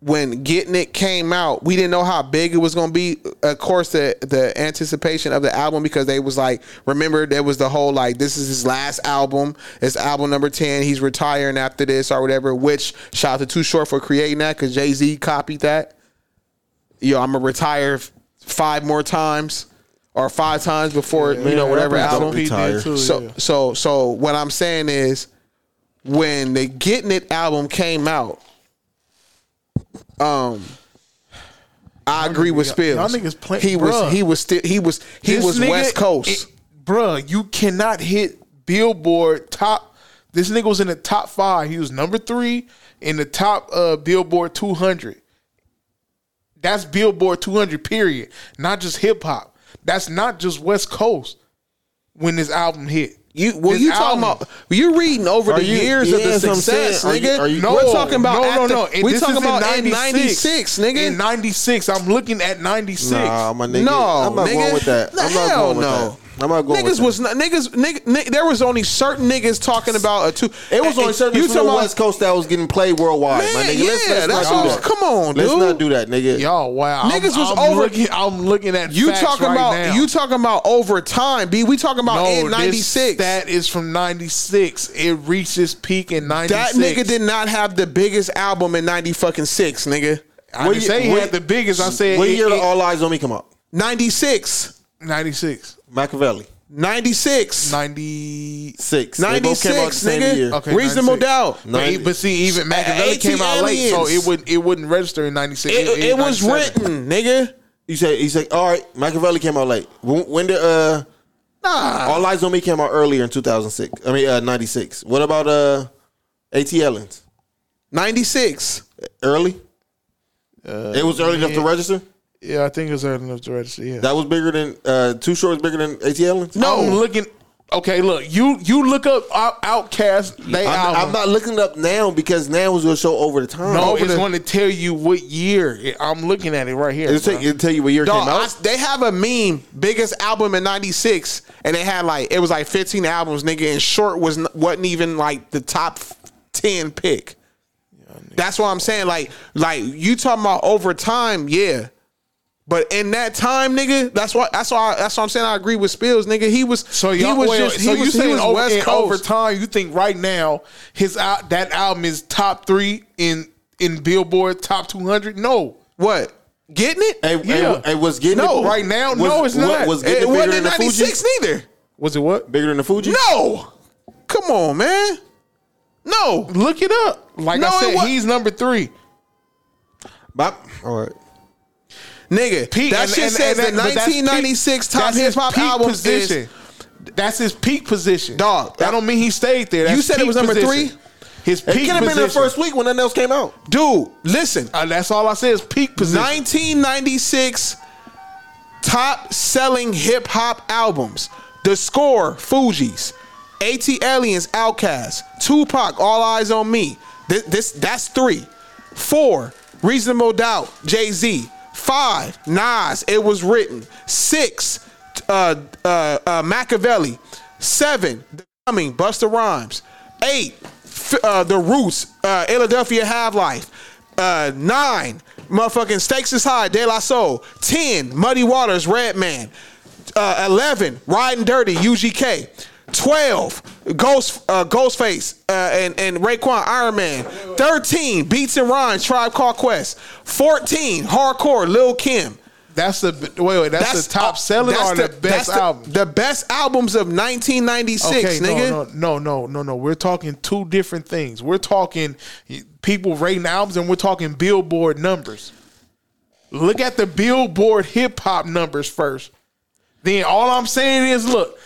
[SPEAKER 1] when getting it came out, we didn't know how big it was gonna be. Of course, the the anticipation of the album because they was like, remember there was the whole like, this is his last album. It's album number ten. He's retiring after this or whatever. Which shout out to Too Short for creating that because Jay Z copied that. Yo, I'm gonna retire f- five more times. Or five times before you know
[SPEAKER 6] man,
[SPEAKER 1] whatever
[SPEAKER 6] rappers don't
[SPEAKER 1] album.
[SPEAKER 6] retire. He did too,
[SPEAKER 1] so
[SPEAKER 6] yeah.
[SPEAKER 1] so so what I'm saying is, when the Getting It album came out, um, I agree with
[SPEAKER 5] niggas-
[SPEAKER 1] Spills.
[SPEAKER 5] y'all niggas play-
[SPEAKER 1] he was
[SPEAKER 5] bruh.
[SPEAKER 1] he was still he was he
[SPEAKER 5] This
[SPEAKER 1] was
[SPEAKER 5] nigga-
[SPEAKER 1] West Coast.
[SPEAKER 5] it- bruh, you cannot hit Billboard top. This nigga was in the top five. He was number three in the top uh, Billboard 200. That's Billboard 200, period. Not just hip hop. That's not just West Coast when this album hit.
[SPEAKER 1] You well, you talking about you reading over
[SPEAKER 5] Are
[SPEAKER 1] the
[SPEAKER 5] you-
[SPEAKER 1] years
[SPEAKER 5] yeah,
[SPEAKER 1] of
[SPEAKER 5] that's what
[SPEAKER 1] the
[SPEAKER 5] I'm
[SPEAKER 1] success,
[SPEAKER 5] saying. Are you-
[SPEAKER 1] nigga.
[SPEAKER 5] are you-
[SPEAKER 1] We're
[SPEAKER 5] No,
[SPEAKER 1] talking about
[SPEAKER 5] no,
[SPEAKER 1] at
[SPEAKER 5] no,
[SPEAKER 1] the-
[SPEAKER 5] no. And
[SPEAKER 1] We
[SPEAKER 5] this
[SPEAKER 1] talking
[SPEAKER 5] is in
[SPEAKER 1] about in
[SPEAKER 5] 96,
[SPEAKER 1] '96, nigga.
[SPEAKER 5] In 96, I'm looking at 96.
[SPEAKER 6] Nah, my nigga.
[SPEAKER 1] No,
[SPEAKER 6] I'm not
[SPEAKER 1] nigga.
[SPEAKER 6] going with that. I'm not
[SPEAKER 1] Hell
[SPEAKER 6] going with
[SPEAKER 1] no.
[SPEAKER 6] that. I'm not going
[SPEAKER 1] niggas
[SPEAKER 6] with that.
[SPEAKER 1] was not, niggas, nigga, nigga, there was only certain niggas talking about a two.
[SPEAKER 6] It was on certain
[SPEAKER 1] You
[SPEAKER 6] people
[SPEAKER 1] talking
[SPEAKER 6] on the
[SPEAKER 1] about
[SPEAKER 6] West Coast that was getting played worldwide. my
[SPEAKER 1] Man,
[SPEAKER 6] nigga, let's,
[SPEAKER 1] yeah,
[SPEAKER 6] let's
[SPEAKER 1] that's
[SPEAKER 6] not do
[SPEAKER 1] what-
[SPEAKER 6] that.
[SPEAKER 1] come on,
[SPEAKER 6] Let's
[SPEAKER 1] dude.
[SPEAKER 6] not do that, nigga.
[SPEAKER 5] Y'all, wow.
[SPEAKER 1] Niggas was
[SPEAKER 5] I'm
[SPEAKER 1] over-
[SPEAKER 5] Looking, I'm looking at
[SPEAKER 1] you
[SPEAKER 5] facts
[SPEAKER 1] talking
[SPEAKER 5] right
[SPEAKER 1] about
[SPEAKER 5] now.
[SPEAKER 1] you talking about over time, B. We talking about in
[SPEAKER 5] this
[SPEAKER 1] '96.
[SPEAKER 5] That is from '96. It reached its peak in
[SPEAKER 1] That
[SPEAKER 5] '96.
[SPEAKER 1] nigga did not have the biggest album in ninety fucking six, nigga.
[SPEAKER 5] I didn't say he had the biggest. I said
[SPEAKER 6] What
[SPEAKER 5] it-
[SPEAKER 6] year did
[SPEAKER 5] it-
[SPEAKER 6] All Eyes on Me come out?
[SPEAKER 1] ninety six.
[SPEAKER 5] '96.
[SPEAKER 6] Machiavelli.
[SPEAKER 1] 96.
[SPEAKER 5] 96.
[SPEAKER 6] Six. They both came out the same year.
[SPEAKER 5] Okay,
[SPEAKER 1] Reasonable
[SPEAKER 5] 96.
[SPEAKER 1] doubt.
[SPEAKER 5] But, he- but see, even Machiavelli came out late, so it would it wouldn't register in '96.
[SPEAKER 6] It- it was
[SPEAKER 1] written, nigga.
[SPEAKER 6] You say you say all right. Machiavelli came out late. When, when did uh?
[SPEAKER 1] Nah.
[SPEAKER 6] All Eyes on Me came out earlier in 2006. I mean uh, 96. What about uh? ATLins.
[SPEAKER 1] 96.
[SPEAKER 6] Early.
[SPEAKER 1] Uh,
[SPEAKER 6] it was early enough to
[SPEAKER 5] yeah.
[SPEAKER 6] register.
[SPEAKER 5] Yeah, I think it was early enough to register. Yeah.
[SPEAKER 6] That was bigger than uh. Two shorts bigger than ATLins.
[SPEAKER 5] No, I'm looking. Okay, look, you you look up Out- Outcast. They
[SPEAKER 6] I'm,
[SPEAKER 5] album.
[SPEAKER 6] I'm not looking it up now because now is going to show over the time.
[SPEAKER 5] No,
[SPEAKER 6] over
[SPEAKER 5] it's
[SPEAKER 6] the,
[SPEAKER 5] going to tell you what year. It- I'm looking at it right here.
[SPEAKER 6] It'll tell-
[SPEAKER 5] bro.
[SPEAKER 6] it'll tell you what year it
[SPEAKER 1] Dog,
[SPEAKER 6] came out.
[SPEAKER 1] I- they have a meme, biggest album in '96, and they had like it was like 15 albums, nigga. And short was n- wasn't even like the top 10 pick. That's what I'm saying. Like, like you talking about over time, yeah. But in that time, nigga, that's why that's why that's what I'm saying. I agree with Spills, nigga. He was so he
[SPEAKER 5] y'all-
[SPEAKER 1] was
[SPEAKER 5] wait,
[SPEAKER 1] just
[SPEAKER 5] wait,
[SPEAKER 1] he
[SPEAKER 5] so you
[SPEAKER 1] was, he
[SPEAKER 5] saying
[SPEAKER 1] was
[SPEAKER 5] over,
[SPEAKER 1] West
[SPEAKER 5] and
[SPEAKER 1] Coast.
[SPEAKER 5] over time? You think right now his out that album is top three in in Billboard top two hundred? No,
[SPEAKER 1] what getting it?
[SPEAKER 6] Hey, hey,
[SPEAKER 5] Yeah.
[SPEAKER 6] wa- hey, was getting
[SPEAKER 5] no
[SPEAKER 6] it,
[SPEAKER 5] right now.
[SPEAKER 6] was-
[SPEAKER 5] no, it's
[SPEAKER 6] wa-
[SPEAKER 5] not.
[SPEAKER 6] Was getting it,
[SPEAKER 1] wasn't
[SPEAKER 6] bigger
[SPEAKER 1] in
[SPEAKER 6] than the Fuji?
[SPEAKER 1] 96 neither.
[SPEAKER 5] Was it what?
[SPEAKER 6] Bigger than the Fuji?
[SPEAKER 1] No, come on, man. No,
[SPEAKER 5] look it up. Like
[SPEAKER 1] No,
[SPEAKER 5] I
[SPEAKER 1] it
[SPEAKER 5] said,
[SPEAKER 1] wa-
[SPEAKER 5] he's number three.
[SPEAKER 6] Bop. All right.
[SPEAKER 1] Nigga,
[SPEAKER 5] Pete,
[SPEAKER 1] that
[SPEAKER 5] and-
[SPEAKER 1] shit
[SPEAKER 5] and-
[SPEAKER 1] says
[SPEAKER 5] and
[SPEAKER 1] the
[SPEAKER 5] that- but that's peak-
[SPEAKER 1] 1996 top
[SPEAKER 5] that's his
[SPEAKER 1] hip hop
[SPEAKER 5] peak
[SPEAKER 1] album
[SPEAKER 5] position.
[SPEAKER 1] is.
[SPEAKER 5] That's his peak position,
[SPEAKER 1] Dog,
[SPEAKER 5] That don't mean he stayed there.
[SPEAKER 1] You
[SPEAKER 5] That's
[SPEAKER 1] said it
[SPEAKER 5] peak
[SPEAKER 1] was number
[SPEAKER 5] position.
[SPEAKER 1] three?
[SPEAKER 5] His
[SPEAKER 1] It
[SPEAKER 5] peak
[SPEAKER 1] could've been the
[SPEAKER 5] position.
[SPEAKER 1] first
[SPEAKER 6] week when nothing else came out.
[SPEAKER 1] Dude, listen.
[SPEAKER 5] Uh, that's all I said is peak position.
[SPEAKER 1] 1996 top selling hip hop albums. The Score, Fuji's, AT Aliens, Outkast, Tupac, All Eyes on Me. This, this that's three. Four, Reasonable Doubt, Jay Z. Five, Nas, it was written. Six, uh, uh, uh, Machiavelli. Seven, The Coming, Buster Rhymes. Eight, f- uh, The Roots, uh, Philadelphia Have Life. Uh, nine, motherfucking Stakes is High, De La Soul. Ten, Muddy Waters, Red Man. Uh, Eleven, Riding Dirty, UGK. Twelve, Ghost, uh, Ghostface, uh, and and Raekwon, Iron Man. Thirteen, Beats and Rhymes, Tribe Called Quest. Fourteen, Hardcore, Lil Kim.
[SPEAKER 5] That's the wait, wait. That's, the top selling
[SPEAKER 1] that's
[SPEAKER 5] or the, best
[SPEAKER 1] that's the-
[SPEAKER 5] album?
[SPEAKER 1] The best albums of 1996,
[SPEAKER 5] no,
[SPEAKER 1] nigga.
[SPEAKER 5] No, no, no, no, no. We're talking two different things. We're talking people rating albums, and we're talking Billboard numbers. Look at the Billboard hip hop numbers first. Then all I'm saying is, look,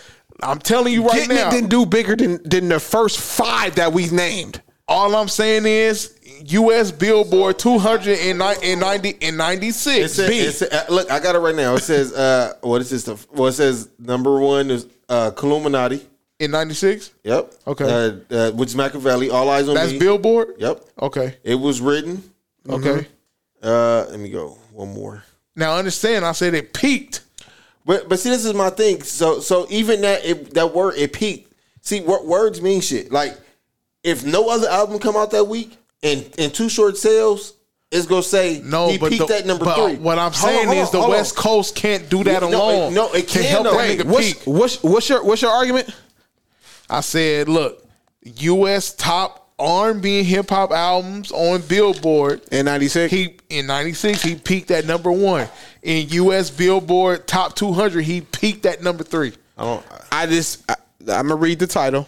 [SPEAKER 5] I'm telling you right
[SPEAKER 1] Getting It
[SPEAKER 5] now,
[SPEAKER 1] didn't do bigger than than the first five that we named.
[SPEAKER 5] All I'm saying is U.S. Billboard 200 and ni- and 90 and 96.
[SPEAKER 6] It said,
[SPEAKER 5] B.
[SPEAKER 6] it said- uh, look, I got it right now. It says, uh, what is this? The, well, it says number one is uh, Columinati.
[SPEAKER 5] In 96?
[SPEAKER 6] Yep.
[SPEAKER 5] Okay.
[SPEAKER 6] Uh, uh, which is Machiavelli, All Eyes on
[SPEAKER 5] That's
[SPEAKER 6] Me.
[SPEAKER 5] Billboard.
[SPEAKER 6] Yep.
[SPEAKER 5] Okay.
[SPEAKER 6] It was written.
[SPEAKER 5] Okay.
[SPEAKER 6] Uh, let me go. One more.
[SPEAKER 5] Now understand, I said it peaked.
[SPEAKER 6] But but see, this is my thing. So so even that it, that word it peaked. See, what words mean shit. Like if no other album come out that week and and two short sales, it's gonna say
[SPEAKER 5] No,
[SPEAKER 6] he
[SPEAKER 5] but
[SPEAKER 6] peaked
[SPEAKER 5] the-
[SPEAKER 6] at number
[SPEAKER 5] but
[SPEAKER 1] uh,
[SPEAKER 6] three.
[SPEAKER 5] What I'm
[SPEAKER 6] Hold on,
[SPEAKER 5] saying
[SPEAKER 6] hold
[SPEAKER 5] is
[SPEAKER 6] on,
[SPEAKER 5] the
[SPEAKER 6] hold on.
[SPEAKER 5] West Coast can't do that
[SPEAKER 6] No, it-
[SPEAKER 5] alone.
[SPEAKER 6] no, it
[SPEAKER 5] to
[SPEAKER 6] can,
[SPEAKER 5] help
[SPEAKER 6] though.
[SPEAKER 5] that
[SPEAKER 6] Wait,
[SPEAKER 5] nigga
[SPEAKER 6] what's-
[SPEAKER 5] peak. What's what's your what's your argument? I said, look, U.S. top R&B and hip hop albums on Billboard
[SPEAKER 1] in '96.
[SPEAKER 5] He in '96 he peaked at number one in U.S. Billboard top 200. He peaked at number three.
[SPEAKER 1] I don't. I just. I, I'm gonna read the title.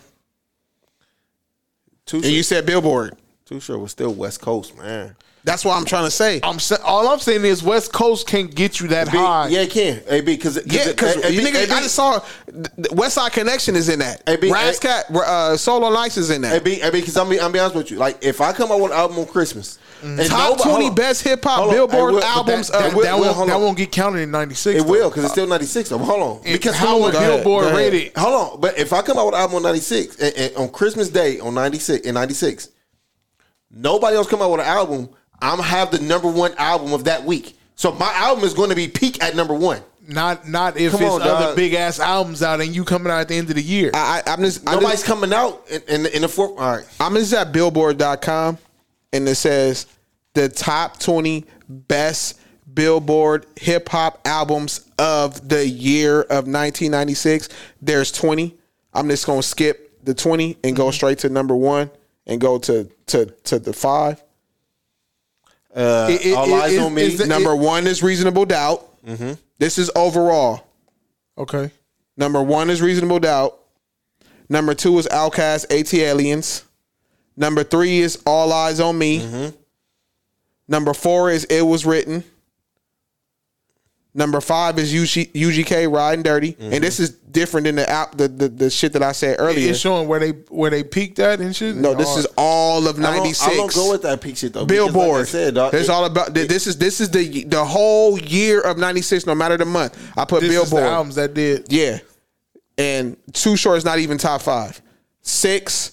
[SPEAKER 6] Two.
[SPEAKER 1] And you said Billboard.
[SPEAKER 6] Too sure was still West Coast, man.
[SPEAKER 1] That's what I'm trying to say.
[SPEAKER 5] I'm sa- all I'm saying is West Coast can't get you that high.
[SPEAKER 6] Yeah, it can. AB because
[SPEAKER 1] Yeah, because you nigga, I just saw th- th- West Side Connection is in that.
[SPEAKER 6] AB
[SPEAKER 1] Rascat, uh, Solo Nights is in that.
[SPEAKER 6] AB because I'm be- I'm be honest with you. Like if I come out with an album on Christmas, and
[SPEAKER 1] Top
[SPEAKER 6] nobody-
[SPEAKER 1] 20
[SPEAKER 6] hold on.
[SPEAKER 1] best hip hop
[SPEAKER 6] Hold on,
[SPEAKER 1] Billboard
[SPEAKER 6] I will- but
[SPEAKER 1] albums. uh,
[SPEAKER 6] that-
[SPEAKER 1] of-
[SPEAKER 6] that- that
[SPEAKER 1] Will-
[SPEAKER 6] will- hold
[SPEAKER 5] that
[SPEAKER 6] on.
[SPEAKER 5] won't get counted in '96.
[SPEAKER 6] It will because it's still ninety six. Hold on,
[SPEAKER 5] It-
[SPEAKER 6] Oh, because
[SPEAKER 5] how
[SPEAKER 6] hold
[SPEAKER 5] would
[SPEAKER 6] on, go ahead,
[SPEAKER 5] Billboard
[SPEAKER 6] go ahead.
[SPEAKER 5] rate it?
[SPEAKER 6] Hold on, but if I come out with an album on ninety six and, and on Christmas Day on ninety six in ninety six, nobody else come out with an album. I'm have the number one album of that week, so my album is going to be peak at number one.
[SPEAKER 5] Not not if
[SPEAKER 6] Come
[SPEAKER 5] it's
[SPEAKER 6] on,
[SPEAKER 5] other
[SPEAKER 6] dog.
[SPEAKER 5] big ass albums out and you coming out at the end of the year.
[SPEAKER 1] I, I, I'm just I'm
[SPEAKER 6] Nobody's
[SPEAKER 1] just-
[SPEAKER 6] coming out in, in, the- in the fourth. All right,
[SPEAKER 1] I'm just at billboard.com and it says the top 20 best Billboard hip hop albums of the year of 1996. There's 20. I'm just going to skip the 20 and
[SPEAKER 6] Mm-hmm.
[SPEAKER 1] go straight to number 1 and go to to to the 5.
[SPEAKER 6] Uh,
[SPEAKER 5] It- it- All Eyes it- on Me. is the-
[SPEAKER 1] number
[SPEAKER 5] it-
[SPEAKER 1] 1 is Reasonable Doubt.
[SPEAKER 6] mm-hmm.
[SPEAKER 1] This is overall.
[SPEAKER 5] Okay.
[SPEAKER 1] Number one is Reasonable Doubt. Number two is Outcast AT Aliens. Number three is All Eyes on Me. Number four is It Was Written. Number five is UG, UGK Riding Dirty, and this is different than the, app, the the the shit that I said earlier.
[SPEAKER 5] It's showing where they where they peaked at and shit.
[SPEAKER 1] No, this is all of '96.
[SPEAKER 6] I don't go with that peak shit though. because like I
[SPEAKER 1] Billboard.
[SPEAKER 6] said, dog,
[SPEAKER 1] it's
[SPEAKER 6] it-
[SPEAKER 1] all about. this is this is the the whole year of '96, no matter the month. I put
[SPEAKER 5] This is the
[SPEAKER 1] Billboard
[SPEAKER 5] albums that did.
[SPEAKER 1] Yeah, and Too Short is not even top five. Six,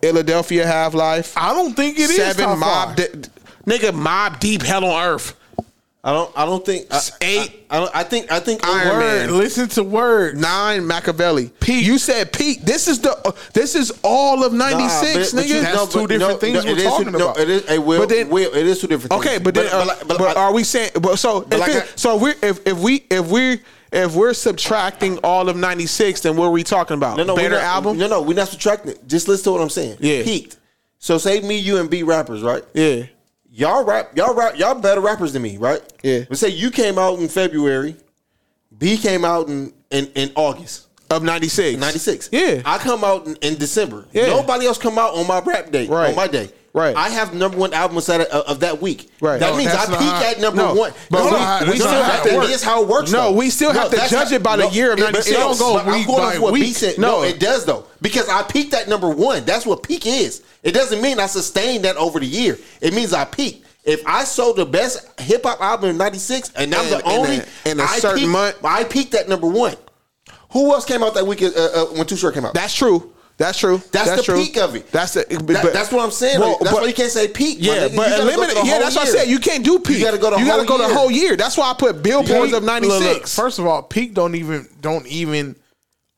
[SPEAKER 1] Philadelphia Half Life.
[SPEAKER 5] I don't think it
[SPEAKER 1] it
[SPEAKER 5] is
[SPEAKER 1] is
[SPEAKER 5] top
[SPEAKER 1] Mob,
[SPEAKER 5] five.
[SPEAKER 1] De- nigga, Mob Deep Hell on Earth.
[SPEAKER 6] I don't. I don't think I,
[SPEAKER 1] eight.
[SPEAKER 6] I, I, don't- I think. I think
[SPEAKER 1] Iron
[SPEAKER 6] Word.
[SPEAKER 1] Man.
[SPEAKER 5] Listen to word
[SPEAKER 1] Nine Machiavelli. Pete, you said Pete. This is the. uh, this is all of
[SPEAKER 6] Nah,
[SPEAKER 1] '96,
[SPEAKER 6] but- but
[SPEAKER 1] nigga.
[SPEAKER 6] you- no, but no, no, it is two- no, it is- hey, Will- Will, it is two different
[SPEAKER 1] Okay,
[SPEAKER 6] things.
[SPEAKER 1] but then,
[SPEAKER 6] But-
[SPEAKER 1] uh,
[SPEAKER 6] but like-
[SPEAKER 1] but,
[SPEAKER 6] but like-
[SPEAKER 1] are we saying? But so, if
[SPEAKER 6] like
[SPEAKER 1] it-
[SPEAKER 6] I-
[SPEAKER 1] so we're if if we if we're if we're subtracting all of '96, then what are we talking about?
[SPEAKER 6] No, no,
[SPEAKER 1] Better
[SPEAKER 6] we're not,
[SPEAKER 1] album.
[SPEAKER 6] No, no, we're not subtracting it. Just listen to what I'm saying.
[SPEAKER 1] Yeah.
[SPEAKER 6] peaked. So say me, you, and B rappers, right?
[SPEAKER 1] Yeah.
[SPEAKER 6] Y'all rap, y'all rap, y'all better rappers than me, right?
[SPEAKER 1] Yeah.
[SPEAKER 6] But say you came out in February, B came out in in, in August
[SPEAKER 1] of '96.
[SPEAKER 6] '96.
[SPEAKER 1] Yeah.
[SPEAKER 6] I come out in, in December.
[SPEAKER 1] Yeah.
[SPEAKER 6] Nobody else come out on my rap day.
[SPEAKER 1] Right.
[SPEAKER 6] On my day.
[SPEAKER 1] Right.
[SPEAKER 6] I have number one album of, of that week.
[SPEAKER 1] Right.
[SPEAKER 6] That
[SPEAKER 1] No,
[SPEAKER 6] means I
[SPEAKER 1] that's
[SPEAKER 6] peak
[SPEAKER 1] not how-
[SPEAKER 6] at number
[SPEAKER 1] no,
[SPEAKER 6] one.
[SPEAKER 1] but
[SPEAKER 6] No,
[SPEAKER 1] we-
[SPEAKER 6] no,
[SPEAKER 1] we
[SPEAKER 6] no,
[SPEAKER 1] still
[SPEAKER 6] no,
[SPEAKER 1] have
[SPEAKER 6] that
[SPEAKER 1] to-
[SPEAKER 6] is how it works.
[SPEAKER 1] No,
[SPEAKER 6] though.
[SPEAKER 1] we still have to
[SPEAKER 6] that's
[SPEAKER 1] judge it by the year of
[SPEAKER 6] but it
[SPEAKER 1] 96.
[SPEAKER 6] don't go
[SPEAKER 1] But I'm
[SPEAKER 6] week
[SPEAKER 1] going
[SPEAKER 6] by
[SPEAKER 1] off what
[SPEAKER 6] week.
[SPEAKER 1] B said.
[SPEAKER 6] No,
[SPEAKER 1] No.
[SPEAKER 6] it does though because I peaked at number one. That's what peak is. It doesn't mean I sustained that over the year. It means I peaked. If I sold the best hip hop album in '96 and I'm
[SPEAKER 1] And-
[SPEAKER 6] the only
[SPEAKER 1] and a- and a
[SPEAKER 6] I
[SPEAKER 1] certain
[SPEAKER 6] peaked-
[SPEAKER 1] month-
[SPEAKER 6] I peaked at number one. Who else came out that week uh, uh, when Two Short came out?
[SPEAKER 1] That's true. That's true.
[SPEAKER 6] That's,
[SPEAKER 1] That's
[SPEAKER 6] the
[SPEAKER 1] true.
[SPEAKER 6] peak of it.
[SPEAKER 1] That's the.
[SPEAKER 6] That- that's what I'm saying. Like, that's why you can't say peak, my
[SPEAKER 1] Yeah, but
[SPEAKER 6] nigga. You gotta go
[SPEAKER 1] eliminate.
[SPEAKER 6] through the
[SPEAKER 1] yeah,
[SPEAKER 6] whole
[SPEAKER 1] that's what I
[SPEAKER 6] year.
[SPEAKER 1] said. You can't do peak.
[SPEAKER 6] You gotta go the
[SPEAKER 1] You gotta
[SPEAKER 6] whole
[SPEAKER 1] go the
[SPEAKER 6] year.
[SPEAKER 1] whole year. That's why I put billboards of '96.
[SPEAKER 5] First of all, peak don't even don't even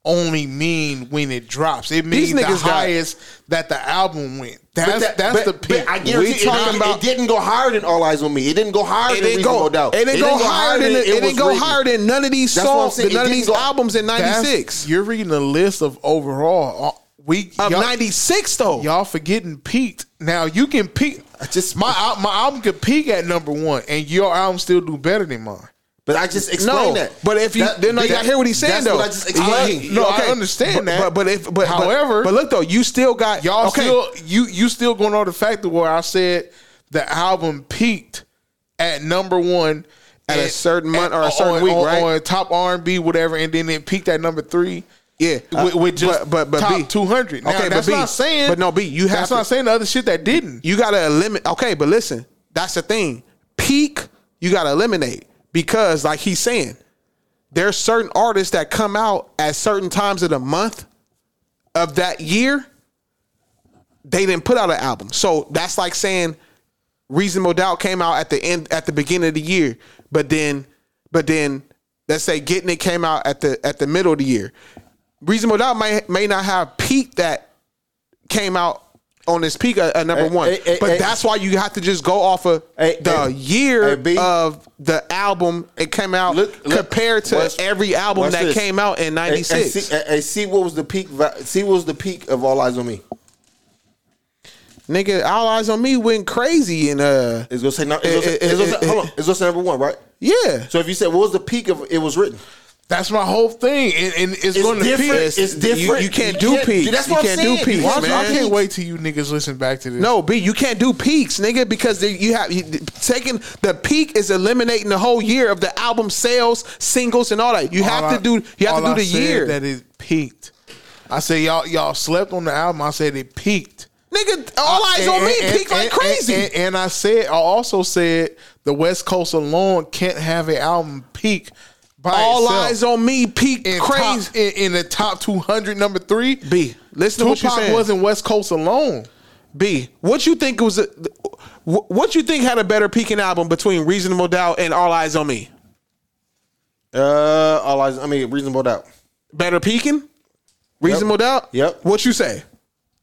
[SPEAKER 5] only mean when it drops. It means
[SPEAKER 1] These
[SPEAKER 5] the
[SPEAKER 1] niggas got-
[SPEAKER 5] highest that the album went.
[SPEAKER 6] But
[SPEAKER 5] That's
[SPEAKER 6] that-
[SPEAKER 5] that's
[SPEAKER 6] but-
[SPEAKER 5] the peak.
[SPEAKER 6] but I guarantee it, it, it didn't go higher than All Eyes on Me. It didn't go higher
[SPEAKER 1] It
[SPEAKER 6] than
[SPEAKER 1] didn't
[SPEAKER 6] Reasonable
[SPEAKER 1] go.
[SPEAKER 6] Doubt.
[SPEAKER 1] It didn't go higher than. It
[SPEAKER 6] was
[SPEAKER 1] didn't go
[SPEAKER 6] written.
[SPEAKER 1] higher than none of these
[SPEAKER 6] That's what I'm
[SPEAKER 1] songs.
[SPEAKER 6] saying.
[SPEAKER 1] than None
[SPEAKER 6] It
[SPEAKER 1] of
[SPEAKER 6] didn't
[SPEAKER 1] these
[SPEAKER 6] go-
[SPEAKER 1] albums in
[SPEAKER 5] That's-
[SPEAKER 1] '96.
[SPEAKER 5] You're reading the list of overall. uh, We
[SPEAKER 1] Of 96 though.
[SPEAKER 5] Y'all forgetting peaked. Now you can peak.
[SPEAKER 6] Just
[SPEAKER 5] my al- my album could peak at number one, and your album still do better than mine.
[SPEAKER 6] But I just explained that.
[SPEAKER 1] But if you
[SPEAKER 6] That-
[SPEAKER 1] then I
[SPEAKER 6] that-
[SPEAKER 1] hear what he's saying
[SPEAKER 6] that's
[SPEAKER 1] though.
[SPEAKER 6] what I just explained.
[SPEAKER 5] No, I
[SPEAKER 1] but,
[SPEAKER 5] understand that.
[SPEAKER 1] But, but if but
[SPEAKER 5] However-
[SPEAKER 1] but, but look though, you still got
[SPEAKER 5] y'all
[SPEAKER 1] okay.
[SPEAKER 5] still you you still going on the fact of where I said the album peaked at number one
[SPEAKER 1] At a
[SPEAKER 5] and-
[SPEAKER 1] certain month or a
[SPEAKER 5] on-
[SPEAKER 1] certain
[SPEAKER 5] on-
[SPEAKER 1] week, right?
[SPEAKER 5] On top R and B, whatever, and then it peaked at number three.
[SPEAKER 1] Yeah, Uh,
[SPEAKER 5] with, with just top two hundred.
[SPEAKER 1] Okay,
[SPEAKER 5] Okay, that's
[SPEAKER 1] but B,
[SPEAKER 5] not saying.
[SPEAKER 1] But no, B, you have
[SPEAKER 5] that's
[SPEAKER 1] to,
[SPEAKER 5] not saying the other shit that didn't.
[SPEAKER 1] You gotta eliminate. Okay, but listen, that's the thing. Peak, you gotta eliminate because, like he's saying, there's certain artists that come out at certain times of the month of that year. They didn't put out an album, so that's like saying Reasonable Doubt came out at the end at the beginning of the year, but then, but then, let's say Getting It came out at the at the middle of the year. Reasonable Doubt may may not have peaked that came out on this peak at, at number
[SPEAKER 6] Hey,
[SPEAKER 1] one.
[SPEAKER 6] hey, hey,
[SPEAKER 1] but
[SPEAKER 6] hey.
[SPEAKER 1] that's why you have to just go off of
[SPEAKER 6] Hey,
[SPEAKER 1] the
[SPEAKER 6] hey,
[SPEAKER 1] year
[SPEAKER 6] hey, B.
[SPEAKER 1] of the album it came out compared to
[SPEAKER 6] Watch-
[SPEAKER 1] every album
[SPEAKER 6] watch
[SPEAKER 1] that
[SPEAKER 6] this.
[SPEAKER 1] came out in
[SPEAKER 6] And- and
[SPEAKER 1] '96.
[SPEAKER 6] see- And, and see what was the peak. vi- See what was the peak of All Eyes on Me.
[SPEAKER 1] Nigga, All Eyes on Me went crazy and uh
[SPEAKER 6] It's gonna say. no- It's gonna say,
[SPEAKER 1] Eh, eh,
[SPEAKER 6] it's gonna say-
[SPEAKER 1] eh,
[SPEAKER 6] hold on. It's gonna say number one, right?
[SPEAKER 1] yeah.
[SPEAKER 6] So if you said what was the peak of it was written,
[SPEAKER 5] That's my whole thing, and, and it's,
[SPEAKER 6] It's
[SPEAKER 5] going to
[SPEAKER 6] different.
[SPEAKER 5] peak.
[SPEAKER 6] It's You- different.
[SPEAKER 1] you can't do peaks.
[SPEAKER 6] That's
[SPEAKER 1] You
[SPEAKER 6] what
[SPEAKER 1] can't
[SPEAKER 6] I'm
[SPEAKER 1] do
[SPEAKER 6] saying.
[SPEAKER 1] peaks,
[SPEAKER 6] Why-
[SPEAKER 5] Why-
[SPEAKER 6] why
[SPEAKER 1] man.
[SPEAKER 5] I can't wait till you niggas listen back to this.
[SPEAKER 1] No, B, you can't do peaks, nigga, because the- you have you, taking the peak is eliminating the whole year of the album sales, singles, and all that. You have
[SPEAKER 5] All
[SPEAKER 1] to
[SPEAKER 5] I-
[SPEAKER 1] do you have to
[SPEAKER 5] all
[SPEAKER 1] do
[SPEAKER 5] I
[SPEAKER 1] the
[SPEAKER 5] said
[SPEAKER 1] year.
[SPEAKER 5] that it peaked. I said y'all y'all slept on the album. I said it peaked.
[SPEAKER 1] Nigga, all
[SPEAKER 5] I-
[SPEAKER 1] eyes on me
[SPEAKER 5] and-
[SPEAKER 1] peaked
[SPEAKER 5] and-
[SPEAKER 1] like
[SPEAKER 5] and-
[SPEAKER 1] crazy.
[SPEAKER 5] And, and I said I also said the West Coast alone can't have an album peak. By
[SPEAKER 1] all
[SPEAKER 5] itself.
[SPEAKER 1] eyes on me peaked
[SPEAKER 5] in
[SPEAKER 1] crazy.
[SPEAKER 5] top, in, in the top two hundred, number three.
[SPEAKER 1] B, listen to what
[SPEAKER 5] Tupac
[SPEAKER 1] you're saying.
[SPEAKER 5] wasn't West Coast alone.
[SPEAKER 1] B, what you think was a, wh- what you think had a better peaking album between Reasonable Doubt and All Eyes on Me?
[SPEAKER 6] uh, All Eyes. I mean, reasonable doubt.
[SPEAKER 1] Better peaking? Reasonable Doubt?
[SPEAKER 6] Yep.
[SPEAKER 1] What you say?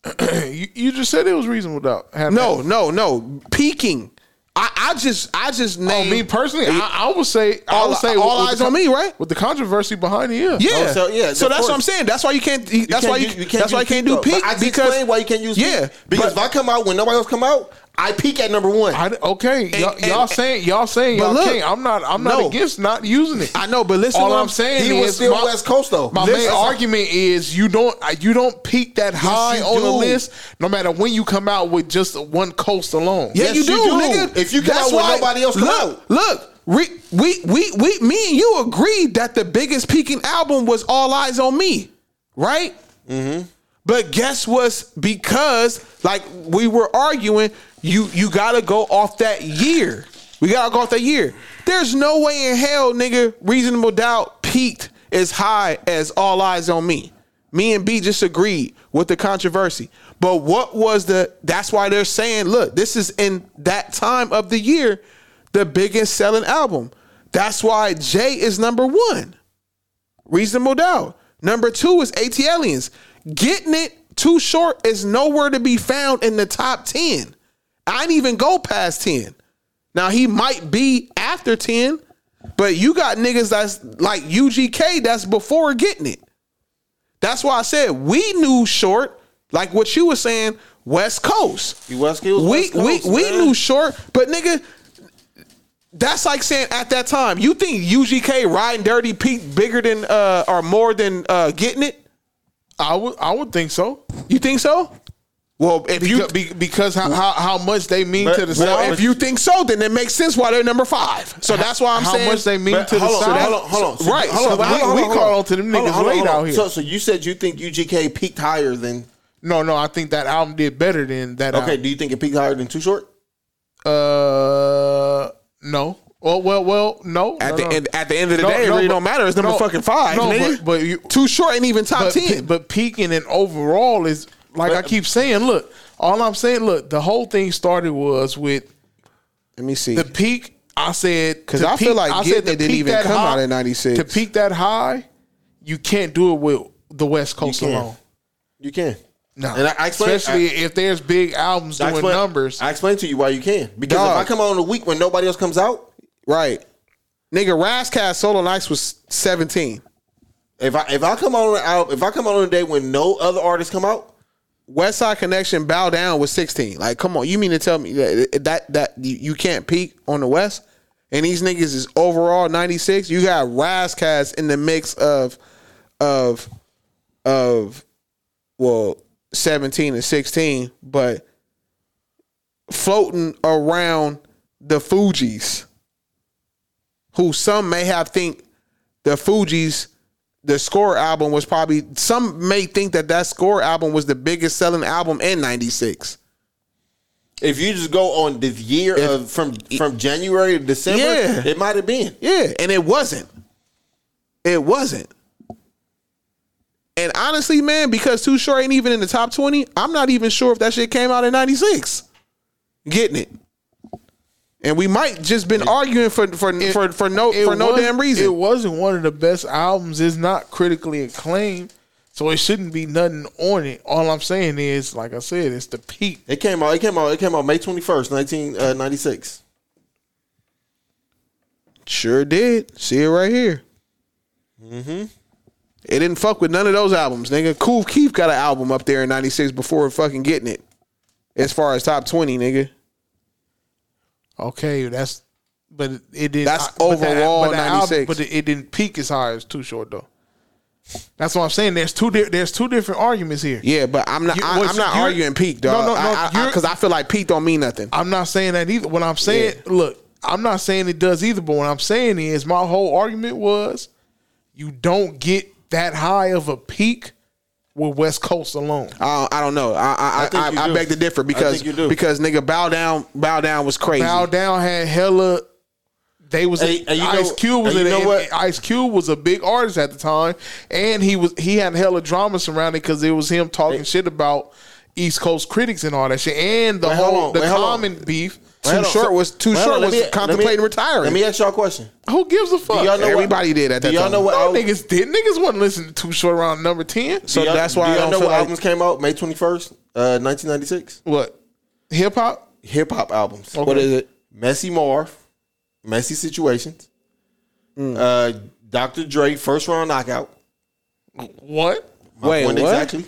[SPEAKER 5] you, you just said it was reasonable doubt. Had
[SPEAKER 1] No, no, no. Peaking. I, I just I just
[SPEAKER 5] Oh,
[SPEAKER 1] named
[SPEAKER 5] me personally, I, I would say, I
[SPEAKER 1] All-
[SPEAKER 5] would say,
[SPEAKER 1] all
[SPEAKER 5] with
[SPEAKER 1] eyes
[SPEAKER 5] the
[SPEAKER 1] on
[SPEAKER 5] con-
[SPEAKER 1] me, right?
[SPEAKER 5] With the controversy behind it, yeah,
[SPEAKER 1] Yeah.
[SPEAKER 6] Oh, so- yeah,
[SPEAKER 1] So
[SPEAKER 6] of
[SPEAKER 1] that's what I'm
[SPEAKER 6] course.
[SPEAKER 1] saying. That's why you can't. You, that's
[SPEAKER 6] can't
[SPEAKER 1] why you.
[SPEAKER 6] use-
[SPEAKER 1] that's
[SPEAKER 6] use
[SPEAKER 1] why you can't do
[SPEAKER 6] though. But
[SPEAKER 1] peak
[SPEAKER 6] I just
[SPEAKER 1] because
[SPEAKER 6] explained why you can't use
[SPEAKER 1] Yeah,
[SPEAKER 6] peak. because
[SPEAKER 1] but-
[SPEAKER 6] if I come out when nobody else come out, I peak at number one.
[SPEAKER 5] I, okay, y'all,
[SPEAKER 1] and-
[SPEAKER 5] y'all saying y'all saying
[SPEAKER 1] But
[SPEAKER 5] y'all
[SPEAKER 1] look,
[SPEAKER 5] can't. I'm not. I'm not
[SPEAKER 1] no.
[SPEAKER 5] against not using it.
[SPEAKER 1] I know, but listen.
[SPEAKER 5] All
[SPEAKER 1] to
[SPEAKER 5] I'm
[SPEAKER 1] what
[SPEAKER 5] saying
[SPEAKER 6] he was
[SPEAKER 5] is
[SPEAKER 6] still
[SPEAKER 5] my-
[SPEAKER 6] West Coast though.
[SPEAKER 5] My main
[SPEAKER 6] Listen.
[SPEAKER 5] argument is you don't uh, you don't peak that high
[SPEAKER 6] you
[SPEAKER 5] on the
[SPEAKER 6] do.
[SPEAKER 5] list no matter when you come out with just one coast alone.
[SPEAKER 1] Yeah,
[SPEAKER 6] Yes,
[SPEAKER 1] you do,
[SPEAKER 6] you do.
[SPEAKER 1] nigga.
[SPEAKER 6] If you come out when nobody else come
[SPEAKER 1] look,
[SPEAKER 6] out.
[SPEAKER 1] Look, re- we, we, we, me and you agreed that the biggest peaking album was All Eyes on Me, right? Mm-hmm. But guess what's because like we were arguing, you you gotta go off that year. We gotta go off that year. There's no way in hell, nigga, reasonable doubt peaked as high as All Eyes on Me. Me and B just agreed with the controversy. But what was the that's why they're saying, look, this is in that time of the year, the biggest selling album. That's why Jay is number one. Reasonable doubt. Number two is AT Aliens. Getting it too short is nowhere to be found in the top 10. I didn't even go past 10. Now he might be after 10, but you got niggas that's like UGK that's before getting it. That's why I said we knew short, like what you were saying, West Coast.
[SPEAKER 6] You West Coast,
[SPEAKER 1] we
[SPEAKER 6] West Coast,
[SPEAKER 1] we we
[SPEAKER 6] man.
[SPEAKER 1] knew short, but nigga, that's like saying at that time, you think UGK riding dirty peak bigger than uh or more than uh getting it?
[SPEAKER 5] I would I would think so.
[SPEAKER 1] You think so? Well, if you
[SPEAKER 5] Because, be- because how, how how much they mean
[SPEAKER 6] But-
[SPEAKER 5] to the
[SPEAKER 6] well,
[SPEAKER 5] South.
[SPEAKER 1] well, if you think so, then it makes sense why they're number five. So that's why I'm
[SPEAKER 5] how
[SPEAKER 1] saying
[SPEAKER 5] much they mean
[SPEAKER 6] But
[SPEAKER 5] to the
[SPEAKER 6] hold on,
[SPEAKER 5] South.
[SPEAKER 6] hold on, hold on. So-
[SPEAKER 1] Right,
[SPEAKER 6] hold
[SPEAKER 1] so
[SPEAKER 6] on, but
[SPEAKER 1] we-
[SPEAKER 6] hold on,
[SPEAKER 5] we
[SPEAKER 6] hold on,
[SPEAKER 5] call
[SPEAKER 6] hold
[SPEAKER 5] on to them
[SPEAKER 6] Hold on,
[SPEAKER 5] niggas
[SPEAKER 6] hold on,
[SPEAKER 5] late
[SPEAKER 6] hold on.
[SPEAKER 5] out here.
[SPEAKER 6] So, so you said you think UGK peaked higher than?
[SPEAKER 5] No, no, I think that album did better than that.
[SPEAKER 6] Okay,
[SPEAKER 5] album.
[SPEAKER 6] do you think it peaked higher than Too Short?
[SPEAKER 5] Uh, no. Well, well, well, no.
[SPEAKER 1] At
[SPEAKER 5] no,
[SPEAKER 1] the
[SPEAKER 5] no.
[SPEAKER 1] end- at the end of the day, it really don't matter. It's number fucking five, nigga.
[SPEAKER 5] But, but you, too short ain't even top ten. But peaking and overall is like I keep saying. Look, all I'm saying. Look, the whole thing started was with.
[SPEAKER 1] Let me see
[SPEAKER 5] the peak. I said
[SPEAKER 1] Because
[SPEAKER 5] to
[SPEAKER 1] I feel
[SPEAKER 5] peak-
[SPEAKER 1] like
[SPEAKER 5] said
[SPEAKER 1] Get
[SPEAKER 5] to
[SPEAKER 1] It didn't
[SPEAKER 5] peak
[SPEAKER 1] even
[SPEAKER 5] that
[SPEAKER 1] come out
[SPEAKER 5] high-
[SPEAKER 1] in 96.
[SPEAKER 5] To peak that high, you can't do it with the West Coast
[SPEAKER 1] You can.
[SPEAKER 5] alone.
[SPEAKER 6] You can.
[SPEAKER 5] No,
[SPEAKER 6] And I- I explained-
[SPEAKER 5] especially
[SPEAKER 6] I-
[SPEAKER 5] if there's big albums doing
[SPEAKER 6] explain-
[SPEAKER 5] numbers.
[SPEAKER 6] I explained to you why you can. Because if I
[SPEAKER 1] Dog.
[SPEAKER 6] come out on a week when nobody else comes out,
[SPEAKER 1] right? Nigga, Razzcast Solo Nights was seventeen.
[SPEAKER 6] If I if I come on out if I come out on a day when no other artists come out,
[SPEAKER 1] West Side Connection Bow Down was sixteen. Like, come on, you mean to tell me that that, that you, you can't peak on the West? And these niggas is overall ninety six. You got Razzcast in the mix of of of well seventeen and sixteen, but floating around the Fugees, who some may have think the Fugees, the score album was probably some may think that that score album was the biggest selling album in '96.
[SPEAKER 6] if you just go on this year of from from January to December,
[SPEAKER 1] Yeah.
[SPEAKER 6] it might have been.
[SPEAKER 1] Yeah, and it wasn't. It wasn't. And honestly, man, because Too Short ain't even in the top 20, I'm not even sure if that shit came out in 96. Getting it. And we might just been arguing for for for, for no
[SPEAKER 5] It
[SPEAKER 1] for no
[SPEAKER 5] was-
[SPEAKER 1] damn reason.
[SPEAKER 5] It wasn't one of the best albums. It's not critically acclaimed, so it shouldn't be nothing on it. All I'm saying is, like I said, it's the peak.
[SPEAKER 6] It came out. It came out. It came out May twenty first, nineteen uh, ninety six.
[SPEAKER 1] Sure did. See it right here. Mm-hmm. It didn't fuck with none of those albums, nigga. Cool Keith got an album up there in '96 before fucking getting it. As far as top twenty, nigga.
[SPEAKER 5] Okay, that's but it didn't.
[SPEAKER 1] That's
[SPEAKER 5] I- but that-
[SPEAKER 1] overall
[SPEAKER 5] but the album-
[SPEAKER 1] 96.
[SPEAKER 5] But it, it didn't peak as high as Too Short though. That's what I'm saying. There's two. di- There's two different arguments here.
[SPEAKER 1] Yeah, but I'm not.
[SPEAKER 5] You-
[SPEAKER 1] I,
[SPEAKER 5] what's-
[SPEAKER 1] am not
[SPEAKER 5] you're-
[SPEAKER 1] arguing peak,
[SPEAKER 5] No,
[SPEAKER 1] dog.
[SPEAKER 5] no, no, you're-
[SPEAKER 1] Because I, feel like peak don't mean nothing.
[SPEAKER 5] I'm not saying that either. What I'm saying, look, I'm not saying it does either. But what I'm saying is, my whole argument was, you don't get that high of a peak with West Coast alone.
[SPEAKER 1] I, I don't know. I I,
[SPEAKER 5] I think
[SPEAKER 1] I,
[SPEAKER 5] you
[SPEAKER 1] I,
[SPEAKER 5] do.
[SPEAKER 1] beg to differ
[SPEAKER 5] I
[SPEAKER 1] because
[SPEAKER 5] think you do.
[SPEAKER 1] because nigga bow down bow down was crazy.
[SPEAKER 5] Bow down had hella. They was
[SPEAKER 1] And- and you
[SPEAKER 5] Ice
[SPEAKER 1] know-
[SPEAKER 5] Cube was
[SPEAKER 1] and
[SPEAKER 5] in
[SPEAKER 1] you know
[SPEAKER 5] it.
[SPEAKER 1] what?
[SPEAKER 5] and Ice Cube was a big artist at the time, and he was he had hella drama surrounding because it was him talking shit about East Coast critics and all that shit, and the
[SPEAKER 6] Wait, hold
[SPEAKER 5] whole
[SPEAKER 6] on,
[SPEAKER 5] the
[SPEAKER 6] wait, hold on.
[SPEAKER 5] common beef.
[SPEAKER 6] Wait, hold on. So- wait, hold on, let me- let me- Let me ask y'all a question.
[SPEAKER 5] Who gives a fuck?
[SPEAKER 6] y'all know what-
[SPEAKER 1] Everybody did at
[SPEAKER 6] do
[SPEAKER 1] that
[SPEAKER 6] y'all
[SPEAKER 1] time.
[SPEAKER 6] know what
[SPEAKER 5] No
[SPEAKER 6] album-
[SPEAKER 5] niggas did. Niggas wasn't listening to Too Short around number ten.
[SPEAKER 6] do y'all, do y'all know what albums came out May twenty first, uh, nineteen ninety six.
[SPEAKER 5] What hip hop?
[SPEAKER 6] Hip hop albums.
[SPEAKER 5] Okay. What is
[SPEAKER 6] it? Messy Marv, Messy Situations,
[SPEAKER 5] Hmm.
[SPEAKER 6] uh, Dr. Dre, first round knockout.
[SPEAKER 5] What?
[SPEAKER 6] My
[SPEAKER 1] Wait,
[SPEAKER 6] point
[SPEAKER 1] what?
[SPEAKER 6] exactly.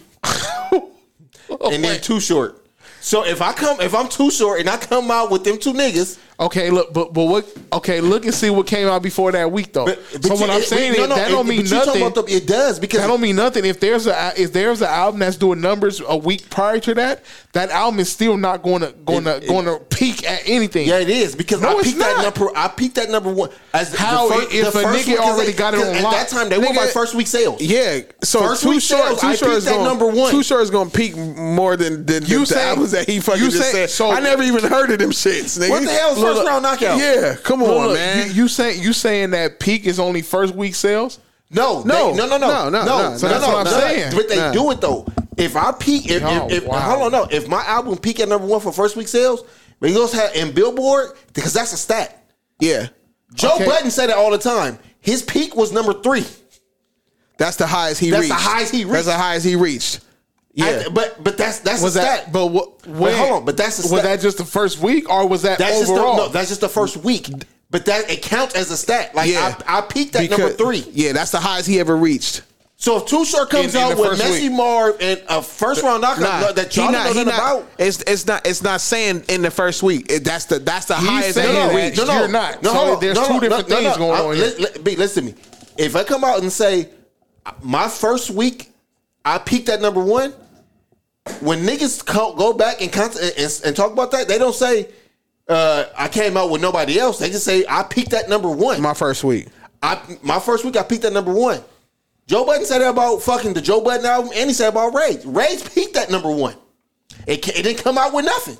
[SPEAKER 5] Oh,
[SPEAKER 6] and then too short. So if I come, if I'm too short, and I come out with them two niggas,
[SPEAKER 5] Okay, look, but but what? Okay, look and see what came out before that week though.
[SPEAKER 6] but
[SPEAKER 5] so
[SPEAKER 6] you-
[SPEAKER 5] what I'm
[SPEAKER 6] it-
[SPEAKER 5] saying
[SPEAKER 6] we- no,
[SPEAKER 5] is
[SPEAKER 6] no,
[SPEAKER 5] that
[SPEAKER 6] it-
[SPEAKER 5] don't mean
[SPEAKER 6] but you talking
[SPEAKER 5] nothing.
[SPEAKER 6] about the- it does because
[SPEAKER 5] that don't mean nothing. If there's a if there's an album that's doing numbers a week prior to that, that album is still not going to going to going to peak at anything.
[SPEAKER 6] Yeah, it is because
[SPEAKER 5] No,
[SPEAKER 6] I
[SPEAKER 5] it's
[SPEAKER 6] peaked that number. I peaked that number one as
[SPEAKER 5] How
[SPEAKER 6] the fir-
[SPEAKER 5] if
[SPEAKER 6] the
[SPEAKER 5] a
[SPEAKER 6] first
[SPEAKER 5] nigga
[SPEAKER 6] week, 'cause
[SPEAKER 5] already
[SPEAKER 6] they-
[SPEAKER 5] got it
[SPEAKER 6] 'cause
[SPEAKER 5] on
[SPEAKER 6] At
[SPEAKER 5] lock?
[SPEAKER 6] that time, they were
[SPEAKER 5] Nigga-
[SPEAKER 6] my first week sales.
[SPEAKER 1] Yeah, so
[SPEAKER 6] First
[SPEAKER 1] too
[SPEAKER 6] week
[SPEAKER 1] short.
[SPEAKER 6] sales,
[SPEAKER 1] Too
[SPEAKER 6] I
[SPEAKER 1] short
[SPEAKER 6] peaked
[SPEAKER 1] is
[SPEAKER 6] that
[SPEAKER 1] gonna,
[SPEAKER 6] number one.
[SPEAKER 1] Too short is gonna peak more than than,
[SPEAKER 6] You
[SPEAKER 1] than the
[SPEAKER 6] say-
[SPEAKER 1] albums that he fucking
[SPEAKER 6] you
[SPEAKER 1] just
[SPEAKER 6] say-
[SPEAKER 1] said.
[SPEAKER 6] so-
[SPEAKER 1] I never even heard of them shits. Nigga.
[SPEAKER 6] What the hell is
[SPEAKER 1] Look,
[SPEAKER 6] first round knockout?
[SPEAKER 1] Yeah, come
[SPEAKER 5] No,
[SPEAKER 1] on,
[SPEAKER 5] look,
[SPEAKER 1] man.
[SPEAKER 5] You, you saying you saying that peak is only first week sales?
[SPEAKER 1] No,
[SPEAKER 6] No, they, no, no, no,
[SPEAKER 1] no, no, no,
[SPEAKER 6] So
[SPEAKER 1] no,
[SPEAKER 6] that's
[SPEAKER 1] no,
[SPEAKER 6] what I'm
[SPEAKER 1] no.
[SPEAKER 6] saying. But they
[SPEAKER 1] Nah.
[SPEAKER 6] do it though. If I peak, if,
[SPEAKER 1] Yo,
[SPEAKER 6] if, if
[SPEAKER 1] wow.
[SPEAKER 6] hold on, no, if my album peak at number one for first week sales, Migos had in Billboard because that's a stat.
[SPEAKER 1] Yeah,
[SPEAKER 6] Joe
[SPEAKER 1] Okay.
[SPEAKER 6] Button said it all the time. His peak was number three.
[SPEAKER 1] That's the highest he
[SPEAKER 6] That's
[SPEAKER 1] reached.
[SPEAKER 6] the highest he
[SPEAKER 1] That's
[SPEAKER 6] reached.
[SPEAKER 1] the highest he reached. Yeah,
[SPEAKER 6] I- but but that's that's
[SPEAKER 1] Was
[SPEAKER 6] a
[SPEAKER 1] that-
[SPEAKER 6] stat.
[SPEAKER 5] But what? when-
[SPEAKER 6] hold on, but that's a
[SPEAKER 5] was
[SPEAKER 6] stat.
[SPEAKER 5] that just the first week or was that
[SPEAKER 6] that's
[SPEAKER 5] overall?
[SPEAKER 6] Just the, no, that's just the first week. But that it counts as a stat. Like
[SPEAKER 1] Yeah.
[SPEAKER 6] I, I peaked at number
[SPEAKER 1] Because-
[SPEAKER 6] three.
[SPEAKER 1] Yeah, that's the highest he ever reached.
[SPEAKER 6] So if Too Short comes
[SPEAKER 1] In- in
[SPEAKER 6] out
[SPEAKER 1] the
[SPEAKER 6] with
[SPEAKER 1] first
[SPEAKER 6] Messy
[SPEAKER 1] week.
[SPEAKER 6] Marv and a first round knockout
[SPEAKER 1] Nah,
[SPEAKER 6] that
[SPEAKER 1] he
[SPEAKER 6] y'all
[SPEAKER 1] not-
[SPEAKER 6] don't know
[SPEAKER 1] he
[SPEAKER 6] nothing
[SPEAKER 1] not-
[SPEAKER 6] about.
[SPEAKER 1] It's it's not it's not saying in the first week. It, that's the that's the
[SPEAKER 6] He's
[SPEAKER 1] highest
[SPEAKER 6] saying
[SPEAKER 1] that he
[SPEAKER 6] that
[SPEAKER 1] reached.
[SPEAKER 6] you're No, hold on. No, no, no, no, no. I- Let, let- B, listen to me. If I come out and say my first week, I peaked at number one. When niggas co- go back and, con- and, and- and talk about that, they don't say uh, I came out with nobody else. They just say I peaked at number one.
[SPEAKER 1] My first week.
[SPEAKER 6] I my first week I peaked at number one. Joe Budden said that about fucking the Joe Budden album, and he said about Rage. Rage peaked at number one. It, ca- it didn't come out with nothing.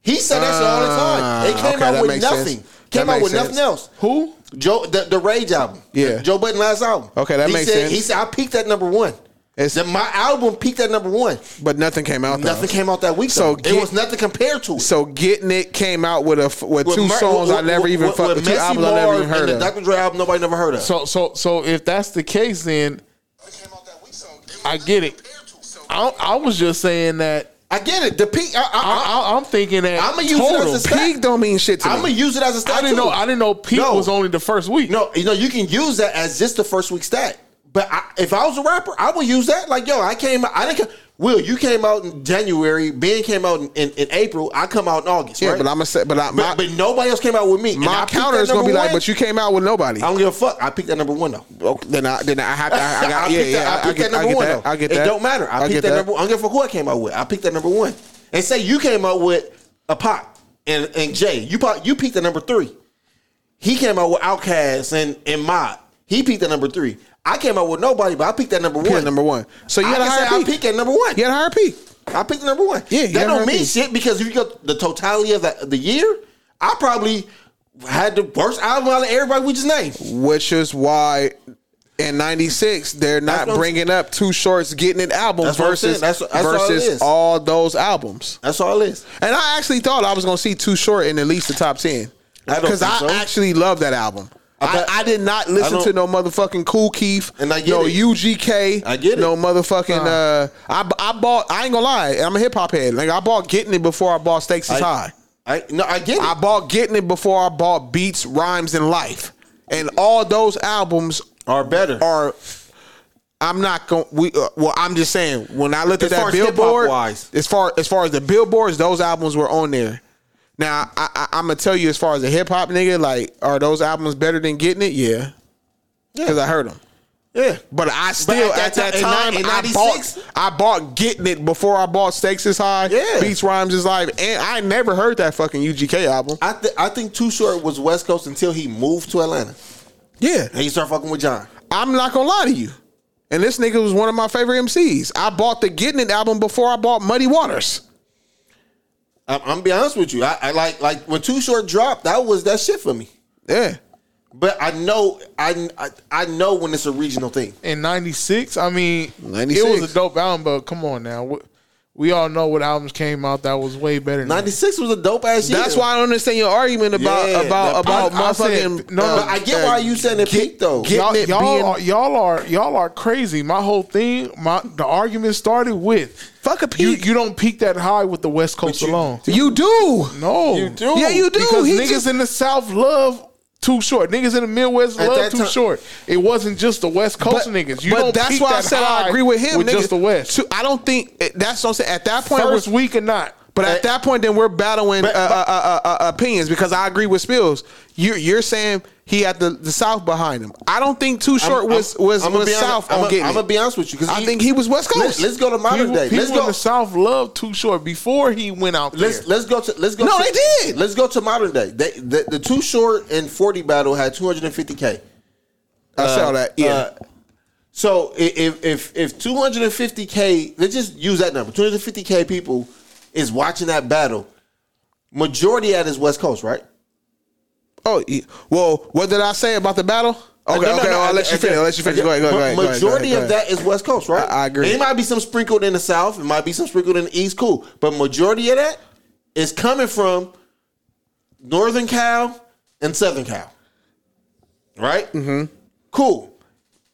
[SPEAKER 6] He said that shit all the time. It
[SPEAKER 1] Ah,
[SPEAKER 6] came
[SPEAKER 1] okay, that
[SPEAKER 6] out with
[SPEAKER 1] makes sense.
[SPEAKER 6] nothing. Came
[SPEAKER 1] That
[SPEAKER 6] out with
[SPEAKER 1] makes sense.
[SPEAKER 6] nothing else.
[SPEAKER 1] Who?
[SPEAKER 6] Joe the, the Rage album.
[SPEAKER 1] Yeah.
[SPEAKER 6] Joe Budden last album.
[SPEAKER 1] Okay, that
[SPEAKER 6] he
[SPEAKER 1] makes
[SPEAKER 6] said,
[SPEAKER 1] sense.
[SPEAKER 6] He said I peaked at number one. That my album peaked at number one.
[SPEAKER 1] But nothing came out. though.
[SPEAKER 6] Nothing came out that week.
[SPEAKER 1] So
[SPEAKER 6] So
[SPEAKER 1] get-
[SPEAKER 6] it was nothing compared to it.
[SPEAKER 1] So getting it came out with a f- with, two
[SPEAKER 6] Mer-
[SPEAKER 1] songs I
[SPEAKER 6] with-
[SPEAKER 1] never
[SPEAKER 6] with-
[SPEAKER 1] even
[SPEAKER 6] with-
[SPEAKER 1] fucked
[SPEAKER 6] with
[SPEAKER 1] with two
[SPEAKER 6] Messy
[SPEAKER 1] albums I never
[SPEAKER 6] Marv
[SPEAKER 1] even heard
[SPEAKER 6] and
[SPEAKER 1] of.
[SPEAKER 6] The Dr. Dre album nobody never heard of.
[SPEAKER 5] So so so if that's the case, then I get it. I, I was just saying that.
[SPEAKER 6] I get it. The peak. I,
[SPEAKER 5] I, am thinking that.
[SPEAKER 6] I'ma use it as a
[SPEAKER 5] total
[SPEAKER 6] stat.
[SPEAKER 5] peak
[SPEAKER 1] don't mean shit
[SPEAKER 6] I'm gonna use it as a stat.
[SPEAKER 5] I didn't
[SPEAKER 6] too.
[SPEAKER 5] know. I didn't know peak
[SPEAKER 6] No.
[SPEAKER 5] was only the first week.
[SPEAKER 6] No, you know you can use that as just the first week stat. But I, if I was a rapper, I would use that. Like yo, I came. I didn't. Come, Will you came out in January? Ben came out in, in, in April. I come out in August.
[SPEAKER 1] Yeah,
[SPEAKER 6] right?
[SPEAKER 1] but I'ma say- but I- my-
[SPEAKER 6] but, nobody else came out with me. And I
[SPEAKER 1] My
[SPEAKER 6] peaked
[SPEAKER 1] counter
[SPEAKER 6] at
[SPEAKER 1] is gonna
[SPEAKER 6] number
[SPEAKER 1] be like,
[SPEAKER 6] one.
[SPEAKER 1] but you came out with nobody.
[SPEAKER 6] I don't give a fuck. I picked that number one though.
[SPEAKER 1] Okay, then I then I have to. I, I got yeah
[SPEAKER 6] picked that-
[SPEAKER 1] yeah.
[SPEAKER 6] I picked
[SPEAKER 1] get-
[SPEAKER 6] that number
[SPEAKER 1] get
[SPEAKER 6] one.
[SPEAKER 1] that.
[SPEAKER 6] though.
[SPEAKER 1] I get
[SPEAKER 6] it
[SPEAKER 1] that.
[SPEAKER 6] don't matter. I,
[SPEAKER 1] get
[SPEAKER 6] picked that, number. I don't give a fuck who I came out with. I picked that number one. And say you came out with a pop and and Jay. You pop, you picked the number three. He came out with Outkast and and Mod. He picked the number three. I came out with nobody, but I picked that number
[SPEAKER 1] Pick
[SPEAKER 6] one.
[SPEAKER 1] number one. So you
[SPEAKER 6] I
[SPEAKER 1] had a
[SPEAKER 6] can say
[SPEAKER 1] higher
[SPEAKER 6] I
[SPEAKER 1] peak.
[SPEAKER 6] peaked at number one.
[SPEAKER 1] You had a higher peak.
[SPEAKER 6] I picked number one. Yeah,
[SPEAKER 1] you
[SPEAKER 6] that
[SPEAKER 1] had a higher
[SPEAKER 6] don't mean
[SPEAKER 1] peak.
[SPEAKER 6] shit because if you got the totality of the, the year, I probably had the worst album out of everybody we just named.
[SPEAKER 1] Which is why in '96 they're
[SPEAKER 6] That's
[SPEAKER 1] not
[SPEAKER 6] what I'm-
[SPEAKER 1] bringing up Two Shorts getting an album
[SPEAKER 6] That's what I'm saying.
[SPEAKER 1] versus
[SPEAKER 6] That's- that's all it
[SPEAKER 1] versus
[SPEAKER 6] is.
[SPEAKER 1] all, those albums.
[SPEAKER 6] That's all it is.
[SPEAKER 1] And I actually thought I was gonna see Two Short in at least the top ten
[SPEAKER 6] I don't
[SPEAKER 1] because
[SPEAKER 6] think
[SPEAKER 1] I
[SPEAKER 6] so.
[SPEAKER 1] actually love that album. I, I, did not listen
[SPEAKER 6] I
[SPEAKER 1] to
[SPEAKER 6] don't-
[SPEAKER 1] no motherfucking Cool Keith,
[SPEAKER 6] And I get
[SPEAKER 1] no
[SPEAKER 6] it.
[SPEAKER 1] UGK,
[SPEAKER 6] I get it.
[SPEAKER 1] no motherfucking. Uh, I I bought. I ain't gonna lie. I'm a hip hop head. Like I bought getting it before I bought stakes is
[SPEAKER 6] I-
[SPEAKER 1] high.
[SPEAKER 6] I no, I get it.
[SPEAKER 1] I bought Getting It before I bought Beats, Rhymes, and Life. And all those albums
[SPEAKER 6] are better.
[SPEAKER 1] Are I'm not going to we uh, well I'm just saying when I looked
[SPEAKER 6] As
[SPEAKER 1] at
[SPEAKER 6] far
[SPEAKER 1] that
[SPEAKER 6] as hip-hop
[SPEAKER 1] billboard
[SPEAKER 6] wise.
[SPEAKER 1] as far as far as the billboards those albums were on there. Now I, I I'm gonna tell you as far as a hip hop nigga like are those albums better than Getting It? Yeah. Cuz I heard them.
[SPEAKER 6] Yeah.
[SPEAKER 1] But I still
[SPEAKER 6] at
[SPEAKER 1] at that,
[SPEAKER 6] that ti- in
[SPEAKER 1] time
[SPEAKER 6] ni- in
[SPEAKER 1] I
[SPEAKER 6] 96?
[SPEAKER 1] bought I bought Getting It before I bought Stakes is High,
[SPEAKER 6] Yeah.
[SPEAKER 1] Beats Rhymes is Life and I never heard that fucking UGK album.
[SPEAKER 6] I th- I think Too Short was West Coast until he moved to Atlanta.
[SPEAKER 1] Yeah.
[SPEAKER 6] And he started fucking with John.
[SPEAKER 1] I'm not gonna lie to you. And this nigga was one of my favorite MCs. I bought the Getting It album before I bought Muddy Waters.
[SPEAKER 6] I- I'm, gonna be honest with you. I, I like like when Too Short dropped, that was that shit for me.
[SPEAKER 1] Yeah.
[SPEAKER 6] But I know I I, I know when it's a regional thing.
[SPEAKER 5] in '96. I mean,
[SPEAKER 6] 96.
[SPEAKER 5] it was a dope album, but come on now, we, we all know what albums came out that was way better. than that.
[SPEAKER 6] '96 was a dope ass year.
[SPEAKER 1] That's why I don't understand your argument about
[SPEAKER 6] Yeah,
[SPEAKER 1] about
[SPEAKER 6] the-
[SPEAKER 1] about
[SPEAKER 5] I- I said-
[SPEAKER 1] motherfucking.
[SPEAKER 5] no,
[SPEAKER 1] uh,
[SPEAKER 5] no,
[SPEAKER 6] But I get why you said it peaked though.
[SPEAKER 1] Getting
[SPEAKER 5] y'all,
[SPEAKER 1] it
[SPEAKER 5] y'all
[SPEAKER 1] being-
[SPEAKER 5] are y'all are y'all are crazy. My whole thing, my the argument started with
[SPEAKER 1] fuck a
[SPEAKER 5] You, you don't peak that high with the West Coast alone.
[SPEAKER 1] you do.
[SPEAKER 5] No,
[SPEAKER 1] You do. Yeah, you do.
[SPEAKER 5] Because
[SPEAKER 1] He
[SPEAKER 5] niggas
[SPEAKER 1] just-
[SPEAKER 5] in the South love. Too short. Niggas in the Midwest
[SPEAKER 1] At
[SPEAKER 5] love
[SPEAKER 1] that
[SPEAKER 5] too
[SPEAKER 1] time-
[SPEAKER 5] short. It wasn't just the West Coast
[SPEAKER 1] but,
[SPEAKER 5] niggas. You
[SPEAKER 1] but
[SPEAKER 5] don't
[SPEAKER 1] that's
[SPEAKER 5] peak
[SPEAKER 1] why I
[SPEAKER 5] that
[SPEAKER 1] said I
[SPEAKER 5] high
[SPEAKER 1] agree with him.
[SPEAKER 5] With
[SPEAKER 1] nigga.
[SPEAKER 5] just the West.
[SPEAKER 1] Too- I don't think eh, that's what I'm saying. At that point,
[SPEAKER 5] First
[SPEAKER 1] we're-
[SPEAKER 5] week or not.
[SPEAKER 1] But at that point, then we're battling uh, uh, uh, uh, uh, opinions because I agree with Spills. You're, you're saying he had the, the South behind him. I don't think Too Short was was,
[SPEAKER 6] I'ma
[SPEAKER 1] was
[SPEAKER 6] be honest-
[SPEAKER 1] South
[SPEAKER 6] I'ma-
[SPEAKER 1] on getting.
[SPEAKER 6] I'ma
[SPEAKER 1] it.
[SPEAKER 6] be honest with you, 'cause
[SPEAKER 1] I
[SPEAKER 6] he-
[SPEAKER 1] think he was West Coast.
[SPEAKER 6] Let, us go to modern
[SPEAKER 5] people,
[SPEAKER 6] day.
[SPEAKER 5] People
[SPEAKER 6] Let's go.
[SPEAKER 5] in the South love Too Short before he went out there.
[SPEAKER 6] Let's let's go to let's go.
[SPEAKER 1] No,
[SPEAKER 6] to,
[SPEAKER 1] they did.
[SPEAKER 6] Let's go to modern day. They, the, the two short and forty battle had two hundred and fifty k.
[SPEAKER 1] I saw that. Uh, Yeah.
[SPEAKER 6] so i- if if if two hundred and fifty k, let's just use that number. Two hundred and fifty k people is watching that battle. Majority at is West Coast, right?
[SPEAKER 1] oh, yeah. well, what did I say about the battle? Okay,
[SPEAKER 6] Uh, no, no,
[SPEAKER 1] okay.
[SPEAKER 6] no,
[SPEAKER 1] I'll
[SPEAKER 6] I-
[SPEAKER 1] let you
[SPEAKER 6] I-
[SPEAKER 1] finish. I'll let you finish.
[SPEAKER 6] I-
[SPEAKER 1] Go ahead. Go ahead. Go ahead.
[SPEAKER 6] Majority
[SPEAKER 1] go ahead,
[SPEAKER 6] of that is West Coast, right?
[SPEAKER 1] I- I agree.
[SPEAKER 6] It might be some sprinkled in the South. It might be some sprinkled in the East. Cool, but majority of that is coming from Northern Cal and Southern Cal, right? Mm-hmm. Cool.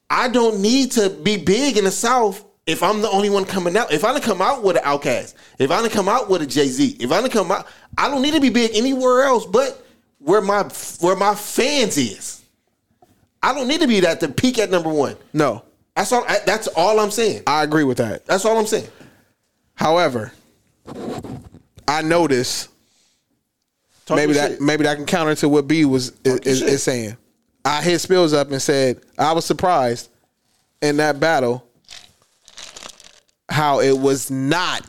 [SPEAKER 6] I don't need to be big in the South if I'm the only one coming out. If I don't come out with an Outcast, if I don't come out with a Jay Z, if I don't come out, I don't need to be big anywhere else but where my where my fans is. I don't need to be that to peak at number one.
[SPEAKER 1] No,
[SPEAKER 6] That's all. I- That's all I'm saying.
[SPEAKER 1] I agree with that.
[SPEAKER 6] That's all I'm saying.
[SPEAKER 1] However, I notice
[SPEAKER 6] Talk
[SPEAKER 1] maybe
[SPEAKER 6] your
[SPEAKER 1] that
[SPEAKER 6] shit.
[SPEAKER 1] maybe that can counter to what B was is, is,
[SPEAKER 6] shit.
[SPEAKER 1] is saying. I hit spills up and said I was surprised in that battle how it was not,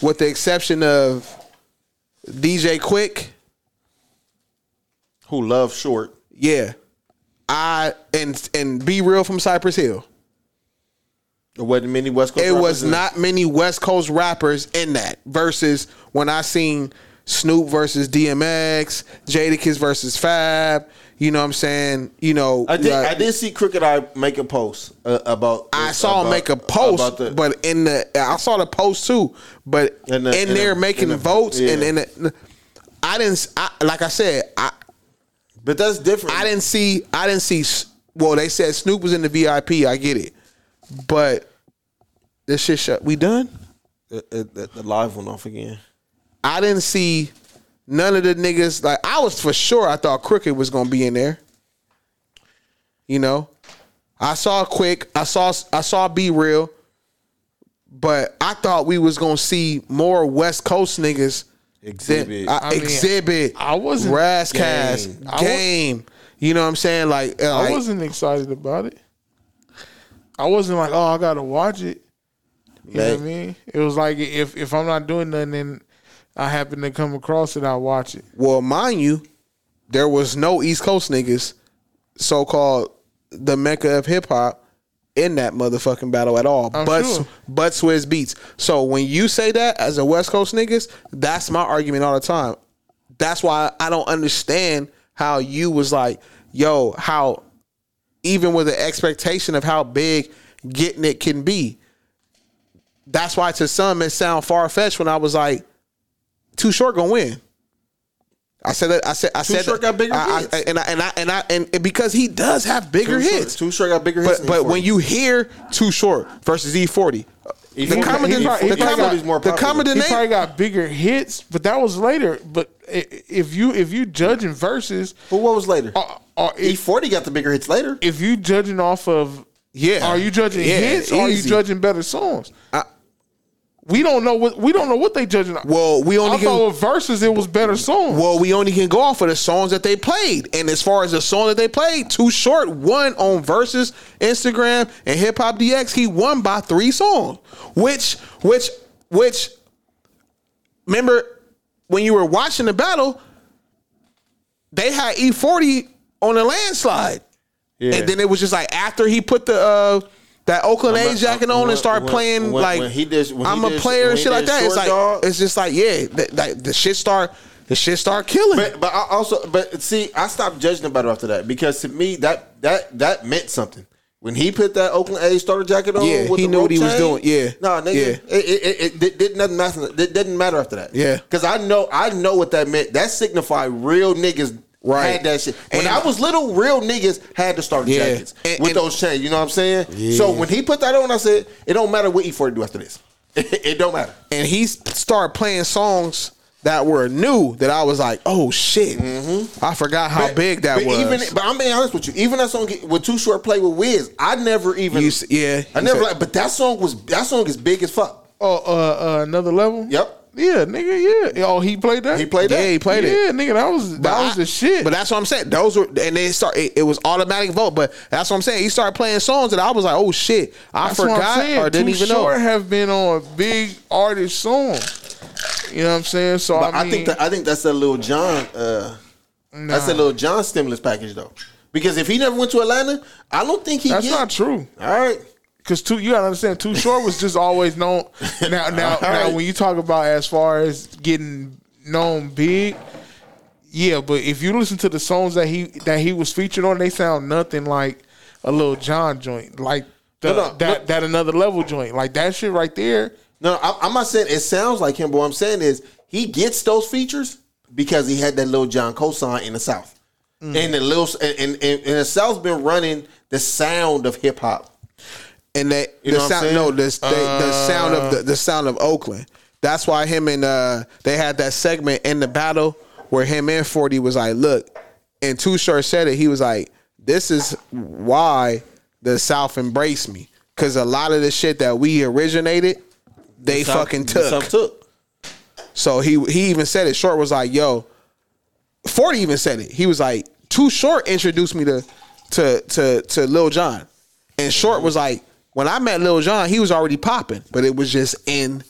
[SPEAKER 1] with the exception of DJ Quick.
[SPEAKER 6] Who loves short?
[SPEAKER 1] Yeah, I and and be real from Cypress Hill.
[SPEAKER 6] There wasn't many West Coast.
[SPEAKER 1] it was
[SPEAKER 6] rappers in-
[SPEAKER 1] not many West Coast rappers in that. Versus when I seen Snoop versus DMX, Jadakiss versus Fab. You know what I'm saying? You know,
[SPEAKER 6] I did.
[SPEAKER 1] like-
[SPEAKER 6] I did see Crooked Eye make a post uh, about.
[SPEAKER 1] I saw him
[SPEAKER 6] about-
[SPEAKER 1] make a post,
[SPEAKER 6] about the-
[SPEAKER 1] but in the I saw the post too, but
[SPEAKER 6] In the-
[SPEAKER 1] in
[SPEAKER 6] in
[SPEAKER 1] there
[SPEAKER 6] the-
[SPEAKER 1] making
[SPEAKER 6] in the-
[SPEAKER 1] votes and
[SPEAKER 6] yeah.
[SPEAKER 1] in the, I didn't. s- I, like I said, I.
[SPEAKER 6] But that's different.
[SPEAKER 1] I didn't see. I didn't see. s- Well, they said Snoop was in the VIP. I get it, but this shit shut. We done.
[SPEAKER 6] Uh, uh, the, the live went off again.
[SPEAKER 1] I didn't see none of the niggas. Like I was for sure. I thought Crooked was gonna be in there. You know, I saw Quick. I saw. I saw Be Real. But I thought we was gonna see more West Coast niggas. than-
[SPEAKER 6] Exhibit.
[SPEAKER 1] uh,
[SPEAKER 6] I mean,
[SPEAKER 1] exhibit.
[SPEAKER 5] I wasn't-
[SPEAKER 1] Rascast
[SPEAKER 5] Game.
[SPEAKER 1] game.
[SPEAKER 5] I wa-
[SPEAKER 1] you know what I'm saying? Like, uh,
[SPEAKER 5] I
[SPEAKER 1] like-
[SPEAKER 5] wasn't excited about it. I wasn't like, oh, I gotta watch it. You know what I
[SPEAKER 1] Man.
[SPEAKER 5] mean? It was like if if I'm not doing nothing, then I happen to come across it, I watch it.
[SPEAKER 1] Well, mind you, there was no East Coast niggas, so called the mecca of hip hop, in that motherfucking battle at all.
[SPEAKER 5] I'm
[SPEAKER 1] but
[SPEAKER 5] Oh, sure.
[SPEAKER 1] but Swizz Beats. So when you say that as a West Coast niggas, that's my argument all the time. That's why I don't understand how you was like, yo, how even with the expectation of how big getting it can be. That's why to some it sound far fetched when I was like, too short gonna win. I said that. I said. I
[SPEAKER 6] Too
[SPEAKER 1] said
[SPEAKER 6] Short
[SPEAKER 1] that-
[SPEAKER 6] got bigger
[SPEAKER 1] I, I-
[SPEAKER 6] hits.
[SPEAKER 1] and I and I and I and and because he does have bigger
[SPEAKER 6] Too Short-
[SPEAKER 1] hits.
[SPEAKER 6] Too short got bigger hits. E
[SPEAKER 1] But but when you hear too short versus E forty, the
[SPEAKER 6] E40
[SPEAKER 1] common
[SPEAKER 6] he
[SPEAKER 1] den-
[SPEAKER 6] probably-
[SPEAKER 1] the
[SPEAKER 6] he probably E got- he's more
[SPEAKER 1] common the
[SPEAKER 6] popular.
[SPEAKER 1] common
[SPEAKER 5] He probably
[SPEAKER 1] denominator.
[SPEAKER 5] got bigger hits, but that was later. But i- if you if you judging verses,
[SPEAKER 6] but what was later?
[SPEAKER 5] E
[SPEAKER 6] forty got the bigger hits later.
[SPEAKER 5] If you judging off of
[SPEAKER 1] yeah,
[SPEAKER 5] are you judging
[SPEAKER 1] Yeah,
[SPEAKER 5] hits? Or are you
[SPEAKER 1] easy.
[SPEAKER 5] judging better songs?
[SPEAKER 1] I-
[SPEAKER 5] we don't know what we don't know what they judging. on.
[SPEAKER 1] Well, we only
[SPEAKER 5] I thought with verses it was better songs.
[SPEAKER 1] Well, we only can go off of the songs that they played, and as far as the song that they played, too short won on versus Instagram and Hip Hop DX. He won by three songs, which which which. Remember when you were watching the battle, they had E forty on a landslide.
[SPEAKER 6] Yeah.
[SPEAKER 1] And then it was just like after he put the uh that Oakland
[SPEAKER 6] I'm
[SPEAKER 1] A's
[SPEAKER 6] not-
[SPEAKER 1] jacket on
[SPEAKER 6] when-
[SPEAKER 1] and started
[SPEAKER 6] when-
[SPEAKER 1] playing
[SPEAKER 6] when-
[SPEAKER 1] like
[SPEAKER 6] when he did- when he
[SPEAKER 1] I'm a
[SPEAKER 6] did-
[SPEAKER 1] player
[SPEAKER 6] when
[SPEAKER 1] and
[SPEAKER 6] he
[SPEAKER 1] shit like
[SPEAKER 6] did
[SPEAKER 1] that. It's
[SPEAKER 6] Short
[SPEAKER 1] like
[SPEAKER 6] Dog.
[SPEAKER 1] it's just like yeah, that, like the shit start the shit start killing.
[SPEAKER 6] But but I also but see, I stopped judging about it after that because to me that that that meant something. When he put that Oakland A's starter jacket on,
[SPEAKER 1] Yeah,
[SPEAKER 6] with
[SPEAKER 1] he
[SPEAKER 6] the
[SPEAKER 1] knew what
[SPEAKER 6] rope
[SPEAKER 1] he was
[SPEAKER 6] chain,
[SPEAKER 1] doing. Yeah.
[SPEAKER 6] nah, nigga,
[SPEAKER 1] Yeah.
[SPEAKER 6] it, it, it, it, did- did nothing matter. It didn't matter after that.
[SPEAKER 1] Yeah.
[SPEAKER 6] because I know I know what that meant. That signified real niggas.
[SPEAKER 1] Right.
[SPEAKER 6] Had that shit. When
[SPEAKER 1] And-
[SPEAKER 6] I was little, real niggas had the starter
[SPEAKER 1] Yeah.
[SPEAKER 6] jackets
[SPEAKER 1] And-
[SPEAKER 6] with
[SPEAKER 1] and-
[SPEAKER 6] those chains. You know what I'm saying?
[SPEAKER 1] Yeah.
[SPEAKER 6] So when he put that on, I said, it don't matter what E40 do after this. It, don't matter.
[SPEAKER 1] And he s- started playing songs that were new that I was like, oh shit, I forgot how big that
[SPEAKER 6] Mm-hmm. but
[SPEAKER 1] was.
[SPEAKER 6] Even, but I'm being honest with you. Even that song with Too Short Play with Wiz, I never even.
[SPEAKER 1] You s- yeah,
[SPEAKER 6] I
[SPEAKER 1] you
[SPEAKER 6] never
[SPEAKER 1] said-
[SPEAKER 6] like. But that song was that song is big as fuck.
[SPEAKER 5] Oh, uh, uh, another level.
[SPEAKER 6] Yep.
[SPEAKER 5] Yeah, nigga. Yeah. Oh, he played that.
[SPEAKER 6] He played
[SPEAKER 1] yeah,
[SPEAKER 6] that.
[SPEAKER 1] he played it.
[SPEAKER 5] Yeah, nigga. That was that was the shit.
[SPEAKER 1] But that's what I'm saying. Those were and they start. It, it was automatic vote. But that's what I'm saying. He started playing songs that I was like, oh shit, I
[SPEAKER 5] That's what I'm
[SPEAKER 1] forgot
[SPEAKER 5] saying.
[SPEAKER 1] or didn't
[SPEAKER 5] Too
[SPEAKER 1] even
[SPEAKER 5] Short
[SPEAKER 1] know.
[SPEAKER 5] have been on big artist songs. You know what I'm saying? So
[SPEAKER 6] But
[SPEAKER 5] I,
[SPEAKER 6] I,
[SPEAKER 5] mean,
[SPEAKER 6] think that I think that's a little John. Uh, That's a
[SPEAKER 5] Nah.
[SPEAKER 6] little John stimulus package though, because if he never went to Atlanta, I don't think he.
[SPEAKER 5] that's
[SPEAKER 6] get-
[SPEAKER 5] not true.
[SPEAKER 6] All right.
[SPEAKER 5] Cause two, you gotta understand, Too Short was just always known. Now, now, now,
[SPEAKER 6] right.
[SPEAKER 5] when you talk about as far as getting known big, yeah. But if you listen to the songs that he that he was featured on, they sound nothing like a little John joint, like the,
[SPEAKER 6] No, no,
[SPEAKER 5] that that another level joint, like that shit right there.
[SPEAKER 6] No, I, I'm not saying it sounds like him, but what I'm saying is he gets those features because he had that little John cosign in the South, and the little and, and, and, and the South's been running the sound of hip hop.
[SPEAKER 1] And that
[SPEAKER 6] You
[SPEAKER 1] the
[SPEAKER 6] know what I'm
[SPEAKER 1] sound,
[SPEAKER 6] saying? Uh,
[SPEAKER 1] no, this, they, the sound of the, the sound of Oakland. That's why him and uh, they had that segment in the battle where him and Forty was like, look, and Too Short said it. He was like, this is why the South embraced me because a lot of the shit that we originated, they
[SPEAKER 6] The South-
[SPEAKER 1] fucking
[SPEAKER 6] the
[SPEAKER 1] took.
[SPEAKER 6] South took.
[SPEAKER 1] So he he even said it. Short was like, "Yo," Forty even said it. He was like, "Too short introduced me to to to to Lil John," and Short was like, "When I met Lil John, he was already popping, but it was just in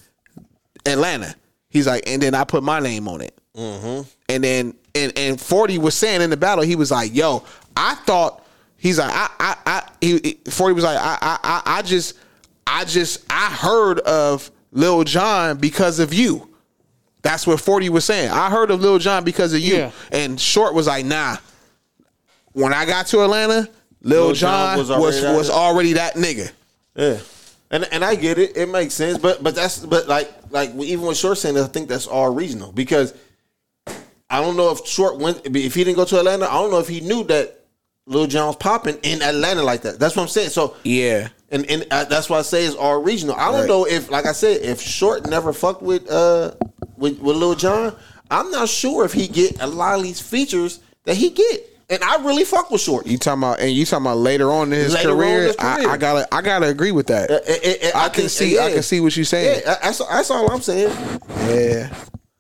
[SPEAKER 1] Atlanta." He's like, "And then I put my name on it."
[SPEAKER 6] Mm-hmm.
[SPEAKER 1] And then and and Forty was saying in the battle, he was like, "Yo, I thought he's like I I I he, he- Forty was like I I I, I just I just I heard of Lil John because of you." That's what 40 was saying. I heard of Lil Jon because of you.
[SPEAKER 5] Yeah.
[SPEAKER 1] And Short was like, nah. When I got to Atlanta, Lil,
[SPEAKER 6] Lil
[SPEAKER 1] Jon
[SPEAKER 6] Jon
[SPEAKER 1] was
[SPEAKER 6] was
[SPEAKER 1] was,
[SPEAKER 6] already
[SPEAKER 1] already that
[SPEAKER 6] out there.
[SPEAKER 1] nigga.
[SPEAKER 6] Yeah, and and I get it. It makes sense, but but that's but like like even with Short saying, that, I think that's all reasonable because I don't know if Short went if he didn't go to Atlanta. I don't know if he knew that Lil John's popping in Atlanta like that. That's what I'm saying. So
[SPEAKER 1] yeah,
[SPEAKER 6] and and uh, that's why I say it's all regional. I don't
[SPEAKER 1] Right.
[SPEAKER 6] know if like I said, if Short never fucked with uh with with Lil John, I'm not sure if he get a lot of these features that he get. And I really fuck with Short.
[SPEAKER 1] You talking about and you talking about later on in his
[SPEAKER 6] Later on in
[SPEAKER 1] career?
[SPEAKER 6] his
[SPEAKER 1] I,
[SPEAKER 6] career.
[SPEAKER 1] I gotta I gotta agree with that.
[SPEAKER 6] Uh, uh, uh,
[SPEAKER 1] I, can
[SPEAKER 6] think-
[SPEAKER 1] see I
[SPEAKER 6] yeah.
[SPEAKER 1] can see what you're saying.
[SPEAKER 6] Yeah, that's, that's all I'm saying.
[SPEAKER 1] Yeah,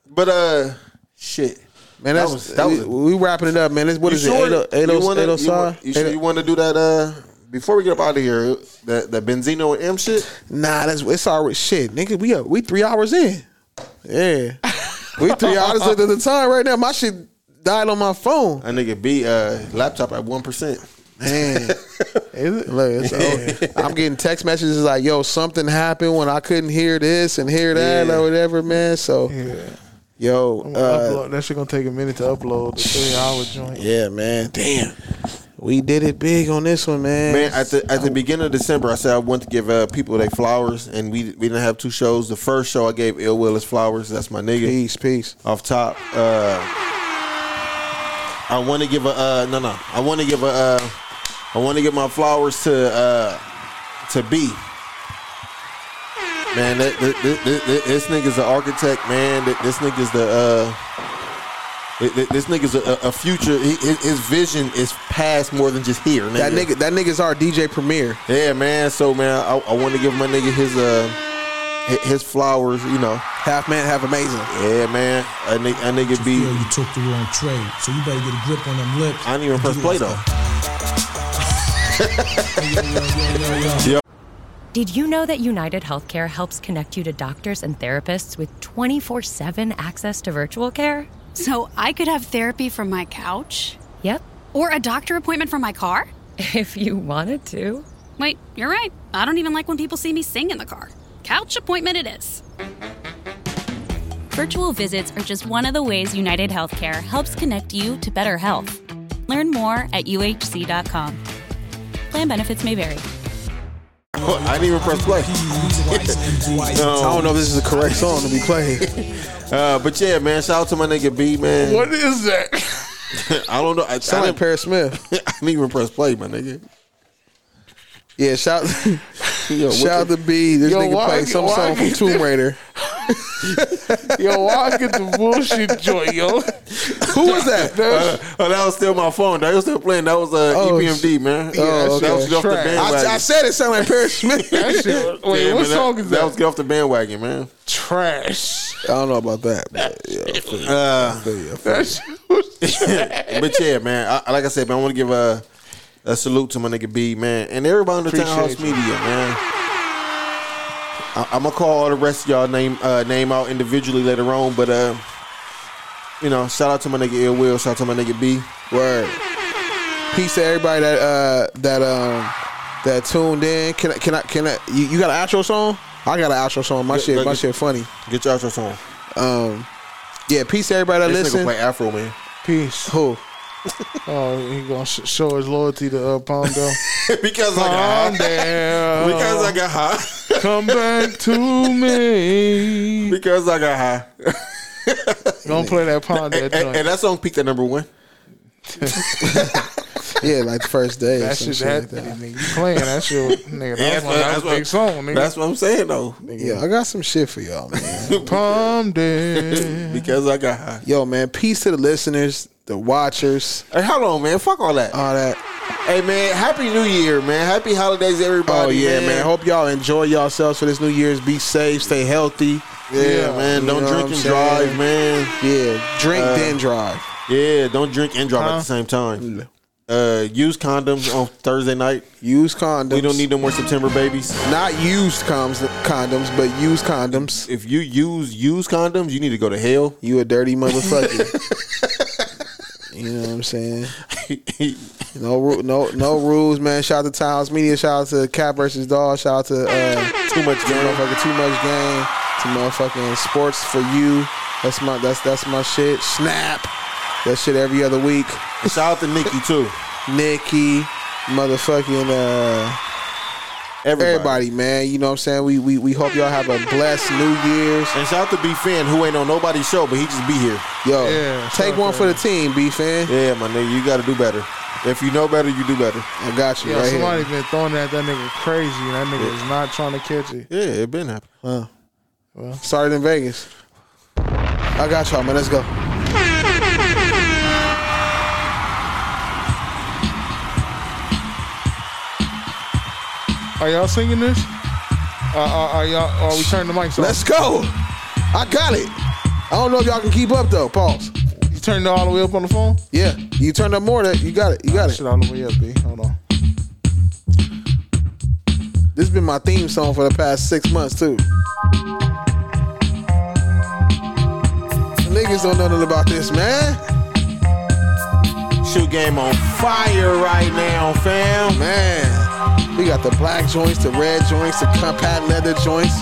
[SPEAKER 6] But uh, shit,
[SPEAKER 1] man,
[SPEAKER 6] That
[SPEAKER 1] that's
[SPEAKER 6] was- that was
[SPEAKER 1] we, we wrapping it up, man. It's, what
[SPEAKER 6] You
[SPEAKER 1] is
[SPEAKER 6] sure?
[SPEAKER 1] it? 80, 80,
[SPEAKER 6] you wanna,
[SPEAKER 1] 80,
[SPEAKER 6] you, wa- you sure you want to do that? Uh, before we get up out of here, that that Benzino and M shit.
[SPEAKER 1] Nah, that's it's already shit, nigga. We up, we three hours in. Yeah, we three hours at the time right now. My shit died on my phone.
[SPEAKER 6] A nigga beat uh laptop at one percent.
[SPEAKER 1] Man, Is it? Look, it's- oh, I'm getting text messages like, "Yo, something happened when I couldn't hear this and hear that
[SPEAKER 5] Yeah.
[SPEAKER 1] or whatever, man." So, yo,
[SPEAKER 5] I'm gonna
[SPEAKER 1] uh,
[SPEAKER 5] upload. That shit gonna take a minute to upload the three hour joint.
[SPEAKER 1] yeah, man, damn, we did it big on this one, man.
[SPEAKER 6] Man, at the at the beginning of December, I said I want to give uh, people their flowers, and we we didn't have two shows. The first show I gave Ill Will his flowers. That's my nigga.
[SPEAKER 1] Peace, peace.
[SPEAKER 6] Off top, uh, I want to give a uh, no, no. I want to give a uh, I want to give my flowers to uh, to B. Man, that, that, that- that- that- this nigga's an architect, man. That- This nigga's the. Uh, th- th- this nigga's a, a future. He, his his vision is past more than just here. Nigga.
[SPEAKER 1] that nigga, that nigga's our DJ premiere.
[SPEAKER 6] Yeah, man. So, man, I, I want to give my nigga his uh hi- his flowers. You know,
[SPEAKER 1] half man, half amazing.
[SPEAKER 6] Yeah, man. A, ni- a nigga be.
[SPEAKER 11] Yo, you took the wrong trade, so you better get a grip on them lips.
[SPEAKER 6] I didn't even press play though.
[SPEAKER 36] Did you know that United Healthcare helps connect you to doctors and therapists with 24 7 access to virtual care?
[SPEAKER 25] So I could have therapy from my couch?
[SPEAKER 36] Yep,
[SPEAKER 25] Or a doctor appointment from my car?
[SPEAKER 36] if you wanted to.
[SPEAKER 25] Wait, you're right. I don't even like when people see me sing in the car. Couch appointment it is.
[SPEAKER 22] Virtual visits are just one of the ways United Healthcare helps connect you to better health. Learn more at uhc.com. Plan benefits may vary.
[SPEAKER 6] I didn't even press play. I
[SPEAKER 1] don't know if this is the correct song to be playing.
[SPEAKER 6] uh, but yeah, man. Shout out to my nigga B, man.
[SPEAKER 5] What is that?
[SPEAKER 6] I don't know. I,
[SPEAKER 1] Sound like
[SPEAKER 6] I didn't,
[SPEAKER 1] Paris Smith.
[SPEAKER 6] I didn't even press play, my nigga.
[SPEAKER 1] Yeah, shout
[SPEAKER 6] what
[SPEAKER 1] shout out
[SPEAKER 6] the-
[SPEAKER 1] to B. This
[SPEAKER 6] Yo,
[SPEAKER 1] nigga
[SPEAKER 6] why
[SPEAKER 1] played
[SPEAKER 6] get-
[SPEAKER 1] some
[SPEAKER 6] why
[SPEAKER 1] song from
[SPEAKER 6] get
[SPEAKER 1] Tomb Raider.
[SPEAKER 5] Yo, why I get the bullshit joint, yo?
[SPEAKER 1] Who was that?
[SPEAKER 6] Uh, oh, that was still my phone. That was still playing. That was uh,
[SPEAKER 1] Oh,
[SPEAKER 6] EPMD, man. Oh,
[SPEAKER 1] Yeah, that shit
[SPEAKER 6] that
[SPEAKER 1] was
[SPEAKER 6] was off the
[SPEAKER 1] trash.
[SPEAKER 6] bandwagon.
[SPEAKER 1] I, I said it sounded like Paris Smith.
[SPEAKER 5] That shit- wait,
[SPEAKER 6] Yeah, man,
[SPEAKER 5] what
[SPEAKER 6] that-
[SPEAKER 5] song is that?
[SPEAKER 6] That was get off the bandwagon, man.
[SPEAKER 5] Trash.
[SPEAKER 1] I don't know about that. But, yeah, I feel you. I feel you, I feel you.
[SPEAKER 5] That shit was
[SPEAKER 6] but yeah, man. I- I, like I said, man, I want to give a a salute to my nigga B, man, and everybody in the
[SPEAKER 5] Appreciate
[SPEAKER 6] Townhouse
[SPEAKER 5] you.
[SPEAKER 6] Media, man. I, I'm gonna call all the rest of y'all name uh, name out individually later on, but uh, you know, shout out to my nigga Ill Will, shout out to my nigga B.
[SPEAKER 1] Word. Peace to everybody that uh that um that tuned in. Can I can I can I you, you got an outro song? I got an outro song. My
[SPEAKER 6] Yeah,
[SPEAKER 1] shit
[SPEAKER 6] look,
[SPEAKER 1] my
[SPEAKER 6] get-
[SPEAKER 1] shit funny.
[SPEAKER 6] Get your outro song.
[SPEAKER 1] Um yeah, peace to everybody that
[SPEAKER 6] This
[SPEAKER 1] listen.
[SPEAKER 6] nigga play Afro man.
[SPEAKER 1] Peace. Who?
[SPEAKER 5] Oh, he gonna sh- show his loyalty to uh, Pondo.
[SPEAKER 6] because
[SPEAKER 5] Calm
[SPEAKER 6] I got
[SPEAKER 5] down.
[SPEAKER 6] high. Because I got high.
[SPEAKER 5] Come back to me.
[SPEAKER 6] because I got high.
[SPEAKER 5] Don't play that Pondo
[SPEAKER 6] And, and, and
[SPEAKER 5] joint.
[SPEAKER 6] that song peaked at number one.
[SPEAKER 1] Yeah, like the first day.
[SPEAKER 5] That shit had nigga, you playing that shit, nigga.
[SPEAKER 6] Yeah, that's
[SPEAKER 5] That's, one- that was
[SPEAKER 6] what-
[SPEAKER 5] a big song, nigga.
[SPEAKER 6] That's what I'm saying though.
[SPEAKER 1] Yeah, I got some shit for y'all, man.
[SPEAKER 5] Palm down.
[SPEAKER 6] because I got high.
[SPEAKER 1] Yo, man, peace to the listeners, the watchers.
[SPEAKER 6] Hey, hold on, man. Fuck all that.
[SPEAKER 1] All that.
[SPEAKER 6] Hey, man. Happy New Year, man. Happy holidays, everybody.
[SPEAKER 1] Oh yeah, man. Hope y'all enjoy yourselves for this New Year's. Be safe, stay healthy.
[SPEAKER 6] Yeah, man.
[SPEAKER 1] You
[SPEAKER 6] Don't
[SPEAKER 1] know
[SPEAKER 6] drink
[SPEAKER 1] what I'm
[SPEAKER 6] and
[SPEAKER 1] saying?
[SPEAKER 6] drive, man.
[SPEAKER 1] Yeah, drink
[SPEAKER 6] Uh,
[SPEAKER 1] then drive.
[SPEAKER 6] Yeah, don't drink and drive at
[SPEAKER 1] Huh?
[SPEAKER 6] the same time. Uh, use condoms on Thursday night.
[SPEAKER 1] Use condoms.
[SPEAKER 6] We don't need no more September babies.
[SPEAKER 1] Not used coms, condoms, but used condoms.
[SPEAKER 6] If you use used condoms, you need to go to hell.
[SPEAKER 1] You a dirty motherfucker. you know what I'm saying? No, ru- no, no rules, man. Shout out to Towns Media. Shout out to Cat versus Dog. Shout out to uh,
[SPEAKER 6] Too Much Game.
[SPEAKER 1] Motherfucking too much game. To motherfucking sports for you. That's my that's that's my shit. Snap. That shit every other week. Shout out to Nikki too. Nikki, motherfucking uh everybody. man. You know what I'm saying? We we, we hope y'all have a blessed New Year's.
[SPEAKER 6] And shout out to B Fan, who ain't on nobody's show, but he just be here.
[SPEAKER 1] Yo, take one for the team, B Fan.
[SPEAKER 6] Yeah, my nigga, you gotta do better. If you know better, you do better.
[SPEAKER 1] I got
[SPEAKER 5] Yeah, somebody been throwing that that nigga crazy. and That nigga is not trying to catch it.
[SPEAKER 6] Yeah, it been happening.
[SPEAKER 1] Huh. Started in Vegas. I got y'all, man. Let's go.
[SPEAKER 5] Are y'all singing this? Uh, are, are y'all? Are we turning the mics off?
[SPEAKER 1] Let's go. I got it. I don't know if y'all can keep up though. Pause.
[SPEAKER 5] You turned it all the way up on the phone?
[SPEAKER 1] Yeah. You turned up more. That you got it. You got it.
[SPEAKER 5] all the way up, B. Hold on.
[SPEAKER 1] This been my theme song for the past six months too. Niggas don't know nothing about this, man.
[SPEAKER 6] Shoot game on fire right now, fam.
[SPEAKER 1] Man, we got the black joints, the red joints, the compact leather joints.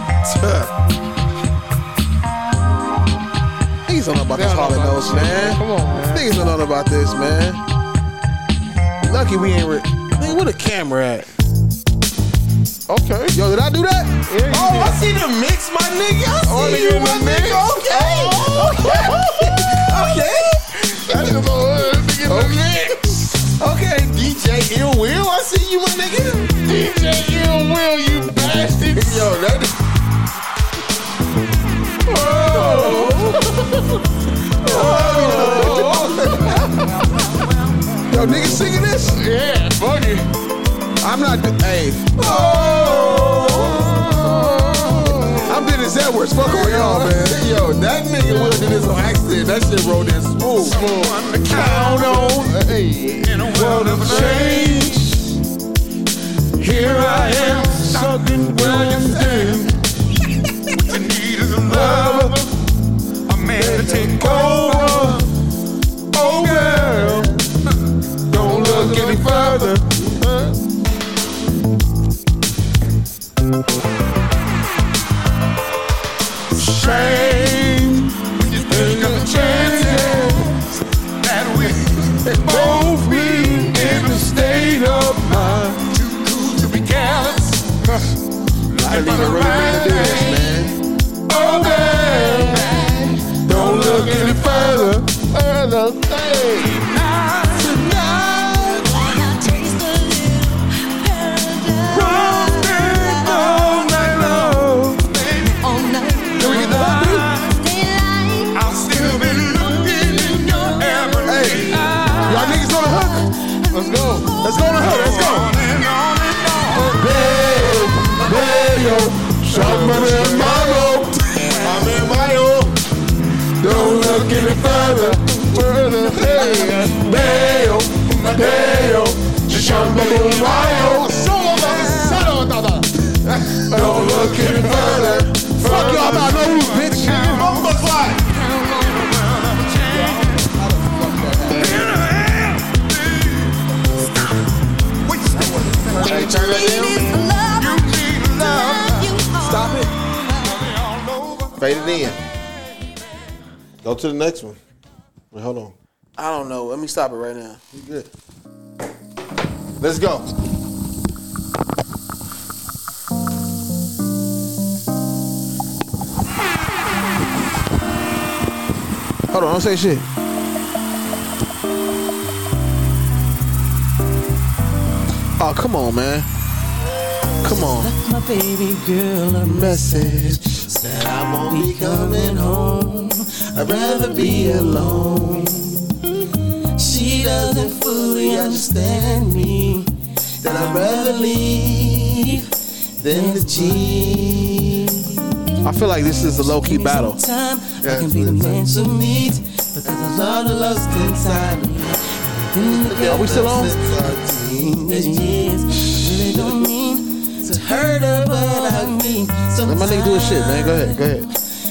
[SPEAKER 1] Niggas don't know about this Harlem Notes, man. Come on, man. Niggas don't know about this, man. Lucky we ain't. Re- Nigga, where the camera at? Okay. Yo, did I do that?
[SPEAKER 6] Oh, I see the mix, my nigga. I see
[SPEAKER 1] Oh,
[SPEAKER 6] you,
[SPEAKER 1] you in
[SPEAKER 6] my
[SPEAKER 1] the mix?
[SPEAKER 6] nigga. Okay. Okay. okay. That nigga the one nigga in the mix. Okay, DJ Ill Will, I see you, my nigga. DJ Ill Will, you bastard. Yo, that is.
[SPEAKER 1] Yo, niggas singing this? Yeah, funny. I'm not. Hey. Oh, I'm Dennis Edwards. Fuck with y'all, man.
[SPEAKER 6] Yo, that nigga Will did this on accident. That shit rolled in smooth. Someone to count on. Hey. In a world of change.
[SPEAKER 2] Here I am, sucking where you stand. What you need is a lover, a man to take over. Oh, girl, don't look any further. Shame when you think of the chances that we both be in a state of mind to be careless. Life is a ride. Oh, man. Don't look any further. Further. Hey.
[SPEAKER 1] Y'all niggas on the hook? Let's go. Let's go on the hook. Let's go.
[SPEAKER 2] Bayo, somebody in my room. I'm in my room. Don't look any further. Further. Hey, Bayo, Bayo, somebody in my room. Don't look any further. Fuck y'all, I know who's bitch.
[SPEAKER 1] Hey, turn that
[SPEAKER 6] Fade it in. Go to the next one. Wait, hold on.
[SPEAKER 1] down. I don't know. Let me stop it right now.
[SPEAKER 6] You good. Let's go.
[SPEAKER 1] Hold on, don't say shit. Oh, come on, man. Come on.
[SPEAKER 2] My baby girl a message said I won't be coming home. I'd rather be alone. She doesn't fully understand me. That I'd rather leave than the G.
[SPEAKER 1] I feel like this is a low key battle.
[SPEAKER 2] Time I can be the man she needs, but there's a lot of lust inside me.
[SPEAKER 1] Are we still on?
[SPEAKER 2] Really don't mean to hurt her, but I mean
[SPEAKER 1] Let my nigga do his shit, man. Go ahead, go ahead.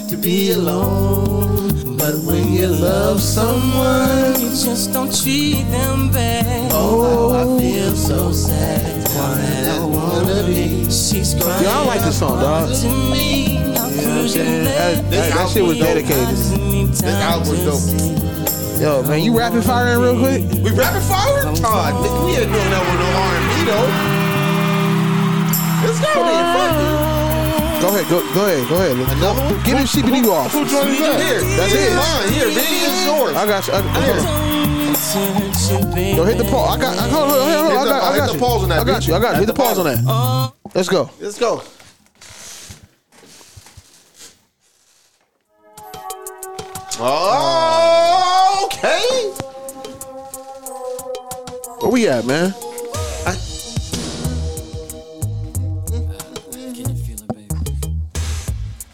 [SPEAKER 2] to be alone. But when you love someone, you just don't treat them bad. Oh, I feel so sad. Why I wanna be? She's crying.
[SPEAKER 1] Yo, I like this song, dog.
[SPEAKER 2] To me, I
[SPEAKER 1] That, that- that shit was dedicated. This album was dope. Yo, man, you rapid firing real quick? Oh,
[SPEAKER 6] We rapid fire? Todd, nigga, we ain't doing that with no R&B though. Let's go then, fuck it.
[SPEAKER 1] Go ahead, go, go ahead, go ahead. Another one? Get this sheepity you off.
[SPEAKER 6] Who joined us up? Here,
[SPEAKER 1] That's
[SPEAKER 6] here,
[SPEAKER 1] it.
[SPEAKER 6] mine, here, baby, it's yours.
[SPEAKER 1] I got you. I, hold on. Yo, hit the pause. I got. I, hold on, hold on, hold on.
[SPEAKER 6] Hit
[SPEAKER 1] I
[SPEAKER 6] the-
[SPEAKER 1] got, I
[SPEAKER 6] hit
[SPEAKER 1] got
[SPEAKER 6] the
[SPEAKER 1] you.
[SPEAKER 6] pause on that,
[SPEAKER 1] I got
[SPEAKER 6] bitch. Uh-huh.
[SPEAKER 1] you. I got you.
[SPEAKER 6] At
[SPEAKER 1] Hit the
[SPEAKER 6] the
[SPEAKER 1] pause on that. Let's go.
[SPEAKER 6] Let's go. Okay.
[SPEAKER 1] Where we at, man?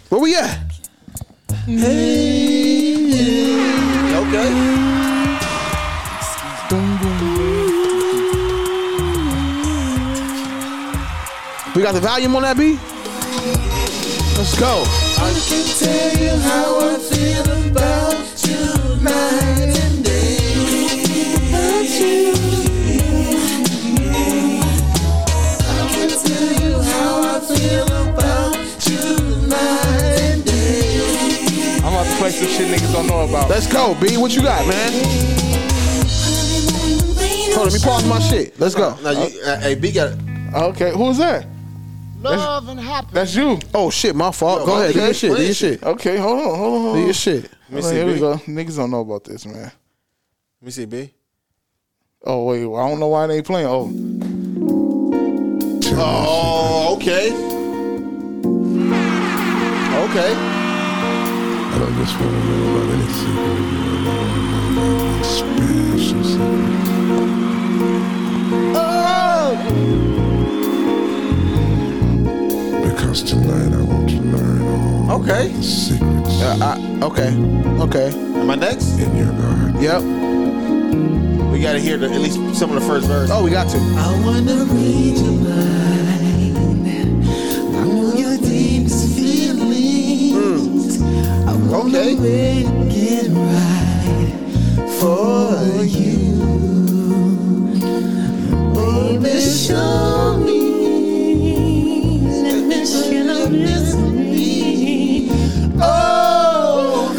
[SPEAKER 1] Where we at?
[SPEAKER 6] Okay.
[SPEAKER 1] We got the volume on that beat. Let's go.
[SPEAKER 2] I can tell you how I feel about you night and day. About you. I can tell you how I feel about you night and day.
[SPEAKER 40] I'm about to play some shit niggas don't know about.
[SPEAKER 1] Let's go, B. What you got, man? Hold on, let me pause my shit. Let's go.
[SPEAKER 6] No, you, uh, hey, B got it.
[SPEAKER 1] Okay, who's that?
[SPEAKER 41] Love and happiness.
[SPEAKER 1] That's you. Oh shit, my fault.
[SPEAKER 40] Yo,
[SPEAKER 1] go
[SPEAKER 40] my
[SPEAKER 1] ahead, do
[SPEAKER 40] nigga,
[SPEAKER 1] your shit. Do
[SPEAKER 40] play
[SPEAKER 1] your
[SPEAKER 40] shit.
[SPEAKER 1] shit. Okay, hold on, hold on,
[SPEAKER 40] hold
[SPEAKER 1] Do
[SPEAKER 40] on.
[SPEAKER 1] your
[SPEAKER 40] Let
[SPEAKER 1] shit.
[SPEAKER 40] me
[SPEAKER 1] Hold on,
[SPEAKER 40] see,
[SPEAKER 1] Here
[SPEAKER 40] B.
[SPEAKER 1] we go. Niggas don't know about this, man.
[SPEAKER 6] Let me see, B.
[SPEAKER 40] Oh wait, well, I don't know why they ain't playing. Oh,
[SPEAKER 6] Oh, okay. Okay.
[SPEAKER 42] I don't just want to know about any secret of your love, special secret. Because tonight I want to learn all
[SPEAKER 1] Okay.
[SPEAKER 42] the secrets.
[SPEAKER 1] I, okay. Okay.
[SPEAKER 6] Am I next?
[SPEAKER 42] In your heart.
[SPEAKER 1] Yep.
[SPEAKER 6] We got to hear the, at least some of the first verse.
[SPEAKER 1] Oh, we got to.
[SPEAKER 2] I wanna read your mind. I know your deepest feelings. I wanna make it right for you. Baby, show me. Let me show you mystery. Oh,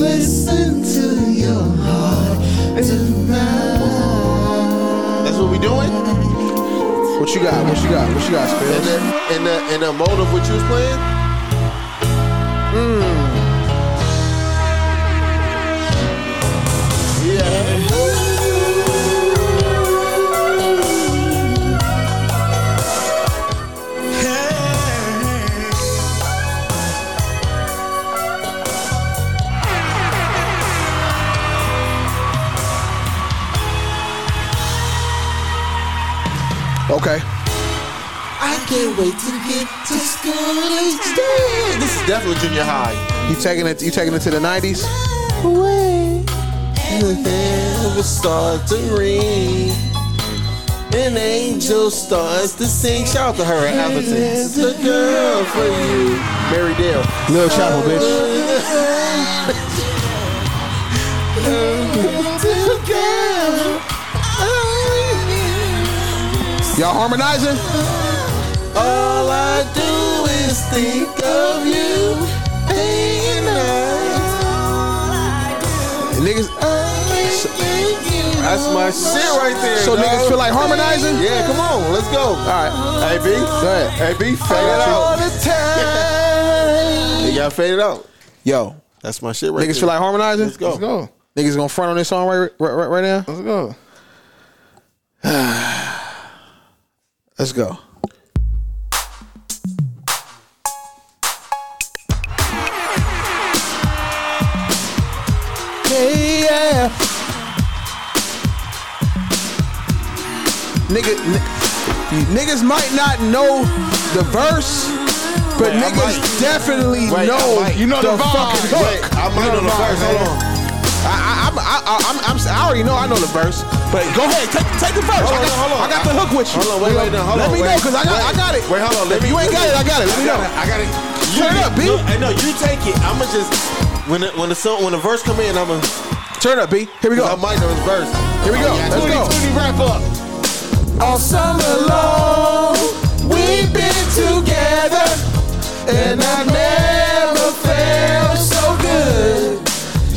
[SPEAKER 2] listen to your heart tonight.
[SPEAKER 6] That's what we doing?
[SPEAKER 1] What you got? What you got? What you got,
[SPEAKER 6] And
[SPEAKER 1] Spence?
[SPEAKER 6] the, and the, and the mode of what you was playing?
[SPEAKER 1] Okay.
[SPEAKER 2] I can't wait to get to school each day.
[SPEAKER 6] This is definitely junior high.
[SPEAKER 1] You taking it? You taking it to the nineties?
[SPEAKER 2] Away.
[SPEAKER 6] It will start to ring. An angel starts to sing. Shout out to her at Atherton.
[SPEAKER 2] There's a girl for you.
[SPEAKER 6] Mary Dale.
[SPEAKER 1] Lil Chapel, bitch.
[SPEAKER 2] Little girl.
[SPEAKER 1] Y'all harmonizing?
[SPEAKER 2] All I do is think of you. Day and night.
[SPEAKER 1] Niggas.
[SPEAKER 6] That's my shit right there.
[SPEAKER 1] So
[SPEAKER 6] dog.
[SPEAKER 1] niggas feel like harmonizing?
[SPEAKER 6] Yeah, come on, let's go. All
[SPEAKER 1] right,
[SPEAKER 6] hey B, go ahead. Hey B, fade it
[SPEAKER 2] All
[SPEAKER 6] out.
[SPEAKER 2] the time.
[SPEAKER 6] You gotta fade it out.
[SPEAKER 1] Yo,
[SPEAKER 6] that's my shit right
[SPEAKER 1] Niggas
[SPEAKER 6] there.
[SPEAKER 1] feel like harmonizing?
[SPEAKER 6] Let's go.
[SPEAKER 1] Let's go. Niggas gonna front on this song right right, right, right now? Let's go. Let's go.
[SPEAKER 2] Hey, yeah.
[SPEAKER 1] Nigga, ni- niggas might not know the verse, but
[SPEAKER 6] Wait, I
[SPEAKER 1] niggas
[SPEAKER 6] might.
[SPEAKER 1] definitely
[SPEAKER 6] Wait, I
[SPEAKER 1] know,
[SPEAKER 6] might. You know the vibe.
[SPEAKER 1] fucking hook.
[SPEAKER 6] Wait, I might
[SPEAKER 1] You
[SPEAKER 6] know the verse.
[SPEAKER 1] man.
[SPEAKER 6] Hold on.
[SPEAKER 1] I, I, I'm, I, I, I'm, I'm, I already know I know the verse, but go ahead, take, take the verse.
[SPEAKER 6] Hold
[SPEAKER 1] I
[SPEAKER 6] on,
[SPEAKER 1] got,
[SPEAKER 6] hold on.
[SPEAKER 1] I got the hook with you.
[SPEAKER 6] Hold on, wait, wait, now, hold
[SPEAKER 1] Let
[SPEAKER 6] on.
[SPEAKER 1] me
[SPEAKER 6] wait.
[SPEAKER 1] know, cause I got, I
[SPEAKER 6] Wait.
[SPEAKER 1] got it.
[SPEAKER 6] Wait, hold on. Let
[SPEAKER 1] if
[SPEAKER 6] me,
[SPEAKER 1] you ain't
[SPEAKER 6] let
[SPEAKER 1] got it,
[SPEAKER 6] me-
[SPEAKER 1] I got it. Let me
[SPEAKER 6] got
[SPEAKER 1] know.
[SPEAKER 6] it, I got it.
[SPEAKER 1] Turn it up, B.
[SPEAKER 6] No, hey, no, you take it. I'ma just when the, when the song when the verse come in, I'ma
[SPEAKER 1] turn up, B. Here we go.
[SPEAKER 6] I might know this verse. Oh,
[SPEAKER 1] Here we go. Let's go.
[SPEAKER 6] wrap up.
[SPEAKER 2] All summer long, we've been together, and I never felt so good.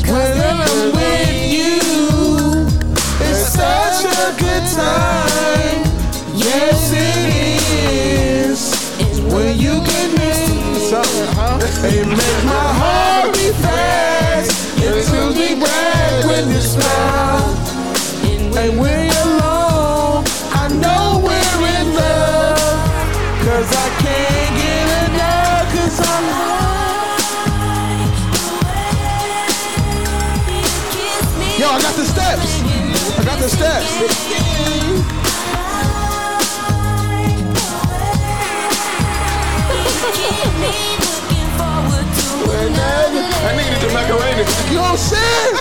[SPEAKER 2] When I'm with you, it's such a good time. Yes, it is. When you get me, it makes my heart beat fast. It fills me back with your smile. And when you're alone, I know we're in love. Cause I can't get enough, cause I like Yo, I got the steps. I got the steps.
[SPEAKER 1] I needed the macaroni. You know what I'm saying?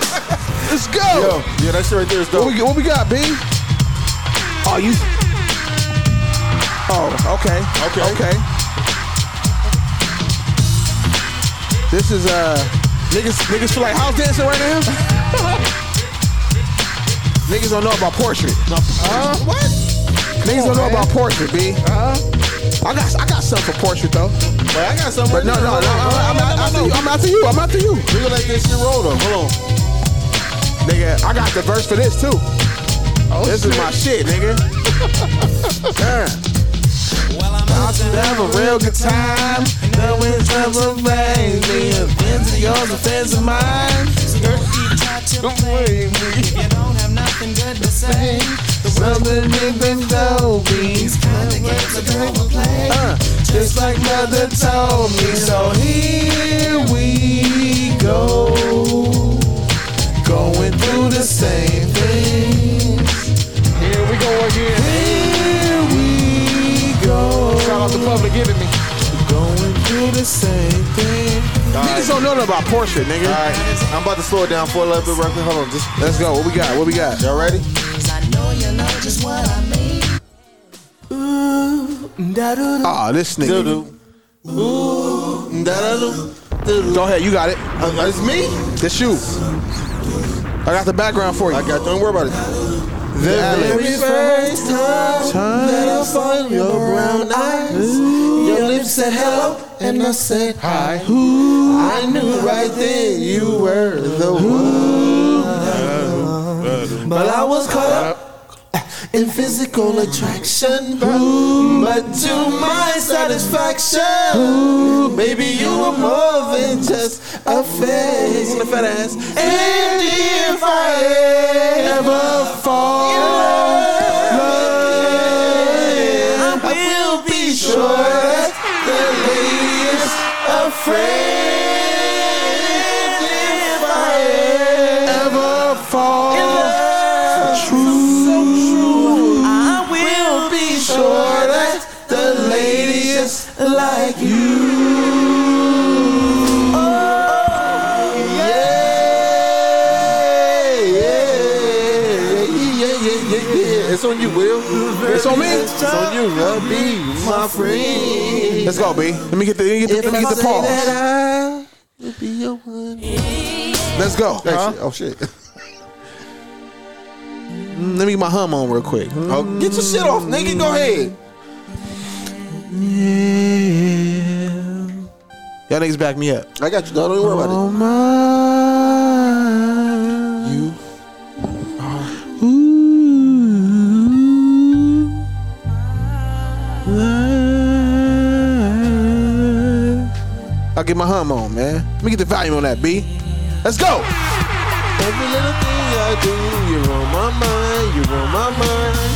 [SPEAKER 1] Let's go.
[SPEAKER 6] Yo, yeah, that shit right there is dope.
[SPEAKER 1] What we, what we got, B? Oh, you. Oh, okay. Okay. Okay. This is uh, niggas niggas feel like house dancing right now. niggas don't know about portrait. Uh, what? Niggas don't know about portrait, B.
[SPEAKER 6] Uh-huh.
[SPEAKER 1] Uh, I got I got something for portrait though. But I got something. But no, no, no, I'm, I'm, after you. I'm after you. I'm after you. Nigga, let this shit roll though. Hold on. Nigga, I got the verse for this too.
[SPEAKER 6] Oh,
[SPEAKER 1] this is my shit, nigga.
[SPEAKER 2] About to have a real good time. The winds of a rain. The friends of yours, the friends of mine. Don't blame me. If you don't have nothing good to say, something even though these kind of games are gonna play. Just like mother told me. So here we go. Going through the same things. Here we go again. Here we go. Shout out the public giving me. Going through the same thing.
[SPEAKER 1] Niggas don't know nothing about portrait, nigga.
[SPEAKER 6] All right, I'm about to slow it down for a little bit. Right quick. Hold on, just
[SPEAKER 1] let's go. What we got? What we got?
[SPEAKER 6] Y'all ready?
[SPEAKER 1] Ah, this nigga. Go ahead, you got it.
[SPEAKER 6] Uh, it's me.
[SPEAKER 1] It's you. I got the background for you.
[SPEAKER 6] I got. Don't worry about it.
[SPEAKER 2] The very first time,
[SPEAKER 1] Time.
[SPEAKER 2] that I saw your brown eyes, your lips said hello and I said hi. I knew right then you were the one, but I was caught up in physical attraction. But, but to my satisfaction, baby, you were more than just a face. And if I ever fall in love, I will be sure that the lady is afraid. If I ever fall in love, so true, I will be sure that the lady is like you. Yeah, yeah, yeah, yeah, yeah, yeah.
[SPEAKER 6] It's on you, Will.
[SPEAKER 1] It's on me?
[SPEAKER 2] It's on you, love me, my friend.
[SPEAKER 1] Let's go, B. Let me get the let me get the, let me get the pause.
[SPEAKER 2] that I will be your one.
[SPEAKER 1] Let's go.
[SPEAKER 6] That
[SPEAKER 1] Huh?
[SPEAKER 6] shit- Oh shit.
[SPEAKER 1] Mm, Let me get my hum on real quick.
[SPEAKER 6] Oh, get your shit off, nigga. Go ahead.
[SPEAKER 1] Y'all niggas back me up.
[SPEAKER 6] I got you. dog. Don't worry about it.
[SPEAKER 1] Oh my.
[SPEAKER 6] You
[SPEAKER 1] I'll get my hum on, man. Let me get the volume on that, B. Let's go.
[SPEAKER 2] Every little thing I do, you're on my mind, you're on my mind.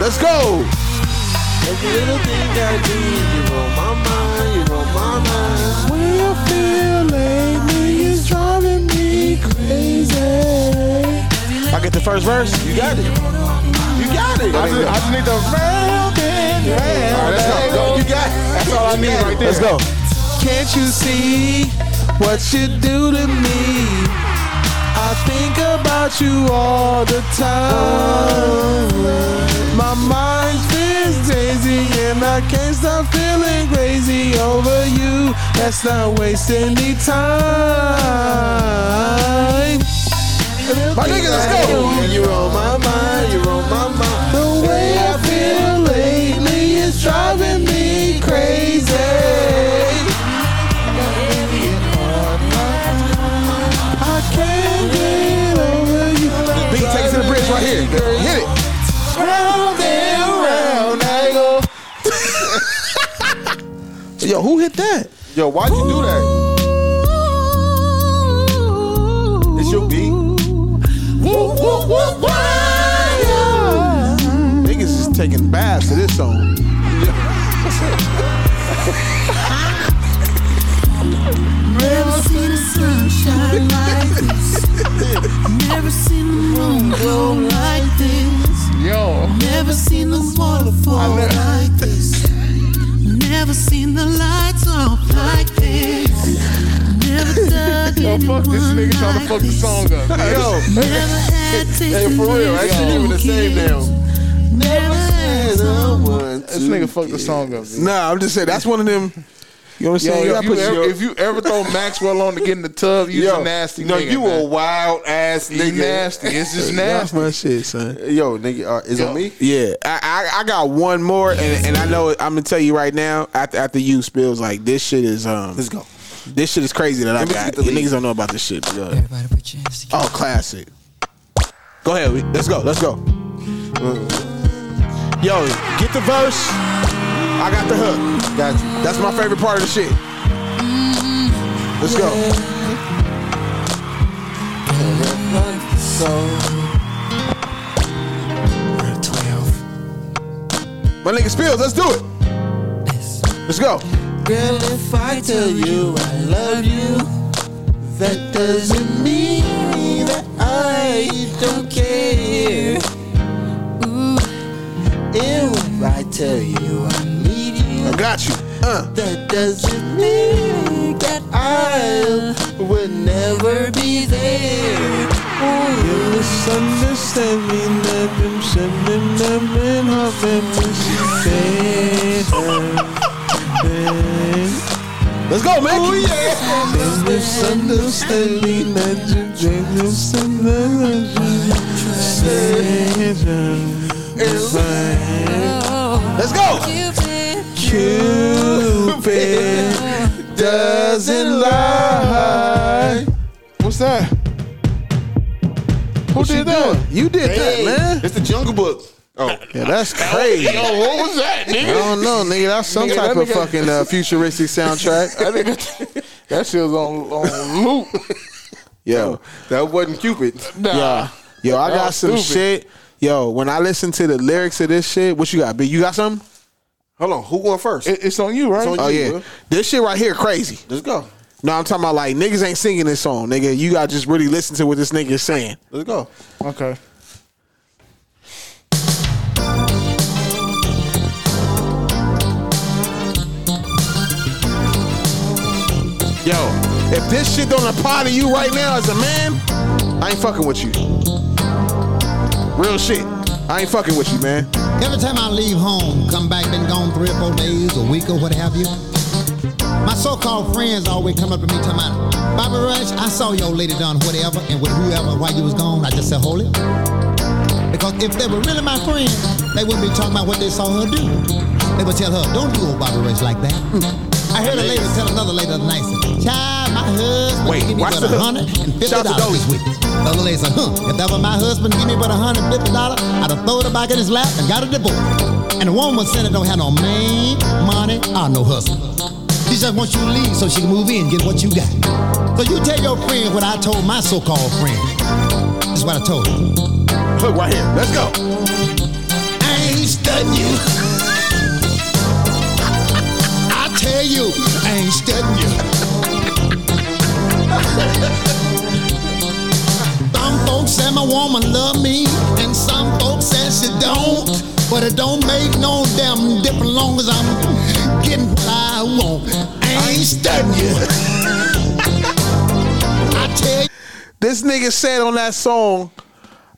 [SPEAKER 1] Let's go.
[SPEAKER 2] Every little thing I do, you're on my mind, you're on my mind.
[SPEAKER 1] Way you feel lately is driving me crazy. I get the first verse.
[SPEAKER 2] You got it. You got it.
[SPEAKER 6] I just- I
[SPEAKER 2] need the
[SPEAKER 6] All right, let's go. Go.
[SPEAKER 2] You got it.
[SPEAKER 6] That's all I need right there.
[SPEAKER 1] Let's go.
[SPEAKER 2] Can't you see what you do to me? I think about you all the time. My mind feels daisy and I can't stop feeling crazy over you. Let's not waste any time.
[SPEAKER 1] My nigga, let's go.
[SPEAKER 2] You're on my mind, you're on my mind. The way I feel
[SPEAKER 19] driving me crazy. I can't get over you.
[SPEAKER 1] Beat takes to the bridge right here. Hit it.
[SPEAKER 19] Round and round I go.
[SPEAKER 1] Yo, who hit that?
[SPEAKER 6] Yo, why'd you do that? It's your beat.
[SPEAKER 19] Woo, woo, woo, wire.
[SPEAKER 1] Niggas is taking baths to this song.
[SPEAKER 2] Never seen the sunshine like this. Never seen the moon glow like this.
[SPEAKER 43] Yo.
[SPEAKER 2] Never seen the waterfall like this. Never seen the lights off like this. Never dug
[SPEAKER 43] Yo, fuck this nigga trying to fuck the song up.
[SPEAKER 6] Yo.
[SPEAKER 2] Never had
[SPEAKER 6] Hey, for real, I shouldn't even the same now.
[SPEAKER 2] Never had a
[SPEAKER 43] This nigga fucked the song up. dude.
[SPEAKER 1] Nah, I'm just saying that's one of them. You know what I'm
[SPEAKER 43] Yo,
[SPEAKER 1] saying?
[SPEAKER 43] if, you ever,
[SPEAKER 1] your-
[SPEAKER 43] if you ever throw Maxwell on to get in the tub, you
[SPEAKER 6] Yo,
[SPEAKER 43] a nasty
[SPEAKER 6] no,
[SPEAKER 43] nigga.
[SPEAKER 6] you
[SPEAKER 43] man.
[SPEAKER 6] a wild ass
[SPEAKER 43] You
[SPEAKER 6] nigga.
[SPEAKER 43] nasty. It's just nasty.
[SPEAKER 1] That's my shit, son.
[SPEAKER 6] Yo, nigga, uh, is it me?
[SPEAKER 1] Yeah, I, I I got one more, and, and I know I'm gonna tell you right now. After after you spills, like this shit is um. Let's
[SPEAKER 6] go.
[SPEAKER 1] This shit is crazy that I
[SPEAKER 6] Let me
[SPEAKER 1] got.
[SPEAKER 6] get the
[SPEAKER 1] You
[SPEAKER 6] lead.
[SPEAKER 1] niggas don't know about this shit. Go ahead. Oh, classic. Go ahead. we- Let's go. Let's go. Yo, get the verse. I got the hook.
[SPEAKER 6] Got you.
[SPEAKER 1] That's my favorite part of the shit. Let's go. My nigga spills. Let's do it. Let's go.
[SPEAKER 2] Girl, if I tell you I love you, that doesn't mean that I don't care. Ooh. And when I tell you I need you,
[SPEAKER 1] I got you. Uh.
[SPEAKER 2] that doesn't mean that I would never be there.
[SPEAKER 19] You misunderstand me, never sending them in her uh,
[SPEAKER 1] Let's go, man.
[SPEAKER 19] Oh yeah. You misunderstand me, never sending
[SPEAKER 1] Let's go.
[SPEAKER 19] Cupid doesn't lie.
[SPEAKER 43] What's that? Who did that?
[SPEAKER 1] You did
[SPEAKER 6] Hey,
[SPEAKER 1] that, man.
[SPEAKER 6] It's the Jungle Book. Oh,
[SPEAKER 1] Yeah, that's crazy.
[SPEAKER 43] Yo, what was that,
[SPEAKER 1] I
[SPEAKER 43] nigga?
[SPEAKER 1] don't know, nigga. That's some
[SPEAKER 43] Nigga,
[SPEAKER 1] type
[SPEAKER 43] that
[SPEAKER 1] of
[SPEAKER 43] nigga-
[SPEAKER 1] fucking uh, futuristic soundtrack.
[SPEAKER 43] That nigga- that shit was on, on loop.
[SPEAKER 1] Yo,
[SPEAKER 6] that wasn't Cupid.
[SPEAKER 43] Nah.
[SPEAKER 1] yeah, yo, I
[SPEAKER 43] That
[SPEAKER 1] got
[SPEAKER 43] was
[SPEAKER 1] some
[SPEAKER 43] stupid.
[SPEAKER 1] shit. Yo, when I listen to the lyrics of this shit, what you got, B? You got something?
[SPEAKER 6] Hold on, who going first?
[SPEAKER 43] It- it's on you, right?
[SPEAKER 6] It's on
[SPEAKER 1] Oh
[SPEAKER 6] you,
[SPEAKER 1] yeah,
[SPEAKER 6] bro.
[SPEAKER 1] this shit right here crazy.
[SPEAKER 6] Let's go.
[SPEAKER 1] No, I'm talking about like niggas ain't singing this song, nigga. You gotta just really listen to what this nigga is saying.
[SPEAKER 6] Let's go.
[SPEAKER 43] Okay.
[SPEAKER 1] Yo, if this shit don't apply to you right now as a man, I ain't fucking with you. Real shit. I ain't fucking with you, man.
[SPEAKER 3] Every time I leave home, come back, been gone three or four days, a week or what have you, my so-called friends always come up to me talking about, Bobby Rush, I saw your lady done whatever and with whoever while you was gone. I just said, hold it. Because if they were really my friends, they wouldn't be talking about what they saw her do. They would tell her, don't do old Bobby Rush like that. I heard a lady tell another lady the night, child, my husband
[SPEAKER 1] Wait,
[SPEAKER 3] give me
[SPEAKER 1] watch the
[SPEAKER 3] but a
[SPEAKER 1] hook.
[SPEAKER 3] hundred and fifty
[SPEAKER 1] Shout out to
[SPEAKER 3] dollars this week. The other lady said, huh, if that were my husband give me but a hundred and fifty dollars, I'd have thrown it back in his lap and got a divorce. And the woman said it don't have no man, money, or no husband. She just wants you to leave so she can move in and get what you got. So you tell your friend what I told my so-called friend. This is what I told her.
[SPEAKER 1] Hook right here. Let's go.
[SPEAKER 3] I ain't studying you. I tell you, I ain't studying you. some folks say my woman love me, and some folks say she don't. But it don't make no damn difference long as I'm getting what I want. I ain't studying you. I tell you.
[SPEAKER 1] This nigga said on that song,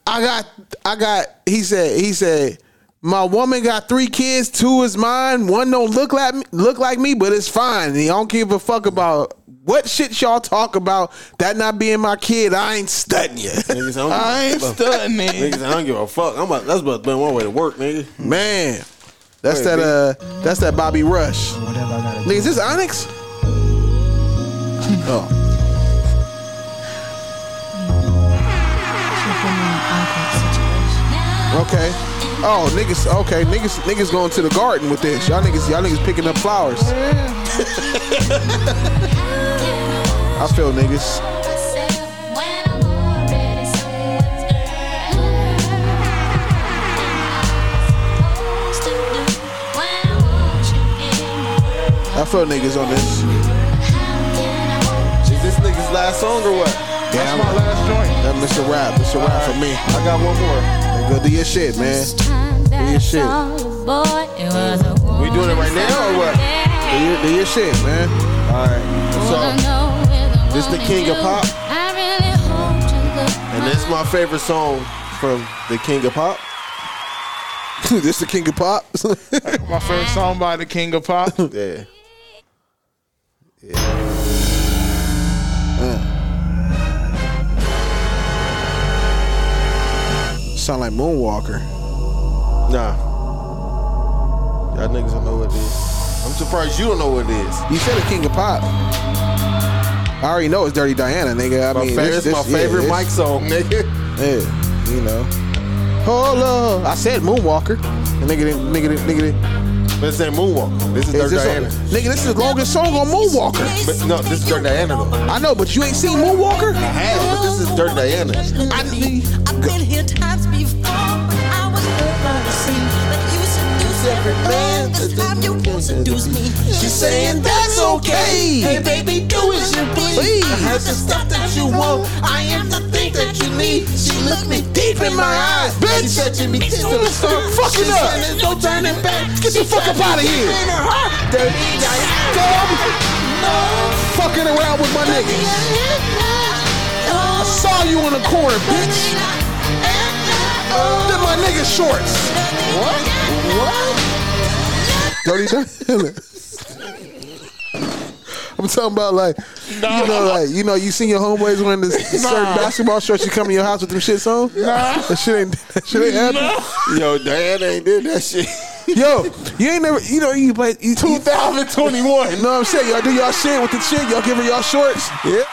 [SPEAKER 1] I got, I got. He said, he said, my woman got three kids. Two is mine. One don't look like me, look like me, but it's fine. I don't give a fuck about what shit y'all talk about. That not being my kid, I ain't studying you,
[SPEAKER 6] Niggas, I don't
[SPEAKER 43] I ain't
[SPEAKER 6] give a fuck.
[SPEAKER 43] stunting.
[SPEAKER 6] Niggas, I don't give a fuck. I'm about, that's about to be one way to work, nigga.
[SPEAKER 1] man. That's
[SPEAKER 3] Wait,
[SPEAKER 1] that. Uh, that's that Bobby Rush.
[SPEAKER 3] Whatever I gotta
[SPEAKER 1] Nigga, is this Onyx? oh, okay. Oh, niggas. Okay, niggas. Niggas going to the garden with this. Y'all niggas. Y'all niggas picking up flowers. I feel niggas. I feel niggas on this.
[SPEAKER 6] Is this nigga's last song or what?
[SPEAKER 1] That's my last joint. That Mr. Rap. Mr. Rap for me. I got one more. Go do your shit, man. Do your shit.
[SPEAKER 6] We doing it right now or what?
[SPEAKER 1] Do your, do your shit, man.
[SPEAKER 6] All right. So this the king of pop, and this my favorite song from the king of pop.
[SPEAKER 1] this the king of pop.
[SPEAKER 5] My favorite song by the King of Pop.
[SPEAKER 6] yeah.
[SPEAKER 1] Mm. Sound like Moonwalker.
[SPEAKER 6] Nah. Y'all niggas don't know what it is. I'm surprised you don't know what it is.
[SPEAKER 1] You said the king of pop. I already know it's Dirty Diana, nigga. I
[SPEAKER 6] My
[SPEAKER 1] mean,
[SPEAKER 6] favorite-
[SPEAKER 1] this-
[SPEAKER 6] it's my
[SPEAKER 1] this- yeah,
[SPEAKER 6] favorite
[SPEAKER 1] this-
[SPEAKER 6] Mike song, nigga.
[SPEAKER 1] Yeah, you know. Hold up. I said Moonwalker. And nigga, didn't- nigga, didn't- nigga. didn't-
[SPEAKER 6] This ain't Moonwalker. This is
[SPEAKER 1] Is
[SPEAKER 6] Dirk
[SPEAKER 1] this
[SPEAKER 6] Diana.
[SPEAKER 1] on- nigga, this is the longest song on Moonwalker.
[SPEAKER 6] But no, this is Dirk Diana though.
[SPEAKER 1] I know, but you ain't seen Moonwalker?
[SPEAKER 6] I have, but this is Dirk Diana.
[SPEAKER 2] I've been here times before, but I was nobody to see that you seduce every man. This time you won't seduce me. She's saying that's okay. Hey baby, do as you please. I have the stuff that you want. I am the thing that you need. She looked me deep in my eyes, bitch. She said to me, "This will start fucking up. There's no turning back. Get the fuck up out of here." In her heart, dirty Diana. No,
[SPEAKER 1] fucking around with my niggas.
[SPEAKER 2] I
[SPEAKER 1] saw you in the corner, bitch. Then my nigga shorts.
[SPEAKER 2] What? What?
[SPEAKER 1] Dirty Diana. I'm talking about like, you know, like you know, you seen your homeboys wearing this certain basketball shorts. You come in your house with them shits on. Nah, that shit ain't that shit ain't happening.
[SPEAKER 6] Yo, Diana ain't did that shit.
[SPEAKER 1] Yo, you ain't never, you know, you play 2021. You know what I'm saying? Y'all do y'all shit with the chick. Y'all give her y'all shorts.
[SPEAKER 6] Yeah.